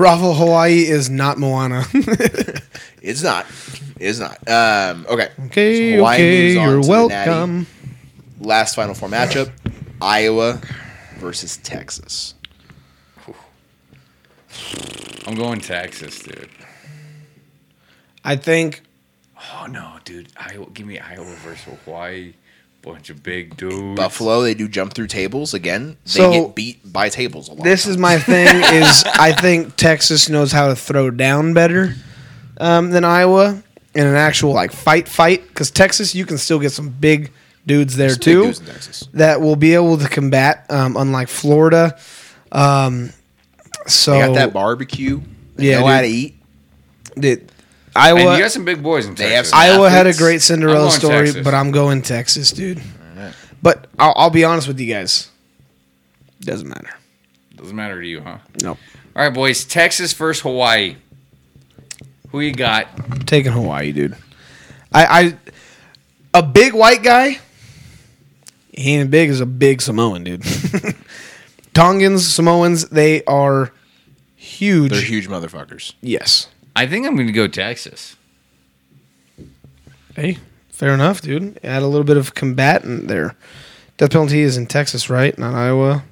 Speaker 1: Raffle Hawaii is not Moana.
Speaker 3: It's not. It's not. Um, okay.
Speaker 1: okay,
Speaker 3: So Hawaii
Speaker 1: okay,
Speaker 3: moves on
Speaker 1: you're
Speaker 3: to the Natty.
Speaker 1: welcome.
Speaker 3: Last Final Four matchup: Iowa versus Texas.
Speaker 4: I'm going Texas, dude.
Speaker 1: I think
Speaker 4: Oh no, dude! Iowa, give me Iowa versus Hawaii. Bunch of big dudes.
Speaker 3: Buffalo, they do jump through tables again. They
Speaker 1: So-
Speaker 3: get beat by tables a lot.
Speaker 1: this is my thing. Is I think Texas knows how to throw down better um, than Iowa in an actual like fight fight because Texas you can still get some big dudes there
Speaker 3: big
Speaker 1: too
Speaker 3: dudes in Texas.
Speaker 1: that will be able to combat um, unlike Florida. Um, so
Speaker 3: They got that barbecue. They
Speaker 1: Yeah,
Speaker 3: know
Speaker 1: dude.
Speaker 3: how to eat.
Speaker 1: it-
Speaker 4: and
Speaker 1: Iowa
Speaker 4: you got some big boys in
Speaker 3: They
Speaker 4: Texas.
Speaker 3: have
Speaker 1: Iowa had a
Speaker 3: athletes.
Speaker 1: great
Speaker 4: I'm
Speaker 1: Cinderella
Speaker 4: going
Speaker 1: story,
Speaker 4: Texas.
Speaker 1: but I'm going Texas, dude. But I'll, I'll be honest with you guys. Doesn't matter.
Speaker 4: Doesn't matter to you, huh?
Speaker 1: No,
Speaker 4: All right, boys. Texas versus Hawaii. Who you got?
Speaker 1: taking Hawaii, dude. I, I a big white guy. He ain't big as a big Samoan, dude. Tongans, Samoans, they are huge.
Speaker 3: They're huge motherfuckers.
Speaker 1: Yes.
Speaker 4: I think I'm going to go Texas.
Speaker 1: Hey, fair enough, dude. Add a little bit of combatant there. Death penalty is in Texas, right? Not Iowa.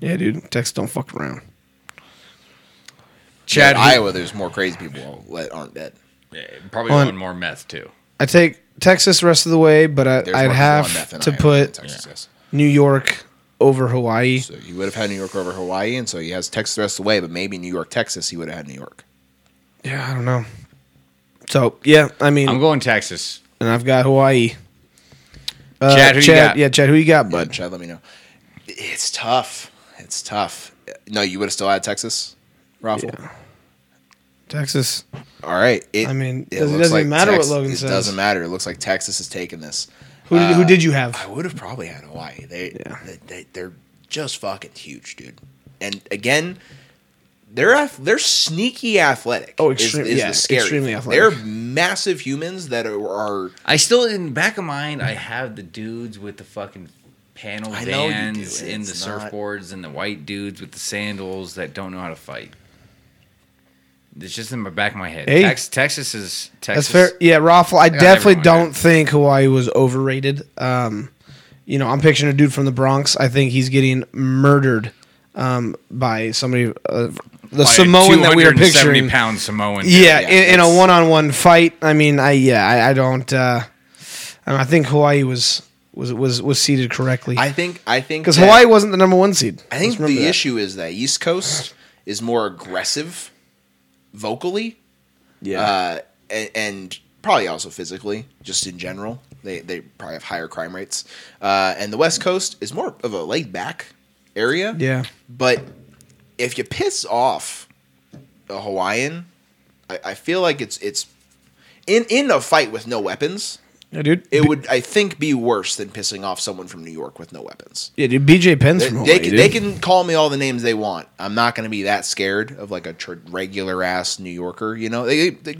Speaker 1: Yeah, dude. Texas don't fuck around.
Speaker 4: Chad,
Speaker 3: In
Speaker 4: who-
Speaker 3: Iowa, there's more crazy people that aren't dead.
Speaker 4: Eh, probably
Speaker 1: On-
Speaker 4: on more meth too.
Speaker 1: I take Texas the rest of the way, but I,
Speaker 3: There's
Speaker 1: I'd
Speaker 3: more people on
Speaker 1: have
Speaker 3: meth in
Speaker 1: to
Speaker 3: Iowa than
Speaker 1: put
Speaker 3: Texas, yes.
Speaker 1: New York over Hawaii.
Speaker 3: So he would have had New York over Hawaii, and so he has Texas the rest of the way. But maybe New York, Texas, he would have had New York.
Speaker 1: Yeah, I don't know. So yeah, I mean,
Speaker 4: I'm going Texas.
Speaker 1: and I've got Hawaii. Uh,
Speaker 4: Chad, who you got?
Speaker 1: Yeah, Chad, who you got,
Speaker 3: But
Speaker 1: bud?
Speaker 3: Chad, let me know. It's tough. It's tough. No, you would have still had Texas, Raffle.
Speaker 1: Texas.
Speaker 3: All right. It,
Speaker 1: I mean, it
Speaker 3: looks
Speaker 1: doesn't matter what Logan
Speaker 3: it
Speaker 1: says.
Speaker 3: doesn't matter. It looks like Texas is taking this.
Speaker 1: Who
Speaker 4: Uh,
Speaker 1: did, who did you have?
Speaker 3: I would have probably had Hawaii. They,
Speaker 1: Yeah.
Speaker 3: they, they they're just fucking huge, dude. And again, they're ath- they're sneaky athletic.
Speaker 1: Oh,
Speaker 3: is-
Speaker 1: extreme-
Speaker 3: is the
Speaker 1: yeah,
Speaker 3: scary
Speaker 1: extremely
Speaker 3: thing.
Speaker 1: athletic.
Speaker 3: They're massive humans that are. are
Speaker 4: I still, in the back of mind, I have the dudes with the fucking panel
Speaker 3: I know you do.
Speaker 4: vans and the
Speaker 3: It's not-
Speaker 4: surfboards and the white dudes with the sandals that don't know how to fight. It's just in my back of my head.
Speaker 1: Hey.
Speaker 4: Tex- Texas is
Speaker 1: That's
Speaker 4: Texas.
Speaker 1: fair. Yeah, Raffle. I
Speaker 4: got
Speaker 1: definitely
Speaker 4: everyone,
Speaker 1: don't think Hawaii was overrated. Um, you know, I'm picturing a dude from the Bronx. I think he's getting murdered um, by somebody, uh, the
Speaker 4: By a
Speaker 1: Samoan that we are
Speaker 4: 270
Speaker 1: picturing.
Speaker 4: pound Samoan.
Speaker 1: Yeah,
Speaker 3: Yeah,
Speaker 1: in, in a
Speaker 3: that's-
Speaker 1: one-on-one fight. I mean, I yeah, I, I don't. Uh, I, mean, I think Hawaii was was was was seated correctly
Speaker 3: I think I think
Speaker 1: because
Speaker 3: that-
Speaker 1: Hawaii wasn't the number one seed.
Speaker 3: I
Speaker 1: Let's
Speaker 3: think
Speaker 1: remember
Speaker 3: the
Speaker 1: that.
Speaker 3: issue is that East Coast is more aggressive vocally,
Speaker 5: Yeah.
Speaker 3: uh, and, and probably also physically, just in general. They they probably have higher crime rates, uh, and the West Coast is more of a laid back area.
Speaker 1: Yeah,
Speaker 3: But if you piss off a Hawaiian, I, I feel like it's it's in in a fight with no weapons.
Speaker 1: yeah, dude.
Speaker 3: It would I think be worse than pissing off someone from New York with no weapons.
Speaker 1: yeah, dude. BJ Penn's
Speaker 3: They,
Speaker 1: from
Speaker 3: they
Speaker 1: Hawaii.
Speaker 3: can,
Speaker 1: dude.
Speaker 3: they can call me all the names they want. I'm not going to be that scared of like a tr- regular ass New Yorker. You know, they, they,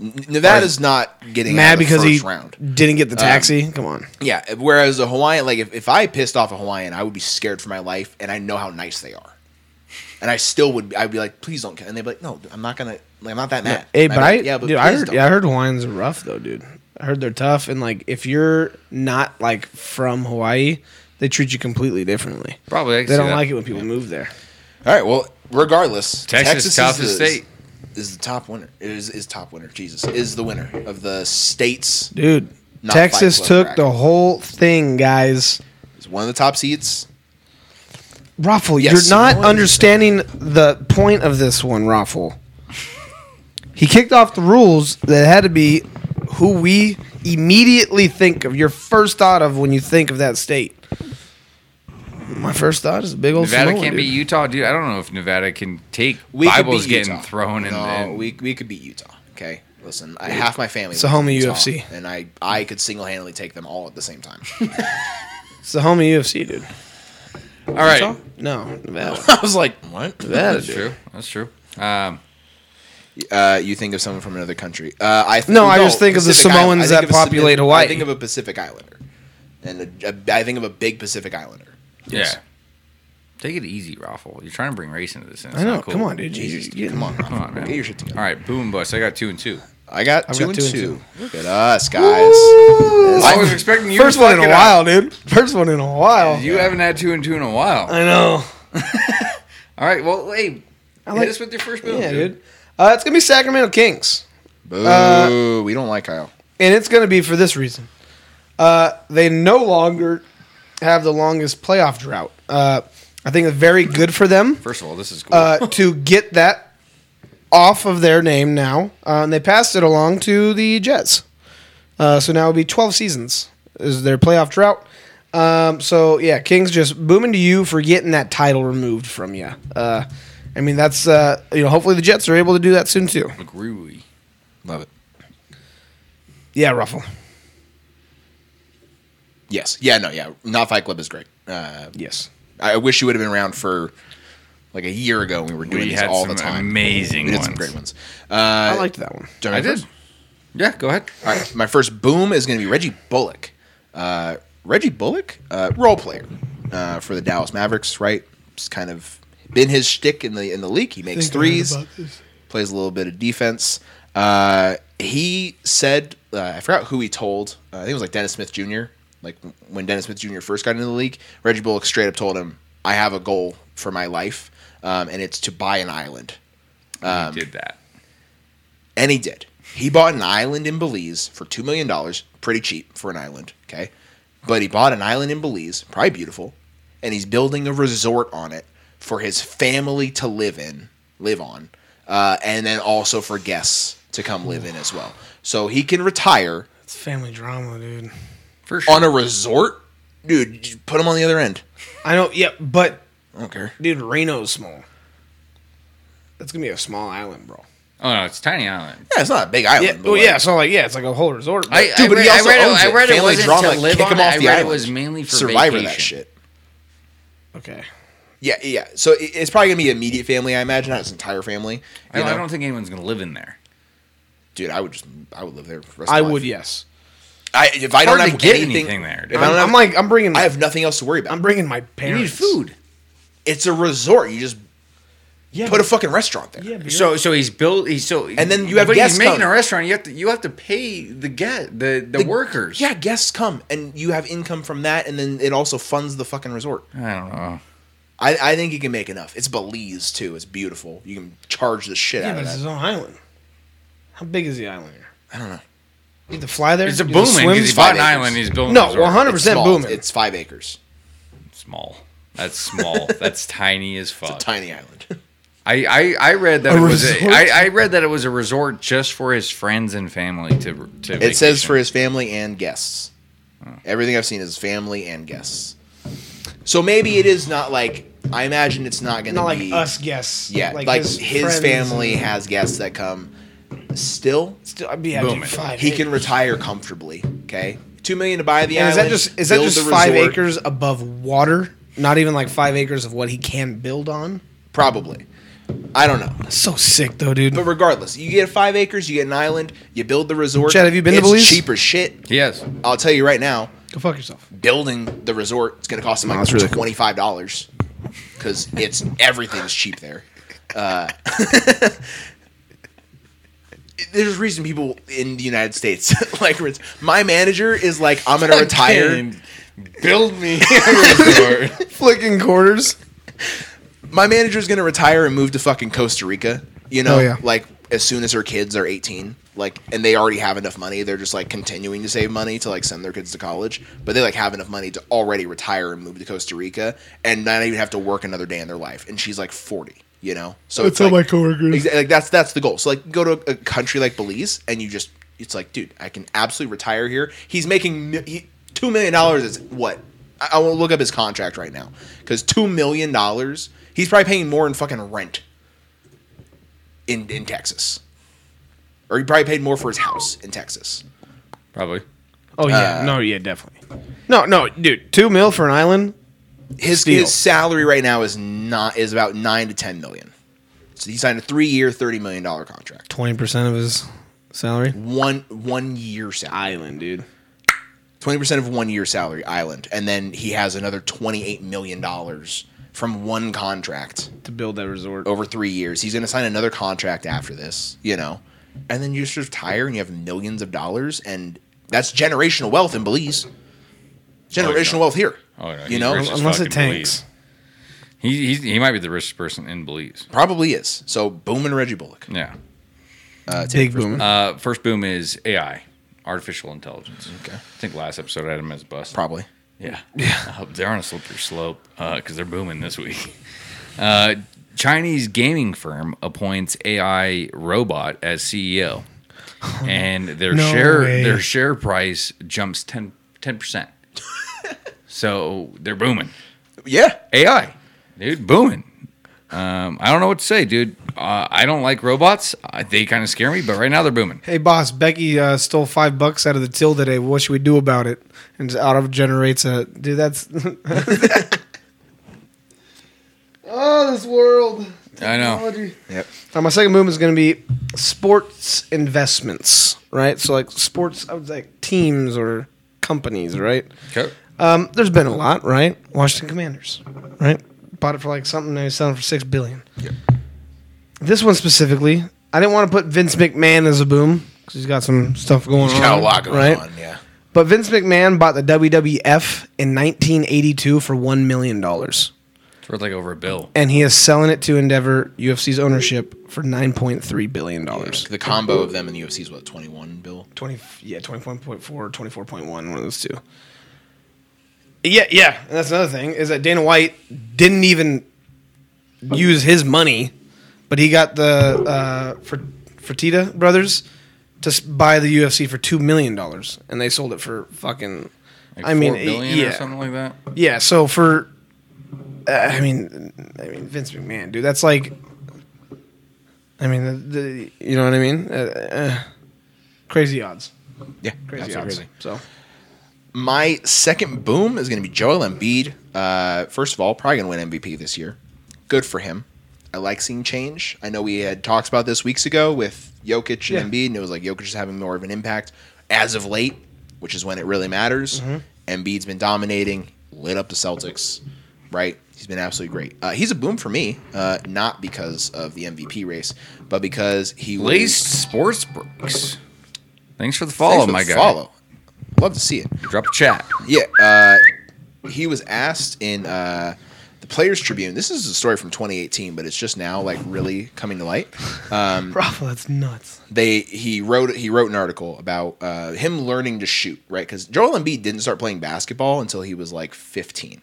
Speaker 3: N- Nevada's not getting
Speaker 1: mad because
Speaker 3: first
Speaker 1: he
Speaker 3: round. Uh,
Speaker 1: didn't get the taxi. Come on.
Speaker 3: Yeah. Whereas a Hawaiian, like if, if I pissed off a Hawaiian, I would be scared for my life, and I know how nice they are, and I still would. I'd be like, please don't. ca-" And they'd be like, no, I'm not gonna. Like, I'm not that mad.
Speaker 1: Hey,
Speaker 3: And
Speaker 1: but I,
Speaker 3: I'd be like,
Speaker 1: yeah, dude, I
Speaker 3: please
Speaker 1: heard,
Speaker 3: don't."
Speaker 1: yeah, I heard Hawaiians are rough though, dude. I heard they're tough, and like if you're not like from Hawaii, they treat you completely differently.
Speaker 4: Probably. I can
Speaker 1: They
Speaker 4: see
Speaker 1: don't
Speaker 4: that.
Speaker 1: like it when people move there.
Speaker 3: All right. Well, regardless,
Speaker 4: Texas is top of the
Speaker 3: is
Speaker 4: state.
Speaker 3: Is the top winner? Is is top winner? Jesus is the winner of the states.
Speaker 1: Dude,
Speaker 3: Not
Speaker 1: Texas
Speaker 3: fight club
Speaker 1: took
Speaker 3: bracket.
Speaker 1: the whole thing, guys.
Speaker 3: Is one of the top seeds.
Speaker 1: Raffle,
Speaker 3: Yes,
Speaker 1: you're not
Speaker 3: Samoans.
Speaker 1: understanding the point of this one, Raffle. He kicked off the rules that had to be who we immediately think of. Your first thought of when you think of that state. My first thought is a big old
Speaker 4: Nevada
Speaker 1: Samoan,
Speaker 4: can't
Speaker 1: dude.
Speaker 4: beat Utah, dude. I don't know if Nevada can take
Speaker 3: We could
Speaker 4: Bibles
Speaker 3: beat
Speaker 4: getting
Speaker 3: Utah.
Speaker 4: thrown. And,
Speaker 3: no,
Speaker 4: and
Speaker 3: we we could beat Utah. Okay, listen, I half my family.
Speaker 1: It's a
Speaker 3: lives in
Speaker 1: home of
Speaker 3: Utah,
Speaker 1: UFC.
Speaker 3: and I I could single handedly take them all at the same time.
Speaker 1: It's the home of UFC, dude.
Speaker 4: all right,
Speaker 3: Utah?
Speaker 1: No, Nevada.
Speaker 3: I was like, what?
Speaker 1: Nevada,
Speaker 4: that's
Speaker 1: dude.
Speaker 4: true. That's true. Um,
Speaker 3: Uh, you think of someone from another country? Uh, I th-
Speaker 1: No, I just think of the
Speaker 3: Pacific
Speaker 1: Samoans
Speaker 3: I think
Speaker 1: that
Speaker 3: of a Pacific-
Speaker 1: populate Hawaii.
Speaker 3: I think of a Pacific Islander, and a, a, I think of a big Pacific Islander.
Speaker 4: Yeah. Take it easy, Raffle. You're trying to bring race into this. And it's
Speaker 1: I know.
Speaker 4: Not cool.
Speaker 1: Come on, dude.
Speaker 3: Jesus,
Speaker 1: You- you-
Speaker 3: come on,
Speaker 4: Come on, man.
Speaker 3: get your shit together.
Speaker 4: All right, boom bust. I got two and two.
Speaker 3: I got
Speaker 1: I've
Speaker 3: two
Speaker 1: got
Speaker 3: and
Speaker 1: two
Speaker 3: two.
Speaker 1: and two.
Speaker 3: Look at us, guys.
Speaker 4: I was expecting you.
Speaker 1: First
Speaker 4: to
Speaker 1: one in
Speaker 4: fuck
Speaker 1: a
Speaker 4: it up.
Speaker 1: while, dude. First one in a while.
Speaker 4: You haven't had two and two in a while.
Speaker 1: I know.
Speaker 4: All right. Well, hey,
Speaker 1: like-
Speaker 4: hit us with your first move,
Speaker 1: Yeah,
Speaker 4: dude.
Speaker 1: dude. Uh, it's gonna be Sacramento Kings.
Speaker 3: Boo!
Speaker 1: Uh,
Speaker 3: we don't like Kyle.
Speaker 1: and it's going to be for this reason. Uh, they no longer have the longest playoff drought. Uh, I think it's very good for them
Speaker 4: First of all, this is cool.
Speaker 1: uh, to get that off of their name now, uh, and they passed it along to the Jets. Uh, so now it'll be 12 seasons is their playoff drouut. Um, so yeah, Kings just booming to you for getting that title removed from you. Uh, I mean that's uh, you know hopefully the Jets are able to do that soon too.
Speaker 4: McGrewy.
Speaker 3: Love it.
Speaker 1: Yeah, Ruffle.
Speaker 3: Yes. Yeah. No. Yeah. Not Fight Club is great. Uh,
Speaker 1: Yes.
Speaker 3: I wish you would have been around for like a year ago. when We were doing
Speaker 4: We
Speaker 3: these
Speaker 4: had
Speaker 3: all
Speaker 4: some
Speaker 3: the time.
Speaker 4: amazing
Speaker 3: we did some
Speaker 4: ones.
Speaker 3: great ones.
Speaker 1: I
Speaker 3: Uh,
Speaker 1: liked that one.
Speaker 3: do
Speaker 4: I
Speaker 3: remember?
Speaker 4: did. Yeah, go ahead.
Speaker 3: All right, my first boom is going to be Reggie Bullock. Uh, Reggie Bullock, uh, role player uh, for the Dallas Mavericks, right? It's kind of been his shtick in the in the league. He makes threes, plays a little bit of defense. Uh, he said, uh, I forgot who he told. Uh, I think it was like Dennis Smith Jr. Like when Dennis Smith Jr. first got into the league, Reggie Bullock straight up told him, "I have a goal for my life, um, and it's to buy an island."
Speaker 4: you did that.
Speaker 3: And he did. He bought an island in Belize for $2 million, pretty cheap for an island, okay? But he bought an island in Belize, probably beautiful, and he's building a resort on it for his family to live in, live on, uh, and then also for guests to come live in as well. So he can retire
Speaker 1: It's family drama, dude.
Speaker 4: For sure.
Speaker 3: on a resort? Dude, you put him on the other end.
Speaker 1: I know, yeah, but
Speaker 3: I don't care.
Speaker 1: dude, Reno's small. That's gonna be a small island, bro.
Speaker 4: Oh no, it's Tiny Island.
Speaker 3: Yeah, it's not a big island.
Speaker 1: Yeah,
Speaker 3: but
Speaker 1: well,
Speaker 3: like-
Speaker 1: yeah, so like, yeah, it's like a whole resort. but-
Speaker 4: I,
Speaker 3: Dude,
Speaker 4: I
Speaker 3: but
Speaker 4: read,
Speaker 3: he also
Speaker 4: I read,
Speaker 3: owns
Speaker 4: it,
Speaker 3: it.
Speaker 4: I read it
Speaker 3: Family
Speaker 4: wasn't
Speaker 3: drama,
Speaker 4: to live
Speaker 3: kick
Speaker 4: on.
Speaker 3: him
Speaker 4: it.
Speaker 3: off
Speaker 4: I
Speaker 3: the
Speaker 4: read it
Speaker 3: island.
Speaker 4: was mainly for
Speaker 3: Survivor
Speaker 4: vacation.
Speaker 3: that shit.
Speaker 1: okay.
Speaker 3: Yeah, yeah. So it- it's probably gonna be immediate family, I imagine, not his entire family. You
Speaker 4: I don't,
Speaker 3: know?
Speaker 4: I don't think anyone's gonna live in there.
Speaker 3: dude, I would just, I would live there. For the rest
Speaker 1: I
Speaker 3: of my
Speaker 1: would,
Speaker 3: life.
Speaker 1: yes.
Speaker 3: I, if I
Speaker 4: Hard
Speaker 3: don't
Speaker 4: to
Speaker 3: have
Speaker 4: get
Speaker 3: anything,
Speaker 4: anything there, dude.
Speaker 3: If I
Speaker 1: I'm,
Speaker 3: don't have,
Speaker 1: I'm like, I'm bringing,
Speaker 3: I have nothing else to worry about.
Speaker 1: I'm bringing my
Speaker 4: You need
Speaker 1: parents.
Speaker 4: food.
Speaker 3: it's a resort. You just
Speaker 1: Yeah,
Speaker 3: put a fucking restaurant there.
Speaker 1: yeah. but you're-
Speaker 4: So so he's built. He's so
Speaker 3: And then you have
Speaker 4: but
Speaker 3: guests
Speaker 4: he's making
Speaker 3: come.
Speaker 4: a restaurant. You have to you have to pay the get the, the
Speaker 3: The-
Speaker 4: workers.
Speaker 3: Yeah, guests come, and you have income from that, and then it also funds the fucking resort.
Speaker 4: I don't know.
Speaker 3: I, I think you can make enough. It's Belize too. It's beautiful. You can charge the shit
Speaker 1: yeah, but
Speaker 3: out of
Speaker 1: it's
Speaker 3: that.
Speaker 1: his own island. How big is the island here?
Speaker 3: I don't know.
Speaker 1: You have to fly there.
Speaker 4: It's a
Speaker 1: You have to
Speaker 4: booming
Speaker 1: swim?
Speaker 4: because he bought an
Speaker 3: five acres.
Speaker 4: island. and He's building a
Speaker 1: No,
Speaker 4: resort.
Speaker 1: one hundred
Speaker 3: It's
Speaker 1: percent
Speaker 3: small.
Speaker 1: booming.
Speaker 3: It's five acres.
Speaker 4: small. That's small. That's tiny as fuck.
Speaker 3: Tiny island.
Speaker 4: I, I, I read that
Speaker 1: A
Speaker 4: it was a,
Speaker 1: resort?
Speaker 4: I, I read that it was a resort just for his friends and family to to.
Speaker 3: It says for his family and guests. Everything I've seen is family and guests. So maybe it is not like I imagine it's not going
Speaker 1: not
Speaker 3: to
Speaker 1: like
Speaker 3: be
Speaker 1: us guests.
Speaker 3: Yeah, like, his,
Speaker 1: friends
Speaker 3: family
Speaker 1: and-
Speaker 3: has guests that come. Still,
Speaker 1: Still, I'd be having
Speaker 4: Booming.
Speaker 1: five.
Speaker 3: he can
Speaker 1: acres.
Speaker 3: retire comfortably. Okay, two million to buy the
Speaker 1: And is that
Speaker 3: island.
Speaker 1: just is that
Speaker 3: build
Speaker 1: just
Speaker 3: the
Speaker 1: five
Speaker 3: resort.
Speaker 1: acres above water? Not even like five acres of what he can build on.
Speaker 3: Probably. I don't know.
Speaker 1: So sick though, dude.
Speaker 3: But regardless, you get five acres, you get an island, you build the resort.
Speaker 1: Chad, have you been to
Speaker 3: it's
Speaker 1: Belize?
Speaker 3: Cheaper shit.
Speaker 4: Yes.
Speaker 3: I'll tell you right now,
Speaker 1: Go fuck yourself.
Speaker 3: building the resort it's going to cost him like
Speaker 1: that's really cool.
Speaker 3: twenty five dollars because it's everything's cheap there. Uh, there's a reason people in the United States like ret- my manager is like I'm going to retire.
Speaker 4: Build me a resort.
Speaker 1: Flicking quarters.
Speaker 3: My manager's going to retire and move to fucking Costa Rica. You know,
Speaker 1: Oh, yeah.
Speaker 3: like as soon as her kids are 18, like and they already have enough money, they're just like continuing to save money to like send their kids to college, but they like have enough money to already retire and move to Costa Rica and not even have to work another day in their life. And she's like 40, you know. So
Speaker 1: That's
Speaker 3: it's
Speaker 1: how
Speaker 3: like,
Speaker 1: my coworkers.
Speaker 3: Exactly, like that's that's the goal. So like go to a country like Belize and you just it's like, dude, I can absolutely retire here. He's making mi- he, two million dollars. Is what I, I will look up his contract right now because two million dollars. He's probably paying more in fucking rent in in Texas, or he probably paid more for his house in Texas.
Speaker 4: Probably.
Speaker 1: Oh yeah,
Speaker 3: Uh,
Speaker 1: no, yeah, definitely. No, no, dude, two mil for an island.
Speaker 3: His
Speaker 1: Steal.
Speaker 3: his salary right now is not is about nine to ten million. So he signed a three year, thirty million dollar contract.
Speaker 1: Twenty percent of his salary.
Speaker 3: One one year salary.
Speaker 1: Island, dude.
Speaker 3: twenty percent of one year salary island, and then he has another twenty eight million dollars from one contract
Speaker 1: To build that resort.
Speaker 3: over three years. He's going to sign another contract after this, you know, and then you just retire and you have millions of dollars, and that's generational wealth in Belize. Generational
Speaker 4: Oh, no.
Speaker 3: wealth here,
Speaker 4: Oh, no,
Speaker 3: you
Speaker 4: he's
Speaker 3: know,
Speaker 4: rich.
Speaker 1: Unless
Speaker 4: Fucking
Speaker 1: it tanks.
Speaker 4: He, he's, he might be the richest person in Belize.
Speaker 3: probably is. So boom and Reggie Bullock.
Speaker 4: Yeah.
Speaker 3: Uh, take
Speaker 1: Big boom.
Speaker 4: Uh, first boom is AI, artificial intelligence. Okay. I think last episode I had him as a bust.
Speaker 3: probably.
Speaker 4: Yeah. Yeah. I hope they're on a slippery slope because they're booming this week. Uh, Chinese gaming firm appoints AI robot as CEO, and their
Speaker 1: Oh, No
Speaker 4: share
Speaker 1: way.
Speaker 4: their share price jumps 10 percent. so they're booming.
Speaker 3: Yeah,
Speaker 4: AI, dude, booming. Um, I don't know what to say, dude. Uh, I don't like robots. Uh, they kind of scare me, but right now they're booming.
Speaker 1: Hey boss, Becky uh, stole five bucks out of the till today. What should we do about it? And just auto generates a dude. That's oh, this world.
Speaker 4: I know.
Speaker 1: Technology.
Speaker 3: Yep.
Speaker 1: Now, my second movement is going to be sports investments, right? So like sports, I would say teams or companies, right?
Speaker 4: Okay.
Speaker 1: Um, there's been a lot, right? Washington Commanders, right? Bought it for like something, now he's selling for six billion. This one specifically, I didn't want to put Vince McMahon as a boom because he's got some stuff going on.
Speaker 3: got a lot going
Speaker 1: right?
Speaker 3: on. Yeah,
Speaker 1: But Vince McMahon bought the WWF in 1982 for one million dollars,
Speaker 4: It's worth like over a bill.
Speaker 1: and he is selling it to Endeavor UFC's ownership for 9.3 billion dollars.
Speaker 3: the combo of them in the UFC is what twenty one bill.
Speaker 1: 20 yeah 21.4 24.1 one of those two yeah yeah and that's another thing is that dana white didn't even use his money but he got the uh for fertita brothers to s- buy the ufc for two million dollars and they sold it for fucking
Speaker 4: Like
Speaker 1: i mean
Speaker 4: four billion
Speaker 1: yeah
Speaker 4: or something like that.
Speaker 1: yeah so for uh, i mean i mean vince mcmahon dude that's like I mean, the, the, you know what I mean? Uh, uh, crazy odds.
Speaker 3: Yeah,
Speaker 1: Crazy
Speaker 3: that's
Speaker 1: odds.
Speaker 3: crazy.
Speaker 1: So
Speaker 3: My second boom is going to be Joel Embiid. Uh, first of all, probably going to win MVP this year. Good for him. I like seeing change. I know we had talks about this weeks ago with Jokic
Speaker 1: Yeah.
Speaker 3: and Embiid, and it was like Jokic is having more of an impact as of late, which is when it really matters.
Speaker 4: Mm-hmm.
Speaker 3: Embiid's been dominating, lit up the Celtics, right? He's been absolutely great. Uh, he's a boom for me, uh, not because of the MVP race, but because he was-
Speaker 4: Laced Sports Breaks. Thanks for the
Speaker 3: Thanks
Speaker 4: follow,
Speaker 3: for
Speaker 4: my
Speaker 3: the
Speaker 4: guy.
Speaker 3: Follow. Love to see it.
Speaker 4: Drop a chat.
Speaker 3: Yeah, uh, he was asked in uh, the Players Tribune. This is a story from 2018, but it's just now like really coming to light. Um,
Speaker 1: Rafa, that's nuts.
Speaker 3: they he wrote he wrote an article about uh, him learning to shoot, right? Because Joel Embiid didn't start playing basketball until he was like 15,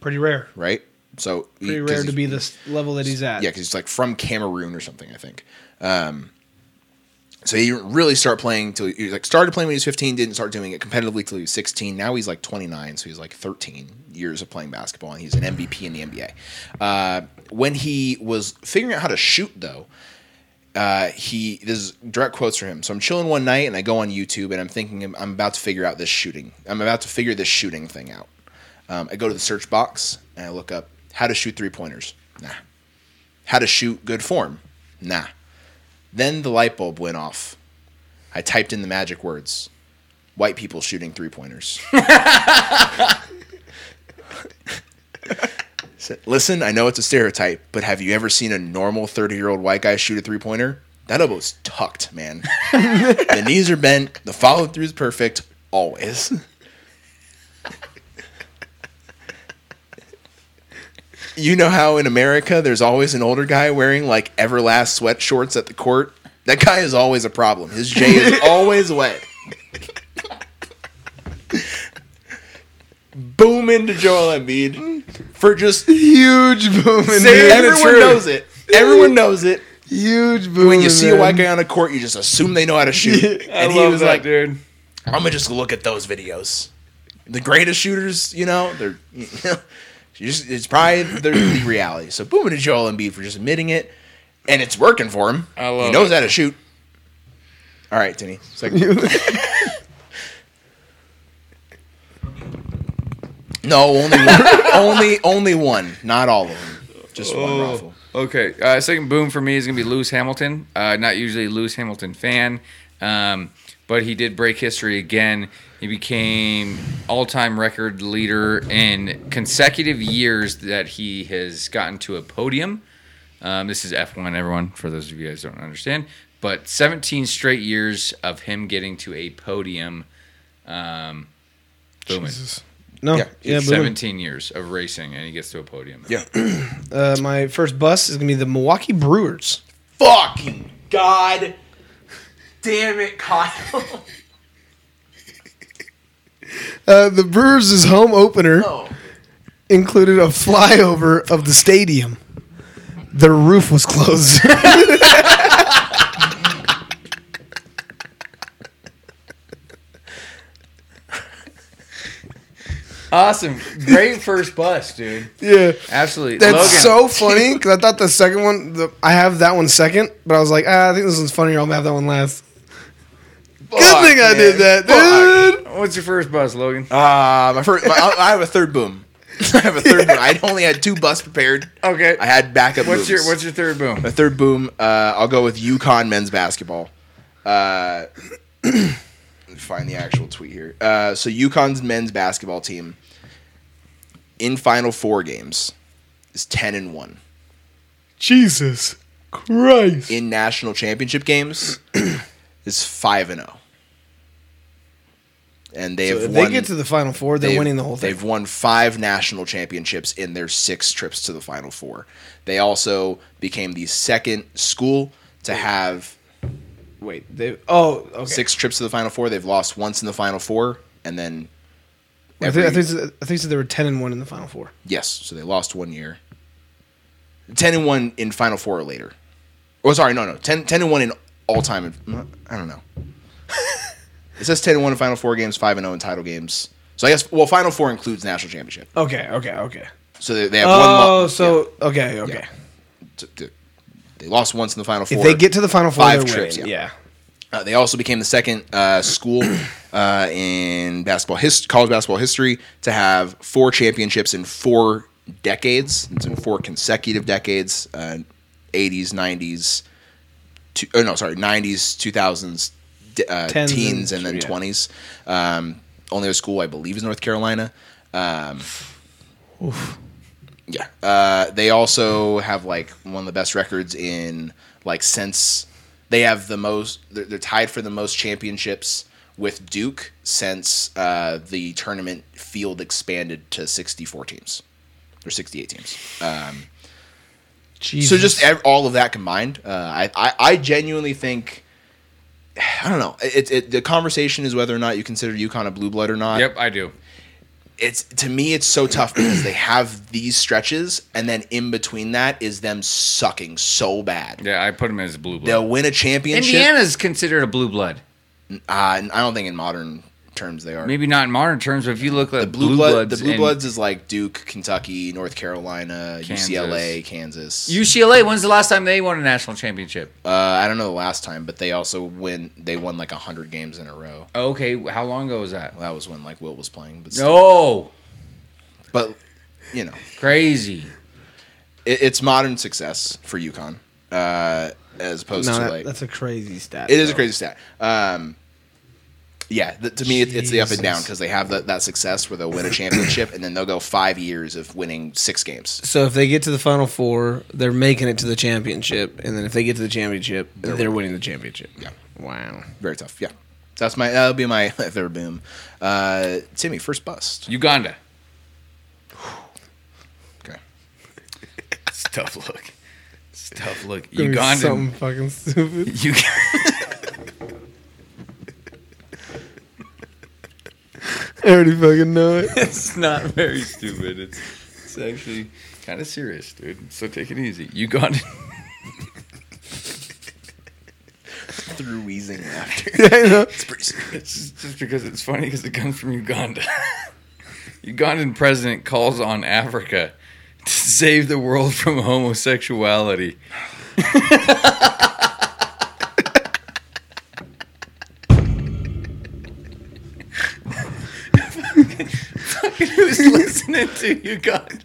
Speaker 1: Pretty rare.
Speaker 3: right? So he-
Speaker 1: Pretty
Speaker 3: 'cause
Speaker 1: rare to
Speaker 3: he's-
Speaker 1: be this level that he's at.
Speaker 3: Yeah, because he's like from Cameroon or something, I think. Um, so he didn't really start playing till he like started playing when he was 15, didn't start doing it competitively till he was 16. Now he's like 29, so he's like 13 years of playing basketball, and he's an MVP in the NBA. Uh, when he was figuring out how to shoot, though, uh, he this is direct quotes from him. So I'm chilling one night and I go on YouTube and I'm thinking I'm- I'm about to figure out this shooting. I'm about to figure this shooting thing out. Um, I go to the search box and I look up how to shoot three pointers. Nah. How to shoot good form. Nah. Then the light bulb went off. I typed in the magic words white people shooting three pointers. Listen, I know it's a stereotype, but have you ever seen a normal 30 year old white guy shoot a three pointer? That elbow's tucked, man. the knees are bent, the follow through is perfect, always. you know how in America there's always an older guy wearing like Everlast sweat shorts at the court? That guy is always a problem. His J is always wet. boom into Joel Embiid for just
Speaker 1: Huge boom. in
Speaker 3: Say
Speaker 1: there.
Speaker 3: it, everyone knows it. Everyone knows it.
Speaker 1: Huge boom.
Speaker 3: When you see a white
Speaker 1: man.
Speaker 3: guy on a court, you just assume they know how to shoot. and he was like,
Speaker 2: dude.
Speaker 3: "I'm gonna just look at those videos. The greatest shooters, you know, they're you know, you just, it's probably the, the reality." So boom to Joel Embiid for just admitting it, and it's working for him.
Speaker 2: I love
Speaker 3: he knows how to shoot. All right, Denny. Second. no, only one. only only one, not all of them. Just one
Speaker 2: Oh.
Speaker 3: raffle.
Speaker 2: Okay. Uh, second boom for me is going to be Lewis Hamilton. Uh, not usually a Lewis Hamilton fan, um, but he did break history again. He became all-time record leader in consecutive years that he has gotten to a podium. Um, this is F1, everyone, for those of you guys who don't understand. But 17 straight years of him getting to a podium. Um, booming.
Speaker 1: No.
Speaker 3: Yeah,
Speaker 1: Yeah, yeah boom.
Speaker 2: 17 years of racing, and he gets to a podium.
Speaker 3: Yeah.
Speaker 1: Uh, my first bus is gonna be the Milwaukee Brewers.
Speaker 3: Fucking god damn it, Kyle.
Speaker 1: Uh, the Brewers' home opener
Speaker 3: Oh,
Speaker 1: included a flyover of the stadium. Their roof was closed.
Speaker 2: Awesome. Great first bus, dude.
Speaker 1: yeah.
Speaker 2: Absolutely.
Speaker 1: That's so
Speaker 2: Logan,
Speaker 1: funny because I thought the second one, the, I have that one second, but I was like, ah, I think this one's funnier. I'll have that one last. Good thing I did that, dude.
Speaker 2: What's your first bus, Logan?
Speaker 3: Uh, my first, my, I I have a third boom. I have a third boom. I only had two busts prepared.
Speaker 2: Okay.
Speaker 3: I had backup.
Speaker 2: What's your
Speaker 3: booms.
Speaker 2: What's your third boom?
Speaker 3: my third boom? Uh, I'll go with UConn men's basketball. Uh, let me find the actual tweet here. Uh, so UConn's men's basketball team in Final Four games is ten and one.
Speaker 1: Jesus Christ.
Speaker 3: In national championship games is five and zero. And they have
Speaker 1: If
Speaker 3: won.
Speaker 1: they get to the final four, they're
Speaker 3: They've-
Speaker 1: winning the whole thing.
Speaker 3: They've won five national championships in their six trips to the Final Four. They also became the second school to have
Speaker 1: Wait, they oh okay.
Speaker 3: six trips to the Final Four. They've lost once in the Final Four, and then
Speaker 1: I think, I,
Speaker 3: every-
Speaker 1: think, I think they were ten and one in the final four.
Speaker 3: yes, so they lost one year. Ten and one in Final Four or later. Oh, sorry, no, no, 10, 10 and one in all time. I don't know. it says ten and one in Final Four games, five and zero in title games. So I guess well, Final Four includes national championship.
Speaker 1: Okay, okay, okay.
Speaker 3: So they, they have one.
Speaker 1: Oh,
Speaker 3: lo-
Speaker 1: so okay, okay.
Speaker 3: to- to- They lost once in the Final Four.
Speaker 1: If they get to the final four,
Speaker 3: Five
Speaker 1: they're
Speaker 3: trips,
Speaker 1: winning.
Speaker 3: yeah.
Speaker 1: Yeah.
Speaker 3: Uh, they also became the second uh, school uh, in basketball hist- college basketball history to have four championships in four decades. It's in four consecutive decades: uh, 80s, 90s, two, oh no, sorry, 90s, 2000s, d- uh,
Speaker 1: Tens and-
Speaker 3: teens, and then 20s. Um, only other school I believe is North Carolina. Um, yeah. Uh, they also have like one of the best records in like since they have the most. They're, they're tied for the most championships with Duke since uh, the tournament field expanded to 64 teams or 68 teams. So just ev- all of that combined, uh, I, I I genuinely think. I don't know. It, it, the conversation is whether or not you consider UConn a blue blood or not
Speaker 4: Yep, I do.
Speaker 3: it's to me it's so tough because they have these stretches and then in between that is them sucking so bad.
Speaker 4: Yeah, I put him as a blue blood.
Speaker 3: They'll win a championship.
Speaker 4: Indiana's considered a blue blood.
Speaker 3: Uh, and I don't think in modern terms they are.
Speaker 4: Maybe not in modern terms, but if you look at
Speaker 3: the blue, blood, the blue
Speaker 4: and-
Speaker 3: bloods is like Duke, Kentucky, North Carolina, UCLA, Kansas.
Speaker 4: UCLA. When's the last time they won a national championship?
Speaker 3: uh, I don't know the last time, but they also win. They won like hundred games in a row.
Speaker 4: Okay, how long ago was that?
Speaker 3: Well, that was when like Will was playing, but still,
Speaker 4: No,
Speaker 3: but you know.
Speaker 4: crazy.
Speaker 3: it, it's modern success for UConn, uh, as opposed
Speaker 1: No,
Speaker 3: to
Speaker 1: that,
Speaker 3: like
Speaker 1: that's a crazy stat.
Speaker 3: it is a
Speaker 1: though.
Speaker 3: crazy stat. Um, yeah, th- to me, it, it's the up and down
Speaker 1: Jesus.
Speaker 3: because they have that that success where they'll win a championship and then they'll go five years of winning six games.
Speaker 1: So if they get to the final four, they're making it to the championship, and then if they get to the championship, they're, winning the championship.
Speaker 3: Yeah.
Speaker 1: Wow.
Speaker 3: Very tough. Yeah, that's my that'll be my third boom. Uh, Timmy, first bust.
Speaker 4: Uganda.
Speaker 3: Okay.
Speaker 4: It's a tough look. It's a tough look.
Speaker 1: Gonna be
Speaker 4: Ugandan.
Speaker 1: Something fucking stupid.
Speaker 4: You.
Speaker 1: I already fucking know it.
Speaker 4: it's not very stupid. It's, it's actually kind of serious, dude. So take it easy. Ugandan.
Speaker 3: Through wheezing laughter.
Speaker 1: I know.
Speaker 4: It's just, just because it's funny because it comes from Uganda. Ugandan president calls on Africa to save the world from homosexuality. Fucking who's listening to Uganda?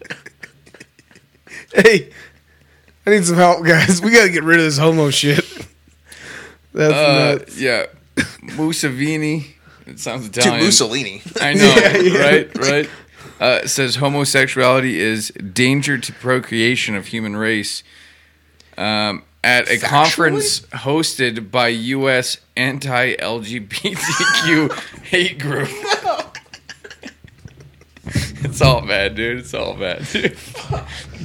Speaker 1: Hey, I need some help, guys. We gotta get rid of this homo shit. That's
Speaker 4: Uh,
Speaker 1: nuts.
Speaker 4: yeah, Museveni. It sounds
Speaker 3: To
Speaker 4: Italian.
Speaker 3: Mussolini.
Speaker 4: I know,
Speaker 1: Yeah, yeah.
Speaker 4: right? Right. Uh, says homosexuality is danger to procreation of human race. Um, at a conference hosted by U.S. anti-LGBTQ hate group. it's all bad, dude. It's all bad, dude.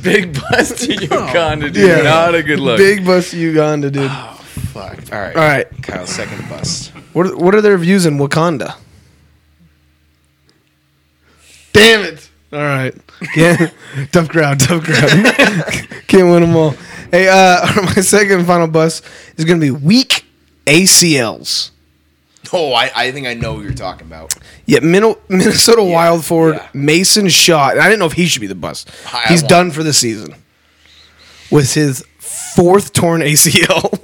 Speaker 4: Big bust to Uganda, dude.
Speaker 1: Yeah.
Speaker 4: Not a good look. Ah.
Speaker 1: Big bus Uganda, dude.
Speaker 3: Fuck. All right.
Speaker 1: All right.
Speaker 3: Kyle's second bust.
Speaker 1: What are, what are their views in Wakanda? Damn it! All right, yeah, tough crowd, tough crowd. Can't win them all. Hey, uh, my second and final bus is gonna be weak ACLs.
Speaker 3: Oh, I, I think I know who you're talking about.
Speaker 1: Yeah, Min- Minnesota Wild forward
Speaker 3: yeah.
Speaker 1: Mason Shaw. I didn't know if he should be the bus.
Speaker 3: I
Speaker 1: He's
Speaker 3: want-
Speaker 1: done for the season with his fourth torn ACL.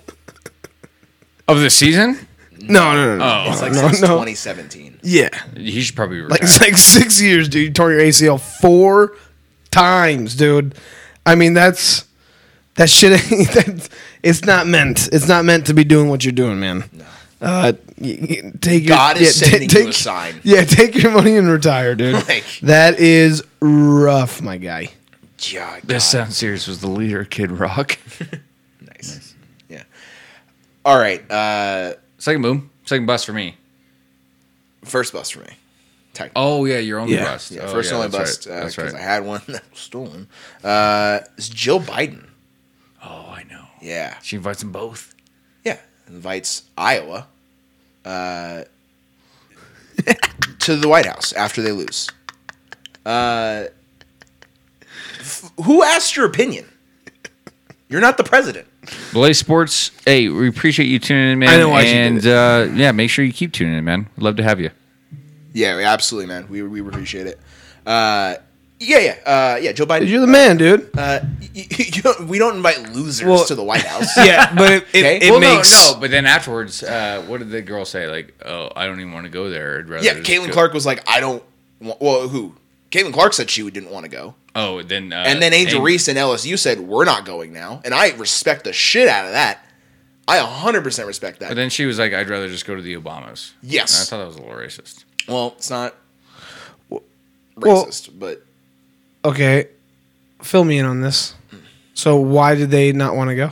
Speaker 4: of the season.
Speaker 1: no, no, no, no.
Speaker 3: Oh, It's like
Speaker 1: Oh, no,
Speaker 3: since
Speaker 1: no.
Speaker 3: 2017.
Speaker 1: Yeah.
Speaker 4: He should probably retire.
Speaker 1: Like it's like six years, dude. You tore your ACL four times, dude. I mean, that's that shit. ain't- That, it's not meant. It's not meant to be doing what you're doing, man. No. Uh, y- y- take your,
Speaker 3: God is
Speaker 1: ta-
Speaker 3: sending you a sign.
Speaker 1: Yeah, take your money and retire, dude.
Speaker 3: Like-
Speaker 1: that is rough, my guy.
Speaker 3: Yeah, God.
Speaker 4: this sounds serious. Was the leader of Kid Rock?
Speaker 3: Nice. Yeah. All right. Uh,
Speaker 4: Second boom. Second bus for me.
Speaker 3: first bust for me. Technically.
Speaker 4: Oh yeah, your only
Speaker 1: Yeah.
Speaker 4: bust.
Speaker 3: yeah,
Speaker 4: Oh,
Speaker 3: first
Speaker 4: yeah,
Speaker 3: and only
Speaker 4: that's
Speaker 3: bust
Speaker 4: right.
Speaker 3: because
Speaker 4: That's right.
Speaker 3: I had one that was stolen. Uh, it's Jill Biden.
Speaker 4: oh, I know.
Speaker 3: Yeah.
Speaker 4: She invites them both.
Speaker 3: Yeah. Invites Iowa uh, to the White House after they lose. Uh, f- who asked your opinion? You're not the president.
Speaker 4: Blaze Sports. Hey, we appreciate you tuning in, man.
Speaker 1: I know why she did
Speaker 4: and
Speaker 1: it.
Speaker 4: uh, yeah, make sure you keep tuning in, man. We'd love to have you.
Speaker 3: Yeah, absolutely, man. We, we appreciate it. Uh, Yeah, yeah, uh, yeah. Joe Biden.
Speaker 1: You're the man, dude.
Speaker 3: uh, you, you don't, we don't invite losers
Speaker 1: Well-
Speaker 3: to the White House.
Speaker 1: Yeah, but it, it,
Speaker 3: Okay.
Speaker 1: it
Speaker 4: well,
Speaker 1: makes
Speaker 4: no, no. But then afterwards, uh, what did the girl say? Like, oh, I don't even want to go there. I'd rather.
Speaker 3: yeah.
Speaker 4: just
Speaker 3: Caitlin
Speaker 4: go-
Speaker 3: Clark was like, I don't. Want, well, who? Caitlin Clark said she didn't want to go,
Speaker 4: Oh, then. Uh,
Speaker 3: and then Angel
Speaker 4: Ang-
Speaker 3: Reese and LSU said we're not going now, and I respect the shit out of that. I 100 percent respect that.
Speaker 4: But then she was like, I'd rather just go to the Obamas.
Speaker 3: Yes.
Speaker 4: And I thought that was a little racist.
Speaker 3: well, it's not
Speaker 1: Well-
Speaker 3: racist, but
Speaker 1: okay. Fill me in on this. So why did they not want to go?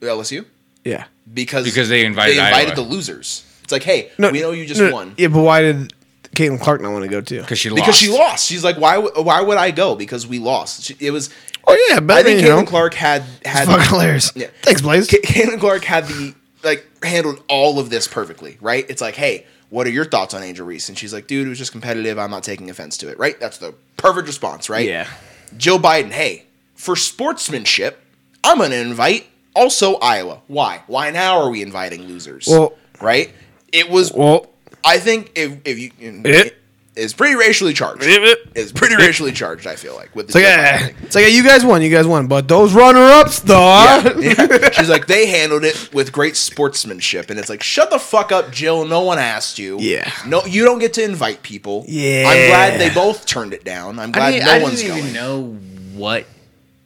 Speaker 3: LSU
Speaker 1: Yeah.
Speaker 3: because
Speaker 4: Because they invited
Speaker 3: they invited
Speaker 4: Iowa.
Speaker 3: the losers. It's like, hey, we know you just
Speaker 1: no,
Speaker 3: won.
Speaker 1: Yeah, but why did Caitlin Clark not want to go too?
Speaker 4: Because she lost.
Speaker 3: because she lost. She's like, why? w- Why would I go? Because we lost. She, it was.
Speaker 1: Oh, yeah, but
Speaker 3: I think
Speaker 1: you know.
Speaker 3: Caitlin Clark had had
Speaker 1: Fuck hilarious.
Speaker 3: Yeah.
Speaker 1: Thanks, Blaze.
Speaker 3: Ca- Caitlin Clark had the like handled all of this perfectly, right? It's like, hey, what are your thoughts on Angel Reese? And she's like, dude, it was just competitive. I'm not taking offense to it, right? That's the perfect response, right?
Speaker 1: Yeah.
Speaker 3: Joe Biden, hey, for sportsmanship, I'm gonna invite also Iowa. Why? Why now are we inviting losers?
Speaker 1: Well-
Speaker 3: right? It was.
Speaker 1: well,
Speaker 3: I think if if you.
Speaker 1: It-
Speaker 3: it's pretty racially charged.
Speaker 1: It-
Speaker 3: It's pretty racially charged. I feel like with the
Speaker 1: it's like,
Speaker 3: Joe Biden
Speaker 1: eh,
Speaker 3: thing.
Speaker 1: it's like eh, you guys won, you guys won, but those runner-ups, though.
Speaker 3: Yeah. She's like, they handled it with great sportsmanship, and it's like, shut the fuck up, Jill. No one asked you.
Speaker 1: Yeah.
Speaker 3: No, you don't get to invite people.
Speaker 1: Yeah.
Speaker 3: I'm glad they both turned it down. I'm glad
Speaker 2: I, didn't,
Speaker 3: no
Speaker 2: I didn't
Speaker 3: one's
Speaker 2: even
Speaker 3: going.
Speaker 2: know what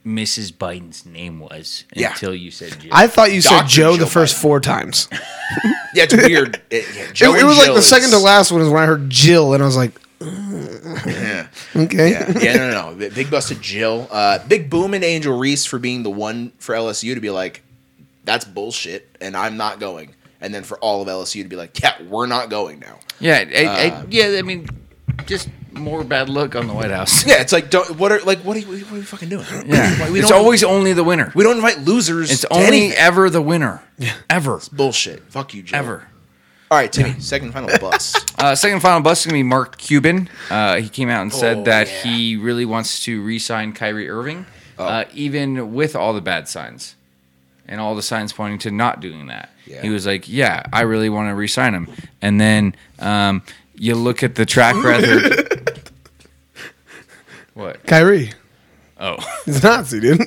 Speaker 2: Mrs. Biden's name was
Speaker 3: Yeah.
Speaker 2: until you said Jill.
Speaker 1: I thought you said
Speaker 3: Dr.
Speaker 1: Joe,
Speaker 3: Joe
Speaker 1: the first
Speaker 3: Biden.
Speaker 1: four times.
Speaker 3: Yeah, it's weird. It, yeah,
Speaker 1: It,
Speaker 3: Joe
Speaker 1: it
Speaker 3: and
Speaker 1: was like
Speaker 3: Jill
Speaker 1: the second
Speaker 3: is-
Speaker 1: to last one is when I heard Jill, and I was like, okay.
Speaker 3: Yeah, yeah, no, no, no. Big busted Jill. Uh, big boom and Angel Reese for being the one for LSU to be like, that's bullshit, and I'm not going. And then for all of LSU to be like, yeah, we're not going now.
Speaker 4: Yeah. I,
Speaker 3: Uh,
Speaker 4: I, yeah. I mean, just more bad luck on the White House.
Speaker 3: Yeah, it's like, don't, what are like, what are you, what are you fucking doing?
Speaker 4: Yeah.
Speaker 3: Like, we
Speaker 4: it's
Speaker 3: don't-
Speaker 4: always only the winner.
Speaker 3: we don't invite losers.
Speaker 4: It's
Speaker 3: to
Speaker 4: only
Speaker 3: anything.
Speaker 4: ever the winner. Ever.
Speaker 3: Bullshit. Fuck you, Joe.
Speaker 4: Ever.
Speaker 3: All right, Timmy. Second and final bust.
Speaker 4: Uh, second and final bust is going to be Mark Cuban. Uh, he came out and said
Speaker 3: Oh,
Speaker 4: that
Speaker 3: yeah. Oh.
Speaker 4: he really wants to re sign Kyrie Irving, uh, even with all the bad signs and all the signs pointing to not doing that.
Speaker 3: Yeah.
Speaker 4: He was like, Yeah, I really want to re sign him. And then um, you look at the track record. what?
Speaker 1: Kyrie.
Speaker 4: Oh.
Speaker 1: He's a Nazi, dude.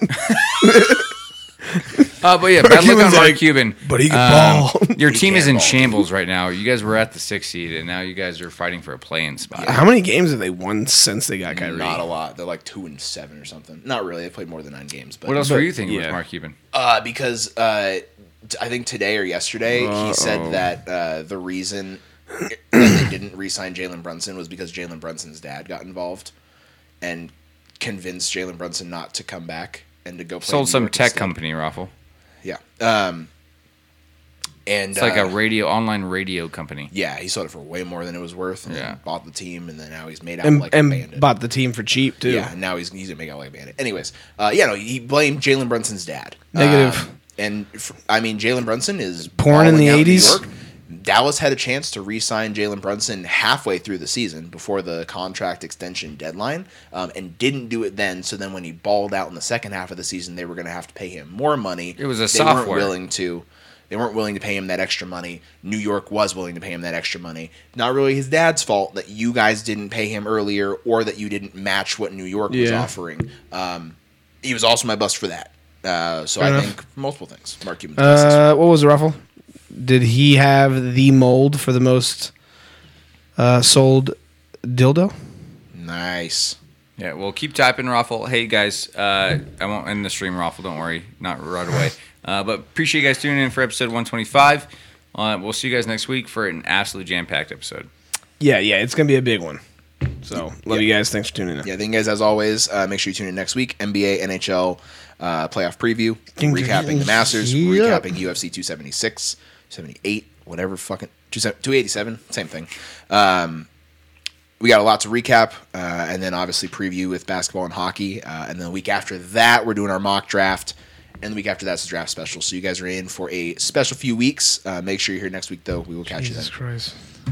Speaker 4: Uh, but yeah, bad luck on
Speaker 1: Cuban's
Speaker 4: Mark
Speaker 1: like,
Speaker 4: Cuban. Um,
Speaker 1: "But he can ball."
Speaker 4: Your team is
Speaker 3: can
Speaker 4: in
Speaker 3: ball.
Speaker 4: shambles right now. You guys were at the six seed, and now you guys are fighting for a play-in spot.
Speaker 1: How many games have they won since they got Kyrie?
Speaker 3: Not a lot. They're like two and seven or something. Not really. They played more than nine games. But
Speaker 4: What else were you thinking
Speaker 1: yeah.
Speaker 4: with Mark Cuban?
Speaker 3: Uh, because uh, t- I think today or yesterday he said that uh, the reason that they didn't re-sign Jalen Brunson was because Jalen Brunson's dad got involved and convinced Jalen Brunson not to come back and to go play
Speaker 4: Sold
Speaker 3: New
Speaker 4: some
Speaker 3: York
Speaker 4: tech
Speaker 3: instead.
Speaker 4: company, Raffle.
Speaker 3: Yeah. Um, and
Speaker 4: It's like
Speaker 3: uh,
Speaker 4: a radio online radio company.
Speaker 3: yeah, he sold it for way more than it was worth. And
Speaker 4: Yeah.
Speaker 3: bought the team, and then now he's made out
Speaker 1: And,
Speaker 3: like a bandit.
Speaker 1: and bought the team for cheap, too.
Speaker 3: Yeah, and now he's he's gonna make out like a bandit. Anyways, uh, yeah, no, he blamed Jalen Brunson's dad.
Speaker 1: Negative.
Speaker 3: Um, and f- I mean, Jalen Brunson is
Speaker 1: Porn in
Speaker 3: balling
Speaker 1: the
Speaker 3: out New
Speaker 1: 80s?
Speaker 3: York. Dallas had a chance to re-sign Jalen Brunson halfway through the season before the contract extension deadline, um, and didn't do it then. So then, when he balled out in the second half of the season, they were going to have to pay him more money.
Speaker 4: It was a
Speaker 3: they
Speaker 4: software.
Speaker 3: Weren't willing to. They weren't willing to pay him that extra money. New York was willing to pay him that extra money. Not really his dad's fault that you guys didn't pay him earlier, or that you didn't match what New York was
Speaker 1: Yeah.
Speaker 3: offering. Um, he was also my bust for that. Uh, so
Speaker 1: Fair
Speaker 3: I
Speaker 1: enough.
Speaker 3: think multiple things. Mark Cuban.
Speaker 1: Uh, what was the raffle? Did he have the mold for the most uh, sold dildo?
Speaker 3: nice.
Speaker 4: Yeah, well, keep typing, Raffle. Hey guys, uh, I won't end the stream, Raffle. Don't worry, not right away. Uh, but appreciate you guys tuning in for episode 125. Uh, we'll see you guys next week for an absolute jam-packed episode.
Speaker 1: Yeah, yeah, it's gonna be a big one. So love you guys. Thanks for tuning in.
Speaker 3: Yeah, thank you guys as always. Uh, make sure you tune in next week. NBA, NHL uh, playoff preview,
Speaker 1: Ding, ding,
Speaker 3: recapping
Speaker 1: ding.
Speaker 3: the Masters,
Speaker 1: Yep.
Speaker 3: recapping UFC 276, 78, whatever fucking 27 287, same thing. Um, we got a lot to recap, uh, and then obviously preview with basketball and hockey. Uh, and then the week after that, we're doing our mock draft. And the week after that's a draft special. So you guys are in for a special few weeks. Uh, make sure you're here next week, though. We will catch you then.
Speaker 1: Jesus Christ.